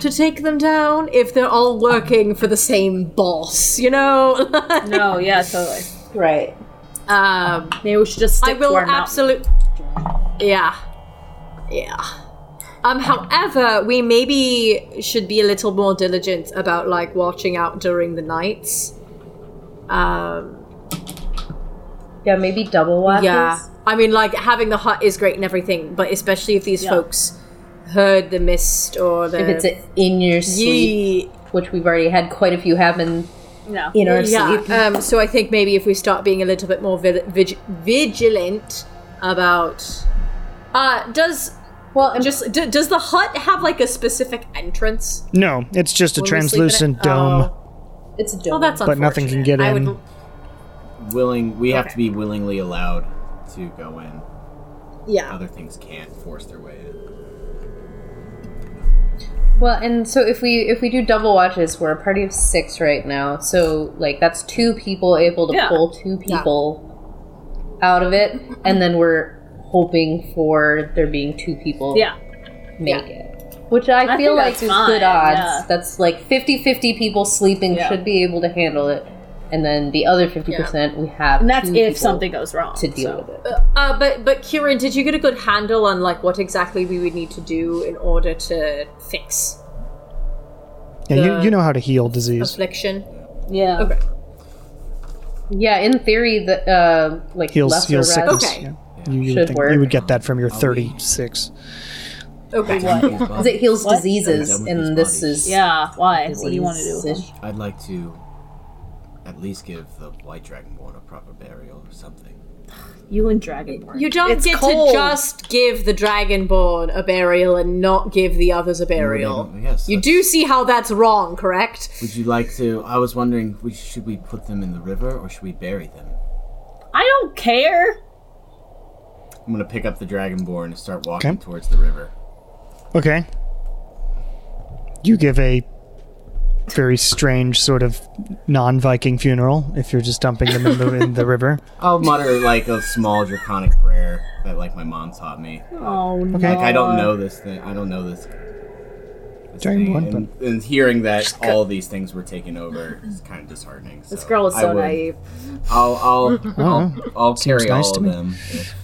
Speaker 3: to take them down if they're all working for the same boss. You know.
Speaker 4: No, Oh, yeah, totally.
Speaker 5: Right.
Speaker 3: um.
Speaker 4: Maybe we should just
Speaker 3: I
Speaker 4: stick to
Speaker 3: will
Speaker 4: our mountain.
Speaker 3: absolutely. Yeah, yeah. Um. However, we maybe should be a little more diligent about like watching out during the nights. Um.
Speaker 5: Yeah, maybe double watches.
Speaker 3: Yeah. I mean, like having the hut is great and everything, but especially if these folks heard the mist or the
Speaker 5: If it's a, in your sleep.
Speaker 3: Ye-
Speaker 5: which we've already had quite a few happen
Speaker 4: No.
Speaker 5: in our
Speaker 3: yeah.
Speaker 5: sleep.
Speaker 3: Um. So I think maybe if we start being a little bit more vig- vig- vigilant about. Uh, does
Speaker 5: Well, and
Speaker 3: Just d- does the hut have like a specific entrance?
Speaker 7: No, it's just a
Speaker 3: when we sleep in it?
Speaker 7: translucent dome,
Speaker 3: Oh,
Speaker 5: it's a
Speaker 3: well,
Speaker 5: dome.
Speaker 3: that's
Speaker 7: but nothing can get
Speaker 3: unfortunate. I
Speaker 7: in.
Speaker 3: would-
Speaker 6: Willing, we have to be willingly allowed to go in.
Speaker 3: yeah.
Speaker 6: Other things can't force their way in.
Speaker 5: well, and so if we if we do double watches, we're a party of six right now. So like that's two people able to
Speaker 4: Yeah.
Speaker 5: pull two people out of it, and then we're hoping for there being two people
Speaker 4: Yeah.
Speaker 5: make it. Which I,
Speaker 4: I
Speaker 5: feel
Speaker 4: think
Speaker 5: like
Speaker 4: that's
Speaker 5: is
Speaker 4: fine,
Speaker 5: good odds.
Speaker 4: yeah.
Speaker 5: That's like 50-50 people sleeping
Speaker 4: Yeah.
Speaker 5: should be able to handle it, and then the other fifty percent we have.
Speaker 4: And that's
Speaker 5: two
Speaker 4: if
Speaker 5: people
Speaker 4: something goes wrong.
Speaker 5: to deal
Speaker 4: so.
Speaker 5: with it.
Speaker 3: Uh, but but Kieran, did you get a good handle on like what exactly we would need to do in order to fix
Speaker 7: Yeah, you,
Speaker 3: the-
Speaker 7: you know how to heal disease.
Speaker 3: affliction?
Speaker 4: Yeah.
Speaker 3: Okay.
Speaker 5: Yeah, in theory, the uh, like
Speaker 7: Heals,
Speaker 5: lesser
Speaker 7: heals
Speaker 5: rats-
Speaker 7: sickness.
Speaker 3: Okay.
Speaker 7: yeah. You, you, would
Speaker 5: Should
Speaker 7: think,
Speaker 5: work.
Speaker 7: you would get that from your 36.
Speaker 3: Okay.
Speaker 5: Because it heals
Speaker 4: What?
Speaker 5: diseases,
Speaker 6: Done with
Speaker 5: and
Speaker 6: these
Speaker 5: this is
Speaker 4: Yeah. Why? What do you want to do?
Speaker 5: disease-ish.
Speaker 6: I'd like to at least give the White Dragonborn a proper burial or something.
Speaker 4: You and Dragonborn.
Speaker 3: You don't
Speaker 2: It's
Speaker 3: get
Speaker 2: cold.
Speaker 3: to just give the dragonborn a burial and not give the others a burial.
Speaker 6: Yes.
Speaker 3: Oh. You
Speaker 6: that's-
Speaker 3: do see how that's wrong, correct?
Speaker 6: Would you like to? I was wondering, we, should we put them in the river or should we bury them?
Speaker 4: I don't care.
Speaker 6: I'm gonna pick up the dragonborn and start walking
Speaker 7: Okay.
Speaker 6: towards the river.
Speaker 7: Okay. You give a very strange sort of non-Viking funeral if you're just dumping them in the, in the river.
Speaker 6: I'll mutter like a small draconic prayer. that like my mom taught me.
Speaker 4: Oh no.
Speaker 7: Okay.
Speaker 6: Like I don't know this thing. I don't know this. this
Speaker 7: Dragon
Speaker 6: thing,
Speaker 7: Blood,
Speaker 6: and, and hearing that all these things were taken over is kind of disheartening. So
Speaker 4: This girl is
Speaker 6: I
Speaker 4: so
Speaker 6: would-
Speaker 4: naive.
Speaker 6: I'll I'll
Speaker 7: Oh,
Speaker 6: I'll carry
Speaker 7: nice
Speaker 6: all
Speaker 7: to
Speaker 6: of
Speaker 7: me.
Speaker 6: them if,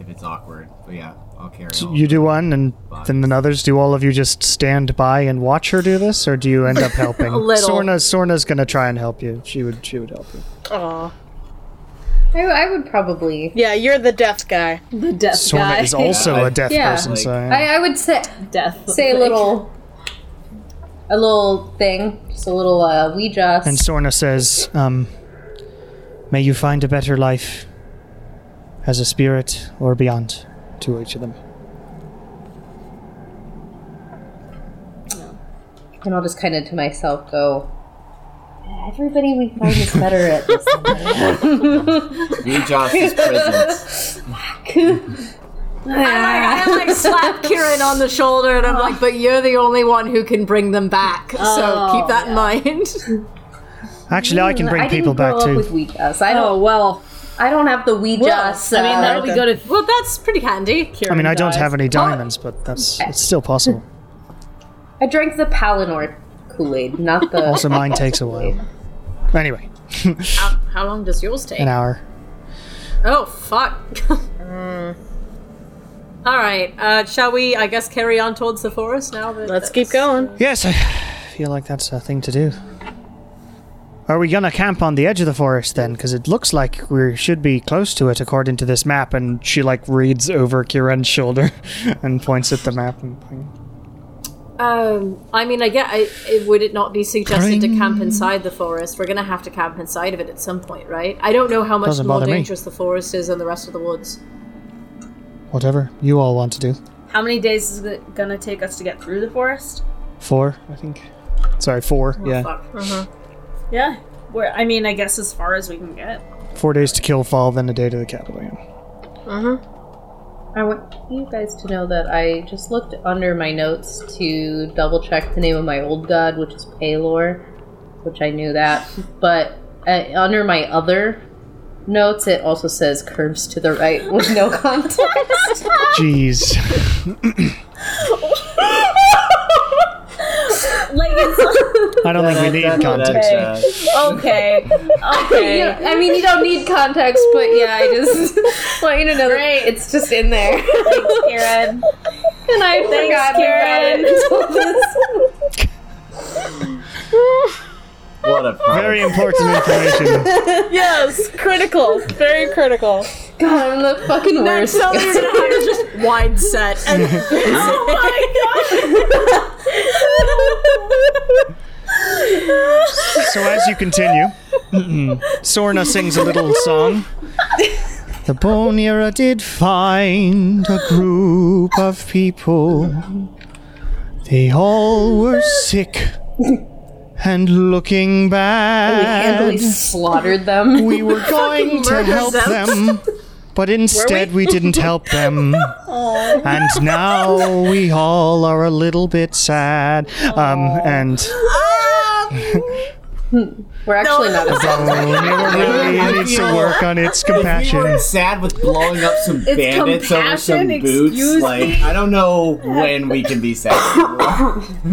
Speaker 6: if it's awkward. But yeah, I'll carry. all
Speaker 7: you
Speaker 6: of them.
Speaker 7: do one, and then the others. Do all of you just stand by and watch her do this, or do you end up helping?
Speaker 3: little.
Speaker 7: Sorna, Sorna's gonna try and help you. She would, she would help you.
Speaker 2: Aw.
Speaker 5: I, I would probably.
Speaker 2: Yeah, you're the deaf guy.
Speaker 4: The death
Speaker 7: Sorna
Speaker 4: guy.
Speaker 7: is also
Speaker 6: Yeah, I-
Speaker 7: a deaf
Speaker 5: Yeah.
Speaker 7: person, so
Speaker 5: I, I would say
Speaker 4: death.
Speaker 5: say a little, a little thing, just a little uh, Ouija.
Speaker 7: And Sorna says, um, May you find a better life as a spirit or beyond to each of them.
Speaker 5: And I'll just kind of to myself go. Everybody we find is better at this. than I am."
Speaker 6: New Joss's presence.
Speaker 3: I like slap Kieran on the shoulder and I'm like, but you're the only one who can bring them back. So keep that in mind.
Speaker 7: Actually, I can bring
Speaker 5: Mm, I
Speaker 7: people
Speaker 5: didn't grow up
Speaker 7: back too.
Speaker 5: with Ouijas. I don't.
Speaker 4: Oh well.
Speaker 5: I don't have the Ouija. so-
Speaker 4: I mean that'll be good if
Speaker 3: well, that's pretty handy.
Speaker 7: I mean, I don't
Speaker 4: dies.
Speaker 7: have any diamonds, but that's
Speaker 5: Oh.
Speaker 7: it's still possible.
Speaker 5: I drank the Palinor Kool Aid, not the.
Speaker 7: Also, mine takes a while. Anyway,
Speaker 3: How long does yours take?
Speaker 7: an hour.
Speaker 3: Oh, fuck. All right. Uh, shall we, I guess, carry on towards the forest now? That
Speaker 2: Let's keep going.
Speaker 7: Yes, I feel like that's a thing to do. Are we gonna camp on the edge of the forest then? Because it looks like we should be close to it according to this map. And she like reads over Kieran's shoulder and points at the map and points.
Speaker 3: Um, I mean, I get. I, it, would it not be suggested to camp inside the forest? We're gonna have to camp inside of it at some point, right? I don't know how much
Speaker 7: Doesn't
Speaker 3: more
Speaker 7: bother me.
Speaker 3: dangerous the forest is than the rest of the woods.
Speaker 7: Whatever you all want to do.
Speaker 4: How many days is it gonna take us to get through the forest?
Speaker 7: Four, I think. Sorry, four. yeah,
Speaker 4: Mm-hmm. Yeah. Where I mean, I guess as far as we can get.
Speaker 7: four days to kill fall, then a day to the capital. Yeah.
Speaker 5: I want you guys to know that I just looked under my notes to double check the name of my old god, which is Palor, which I knew that. But uh, under my other notes, it also says curves to the right with no context.
Speaker 7: Jeez.
Speaker 4: Like it's
Speaker 7: I don't think we need context.
Speaker 6: That's, uh,
Speaker 4: okay.
Speaker 5: You
Speaker 4: Okay.
Speaker 5: don't- I mean, you don't need context, but yeah, I just want you to know that it's just in there.
Speaker 4: Karen.
Speaker 5: and I forgot about
Speaker 4: Karen.
Speaker 5: it until this.
Speaker 6: what a problem.
Speaker 7: Very important information.
Speaker 2: Yes, critical. Very critical.
Speaker 5: God, I'm the fucking worst.
Speaker 3: So you're gonna have to just wide set. And
Speaker 7: So as you continue, Sorna sings a little song. The Bonera did find a group of people. They all were sick and looking
Speaker 5: handily
Speaker 7: bad.
Speaker 5: slaughtered them.
Speaker 7: We were going to help them, but instead we? didn't help them. and now we all are a little bit sad. Um, and
Speaker 5: We're actually not as bad.
Speaker 7: Bonera really needs to work on its
Speaker 6: If you were
Speaker 7: compassion.
Speaker 6: sad with blowing up some bandits over some boots, like I don't know when we can be sad.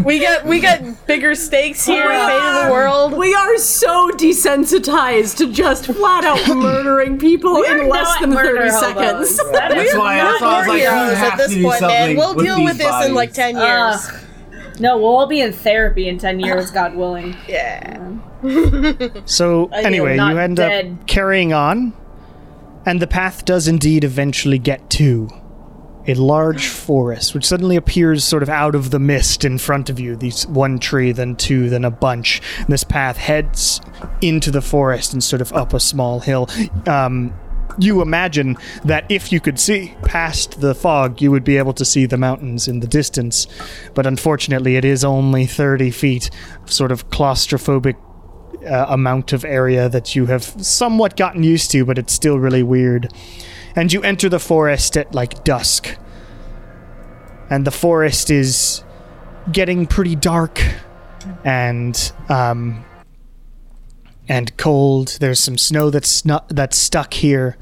Speaker 2: We got we got bigger stakes here. Fate of the world.
Speaker 3: we are so desensitized to just flat out murdering people in less than thirty seconds.
Speaker 6: That's why I,
Speaker 2: Not
Speaker 6: so I
Speaker 2: war
Speaker 6: was like, we
Speaker 2: heroes
Speaker 6: have
Speaker 2: at this
Speaker 6: to do
Speaker 2: point,
Speaker 6: something
Speaker 2: man. We'll
Speaker 6: with
Speaker 2: deal
Speaker 6: these
Speaker 2: with this in like
Speaker 6: bodies. Ah.
Speaker 2: ten years.
Speaker 4: No, we'll all be in therapy in ten years, God willing.
Speaker 2: yeah.
Speaker 7: So anyway,
Speaker 4: not
Speaker 7: you end
Speaker 4: dead.
Speaker 7: up carrying on, and the path does indeed eventually get to a large forest, which suddenly appears sort of out of the mist in front of you. These one tree, then two, then a bunch. This path heads into the forest and sort of up a small hill. Um, you imagine that if you could see past the fog, you would be able to see the mountains in the distance. But unfortunately, it is only 30 feet of sort of claustrophobic uh, amount of area that you have somewhat gotten used to, but it's still really weird. And you enter the forest at like dusk. And the forest is getting pretty dark and um and cold. There's some snow that's not that's stuck here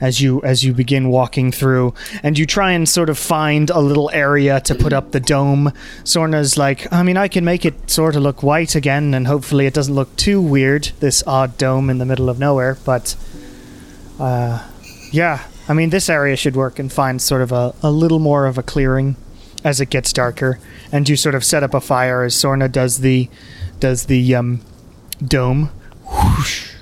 Speaker 7: as you as you begin walking through, and you try and sort of find a little area to put up the dome. Sorna's like, I mean, I can make it sort of look white again, and hopefully it doesn't look too weird. This odd dome in the middle of nowhere, but uh, yeah, I mean, this area should work and find sort of a, a little more of a clearing as it gets darker, and you sort of set up a fire as Sorna does the does the um, dome, whoosh,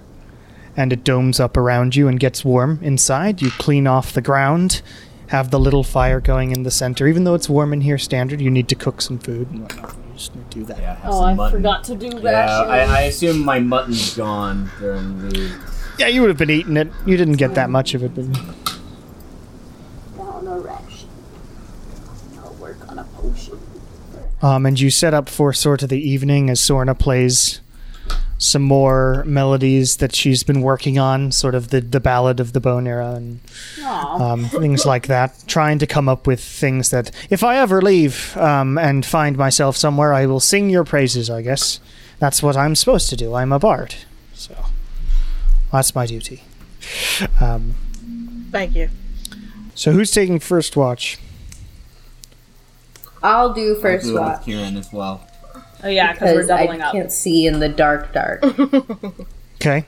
Speaker 7: and it domes up around you and gets warm inside. You clean off the ground, have the little fire going in the center. Even though it's warm in here, standard, you need to cook some food and whatnot. You just need to do that.
Speaker 6: Yeah, have
Speaker 4: Oh,
Speaker 6: some
Speaker 4: I
Speaker 6: mutton.
Speaker 4: forgot to do that.
Speaker 6: Yeah, I, I assume my mutton's gone during the.
Speaker 7: Yeah, you would have been eating it. You didn't get that much of it, but um, and you set up for sort of the evening as Sorna plays some more melodies that she's been working on, sort of the the ballad of the bone era and um, things like that. Trying to come up with things that, if I ever leave um, and find myself somewhere, I will sing your praises. I guess that's what I'm supposed to do. I'm a bard, so that's my duty. Um,
Speaker 2: Thank you.
Speaker 7: So who's taking first watch?
Speaker 5: I'll do first
Speaker 6: Do it with
Speaker 5: watch
Speaker 6: Kieran as well.
Speaker 4: oh yeah, because we're
Speaker 5: because I
Speaker 4: doubling up.
Speaker 5: can't see in the dark, dark.
Speaker 7: Okay.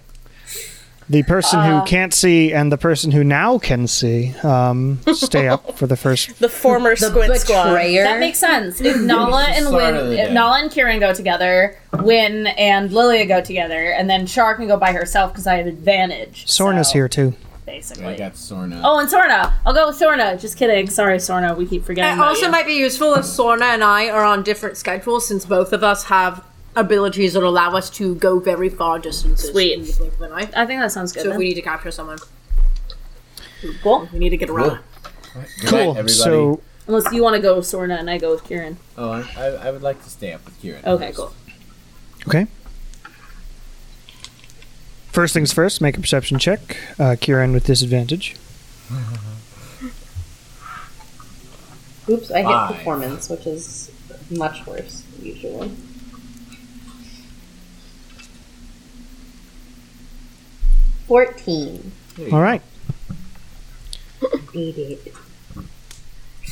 Speaker 7: The person
Speaker 2: Uh,
Speaker 7: who can't see and the person who now can see um, stay up for the first.
Speaker 2: The former
Speaker 5: The
Speaker 2: Squint Squad.
Speaker 5: betrayer.
Speaker 4: That makes sense. If Nala and
Speaker 6: Start of
Speaker 4: Win,
Speaker 6: the
Speaker 4: if
Speaker 6: day.
Speaker 4: Nala and Kieran go together, Win and Lilia go together, and then Char can go by herself because I have advantage.
Speaker 7: Sorna's
Speaker 4: so,
Speaker 7: here too.
Speaker 4: basically.
Speaker 6: I got Sorna.
Speaker 4: Oh, and Sorna. I'll go with Sorna. Just kidding. Sorry, Sorna. We keep forgetting.
Speaker 3: It
Speaker 4: about
Speaker 3: also
Speaker 4: you.
Speaker 3: might be useful if Sorna and I are on different schedules since both of us have abilities that allow us to go very far distances.
Speaker 4: Sweet.
Speaker 3: in the blink of an eye.
Speaker 4: I think that sounds good.
Speaker 3: So if
Speaker 4: then.
Speaker 3: we need to capture someone,
Speaker 4: cool.
Speaker 3: we need to get around.
Speaker 6: Cool. Good night,
Speaker 7: Cool.
Speaker 6: everybody.
Speaker 7: so
Speaker 4: Unless you want to go with Sorna and I go with Kieran.
Speaker 6: Oh, I, I, I would like to stay up with Kieran.
Speaker 4: Okay, cool.
Speaker 7: okay. First things first. Make a perception check. Uh, Kieran with disadvantage.
Speaker 5: Oops, I hit
Speaker 6: Five.
Speaker 5: performance, which is much worse than usual. Fourteen.
Speaker 7: All right.
Speaker 5: Eat it.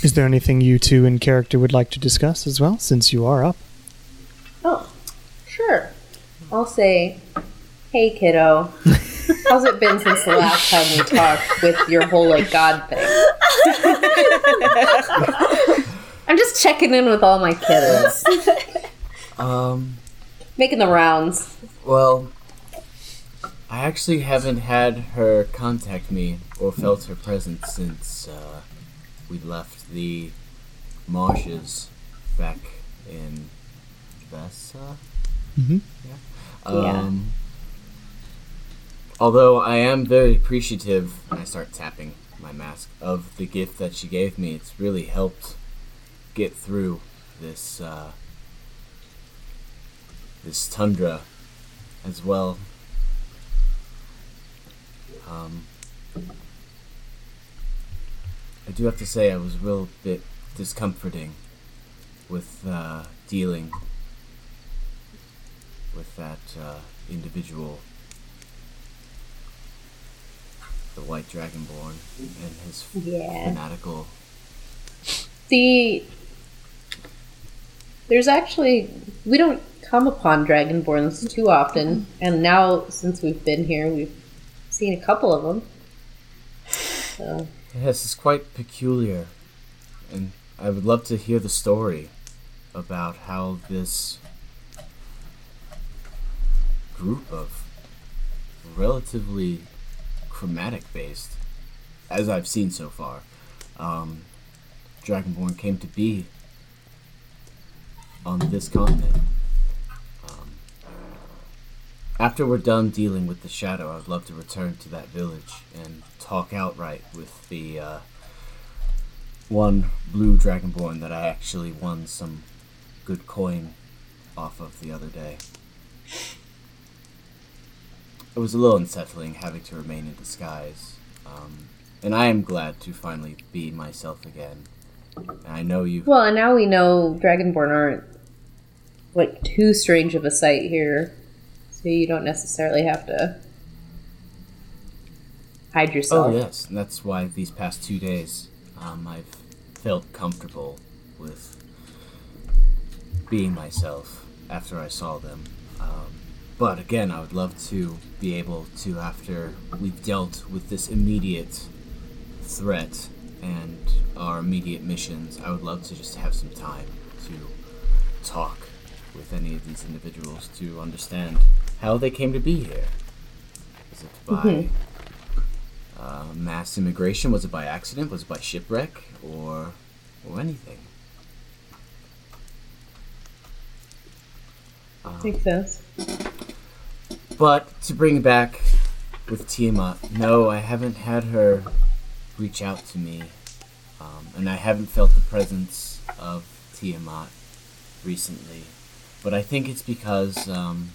Speaker 7: Is there anything you two in character would like to discuss as well, since you are up?
Speaker 5: Oh, sure. I'll say, hey, kiddo. How's it been since the last time we talked with your whole like God thing? I'm just checking in with all my kiddos,
Speaker 6: Um,
Speaker 5: making the rounds.
Speaker 6: well, I actually haven't had her contact me or felt her presence since uh, we left the marshes back in Vessa.
Speaker 7: Mhm.
Speaker 6: Yeah. Um, Although I am very appreciative, and I start tapping my mask, of the gift that she gave me. It's really helped get through this uh, this tundra as well. Um, I do have to say I was a real bit discomforting with uh, dealing with that uh, individual, the White Dragonborn, and his
Speaker 5: Yeah.
Speaker 6: fanatical.
Speaker 5: The there's actually we don't come upon dragonborns too often, and now since we've been here, we've seen a couple of them. So
Speaker 6: Yes, it's quite peculiar, and I would love to hear the story about how this group of relatively chromatic based, as I've seen so far, um, Dragonborn came to be on this continent. Um, after we're done dealing with the shadow, I'd love to return to that village and talk outright with the uh, one blue dragonborn that I actually won some good coin off of the other day. It was a little unsettling having to remain in disguise, um, and I am glad to finally be myself again. And I know you.
Speaker 5: well, and now we know dragonborn aren't like too strange of a sight here, so you don't necessarily have to hide yourself.
Speaker 6: Oh yes, and that's why these past two days um, I've felt comfortable with being myself after I saw them. Um, but again, I would love to be able to, after we've dealt with this immediate threat and our immediate missions, I would love to just have some time to talk with any of these individuals to understand how they came to be here. Is it by uh, mass immigration? Was it by accident? Was it by shipwreck? Or, or anything?
Speaker 5: Makes sense.
Speaker 6: But to bring back with Tiamat, no, I haven't had her reach out to me, um, and I haven't felt the presence of Tiamat recently. But I think it's because um,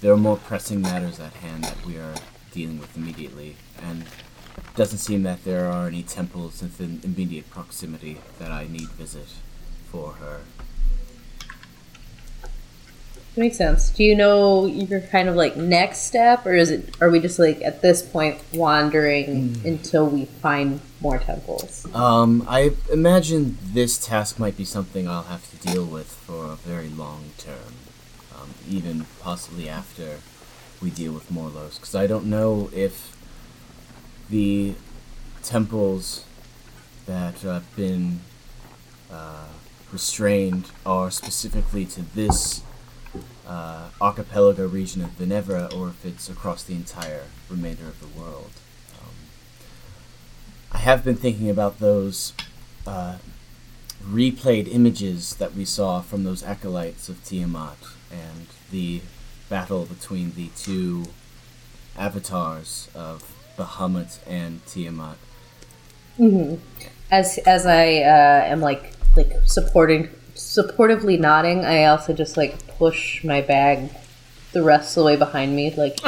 Speaker 6: there are more pressing matters at hand that we are dealing with immediately, and it doesn't seem that there are any temples within immediate proximity that I need visit for her.
Speaker 5: Makes sense. Do you know your kind of like next step, or is it? Are we just like at this point wandering until we find more temples?
Speaker 6: Um, I imagine this task might be something I'll have to deal with for a very long term, um, even possibly after we deal with Morlos, because I don't know if the temples that have been uh, restrained are specifically to this uh, archipelago region of Venevra, or if it's across the entire remainder of the world. I have been thinking about those uh, replayed images that we saw from those acolytes of Tiamat and the battle between the two avatars of Bahamut and Tiamat.
Speaker 5: as as I uh, am like like supporting supportively nodding, I also just like push my bag the rest of the way behind me, like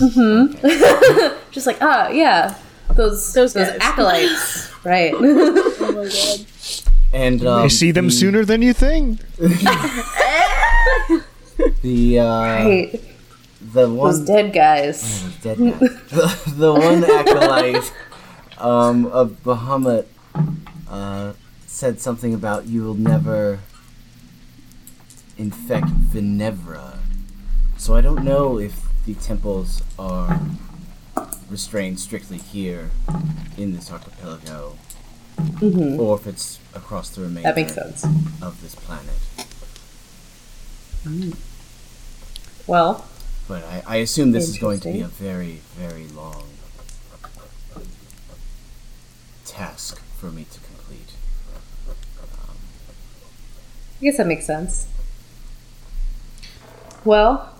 Speaker 5: Mm-hmm. just like ah yeah those those, acolytes right.
Speaker 6: And um,
Speaker 7: I see them
Speaker 6: the,
Speaker 7: sooner than you think.
Speaker 6: The uh,
Speaker 5: Hey,
Speaker 6: the one
Speaker 5: those dead guys.
Speaker 6: dead guy. the, the one acolyte um, of Bahamut uh, said something about you will never infect Venevra. So I don't know if the temples are restrained strictly here in this archipelago or if it's across the remainder
Speaker 5: Mm-hmm. That makes sense.
Speaker 6: of this planet.
Speaker 5: Well,
Speaker 6: But I, I assume this is going to be a very, very long task for me to complete.
Speaker 5: I guess that makes sense. Well,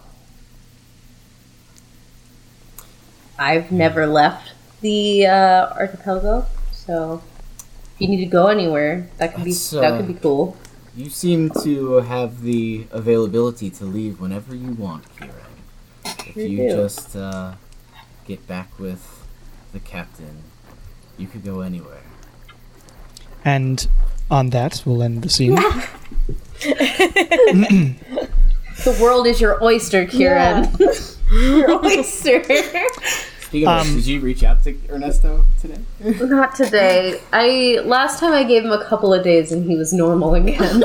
Speaker 5: I've never left the uh, archipelago, so if you need to go anywhere, that could be
Speaker 6: That's,
Speaker 5: that
Speaker 6: uh,
Speaker 5: could be cool.
Speaker 6: You seem to have the availability to leave whenever you want, Kieran. If you
Speaker 5: do.
Speaker 6: just uh, get back with the captain, you could go anywhere.
Speaker 7: And on that, we'll end the scene.
Speaker 5: The world is your oyster, Kieran. your oyster.
Speaker 6: Speaking of,
Speaker 7: Um,
Speaker 6: did you reach out to Ernesto today?
Speaker 5: Not today. I last time I gave him a couple of days, and he was normal again.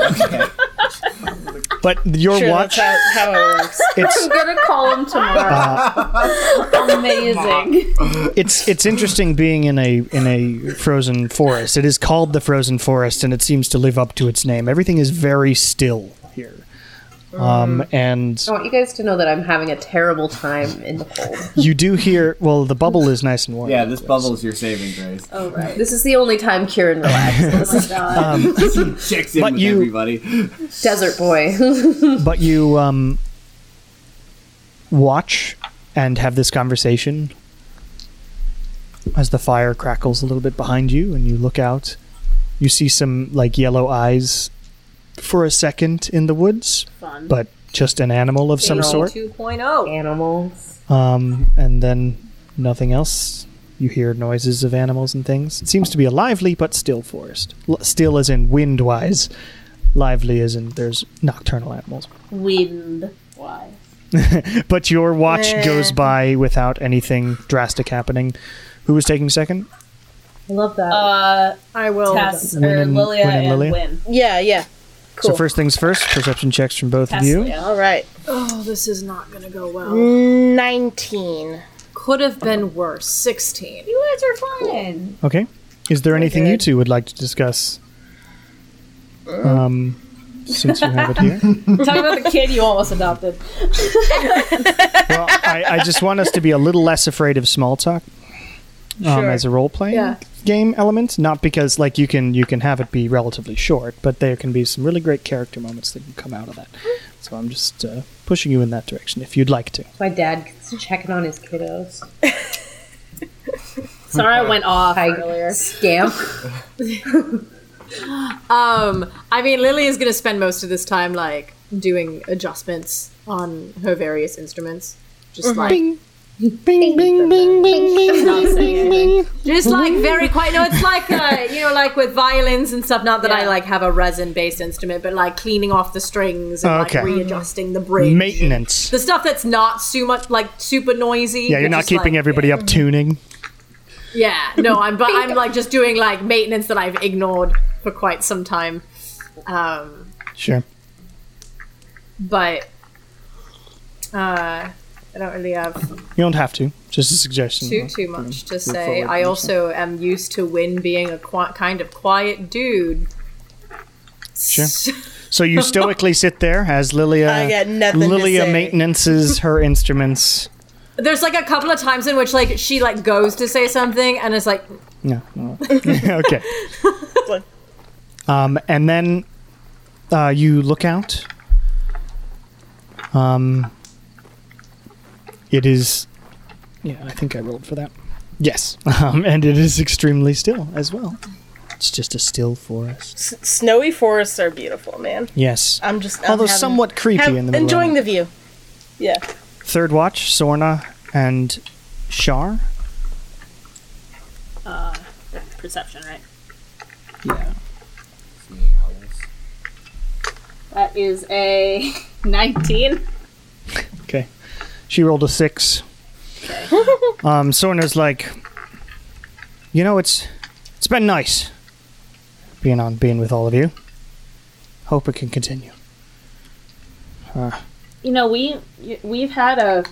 Speaker 7: But your
Speaker 2: Sure,
Speaker 7: watch,
Speaker 2: that's how, how it works.
Speaker 7: it's
Speaker 5: I'm gonna call him tomorrow. Amazing.
Speaker 7: it's it's interesting being in a in a frozen forest. It is called the frozen forest, and it seems to live up to its name. Everything is very still here, um, and
Speaker 5: I want you guys to know that I'm having a terrible time in the cold.
Speaker 7: you do hear. Well, the bubble is nice and warm.
Speaker 6: Yeah, this bubble is your saving grace. Oh,
Speaker 5: This is the only time Kieran relaxes. This is
Speaker 6: Checks in
Speaker 7: But
Speaker 6: with
Speaker 7: you-
Speaker 6: everybody.
Speaker 5: Desert Boy.
Speaker 7: but you um, watch and have this conversation as the fire crackles a little bit behind you and you look out you see some like yellow eyes for a second in the woods but just an animal of some sort
Speaker 3: 2.0.
Speaker 5: Animals.
Speaker 7: um, and then nothing else you hear noises of animals and things it seems to be a lively but still forest L- still as in wind wise lively as in there's nocturnal animals
Speaker 4: Wind. Why?
Speaker 7: but your watch goes by without anything drastic happening. Who was taking second?
Speaker 5: I love that.
Speaker 4: Uh,
Speaker 3: I will.
Speaker 4: Cass, or
Speaker 7: Win and-
Speaker 4: Lilia,
Speaker 7: Win and
Speaker 4: and
Speaker 7: Lilia?
Speaker 4: Win.
Speaker 2: Yeah, yeah.
Speaker 7: So first things first, perception checks from both
Speaker 4: Cass,
Speaker 7: of you.
Speaker 4: Lilia.
Speaker 2: All right.
Speaker 3: Oh, this is not gonna go well.
Speaker 2: 19.
Speaker 3: Could have been worse. Sixteen.
Speaker 4: You guys are fine.
Speaker 7: Okay. Is there anything you two would like to discuss? Um, since you have it here.
Speaker 4: Talk about the kid you almost adopted.
Speaker 7: well, I, I just want us to be a little less afraid of small talk um, as a role playing
Speaker 3: Yeah.
Speaker 7: game element. Not because like you can you can have it be relatively short, but there can be some really great character moments that can come out of that. So I'm just uh, pushing you in that direction if you'd like to.
Speaker 5: My dad gets to checking on his kiddos.
Speaker 4: Sorry, I went off
Speaker 5: I
Speaker 4: earlier.
Speaker 5: scamp.
Speaker 3: Um, I mean, Lily is gonna spend most of this time like doing adjustments on her various instruments, just
Speaker 4: Mm-hmm.
Speaker 3: like
Speaker 7: Bing bing bing bing bing bing bing.
Speaker 3: Just like very quiet. No, it's like uh, you know, like with violins and stuff. Not that I like have a resin-based instrument, but like cleaning off the strings and
Speaker 7: Okay. Mm-hmm.
Speaker 3: like readjusting the bridge.
Speaker 7: Maintenance.
Speaker 3: the stuff that's not too much like super noisy.
Speaker 7: Yeah, you're
Speaker 3: but
Speaker 7: not
Speaker 3: just,
Speaker 7: keeping
Speaker 3: like-
Speaker 7: everybody up tuning.
Speaker 3: Yeah, no, I'm but I'm like just doing like maintenance that I've ignored for quite some time. Um,
Speaker 7: Sure.
Speaker 3: but uh, I don't really have
Speaker 7: You don't have to. Just a suggestion.
Speaker 3: too too much to say. I also am used to Win being a qui- kind of quiet dude.
Speaker 7: Sure. So you stoically sit there as Lilia.
Speaker 2: I got nothing to
Speaker 7: Uh, Lilia
Speaker 2: say.
Speaker 7: maintenances her instruments.
Speaker 3: There's like a couple of times in which like she like goes to say something and it's like
Speaker 7: No. no. okay. um, and then uh, you look out. Um, it is. Yeah, I think I rolled for that. Yes. Um, and it is extremely still as well. It's just a still forest.
Speaker 2: S- snowy forests are beautiful, man.
Speaker 7: Yes.
Speaker 2: I'm just. I'm
Speaker 7: Although
Speaker 2: having-
Speaker 7: somewhat creepy
Speaker 2: have-
Speaker 7: in the middle.
Speaker 2: Enjoying the view. Yeah.
Speaker 7: Third watch, Sorna and Shar.
Speaker 4: Perception, right?
Speaker 7: Yeah.
Speaker 4: That is a 19.
Speaker 7: Okay. She rolled a six. um, Sorna's like, you know, it's it's been nice being on, being with all of you. Hope it can continue.
Speaker 4: you know we we've had a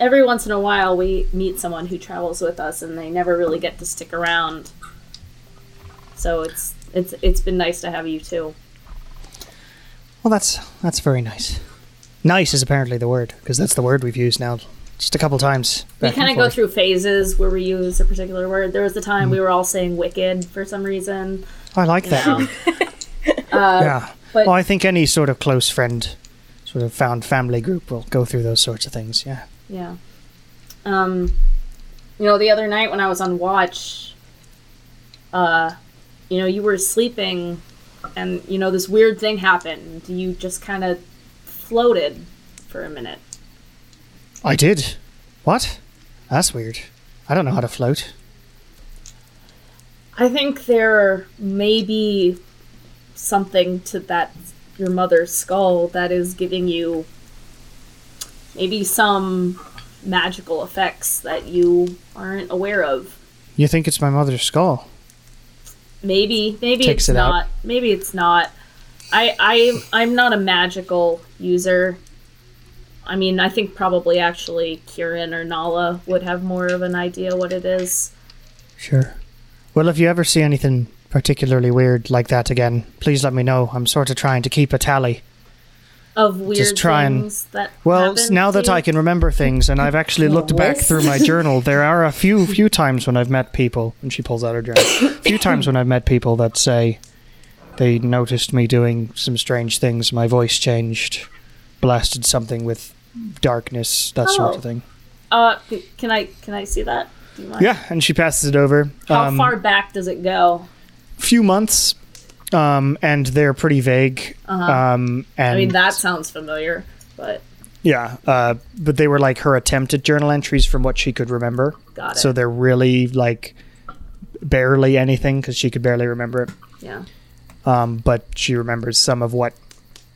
Speaker 4: every once in a while we meet someone who travels with us and they never really get to stick around so it's it's it's been nice to have you too
Speaker 7: Well, that's that's very nice. Nice is apparently the word because that's the word we've used now just a couple times.
Speaker 4: we
Speaker 7: back and
Speaker 4: kind of go
Speaker 7: forth. Mm-hmm.
Speaker 4: through phases where we use a particular word there was the time we were all saying wicked for some reason
Speaker 7: I like that. yeah.
Speaker 4: uh, but-
Speaker 7: well, I think any sort of close friend, sort of found family group will go through those sorts of things. Yeah.
Speaker 4: Yeah. Um, you know, the other night when I was on watch, uh, you know, you were sleeping, and you know this weird thing happened. You just kind of floated for a minute.
Speaker 7: I did. What? That's weird. I don't know how to float.
Speaker 4: I think there may be something to that your mother's skull that is giving you maybe some magical effects that you aren't aware of.
Speaker 7: You think it's my mother's skull?
Speaker 4: maybe maybe
Speaker 7: Takes
Speaker 4: it's
Speaker 7: it out.
Speaker 4: not maybe it's not i i i'm not a magical user i mean i think probably actually kieran or nala would have more of an idea what it is
Speaker 7: Sure. Well, if you ever see anything particularly weird like that again, please let me know. I'm sort of trying to keep a tally.
Speaker 4: of weird
Speaker 7: Just try and-
Speaker 4: things that
Speaker 7: Well,
Speaker 4: happen
Speaker 7: s- now
Speaker 4: to
Speaker 7: that I
Speaker 4: you.
Speaker 7: can remember things, and I've actually looked back through my journal, there are a few few times when I've met people, and she pulls out her journal. A few times when I've met people that say they noticed me doing some strange things, my voice changed, blasted something with darkness, that sort
Speaker 4: Oh.
Speaker 7: of thing.
Speaker 4: uh c- can i can i see that Do you mind?
Speaker 7: Yeah, and she passes it over.
Speaker 4: how
Speaker 7: um,
Speaker 4: far back does it go
Speaker 7: few months, um, and they're pretty vague. Um, and
Speaker 4: Uh-huh. i mean that sounds familiar but
Speaker 7: yeah, uh, but they were like her attempt at journal entries from what she could remember.
Speaker 4: Got it.
Speaker 7: So they're really like barely anything because she could barely remember it.
Speaker 4: yeah
Speaker 7: Um, but she remembers some of what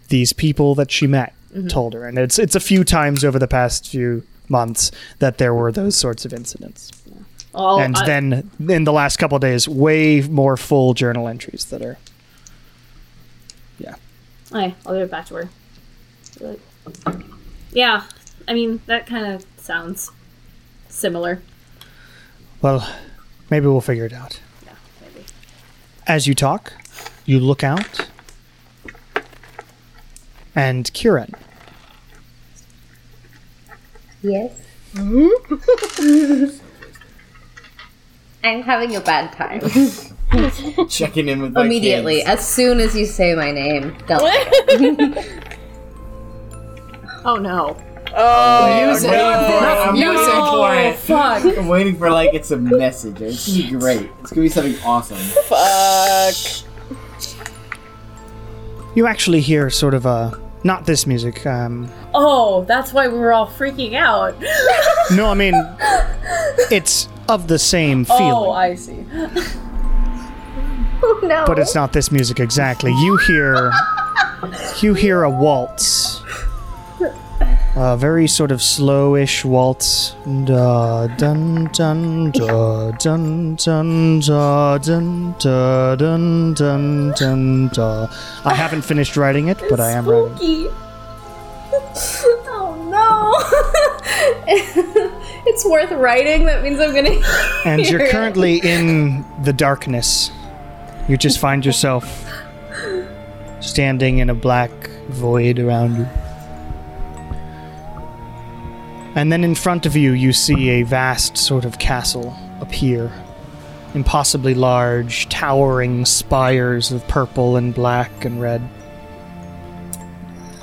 Speaker 7: these people that she met
Speaker 4: Mm-hmm.
Speaker 7: told her, and it's it's a few times over the past few months that there were those sorts of incidents,
Speaker 4: Oh,
Speaker 7: and
Speaker 4: I-
Speaker 7: then in the last couple of days, way more full journal entries that are. Yeah,
Speaker 4: Okay, I'll give it back to her. But- yeah, I mean that kind of sounds similar.
Speaker 7: well, maybe we'll figure it out.
Speaker 4: Yeah, maybe.
Speaker 7: As you talk, you look out, and Kieran,
Speaker 5: Yes. I'm having a bad time.
Speaker 6: Checking in with my
Speaker 5: Immediately,
Speaker 6: kids.
Speaker 5: as soon as you say my name, Del-
Speaker 3: Oh no.
Speaker 2: Oh,
Speaker 3: Use it.
Speaker 6: I'm
Speaker 3: Use
Speaker 6: waiting
Speaker 3: it.
Speaker 6: for it.
Speaker 3: Fuck.
Speaker 6: I'm waiting for like it's a message. It's gonna be great. It's gonna be something awesome.
Speaker 2: fuck.
Speaker 7: you actually hear sort of a not this music. Um,
Speaker 4: Oh, that's why we were all freaking out.
Speaker 7: no, I mean it's of the same feeling.
Speaker 4: Oh, I see.
Speaker 7: but it's not this music exactly. You hear, you hear a waltz, a very sort of slowish waltz. Da dun dun da dun dun da dun da dun dun dun da. I haven't finished writing it, but I am writing.
Speaker 4: Spooky. oh no. it's worth writing. That means I'm gonna.
Speaker 7: And you're currently in the darkness. You just find yourself standing in a black void around you. And then in front of you, you see a vast sort of castle appear. Impossibly large, towering spires of purple and black and red.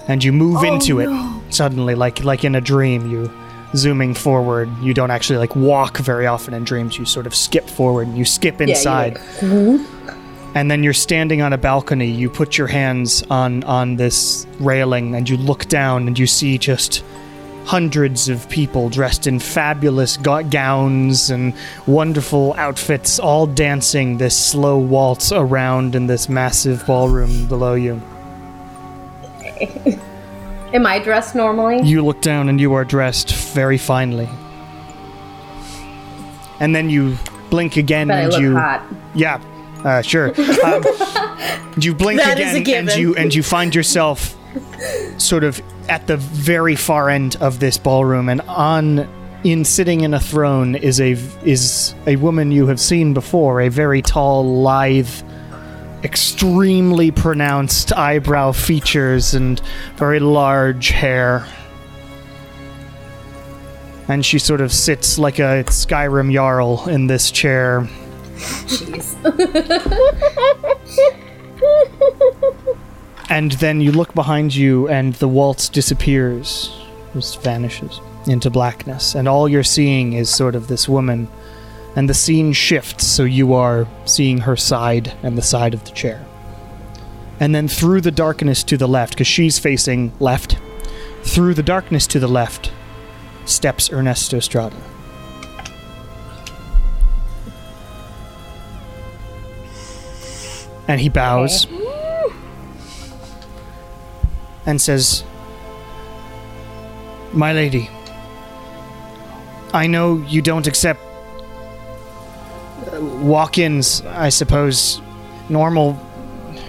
Speaker 7: And you move into it suddenly, like like in a dream. You zooming forward. You don't actually like walk very often in dreams. You sort of skip forward and you skip inside. and then you're standing on a balcony. You put your hands on on this railing and you look down and you see just hundreds of people dressed in fabulous ga- gowns and wonderful outfits all dancing this slow waltz around in this massive ballroom below you.
Speaker 5: am I dressed normally?
Speaker 7: You look down and you are dressed very finely. And then you blink again
Speaker 5: But I
Speaker 7: and
Speaker 5: look
Speaker 7: you
Speaker 5: hot.
Speaker 7: Yeah. Uh, sure. Um, you blink
Speaker 2: That is
Speaker 7: again
Speaker 2: a
Speaker 7: and
Speaker 2: given.
Speaker 7: you and you find yourself sort of at the very far end of this ballroom and on in sitting in a throne is a is a woman you have seen before, a very tall, lithe extremely pronounced eyebrow features and very large hair. And she sort of sits like a Skyrim Jarl in this chair. and then you look behind you, and the waltz disappears, just vanishes into blackness. And all you're seeing is sort of this woman and the scene shifts so you are seeing her side and the side of the chair. And then through the darkness to the left, because she's facing left, through the darkness to the left steps Ernesto Estrada. And he bows and says, My lady, I know you don't accept uh, walk-ins, I suppose, normal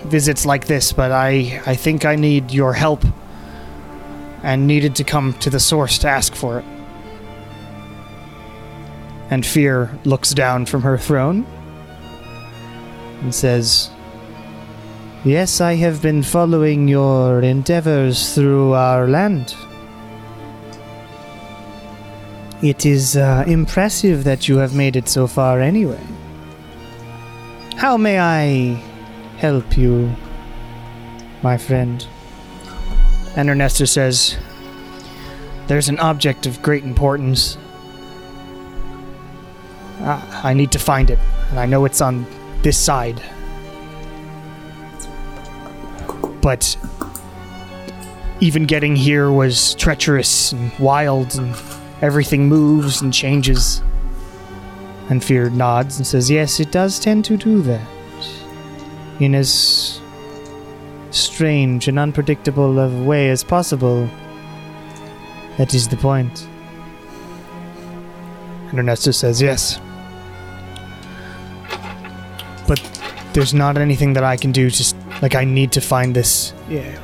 Speaker 7: visits like this, but I I think I need your help and needed to come to the source to ask for it. And Fear looks down from her throne and says, "Yes, I have been following your endeavors through our land." It is uh, impressive that you have made it so far anyway. How may I help you, my friend? And Ernesto says, There's an object of great importance. Ah, I need to find it, and I know it's on this side. But even getting here was treacherous and wild and Everything moves and changes. And Fear nods and says, Yes, it does tend to do that. In as strange and unpredictable of a way as possible. That is the point. And Ernesto says yes. But there's not anything that I can do. Just like I need to find this. Yeah.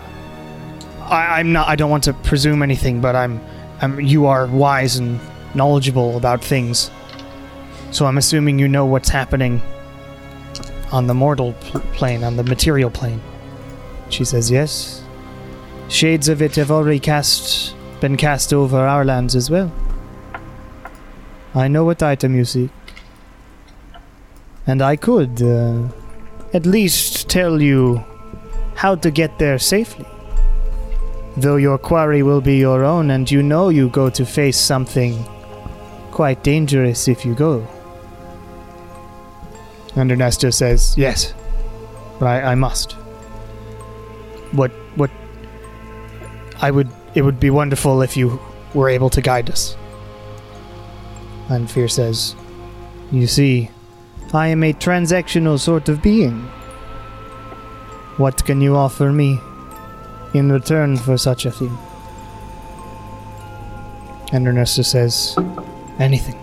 Speaker 7: I, I'm not. I don't want to presume anything, but I'm. I'm. You are wise and knowledgeable about things, so I'm assuming you know what's happening on the mortal pl- plane, on the material plane. She says yes. Shades of it have already cast, been cast over our lands as well. I know what item you seek, and I could. Uh, at least tell you how to get there safely. Though your quarry will be your own, and you know you go to face something quite dangerous if you go. And Ernesto says, Yes, but I, I must. What, what, I would, it would be wonderful if you were able to guide us. And Fear says, You see, I am a transactional sort of being. What can you offer me in return for such a thing? And Ernesto says, Anything.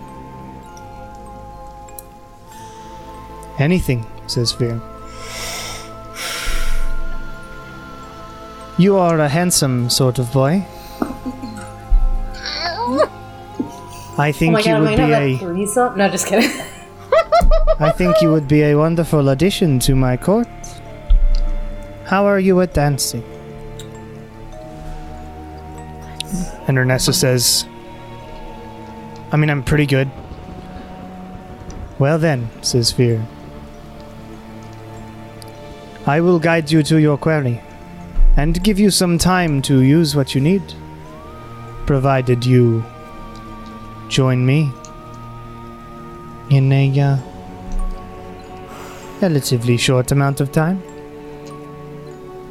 Speaker 7: Anything, says Fear. You are a handsome sort of boy. I
Speaker 5: Oh
Speaker 7: think
Speaker 5: my god,
Speaker 7: you
Speaker 5: am I
Speaker 7: would
Speaker 5: gonna
Speaker 7: be
Speaker 5: have
Speaker 7: a.
Speaker 5: a threesome? No, just kidding.
Speaker 7: I think you would be a wonderful addition to my court. How are you at dancing? And Ernesto says, I mean, I'm pretty good. Well then, says Fear. I will guide you to your quarry and give you some time to use what you need, provided you join me in a uh, relatively short amount of time.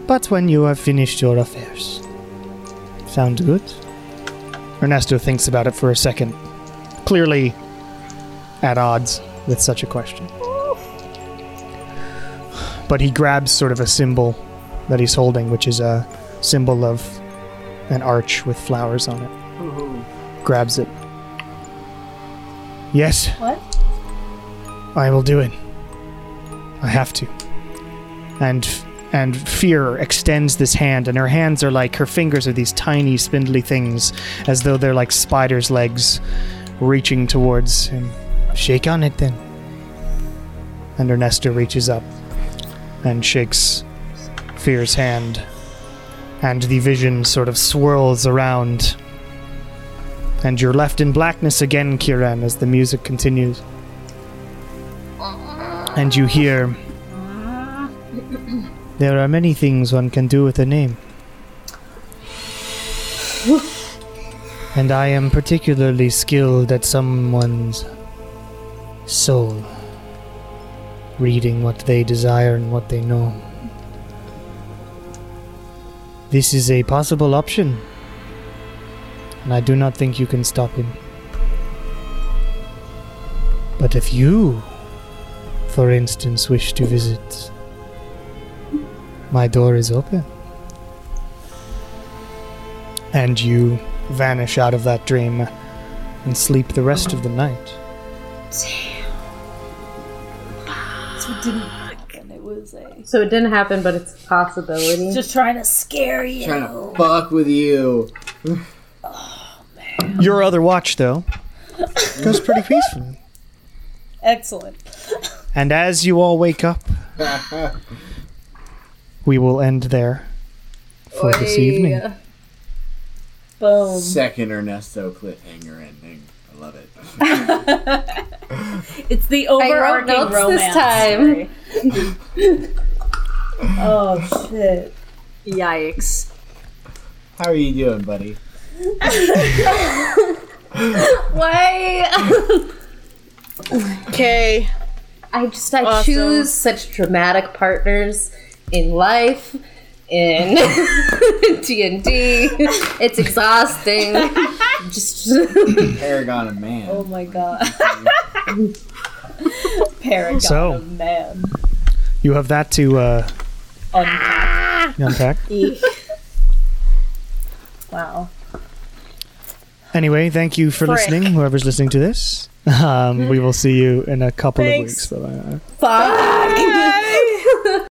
Speaker 7: But when you have finished your affairs. Sound good? Ernesto thinks about it for a second, clearly at odds with such a question. But he grabs sort of a symbol that he's holding, which is a symbol of an arch with flowers on it. Grabs it. Yes.
Speaker 4: What?
Speaker 7: I will do it. I have to. And and fear extends this hand, and her hands are like her fingers are these tiny, spindly things, as though they're like spiders' legs, reaching towards him. Shake on it, then. And Ernesto reaches up and shakes fear's hand, and the vision sort of swirls around. And you're left in blackness again, Kiran, as the music continues and you hear there are many things one can do with a name and i am particularly skilled at someone's soul reading what they desire and what they know this is a possible option and i do not think you can stop him but if you for instance, wish to visit, my door is open. And you vanish out of that dream and sleep the rest of the night.
Speaker 5: so it didn't happen, but it's a possibility.
Speaker 4: Just trying to scare you.
Speaker 6: Trying to fuck with you.
Speaker 7: Your other watch, though, goes pretty peacefully.
Speaker 4: Excellent.
Speaker 7: And as you all wake up, we will end there for this evening.
Speaker 4: Boom.
Speaker 6: Second Ernesto cliffhanger ending. I love it.
Speaker 4: It's the
Speaker 5: wrote
Speaker 4: overarching
Speaker 5: notes this
Speaker 4: romance.
Speaker 5: time.
Speaker 4: story. oh shit.
Speaker 3: Yikes.
Speaker 6: How are you doing, buddy?
Speaker 5: Why?
Speaker 2: Okay.
Speaker 5: I just I
Speaker 2: Awesome.
Speaker 5: choose such dramatic partners in life, in D and D. It's exhausting. just
Speaker 6: Paragon of man.
Speaker 4: Oh my god. Paragon
Speaker 7: So-
Speaker 4: of man.
Speaker 7: You have that to uh,
Speaker 4: Unpack.
Speaker 7: You unpack.
Speaker 4: Wow.
Speaker 7: Anyway, thank you for
Speaker 2: Frick.
Speaker 7: listening, whoever's listening to this. Um, we will see you in a couple
Speaker 2: Thanks.
Speaker 7: of weeks. Bye-bye.
Speaker 5: Fuck.